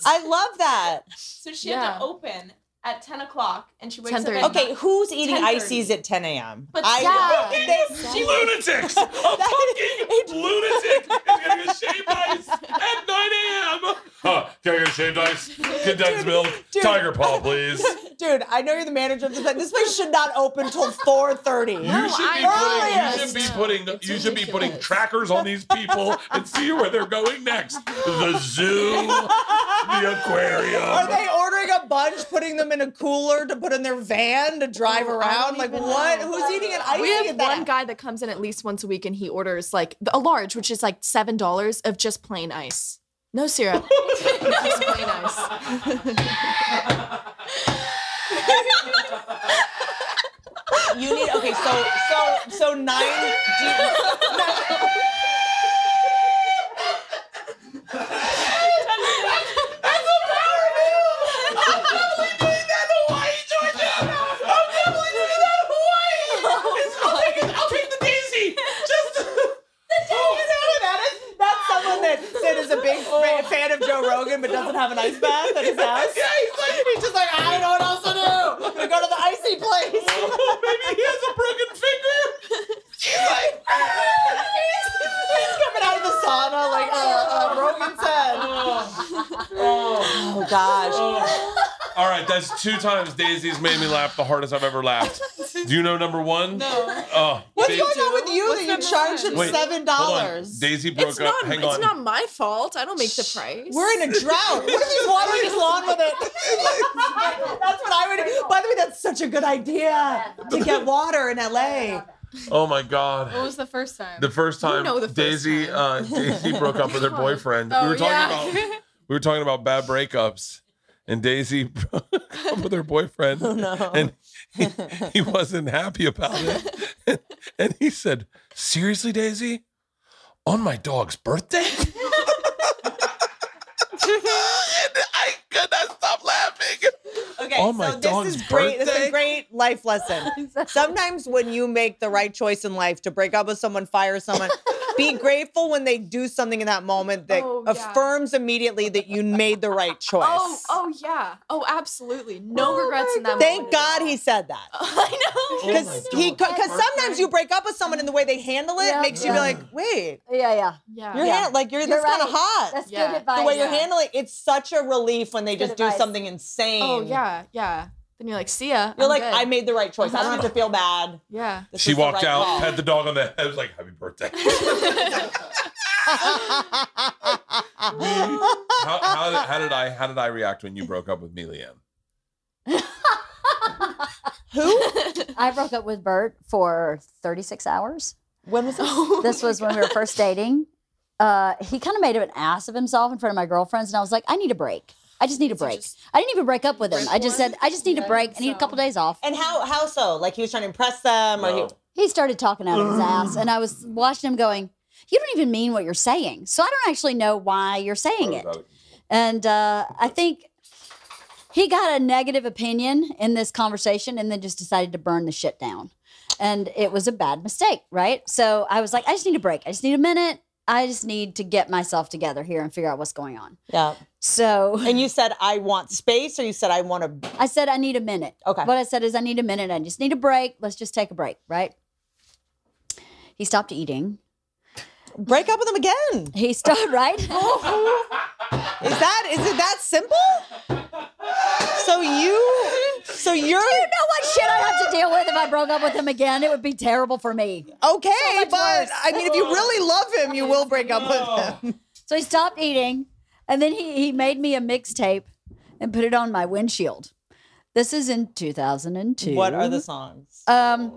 [SPEAKER 5] I love that.
[SPEAKER 8] So she had
[SPEAKER 9] Yeah.
[SPEAKER 8] to open at 10 o'clock and she wakes up.
[SPEAKER 2] 10:30.
[SPEAKER 8] At
[SPEAKER 5] Okay, who's eating
[SPEAKER 8] 10:30.
[SPEAKER 5] ices at 10 a.m.?
[SPEAKER 8] But
[SPEAKER 5] I,
[SPEAKER 8] yeah.
[SPEAKER 5] they-
[SPEAKER 6] Lunatics! A fucking lunatic is gonna get shaved ice at 9 a.m.
[SPEAKER 1] Huh, can I get a shaved ice? Get Dine's milk.
[SPEAKER 5] dude.
[SPEAKER 1] Tiger paw, please.
[SPEAKER 5] dude, I know you're the manager of this place. This place should not open till 4:30.
[SPEAKER 1] You should, be putting,
[SPEAKER 5] I-
[SPEAKER 1] you should be
[SPEAKER 9] Yes.
[SPEAKER 1] putting
[SPEAKER 9] It's
[SPEAKER 1] you should be putting
[SPEAKER 9] ridiculous.
[SPEAKER 1] trackers on these people and see where they're going next. The zoo, the aquarium.
[SPEAKER 5] Are they ordering a bunch, putting them in a cooler to put in their van to drive around? Like what? Who's eating an icy
[SPEAKER 9] We have
[SPEAKER 5] at that?
[SPEAKER 9] one guy that comes in at least once a week and he orders like a large, which is like seven dollars of just plain ice. No syrup. just plain ice.
[SPEAKER 5] You need okay. So so so nine. Do you, that is that's someone that that is a big fa- fan of Joe Rogan but doesn't have an ice bath at his house. Yeah, he's like he's just like I don't know what else to do. I'm gonna go to the icy place.
[SPEAKER 6] Maybe he has a broken finger.
[SPEAKER 5] he's coming out of the sauna like uh, uh, Rogan said. Oh gosh.
[SPEAKER 1] All right, that's two times Daisy's made me laugh the hardest I've ever laughed. Do you know number one? No. Oh,
[SPEAKER 5] What's
[SPEAKER 1] Da-
[SPEAKER 5] going on with you that you charged him
[SPEAKER 1] Wait,
[SPEAKER 5] seven
[SPEAKER 1] hold on.
[SPEAKER 5] dollars?
[SPEAKER 1] Daisy broke
[SPEAKER 9] It's
[SPEAKER 1] up.
[SPEAKER 9] not
[SPEAKER 1] Hang
[SPEAKER 9] it's
[SPEAKER 1] on.
[SPEAKER 9] not my fault. I don't make the price.
[SPEAKER 5] We're in a drought. What if he's watering his lawn with it? that's what I would. By the way, that's such a good idea to get water in LA.
[SPEAKER 1] oh my god.
[SPEAKER 2] What was the first time?
[SPEAKER 1] The first time
[SPEAKER 9] know the first
[SPEAKER 1] Daisy Uh, Daisy broke up with her boyfriend. we
[SPEAKER 2] Oh,
[SPEAKER 1] were talking
[SPEAKER 2] yeah.
[SPEAKER 1] about we were talking about bad breakups, and Daisy broke up with her boyfriend, and he, he wasn't happy about it. And, he said, "Seriously, Daisy, on my dog's birthday." and I could not stop laughing.
[SPEAKER 5] Okay,
[SPEAKER 1] Oh, my
[SPEAKER 5] so
[SPEAKER 1] dog's
[SPEAKER 5] this is great. This is
[SPEAKER 1] birthday?
[SPEAKER 5] a great life lesson. Sometimes when you make the right choice in life to break up with someone, fire someone, be grateful when they do something in that moment that
[SPEAKER 9] Oh, yeah.
[SPEAKER 5] affirms immediately that you made the right choice.
[SPEAKER 9] Oh, oh yeah. Oh, absolutely. No regrets in that
[SPEAKER 5] Thank
[SPEAKER 9] moment at
[SPEAKER 5] God
[SPEAKER 9] all.
[SPEAKER 5] he said that.
[SPEAKER 1] Oh
[SPEAKER 9] I know.
[SPEAKER 5] Because he, because sometimes you break up with someone and the way they handle it
[SPEAKER 3] Yeah.
[SPEAKER 5] makes you be
[SPEAKER 3] Yeah.
[SPEAKER 5] like, wait,
[SPEAKER 3] Yeah, yeah.
[SPEAKER 9] Yeah.
[SPEAKER 5] you're
[SPEAKER 3] Yeah.
[SPEAKER 5] hand- like you're,
[SPEAKER 3] You're
[SPEAKER 5] that's kind
[SPEAKER 3] right.
[SPEAKER 5] of hot.
[SPEAKER 3] That's
[SPEAKER 9] Yeah.
[SPEAKER 3] good
[SPEAKER 9] The
[SPEAKER 3] advice.
[SPEAKER 5] the way you're
[SPEAKER 9] yeah.
[SPEAKER 5] handling it's such a relief when they
[SPEAKER 3] Good
[SPEAKER 5] just
[SPEAKER 3] advice.
[SPEAKER 5] do something insane.
[SPEAKER 9] Oh yeah, yeah. Then you're like, see ya.
[SPEAKER 5] You're
[SPEAKER 9] I'm
[SPEAKER 5] like,
[SPEAKER 9] good. Uh-huh.
[SPEAKER 5] I made the right choice. I don't have to feel bad.
[SPEAKER 9] Yeah.
[SPEAKER 5] This
[SPEAKER 1] She
[SPEAKER 5] is the
[SPEAKER 1] walked
[SPEAKER 5] right
[SPEAKER 1] out,
[SPEAKER 5] call.
[SPEAKER 1] pet the dog on the head. I was like, "Happy birthday." how, how, did, how did I how did I react when you broke up with me, Leanne?
[SPEAKER 3] I broke up with Bert for 36 hours.
[SPEAKER 5] When was
[SPEAKER 9] Oh
[SPEAKER 3] This was when we were first dating. Uh, he kind of made an ass of himself in front of my girlfriends, and I was like, I need a break. I just need a break. I didn't even break up with him. I just said, I just need a break. I need a couple days off.
[SPEAKER 5] And how how so? Like he was trying to impress them, or
[SPEAKER 1] No.
[SPEAKER 5] he,
[SPEAKER 3] He started talking out of his ass, and I was watching him going, You don't even mean what you're saying. So I don't actually know why you're saying it. And uh, I think he got a negative opinion in this conversation and then just decided to burn the shit down. And it was a bad mistake, right? So I was like, I just need a break. I just need a minute. I just need to get myself together here and figure out what's going on.
[SPEAKER 5] yeah.
[SPEAKER 3] So
[SPEAKER 5] And you said I want space, or you said I want to.
[SPEAKER 3] I said, I need a minute.
[SPEAKER 5] Okay.
[SPEAKER 3] What I said is, I need a minute. I just need a break. Let's just take a break, right? He stopped eating.
[SPEAKER 5] break up with him again.
[SPEAKER 3] He stopped, right?
[SPEAKER 5] Is that is it that simple? So you so you're
[SPEAKER 3] know what shit I'd have to deal with if I broke up with him again. It would be terrible for me.
[SPEAKER 5] okay, but I mean, if you really love him, you will break up with him.
[SPEAKER 3] So he stopped eating, and then he he made me a mixtape and put it on my windshield. This is in 2002.
[SPEAKER 5] What are the songs?
[SPEAKER 3] Um,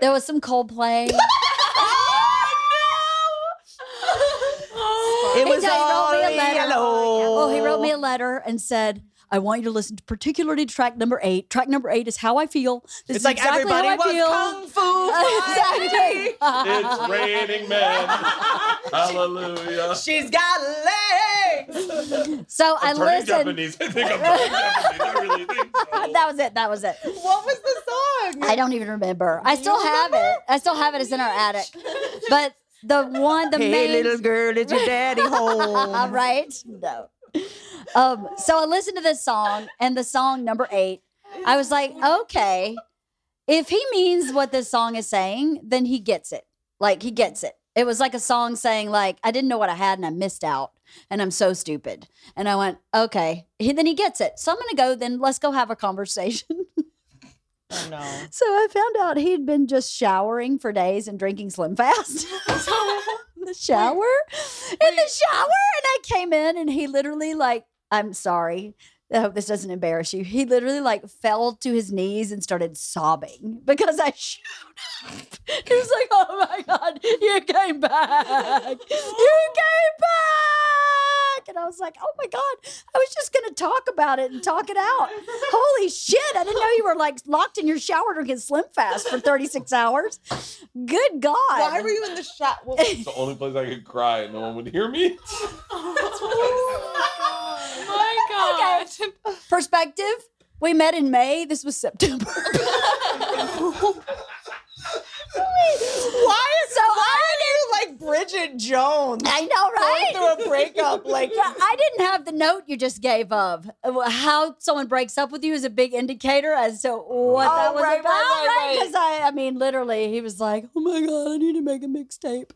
[SPEAKER 3] there was some Coldplay.
[SPEAKER 5] It
[SPEAKER 3] He
[SPEAKER 5] was
[SPEAKER 3] did, he wrote me a
[SPEAKER 5] all
[SPEAKER 3] letter.
[SPEAKER 5] yellow.
[SPEAKER 3] Oh, he wrote me a letter and said. I want you to listen to particularly to track number eight. Track number eight is how I feel. This
[SPEAKER 5] It's
[SPEAKER 3] is
[SPEAKER 5] like
[SPEAKER 3] exactly
[SPEAKER 5] everybody
[SPEAKER 3] how I
[SPEAKER 5] was
[SPEAKER 3] feel. Uh,
[SPEAKER 5] kung fu.
[SPEAKER 1] It's raining men. Hallelujah.
[SPEAKER 5] She's got legs.
[SPEAKER 3] exactly. So I
[SPEAKER 1] Turning
[SPEAKER 3] listened.
[SPEAKER 1] Japanese. I think I'm turning Japanese. I really think so.
[SPEAKER 3] That was it. That was it.
[SPEAKER 5] What was the song?
[SPEAKER 3] I don't even remember. I still have it. I still have it. It's in our attic. But the one, the main.
[SPEAKER 5] girl, is your daddy
[SPEAKER 3] All
[SPEAKER 5] home?
[SPEAKER 3] right. No. Um, so I listened to this song, and the song number eight I was like, okay, if he means what this song is saying, then he gets it. Like he gets it. It was like a song saying like I didn't know what I had and I missed out and I'm so stupid. And I went, okay. He, then he gets it. So I'm gonna go. Then let's go have a conversation.
[SPEAKER 5] Oh, no.
[SPEAKER 3] so I found out he'd been just showering for days and drinking Slim Fast. in the shower, in the shower, and I came in and he literally like, I'm sorry. I hope this doesn't embarrass you. He literally like fell to his knees and started sobbing because I showed up. He was like, "Oh my god, you came back! You came back!" And I was like, "Oh my god, I was just gonna talk about it and talk it out. Holy shit, I didn't know you were like locked in your shower drinking Slim Fast for 36 hours. Good God,
[SPEAKER 5] Why were you in the shot? Well,
[SPEAKER 6] It's the only place I could cry and no one would hear me.
[SPEAKER 8] my God.
[SPEAKER 3] perspective? We met in May. This was September.
[SPEAKER 5] why is
[SPEAKER 3] So I
[SPEAKER 5] why are you like Bridget Jones
[SPEAKER 3] I know, right?
[SPEAKER 5] going through a breakup? Like,
[SPEAKER 3] Yeah, I didn't have the note you just gave of uh, how someone breaks up with you is a big indicator as to what
[SPEAKER 5] Oh,
[SPEAKER 3] that was
[SPEAKER 5] right, right,
[SPEAKER 3] about,
[SPEAKER 5] right,
[SPEAKER 3] right?
[SPEAKER 5] right.
[SPEAKER 3] Because I, I mean, literally, he was like, "Oh my god, I need to make a mixtape."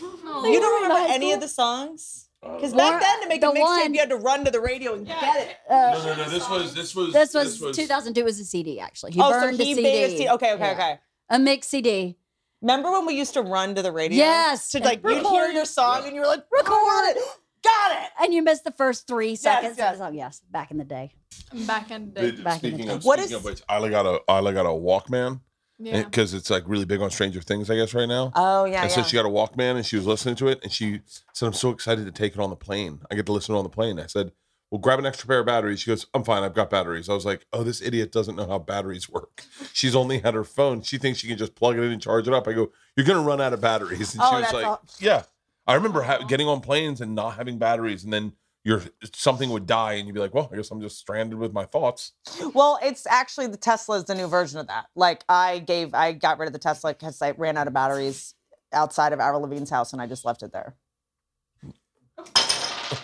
[SPEAKER 5] you don't remember any of the songs?
[SPEAKER 1] Uh,
[SPEAKER 5] Because
[SPEAKER 3] Or
[SPEAKER 5] back then, to make
[SPEAKER 3] the
[SPEAKER 5] a mixtape,
[SPEAKER 3] one-
[SPEAKER 5] you had to run to the radio and get it.
[SPEAKER 3] Uh,
[SPEAKER 6] No, no, no. This was this was
[SPEAKER 3] this was 2002 was a CD actually. He
[SPEAKER 5] oh,
[SPEAKER 3] burned
[SPEAKER 5] so he
[SPEAKER 3] a CD.
[SPEAKER 5] made a CD. Okay, okay,
[SPEAKER 3] Yeah.
[SPEAKER 5] okay.
[SPEAKER 3] A mix CD.
[SPEAKER 5] Remember when we used to run to the radio?
[SPEAKER 3] Yes,
[SPEAKER 5] To
[SPEAKER 3] and
[SPEAKER 5] like, you'd hear
[SPEAKER 3] record.
[SPEAKER 5] your song and you were like, record it. Got it.
[SPEAKER 3] And you missed the first three seconds.
[SPEAKER 5] yes.
[SPEAKER 3] Oh yes, back in the day.
[SPEAKER 2] Back in the day.
[SPEAKER 1] Speaking
[SPEAKER 3] back in the
[SPEAKER 1] of,
[SPEAKER 5] day. What
[SPEAKER 1] speaking of
[SPEAKER 5] is-
[SPEAKER 1] which, I got a I got a Walkman
[SPEAKER 2] Yeah.
[SPEAKER 1] because it's like really big on Stranger Things, I guess, right now.
[SPEAKER 5] Oh, yeah.
[SPEAKER 1] and so she got a Walkman and she was listening to it and she said, I'm so excited to take it on the plane. I get to listen to it on the plane. I said, Well, grab an extra pair of batteries. She goes, I'm fine. I've got batteries. I was like, Oh, this idiot doesn't know how batteries work. She's only had her phone. She thinks she can just plug it in and charge it up. I go, You're going to run out of batteries. And
[SPEAKER 5] Oh,
[SPEAKER 1] she was
[SPEAKER 5] that's
[SPEAKER 1] like,
[SPEAKER 5] all-
[SPEAKER 1] Yeah. I remember ha- getting on planes and not having batteries and then your something would die and you'd be like, Well, I guess I'm just stranded with my thoughts.
[SPEAKER 5] Well, it's actually the Tesla is the new version of that. Like I gave, I got rid of the Tesla because I ran out of batteries outside of Avril Levine's house, and I just left it there.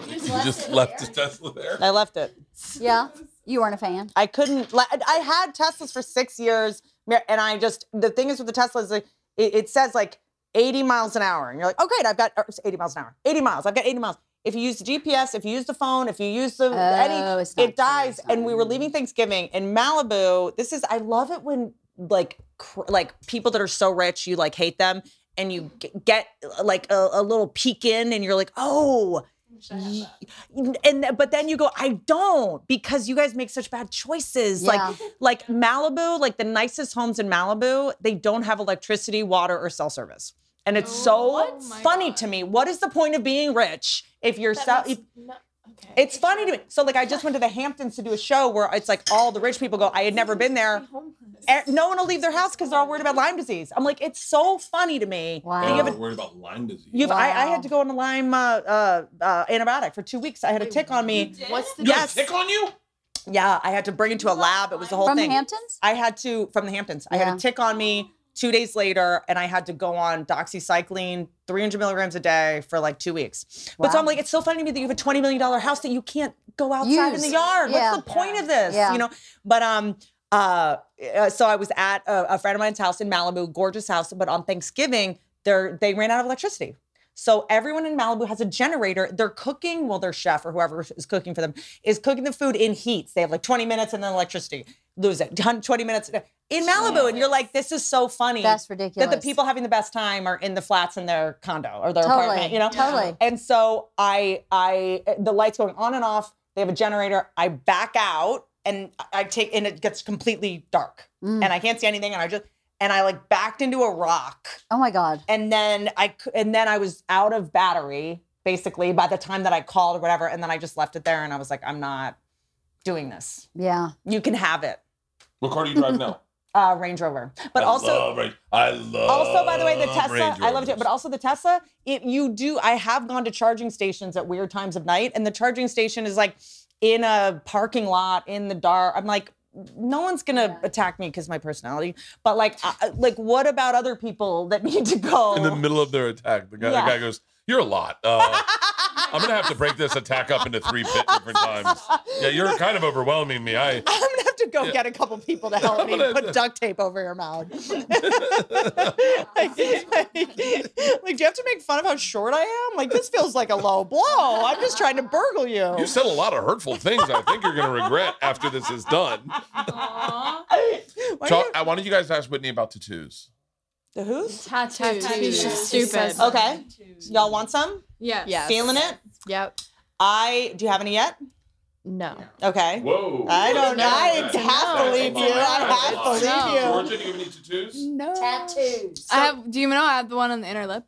[SPEAKER 1] You just left the Tesla there.
[SPEAKER 5] I left it.
[SPEAKER 3] Yeah, you weren't a fan.
[SPEAKER 5] I couldn't. li- I had Teslas for six years, mer- and I just the thing is with the Tesla is like, it, it says like 80 miles an hour, and you're like, oh great, I've got or it's 80 miles an hour, 80 miles, I've got 80 miles. If you use the GPS, if you use the phone, if you use the
[SPEAKER 3] Oh,
[SPEAKER 5] any,
[SPEAKER 3] it's not
[SPEAKER 5] it dies.
[SPEAKER 3] true.
[SPEAKER 5] And we were leaving Thanksgiving in Malibu. This is I love it when like cr- like people that are so rich, you like hate them, and you g- get like a, a little peek in, and you're like, oh. y- And but then you go, I don't because you guys make such bad choices.
[SPEAKER 3] Yeah.
[SPEAKER 5] Like like Malibu, like the nicest homes in Malibu, they don't have electricity, water, or cell service. And it's so funny to me. What is the point of being rich if you're so? if- It's funny to me. So like, I just went to the Hamptons to do a show where it's like all the rich people go. I had never been there. And No one will leave their house because they're all worried about Lyme disease. I'm like, it's so funny to me.
[SPEAKER 3] Wow.
[SPEAKER 5] that You
[SPEAKER 1] They
[SPEAKER 5] have
[SPEAKER 1] were
[SPEAKER 5] a,
[SPEAKER 1] worried about Lyme disease.
[SPEAKER 5] you've, I, I
[SPEAKER 3] Wow.
[SPEAKER 5] had to go on a Lyme uh, uh, uh, antibiotic for two weeks. I had a tick on me.
[SPEAKER 2] What's the
[SPEAKER 5] Yes.
[SPEAKER 6] Tick on you?
[SPEAKER 5] Yeah, I had to bring it to a lab. It was the whole
[SPEAKER 3] From
[SPEAKER 5] thing.
[SPEAKER 3] Hamptons.
[SPEAKER 5] I had to from the Hamptons. I had
[SPEAKER 3] Yeah.
[SPEAKER 5] a tick on me two days later, and I had to go on doxycycline, 300 milligrams a day for like two weeks. But so
[SPEAKER 3] Wow.
[SPEAKER 5] I'm like, it's so funny to me that you have a 20 million dollar house that you can't go outside in the
[SPEAKER 3] Use.
[SPEAKER 5] yard.
[SPEAKER 3] Yeah.
[SPEAKER 5] What's the point of this?
[SPEAKER 3] Yeah.
[SPEAKER 5] You know. But um. Uh, uh, so I was at a, a friend of mine's house in Malibu, gorgeous house. But on Thanksgiving, they they ran out of electricity. So everyone in Malibu has a generator. They're cooking, well, their chef or whoever is cooking for them is cooking the food in heats. They have like 20 minutes and then electricity. Lose it. 20 minutes in Malibu. And you're like, this is so funny.
[SPEAKER 3] That's
[SPEAKER 5] that
[SPEAKER 3] ridiculous.
[SPEAKER 5] the people having the best time are in the flats in their condo or their
[SPEAKER 3] Totally.
[SPEAKER 5] apartment, you know?
[SPEAKER 3] Totally.
[SPEAKER 5] And so I I the lights going on and off. They have a generator. I back out and I take and it gets completely dark.
[SPEAKER 3] Mm.
[SPEAKER 5] And I can't see anything. And I just and I like backed into a rock
[SPEAKER 3] Oh my god.
[SPEAKER 5] and then I c- and then I was out of battery basically by the time that I called or whatever, and then I just left it there, and I was like, I'm not doing this.
[SPEAKER 3] Yeah.
[SPEAKER 5] You can have it,
[SPEAKER 1] what car do you drive now?
[SPEAKER 5] uh, Range Rover. But
[SPEAKER 1] I
[SPEAKER 5] also,
[SPEAKER 1] love Range- I love.
[SPEAKER 5] also by the way, the Tesla.
[SPEAKER 1] Range
[SPEAKER 5] I loved it,
[SPEAKER 1] Rovers.
[SPEAKER 5] but also the Tesla. It you do. I have gone to charging stations at weird times of night, and the charging station is like in a parking lot in the dark. I'm like. No one's gonna attack me because my personality, but like, I, like, what about other people that need to go?
[SPEAKER 1] in the middle of their attack, the guy,
[SPEAKER 5] Yeah.
[SPEAKER 1] the guy goes, "You're a lot. Uh, I'm gonna have to break this attack up into three bit different times. Yeah, you're kind of overwhelming me. I
[SPEAKER 5] I'm gonna have to go get a couple people to help me put duct tape over your mouth. like, like, do you have to make fun of how short I am? Like, this feels like a low blow. I'm just trying to burgle you.
[SPEAKER 1] You said a lot of hurtful things. I think you're going to regret after this is done.
[SPEAKER 5] Why
[SPEAKER 1] Talk,
[SPEAKER 5] do
[SPEAKER 1] I wanted you guys to ask Whitney about tattoos.
[SPEAKER 5] you- the who's?
[SPEAKER 2] Tattoos.
[SPEAKER 9] Tattoos.
[SPEAKER 2] She's stupid.
[SPEAKER 5] Okay. Y'all want some?
[SPEAKER 9] Yes.
[SPEAKER 2] Yes.
[SPEAKER 5] Feeling it?
[SPEAKER 9] Yep.
[SPEAKER 5] I do you have any yet?
[SPEAKER 9] No.
[SPEAKER 5] Okay.
[SPEAKER 6] Whoa.
[SPEAKER 5] I don't know. I
[SPEAKER 6] That's a
[SPEAKER 5] have
[SPEAKER 6] lie.
[SPEAKER 5] to leave you.
[SPEAKER 6] That's a
[SPEAKER 5] I
[SPEAKER 6] lie.
[SPEAKER 5] have to leave you.
[SPEAKER 6] Georgia, do you have any tattoos?
[SPEAKER 2] No.
[SPEAKER 3] Tattoos.
[SPEAKER 2] I have. Do you know I have the one on the inner lip?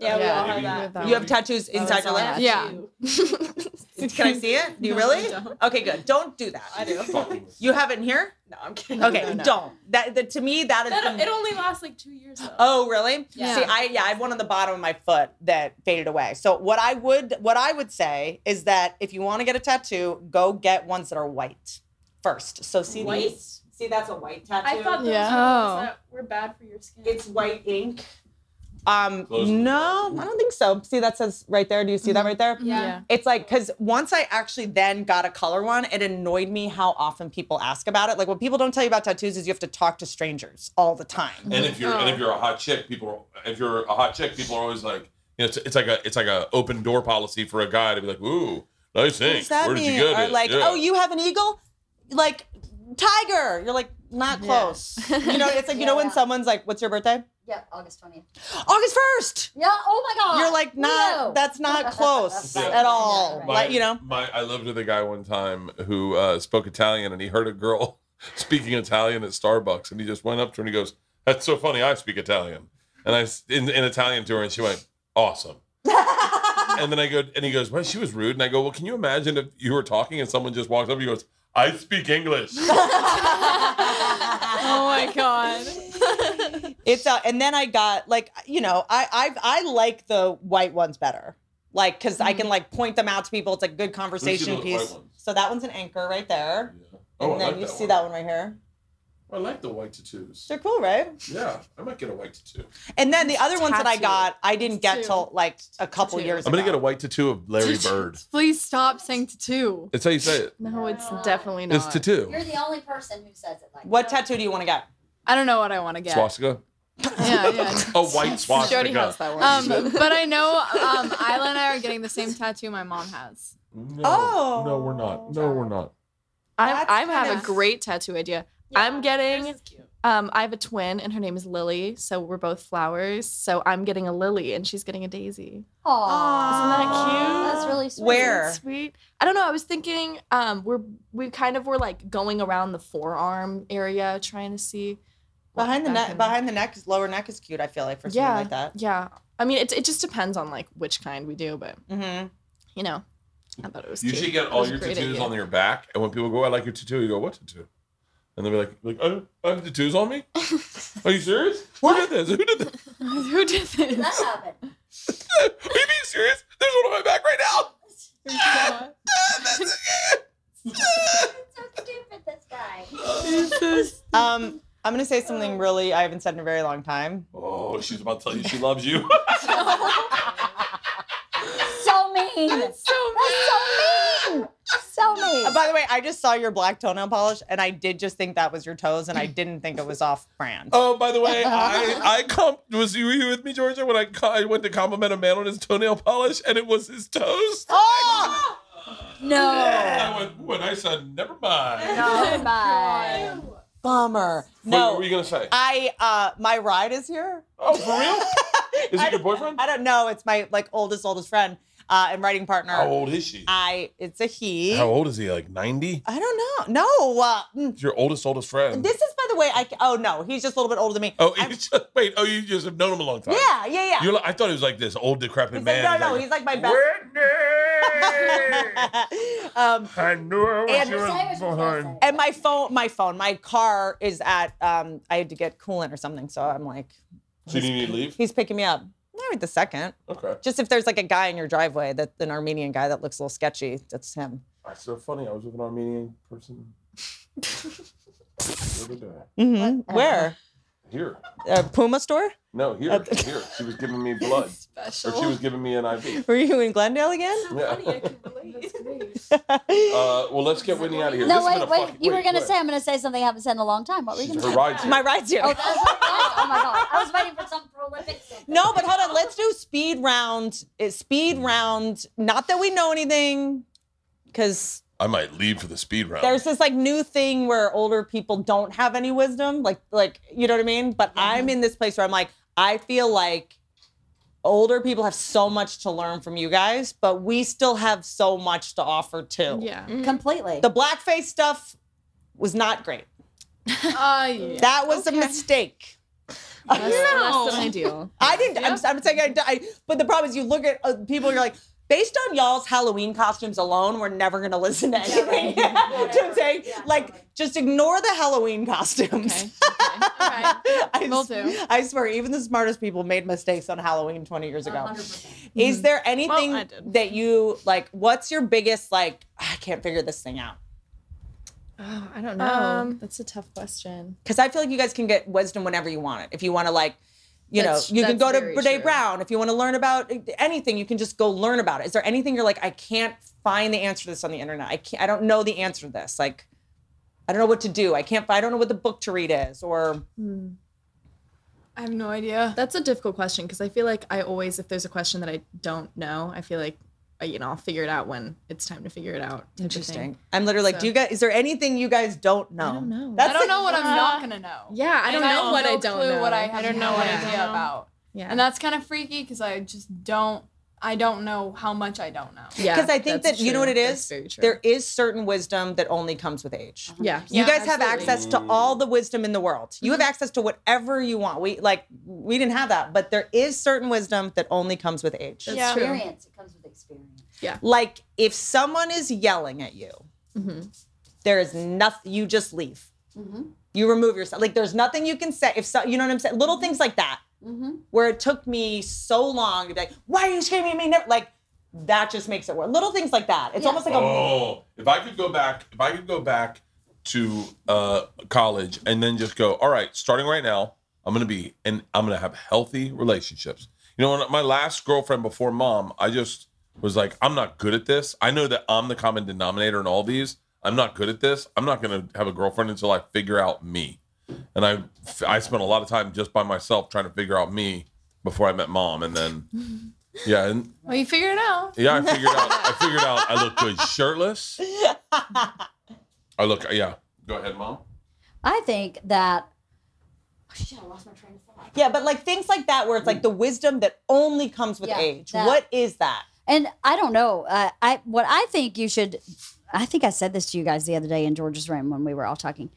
[SPEAKER 5] Yeah, we
[SPEAKER 9] Yeah,
[SPEAKER 5] all
[SPEAKER 9] I
[SPEAKER 5] have
[SPEAKER 9] do
[SPEAKER 5] that.
[SPEAKER 9] have that
[SPEAKER 5] You have tattoos inside your lip?
[SPEAKER 2] Yeah.
[SPEAKER 5] Can I see it? Do you really? Okay, good. Don't do that. I do. You have it in here?
[SPEAKER 8] No, I'm kidding.
[SPEAKER 5] Okay, don't. That, that to me that is.
[SPEAKER 8] That,
[SPEAKER 5] the-
[SPEAKER 8] it only lasts like two years. Though.
[SPEAKER 5] Oh really?
[SPEAKER 2] Yeah.
[SPEAKER 5] See, I yeah, I have one on the bottom of my foot that faded away. So what I would what I would say is that if you want to get a tattoo, go get ones that are white first. So see these? See, that's a white tattoo.
[SPEAKER 8] I thought those
[SPEAKER 2] Yeah. Oh.
[SPEAKER 8] were ones that were bad for your skin.
[SPEAKER 5] It's white ink. Um,
[SPEAKER 6] Close.
[SPEAKER 5] no, I don't think so. See, that says right there. Do you see
[SPEAKER 8] Mm-hmm.
[SPEAKER 5] that right there?
[SPEAKER 8] Yeah.
[SPEAKER 5] It's like because once I actually then got a color one, it annoyed me how often people ask about it. Like what people don't tell you about tattoos is you have to talk to strangers all the time.
[SPEAKER 1] And if you're
[SPEAKER 5] oh.
[SPEAKER 1] and if you're a hot chick, people are, if you're a hot chick, people are always like, you know, it's, it's like a it's like a open door policy for a guy to be like, ooh, nice
[SPEAKER 5] What
[SPEAKER 1] thing.
[SPEAKER 5] does that
[SPEAKER 1] Where did
[SPEAKER 5] mean?
[SPEAKER 1] you get
[SPEAKER 5] or
[SPEAKER 1] it?
[SPEAKER 5] like,
[SPEAKER 1] Yeah.
[SPEAKER 5] oh, you have an eagle, like tiger. You're like not close. you know, it's like you know when
[SPEAKER 3] Yeah.
[SPEAKER 5] someone's like, "What's your birthday?"
[SPEAKER 3] Yeah, August 20th.
[SPEAKER 5] August first.
[SPEAKER 3] Yeah, oh my God.
[SPEAKER 5] You're like not.
[SPEAKER 3] Leo.
[SPEAKER 5] That's not close
[SPEAKER 1] Yeah.
[SPEAKER 5] at all.
[SPEAKER 3] Yeah, right.
[SPEAKER 5] Like you know.
[SPEAKER 1] my I lived with a guy one time who uh, spoke Italian, and he heard a girl speaking Italian at Starbucks, and he just went up to her and he goes, "That's so funny. I speak Italian." And I s- in, in Italian to her, and she went, "Awesome." and then I go, and he goes, "Well, she was rude." And I go, "Well, can you imagine if you were talking and someone just walks up and goes, I speak English."
[SPEAKER 2] Oh my god.
[SPEAKER 5] It's uh, and then I got like you know I I I like the white ones better, like because I can like point them out to people. It's a good conversation
[SPEAKER 6] those white
[SPEAKER 5] piece.
[SPEAKER 6] ones.
[SPEAKER 5] So that one's an anchor right there,
[SPEAKER 6] Oh,
[SPEAKER 5] and
[SPEAKER 6] I
[SPEAKER 5] then
[SPEAKER 6] like
[SPEAKER 5] you
[SPEAKER 6] that
[SPEAKER 5] see
[SPEAKER 6] one.
[SPEAKER 5] that one right here.
[SPEAKER 6] I like the white tattoos.
[SPEAKER 5] They're cool, right?
[SPEAKER 6] Yeah, I might get a white tattoo.
[SPEAKER 5] And then the other ones that I
[SPEAKER 9] Tattoo.
[SPEAKER 5] got, I didn't get
[SPEAKER 9] Tattoo.
[SPEAKER 5] till like a couple
[SPEAKER 9] Tattoo.
[SPEAKER 5] years.
[SPEAKER 1] I'm gonna
[SPEAKER 5] ago.
[SPEAKER 1] get a white tattoo of Larry Bird.
[SPEAKER 2] Please stop saying tattoo.
[SPEAKER 1] That's how you say it.
[SPEAKER 9] No, it's definitely not.
[SPEAKER 1] It's tattoo.
[SPEAKER 3] You're the only person who says it like
[SPEAKER 5] What tattoo do you want to get?
[SPEAKER 2] I don't know what I want to get.
[SPEAKER 1] Swastika.
[SPEAKER 2] Yeah, yeah.
[SPEAKER 1] A white swastika.
[SPEAKER 9] Jody has that one.
[SPEAKER 2] Um, but I know um, Isla and I are getting the same tattoo my mom has.
[SPEAKER 1] No,
[SPEAKER 5] Oh.
[SPEAKER 1] no, we're not. No, we're not.
[SPEAKER 9] I
[SPEAKER 5] That's
[SPEAKER 9] I have
[SPEAKER 5] kinda-
[SPEAKER 9] a great tattoo idea. I'm getting. Um, I have a twin, and her name is Lily. So we're both flowers. So I'm getting a lily, and she's getting a daisy. Isn't
[SPEAKER 3] Aww.
[SPEAKER 9] that cute?
[SPEAKER 3] That's really sweet.
[SPEAKER 5] Where?
[SPEAKER 9] Sweet. I don't know. I was thinking. Um, we're we kind of were like going around the forearm area, trying to see what
[SPEAKER 5] Behind the
[SPEAKER 9] back
[SPEAKER 5] neck,
[SPEAKER 9] in-
[SPEAKER 5] behind the neck, lower neck is cute. I feel like for something
[SPEAKER 9] Yeah.
[SPEAKER 5] like that.
[SPEAKER 9] Yeah. I mean, it it just depends on like which kind we do, but
[SPEAKER 5] Mm-hmm.
[SPEAKER 9] you know, I thought it was.
[SPEAKER 1] You
[SPEAKER 9] cute.
[SPEAKER 1] should get
[SPEAKER 9] It
[SPEAKER 1] all
[SPEAKER 9] was a
[SPEAKER 1] your
[SPEAKER 9] great
[SPEAKER 1] tattoos
[SPEAKER 9] idea.
[SPEAKER 1] on your back, and when people go, "I like your tattoo," you go, "What tattoo?" And they'll be like, "Like, oh, I have tattoos on me." Are you serious? Who did this? Who did this?
[SPEAKER 2] Who did this?
[SPEAKER 3] That happened.
[SPEAKER 1] Are you being serious? There's one on my back right now.
[SPEAKER 3] so stupid, this guy.
[SPEAKER 5] Um, I'm gonna say something really I haven't said in a very long time.
[SPEAKER 1] Oh, she's about to tell you she loves you.
[SPEAKER 3] So mean. That's so mean. So mean.
[SPEAKER 5] Uh, By the way, I just saw your black toenail polish, and I did just think that was your toes, and I didn't think it was off brand.
[SPEAKER 1] oh, by the way, I I comp was you, were you with me, Georgia, when I co- I went to compliment a man on his toenail polish, and it was his toes.
[SPEAKER 5] Oh!
[SPEAKER 3] no.
[SPEAKER 1] And I went, ooh, and I said, never mind.
[SPEAKER 3] No. Bye.
[SPEAKER 5] Bummer.
[SPEAKER 1] What
[SPEAKER 5] No,
[SPEAKER 1] were you gonna say?
[SPEAKER 5] I uh, my ride is here.
[SPEAKER 1] Oh, for real? Is
[SPEAKER 5] I
[SPEAKER 1] it your
[SPEAKER 5] don't-
[SPEAKER 1] boyfriend?
[SPEAKER 5] I don't know. It's my like oldest oldest friend uh, and writing partner.
[SPEAKER 1] How old is she?
[SPEAKER 5] I it's a he.
[SPEAKER 1] How old is he? Like 90?
[SPEAKER 5] I don't know. No. Uh, mm.
[SPEAKER 1] Your oldest, oldest friend.
[SPEAKER 5] this is by the way. I ca- oh no, he's just a little bit older than me.
[SPEAKER 1] oh,
[SPEAKER 5] I'm-
[SPEAKER 1] you just, wait. Oh, you just have known him a long time.
[SPEAKER 5] yeah, yeah, yeah.
[SPEAKER 1] You're like, I thought he was like this old, decrepit
[SPEAKER 5] He's
[SPEAKER 1] man.
[SPEAKER 5] like, no, no, he's like my best. um,
[SPEAKER 6] I knew I
[SPEAKER 5] And-
[SPEAKER 6] was behind.
[SPEAKER 5] and my phone, my phone, my car is at. Um, I had to get coolant or something, so I'm like,
[SPEAKER 1] So you need to leave?
[SPEAKER 5] he's picking me up. Not right the second.
[SPEAKER 1] Okay.
[SPEAKER 5] Just if there's like a guy in your driveway, that an Armenian guy that looks a little sketchy, that's him.
[SPEAKER 1] That's so funny. I was with an Armenian person. the other day.
[SPEAKER 5] Mm-hmm. Where?
[SPEAKER 1] Here.
[SPEAKER 5] Uh, Puma store?
[SPEAKER 1] No, here. here. She was giving me blood. Or she was giving me an IV.
[SPEAKER 5] Were you in Glendale again?
[SPEAKER 1] Yeah. Uh, well, let's get Whitney out of here. This
[SPEAKER 3] No,
[SPEAKER 1] has
[SPEAKER 3] wait,
[SPEAKER 1] been a
[SPEAKER 3] wait.
[SPEAKER 1] fucking-
[SPEAKER 3] You were gonna
[SPEAKER 1] wait.
[SPEAKER 3] say I'm gonna say something I haven't said in a long time. What were you gonna
[SPEAKER 1] Her
[SPEAKER 3] say?
[SPEAKER 1] ride's here.
[SPEAKER 5] My ride's here.
[SPEAKER 3] Oh, that was what it was? Oh my god! I was waiting for some prolific. sentence.
[SPEAKER 5] No, but hold on. Let's do speed round. Uh, Speed round. Not that we know anything, because
[SPEAKER 1] I might leave for the speed
[SPEAKER 9] Oh.
[SPEAKER 1] round.
[SPEAKER 5] there's this like new thing where older people don't have any wisdom. Like, like you know what I mean. But I'm in this place where I'm like, I feel like older people have so much to learn from you guys, but we still have so much to offer too.
[SPEAKER 9] Yeah.
[SPEAKER 3] Completely.
[SPEAKER 5] Mm. The blackface stuff was not great.
[SPEAKER 9] Uh, yeah.
[SPEAKER 5] That was a mistake.
[SPEAKER 9] That's
[SPEAKER 2] Oh.
[SPEAKER 9] less than ideal.
[SPEAKER 5] I didn't. I'm, I'm saying I, I. But the problem is, you look at uh, people. You're like, based on y'all's Halloween costumes alone, we're never gonna listen to anything. Do you know what I'm saying? like, just ignore the Halloween costumes.
[SPEAKER 9] Okay. okay. All right.
[SPEAKER 5] I,
[SPEAKER 9] Will
[SPEAKER 5] s-
[SPEAKER 9] do.
[SPEAKER 5] I swear, even the smartest people made mistakes on Halloween 20 years ago. Is there anything
[SPEAKER 8] I did.
[SPEAKER 5] that you like? What's your biggest like? I can't figure this thing out
[SPEAKER 8] Oh, I don't know.
[SPEAKER 9] Um,
[SPEAKER 8] That's a tough question.
[SPEAKER 5] because I feel like you guys can get wisdom whenever you want it. If you want to like. You know,
[SPEAKER 9] That's-
[SPEAKER 5] you can go
[SPEAKER 9] that's
[SPEAKER 5] to
[SPEAKER 9] very
[SPEAKER 5] Brene
[SPEAKER 9] true.
[SPEAKER 5] Brown if you want to learn about anything. You can just go learn about it. Is there anything you're like, I can't find the answer to this on the internet. I can't. I don't know the answer to this. Like, I don't know what to do. I can't. I don't know what the book to read is. Or
[SPEAKER 2] I have no idea.
[SPEAKER 9] That's a difficult question because I feel like I always, if there's a question that I don't know, I feel like, I, you know, I'll figure it out when it's time to figure it out. type of thing.
[SPEAKER 5] I'm literally like, do you guys? Is there anything you guys don't know?
[SPEAKER 9] don't know.
[SPEAKER 5] That's
[SPEAKER 2] I don't
[SPEAKER 5] it.
[SPEAKER 2] know what I'm
[SPEAKER 8] uh,
[SPEAKER 2] not gonna know.
[SPEAKER 9] Yeah, I don't
[SPEAKER 2] And
[SPEAKER 9] know
[SPEAKER 2] have
[SPEAKER 9] what
[SPEAKER 2] no
[SPEAKER 9] I don't
[SPEAKER 2] clue
[SPEAKER 9] know.
[SPEAKER 2] What I, have
[SPEAKER 8] don't know what I
[SPEAKER 2] no
[SPEAKER 8] don't
[SPEAKER 2] idea
[SPEAKER 8] know.
[SPEAKER 2] about.
[SPEAKER 9] yeah.
[SPEAKER 2] And that's kind of freaky because I just don't. I don't know how much I don't know.
[SPEAKER 9] yeah,
[SPEAKER 5] Because I think that
[SPEAKER 9] that's
[SPEAKER 5] you know what
[SPEAKER 9] true.
[SPEAKER 5] it
[SPEAKER 9] That's
[SPEAKER 5] is.
[SPEAKER 9] very true.
[SPEAKER 5] There is certain wisdom that only comes with age.
[SPEAKER 9] yeah.
[SPEAKER 5] you
[SPEAKER 2] Yeah,
[SPEAKER 5] guys have
[SPEAKER 2] absolutely.
[SPEAKER 5] access to all the wisdom in the world. You have access to whatever you want. We like we didn't have that, but there is certain wisdom that only comes with age.
[SPEAKER 9] That's
[SPEAKER 2] Yeah.
[SPEAKER 9] true.
[SPEAKER 3] experience. It comes with experience.
[SPEAKER 5] Like if someone is yelling at you, there is nothing. You just leave. You remove yourself. Like there's nothing you can say. If so, you know what I'm saying. Little things like that, where it took me so long to be like, "Why are you screaming at me?" Never, like that just makes it worse. Little things like that. It's almost like a
[SPEAKER 1] Oh, if I could go back, if I could go back to uh, college and then just go, all right, starting right now, I'm gonna be and I'm gonna have healthy relationships. You know, when my last girlfriend before mom, I just was like, I'm not good at this. I know that I'm the common denominator in all these. I'm not good at this. I'm not gonna have a girlfriend until I figure out me. And I, I spent a lot of time just by myself trying to figure out me before I met mom, and then, yeah, and
[SPEAKER 2] Well, you figure it out.
[SPEAKER 1] yeah, I figured out. I figured out. I look good shirtless. I look. Yeah. Go ahead, mom.
[SPEAKER 3] I think that. Oh shit! I lost my train of thought.
[SPEAKER 5] Yeah, but like things like that, where it's like the wisdom that only comes with
[SPEAKER 3] Yeah,
[SPEAKER 5] age.
[SPEAKER 3] that.
[SPEAKER 5] What is that?
[SPEAKER 3] And I don't know. Uh, I what I think you should. I think I said this to you guys the other day in George's room when we were all talking.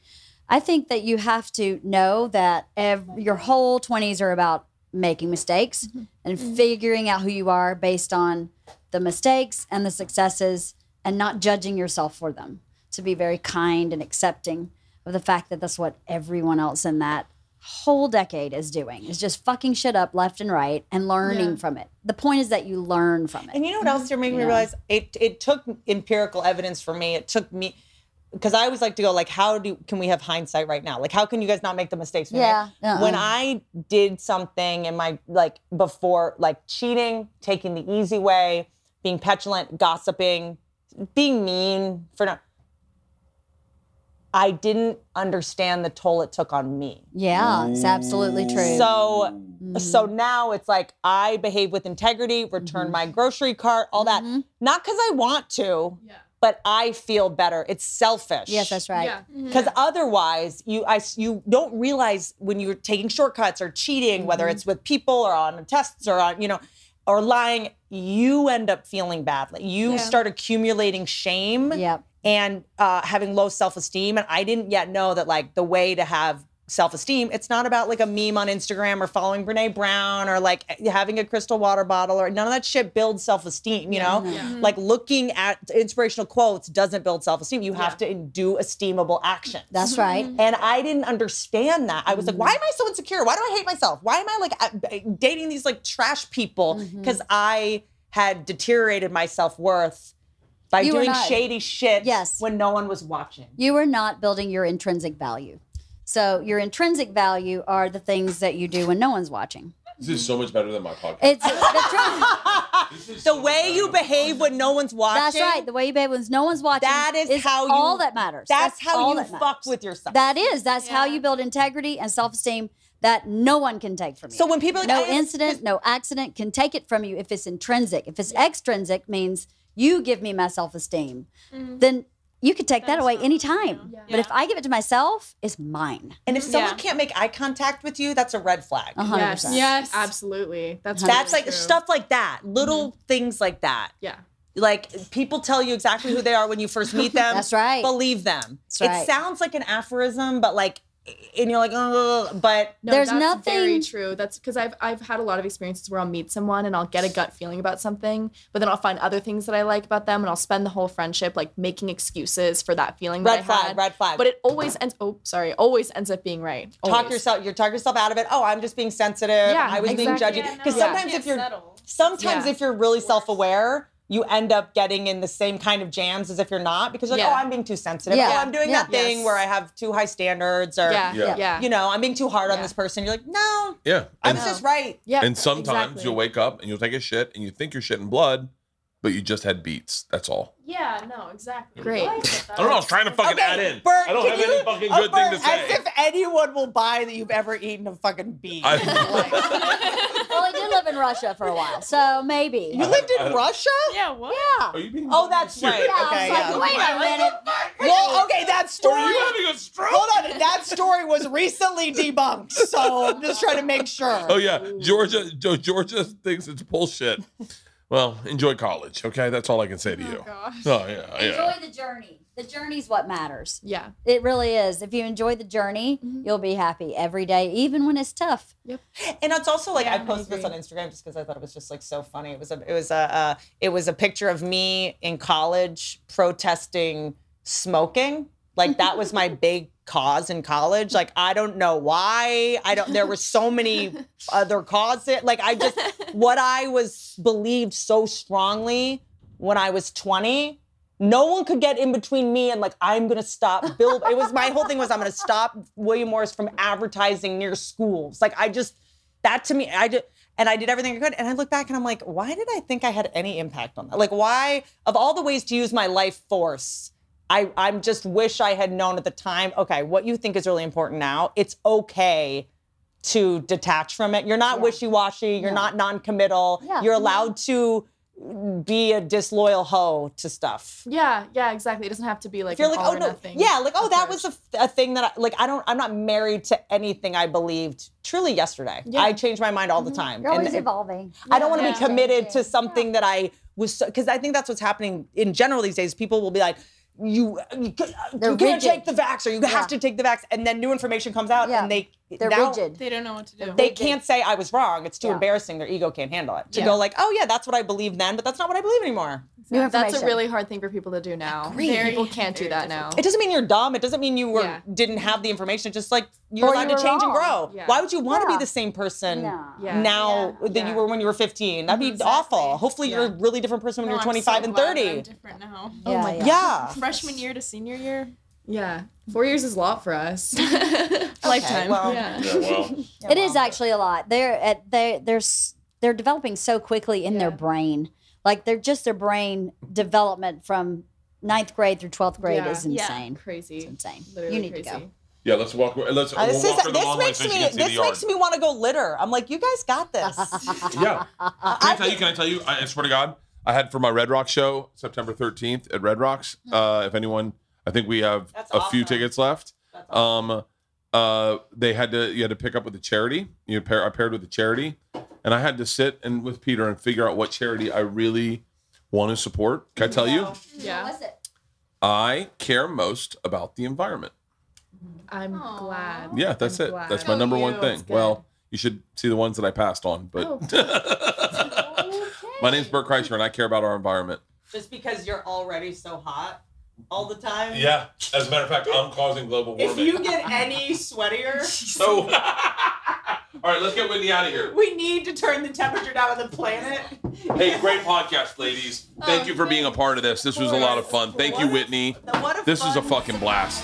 [SPEAKER 3] I think that you have to know that ev- your whole twenties are about making mistakes and figuring out who you are based on the mistakes and the successes, and not judging yourself for them. To be very kind and accepting of the fact that that's what everyone else in that whole decade is doing is just fucking shit up left and right and learning from it. The point is that you learn from it.
[SPEAKER 5] And you know what else you're making me realize? It it took empirical evidence for me. It took me because I always like to go like, how do can we have hindsight right now? Like, how can you guys not make the mistakes? we made?
[SPEAKER 3] Yeah, uh-uh.
[SPEAKER 5] When I did something in my like before, like cheating, taking the easy way, being petulant, gossiping, being mean for no. I didn't understand the toll it took on me.
[SPEAKER 3] Yeah, it's absolutely true. Mm-hmm.
[SPEAKER 5] So so now it's like I behave with integrity,
[SPEAKER 3] Mm-hmm.
[SPEAKER 5] return my grocery cart, all that. Not because I want to, but I feel better. It's selfish.
[SPEAKER 3] yes, that's right.
[SPEAKER 9] Yeah.
[SPEAKER 5] Because otherwise, you I s- you don't realize when you're taking shortcuts or cheating, whether
[SPEAKER 3] Mm-hmm.
[SPEAKER 5] it's with people or on tests or on you know, or lying, you end up feeling badly. You start accumulating shame
[SPEAKER 3] Yep.
[SPEAKER 5] and uh, having low self-esteem and i didn't yet know that like the way to have self-esteem it's not about like a meme on instagram or following brene brown or like eh, having a crystal water bottle or none of that shit builds self-esteem you know like looking at inspirational quotes doesn't build self-esteem you have to do esteemable actions
[SPEAKER 3] That's right.
[SPEAKER 5] and I didn't understand that. I was like, why am I so insecure? Why do I hate myself? Why am I like at- dating these like trash people?
[SPEAKER 3] Mm-hmm.
[SPEAKER 5] Because I had deteriorated my self worth by
[SPEAKER 3] You were
[SPEAKER 5] doing
[SPEAKER 3] not-
[SPEAKER 5] shady shit
[SPEAKER 3] Yes.
[SPEAKER 5] when no one was watching.
[SPEAKER 3] You are not building your intrinsic value. So your intrinsic value are the things that you do when no one's watching.
[SPEAKER 1] This is so much better than my podcast.
[SPEAKER 3] It's that's right.
[SPEAKER 5] the way you behave when no one's watching.
[SPEAKER 3] That's right. The way you behave when no one's watching.
[SPEAKER 5] That is how you-
[SPEAKER 3] all that matters.
[SPEAKER 5] That's,
[SPEAKER 3] all
[SPEAKER 5] how you
[SPEAKER 3] that matters.
[SPEAKER 5] fuck with yourself.
[SPEAKER 3] That is. That's how
[SPEAKER 2] Yeah.
[SPEAKER 3] you build integrity and self-esteem that no one can take from you.
[SPEAKER 5] So when people are like,
[SPEAKER 3] no
[SPEAKER 5] "I am-"
[SPEAKER 3] incident, no accident can take it from you if it's intrinsic. If it's extrinsic, means you give me my self-esteem,
[SPEAKER 9] Mm-hmm.
[SPEAKER 3] then you could take that away anytime. But if I give it to myself, it's mine.
[SPEAKER 5] and if someone
[SPEAKER 9] Yeah.
[SPEAKER 5] can't make eye contact with you, that's a red flag.
[SPEAKER 3] A hundred
[SPEAKER 9] Yes.
[SPEAKER 3] percent.
[SPEAKER 2] Yes.
[SPEAKER 9] Absolutely. That's
[SPEAKER 5] That's
[SPEAKER 9] really
[SPEAKER 5] like
[SPEAKER 9] true.
[SPEAKER 5] stuff like that, little
[SPEAKER 3] Mm-hmm.
[SPEAKER 5] things like that.
[SPEAKER 9] Yeah.
[SPEAKER 5] Like people tell you exactly who they are when you first meet them.
[SPEAKER 3] That's right.
[SPEAKER 5] Believe them. It
[SPEAKER 3] right.
[SPEAKER 5] sounds like an aphorism, but like, and you're like, Ugh, but
[SPEAKER 9] No,
[SPEAKER 3] There's
[SPEAKER 9] that's
[SPEAKER 3] nothing-
[SPEAKER 9] very true. That's because I've I've had a lot of experiences where I'll meet someone and I'll get a gut feeling about something, but then I'll find other things that I like about them, and I'll spend the whole friendship like making excuses for that feeling. that
[SPEAKER 5] red
[SPEAKER 9] I
[SPEAKER 5] flag,
[SPEAKER 9] had.
[SPEAKER 5] red flag.
[SPEAKER 9] But it always ends. Oh, sorry. Always ends up being right.
[SPEAKER 5] talk
[SPEAKER 9] Always.
[SPEAKER 5] yourself, you're talk yourself out of it. Oh, I'm just being sensitive.
[SPEAKER 9] Yeah,
[SPEAKER 5] I was
[SPEAKER 9] exactly.
[SPEAKER 5] being judgy.
[SPEAKER 8] Yeah,
[SPEAKER 5] Because
[SPEAKER 8] no, you
[SPEAKER 5] sometimes
[SPEAKER 8] can't
[SPEAKER 5] if you're
[SPEAKER 8] settle.
[SPEAKER 5] sometimes
[SPEAKER 9] Yeah.
[SPEAKER 5] if you're really self-aware you end up getting in the same kind of jams as if you're not because you're like
[SPEAKER 9] Yeah.
[SPEAKER 5] oh i'm being too sensitive
[SPEAKER 3] Yeah.
[SPEAKER 5] oh i'm doing
[SPEAKER 3] Yeah.
[SPEAKER 5] that thing
[SPEAKER 9] Yes.
[SPEAKER 5] where i have too high standards or
[SPEAKER 9] Yeah.
[SPEAKER 1] Yeah.
[SPEAKER 9] Yeah. Yeah.
[SPEAKER 5] you know i'm being too hard on
[SPEAKER 9] Yeah.
[SPEAKER 5] this person you're like no
[SPEAKER 1] yeah.
[SPEAKER 5] i
[SPEAKER 1] And,
[SPEAKER 5] was just right
[SPEAKER 9] Yeah,
[SPEAKER 1] and sometimes
[SPEAKER 9] exactly.
[SPEAKER 1] you'll wake up and you'll take a shit and you think you're shitting blood, but you just had beats. That's all.
[SPEAKER 8] Yeah, no, exactly.
[SPEAKER 9] Great.
[SPEAKER 5] Oh
[SPEAKER 8] I get that.
[SPEAKER 1] I don't know. I was trying to fucking add in.
[SPEAKER 5] Bert,
[SPEAKER 1] I don't
[SPEAKER 5] can
[SPEAKER 1] have
[SPEAKER 5] you-
[SPEAKER 1] any fucking
[SPEAKER 5] oh,
[SPEAKER 1] good thing to
[SPEAKER 5] Bert,
[SPEAKER 1] say.
[SPEAKER 5] as if anyone will buy that you've ever eaten a fucking bee
[SPEAKER 1] I-
[SPEAKER 3] well, I did live in Russia for a while, so maybe.
[SPEAKER 5] you lived in russia
[SPEAKER 8] Yeah, what?
[SPEAKER 3] yeah.
[SPEAKER 1] Are you being
[SPEAKER 5] oh that's
[SPEAKER 1] serious?
[SPEAKER 5] right
[SPEAKER 3] Yeah,
[SPEAKER 5] okay
[SPEAKER 3] I was
[SPEAKER 5] yeah.
[SPEAKER 3] like, wait a minute.
[SPEAKER 5] well okay that story
[SPEAKER 1] Are you having a stroke?
[SPEAKER 5] hold on that story was recently debunked so i'm just trying to make sure
[SPEAKER 1] Oh yeah, Georgia. Jo- Georgia thinks it's bullshit. Well, enjoy college, okay? That's all I can say to you. Oh yeah, yeah.
[SPEAKER 3] Enjoy the journey. The journey's what matters.
[SPEAKER 9] Yeah.
[SPEAKER 3] It really is. If you enjoy the journey,
[SPEAKER 9] Mm-hmm.
[SPEAKER 3] you'll be happy every day, even when it's tough.
[SPEAKER 5] And it's also like I
[SPEAKER 9] I
[SPEAKER 5] posted this on
[SPEAKER 9] agree.
[SPEAKER 5] Instagram just because I thought it was just like so funny. It was a it was a uh, it was a picture of me in college protesting smoking. Like that was my big cause in college. Like I don't know why. I don't. There were so many other causes. Like I just what I was believed so strongly when I was twenty. No one could get in between me and like I'm gonna stop. Bill, it was my whole thing was I'm gonna stop William Morris from advertising near schools. Like I just that to me, I did, and I did everything I could. And I look back and I'm like, why did I think I had any impact on that? Like, why, of all the ways to use my life force, I, I'm just wish I had known at the time, okay, what you think is really important now, it's okay to detach from it. You're not wishy washy, you're not non committal,
[SPEAKER 3] Yeah.
[SPEAKER 5] you're allowed to be a disloyal hoe to stuff
[SPEAKER 9] Yeah. Yeah. Exactly. It doesn't have to be like.
[SPEAKER 5] if you're
[SPEAKER 9] an
[SPEAKER 5] like,
[SPEAKER 9] all
[SPEAKER 5] oh
[SPEAKER 9] or
[SPEAKER 5] no,
[SPEAKER 9] nothing
[SPEAKER 5] yeah, like oh that was
[SPEAKER 9] approach.
[SPEAKER 5] a, a thing that I, like I don't, I'm not married to anything I believed truly yesterday. I change my mind all the time.
[SPEAKER 3] Mm-hmm. You're always
[SPEAKER 5] And it-
[SPEAKER 3] evolving.
[SPEAKER 5] I don't want to be
[SPEAKER 3] Yeah.
[SPEAKER 5] committed to something that I was because I think that's what's happening in general these days. People will be like. You you, c- you
[SPEAKER 3] They're
[SPEAKER 5] can't
[SPEAKER 3] rigid.
[SPEAKER 5] take the vax, or you have to take the vax, and then new information comes out,
[SPEAKER 3] Yeah.
[SPEAKER 5] and they
[SPEAKER 3] They're
[SPEAKER 5] now-
[SPEAKER 3] rigid.
[SPEAKER 8] They don't know what to do.
[SPEAKER 5] They can't say I was wrong. It's too
[SPEAKER 3] Yeah.
[SPEAKER 5] embarrassing. Their ego can't handle it. To
[SPEAKER 9] Yeah.
[SPEAKER 5] go like, oh yeah, that's what I believed then, but that's not what I believe anymore.
[SPEAKER 3] New
[SPEAKER 9] That's
[SPEAKER 3] information.
[SPEAKER 9] a really hard thing for people to do now.
[SPEAKER 8] Very,
[SPEAKER 9] People can't do
[SPEAKER 8] very
[SPEAKER 9] that now.
[SPEAKER 8] difficult.
[SPEAKER 5] It doesn't mean you're dumb. It doesn't mean you were
[SPEAKER 9] Yeah.
[SPEAKER 5] didn't have the information. It's just like you're
[SPEAKER 3] Or
[SPEAKER 5] allowed
[SPEAKER 3] you
[SPEAKER 5] to
[SPEAKER 3] were
[SPEAKER 5] change and
[SPEAKER 3] wrong.
[SPEAKER 5] grow.
[SPEAKER 9] Yeah.
[SPEAKER 5] Why would you want to
[SPEAKER 3] Yeah.
[SPEAKER 5] be the same person
[SPEAKER 3] No.
[SPEAKER 9] Yeah.
[SPEAKER 5] now
[SPEAKER 9] Yeah.
[SPEAKER 5] that you
[SPEAKER 9] Yeah.
[SPEAKER 5] were when you were 15? That'd be awful. Hopefully you're a
[SPEAKER 9] Yeah.
[SPEAKER 5] really different person when
[SPEAKER 8] Mm-hmm. No,
[SPEAKER 5] you're
[SPEAKER 8] I'm so
[SPEAKER 5] 25 and
[SPEAKER 8] glad
[SPEAKER 5] 30.
[SPEAKER 8] I'm different now.
[SPEAKER 3] Yeah,
[SPEAKER 9] Oh my
[SPEAKER 3] yeah.
[SPEAKER 5] yeah.
[SPEAKER 8] Freshman year to senior year,
[SPEAKER 9] Yeah. Four years is a lot for us.
[SPEAKER 8] lifetime.
[SPEAKER 5] well.
[SPEAKER 8] yeah.
[SPEAKER 1] Yeah, well,
[SPEAKER 3] It is actually a lot. They're at they they're s- they're developing so quickly in their
[SPEAKER 9] Yeah.
[SPEAKER 3] brain. Like they're just their brain development from ninth grade through twelfth grade
[SPEAKER 9] Yeah.
[SPEAKER 3] is
[SPEAKER 8] Yeah.
[SPEAKER 3] insane.
[SPEAKER 9] crazy.
[SPEAKER 3] It's insane.
[SPEAKER 9] Literally
[SPEAKER 3] you need
[SPEAKER 9] crazy.
[SPEAKER 3] to go.
[SPEAKER 1] yeah. Let's walk. Let's.
[SPEAKER 5] Uh,
[SPEAKER 1] we'll
[SPEAKER 5] this
[SPEAKER 1] walk
[SPEAKER 5] is,
[SPEAKER 1] for the
[SPEAKER 5] this
[SPEAKER 1] long way
[SPEAKER 5] makes
[SPEAKER 1] so you
[SPEAKER 5] me
[SPEAKER 1] can see the
[SPEAKER 5] this
[SPEAKER 1] yard.
[SPEAKER 5] makes me want to go litter. I'm like, you guys got this.
[SPEAKER 1] Yeah. Can I tell you? Can I tell you? I, I swear to God, I had for my Red Rock show September 13th at Red Rocks. Uh, if anyone, I think we have
[SPEAKER 5] Mm-hmm. That's
[SPEAKER 1] a few
[SPEAKER 5] awesome.
[SPEAKER 1] tickets left. Um, uh, they had to you had to pick up with a charity. You pair I paired with a charity, and I had to sit and with Peter and figure out what charity I really want to support. Can I tell you?
[SPEAKER 9] Yeah.
[SPEAKER 3] What's it?
[SPEAKER 1] I care most about the environment.
[SPEAKER 9] I'm glad.
[SPEAKER 1] Yeah, that's
[SPEAKER 9] I'm
[SPEAKER 1] it.
[SPEAKER 9] glad.
[SPEAKER 1] That's my
[SPEAKER 9] Go
[SPEAKER 1] number one
[SPEAKER 9] you.
[SPEAKER 1] thing.
[SPEAKER 9] That's good.
[SPEAKER 1] Well, you should see the ones that I passed on, but.
[SPEAKER 9] Oh.
[SPEAKER 1] My name's Bert Kreischer, and I care about our environment.
[SPEAKER 5] Just because you're already so hot all the time.
[SPEAKER 1] Yeah, as a matter of fact, I'm causing global
[SPEAKER 5] get any sweatier,
[SPEAKER 1] so, all right, let's get Whitney out of here.
[SPEAKER 5] we need to turn the temperature down on the planet.
[SPEAKER 1] Hey, great podcast, ladies.
[SPEAKER 9] Oh,
[SPEAKER 1] Thank you for being a part of this. This was a lot of fun. Thank you, Whitney.
[SPEAKER 5] What a
[SPEAKER 1] This is a
[SPEAKER 5] fun-
[SPEAKER 1] fucking blast.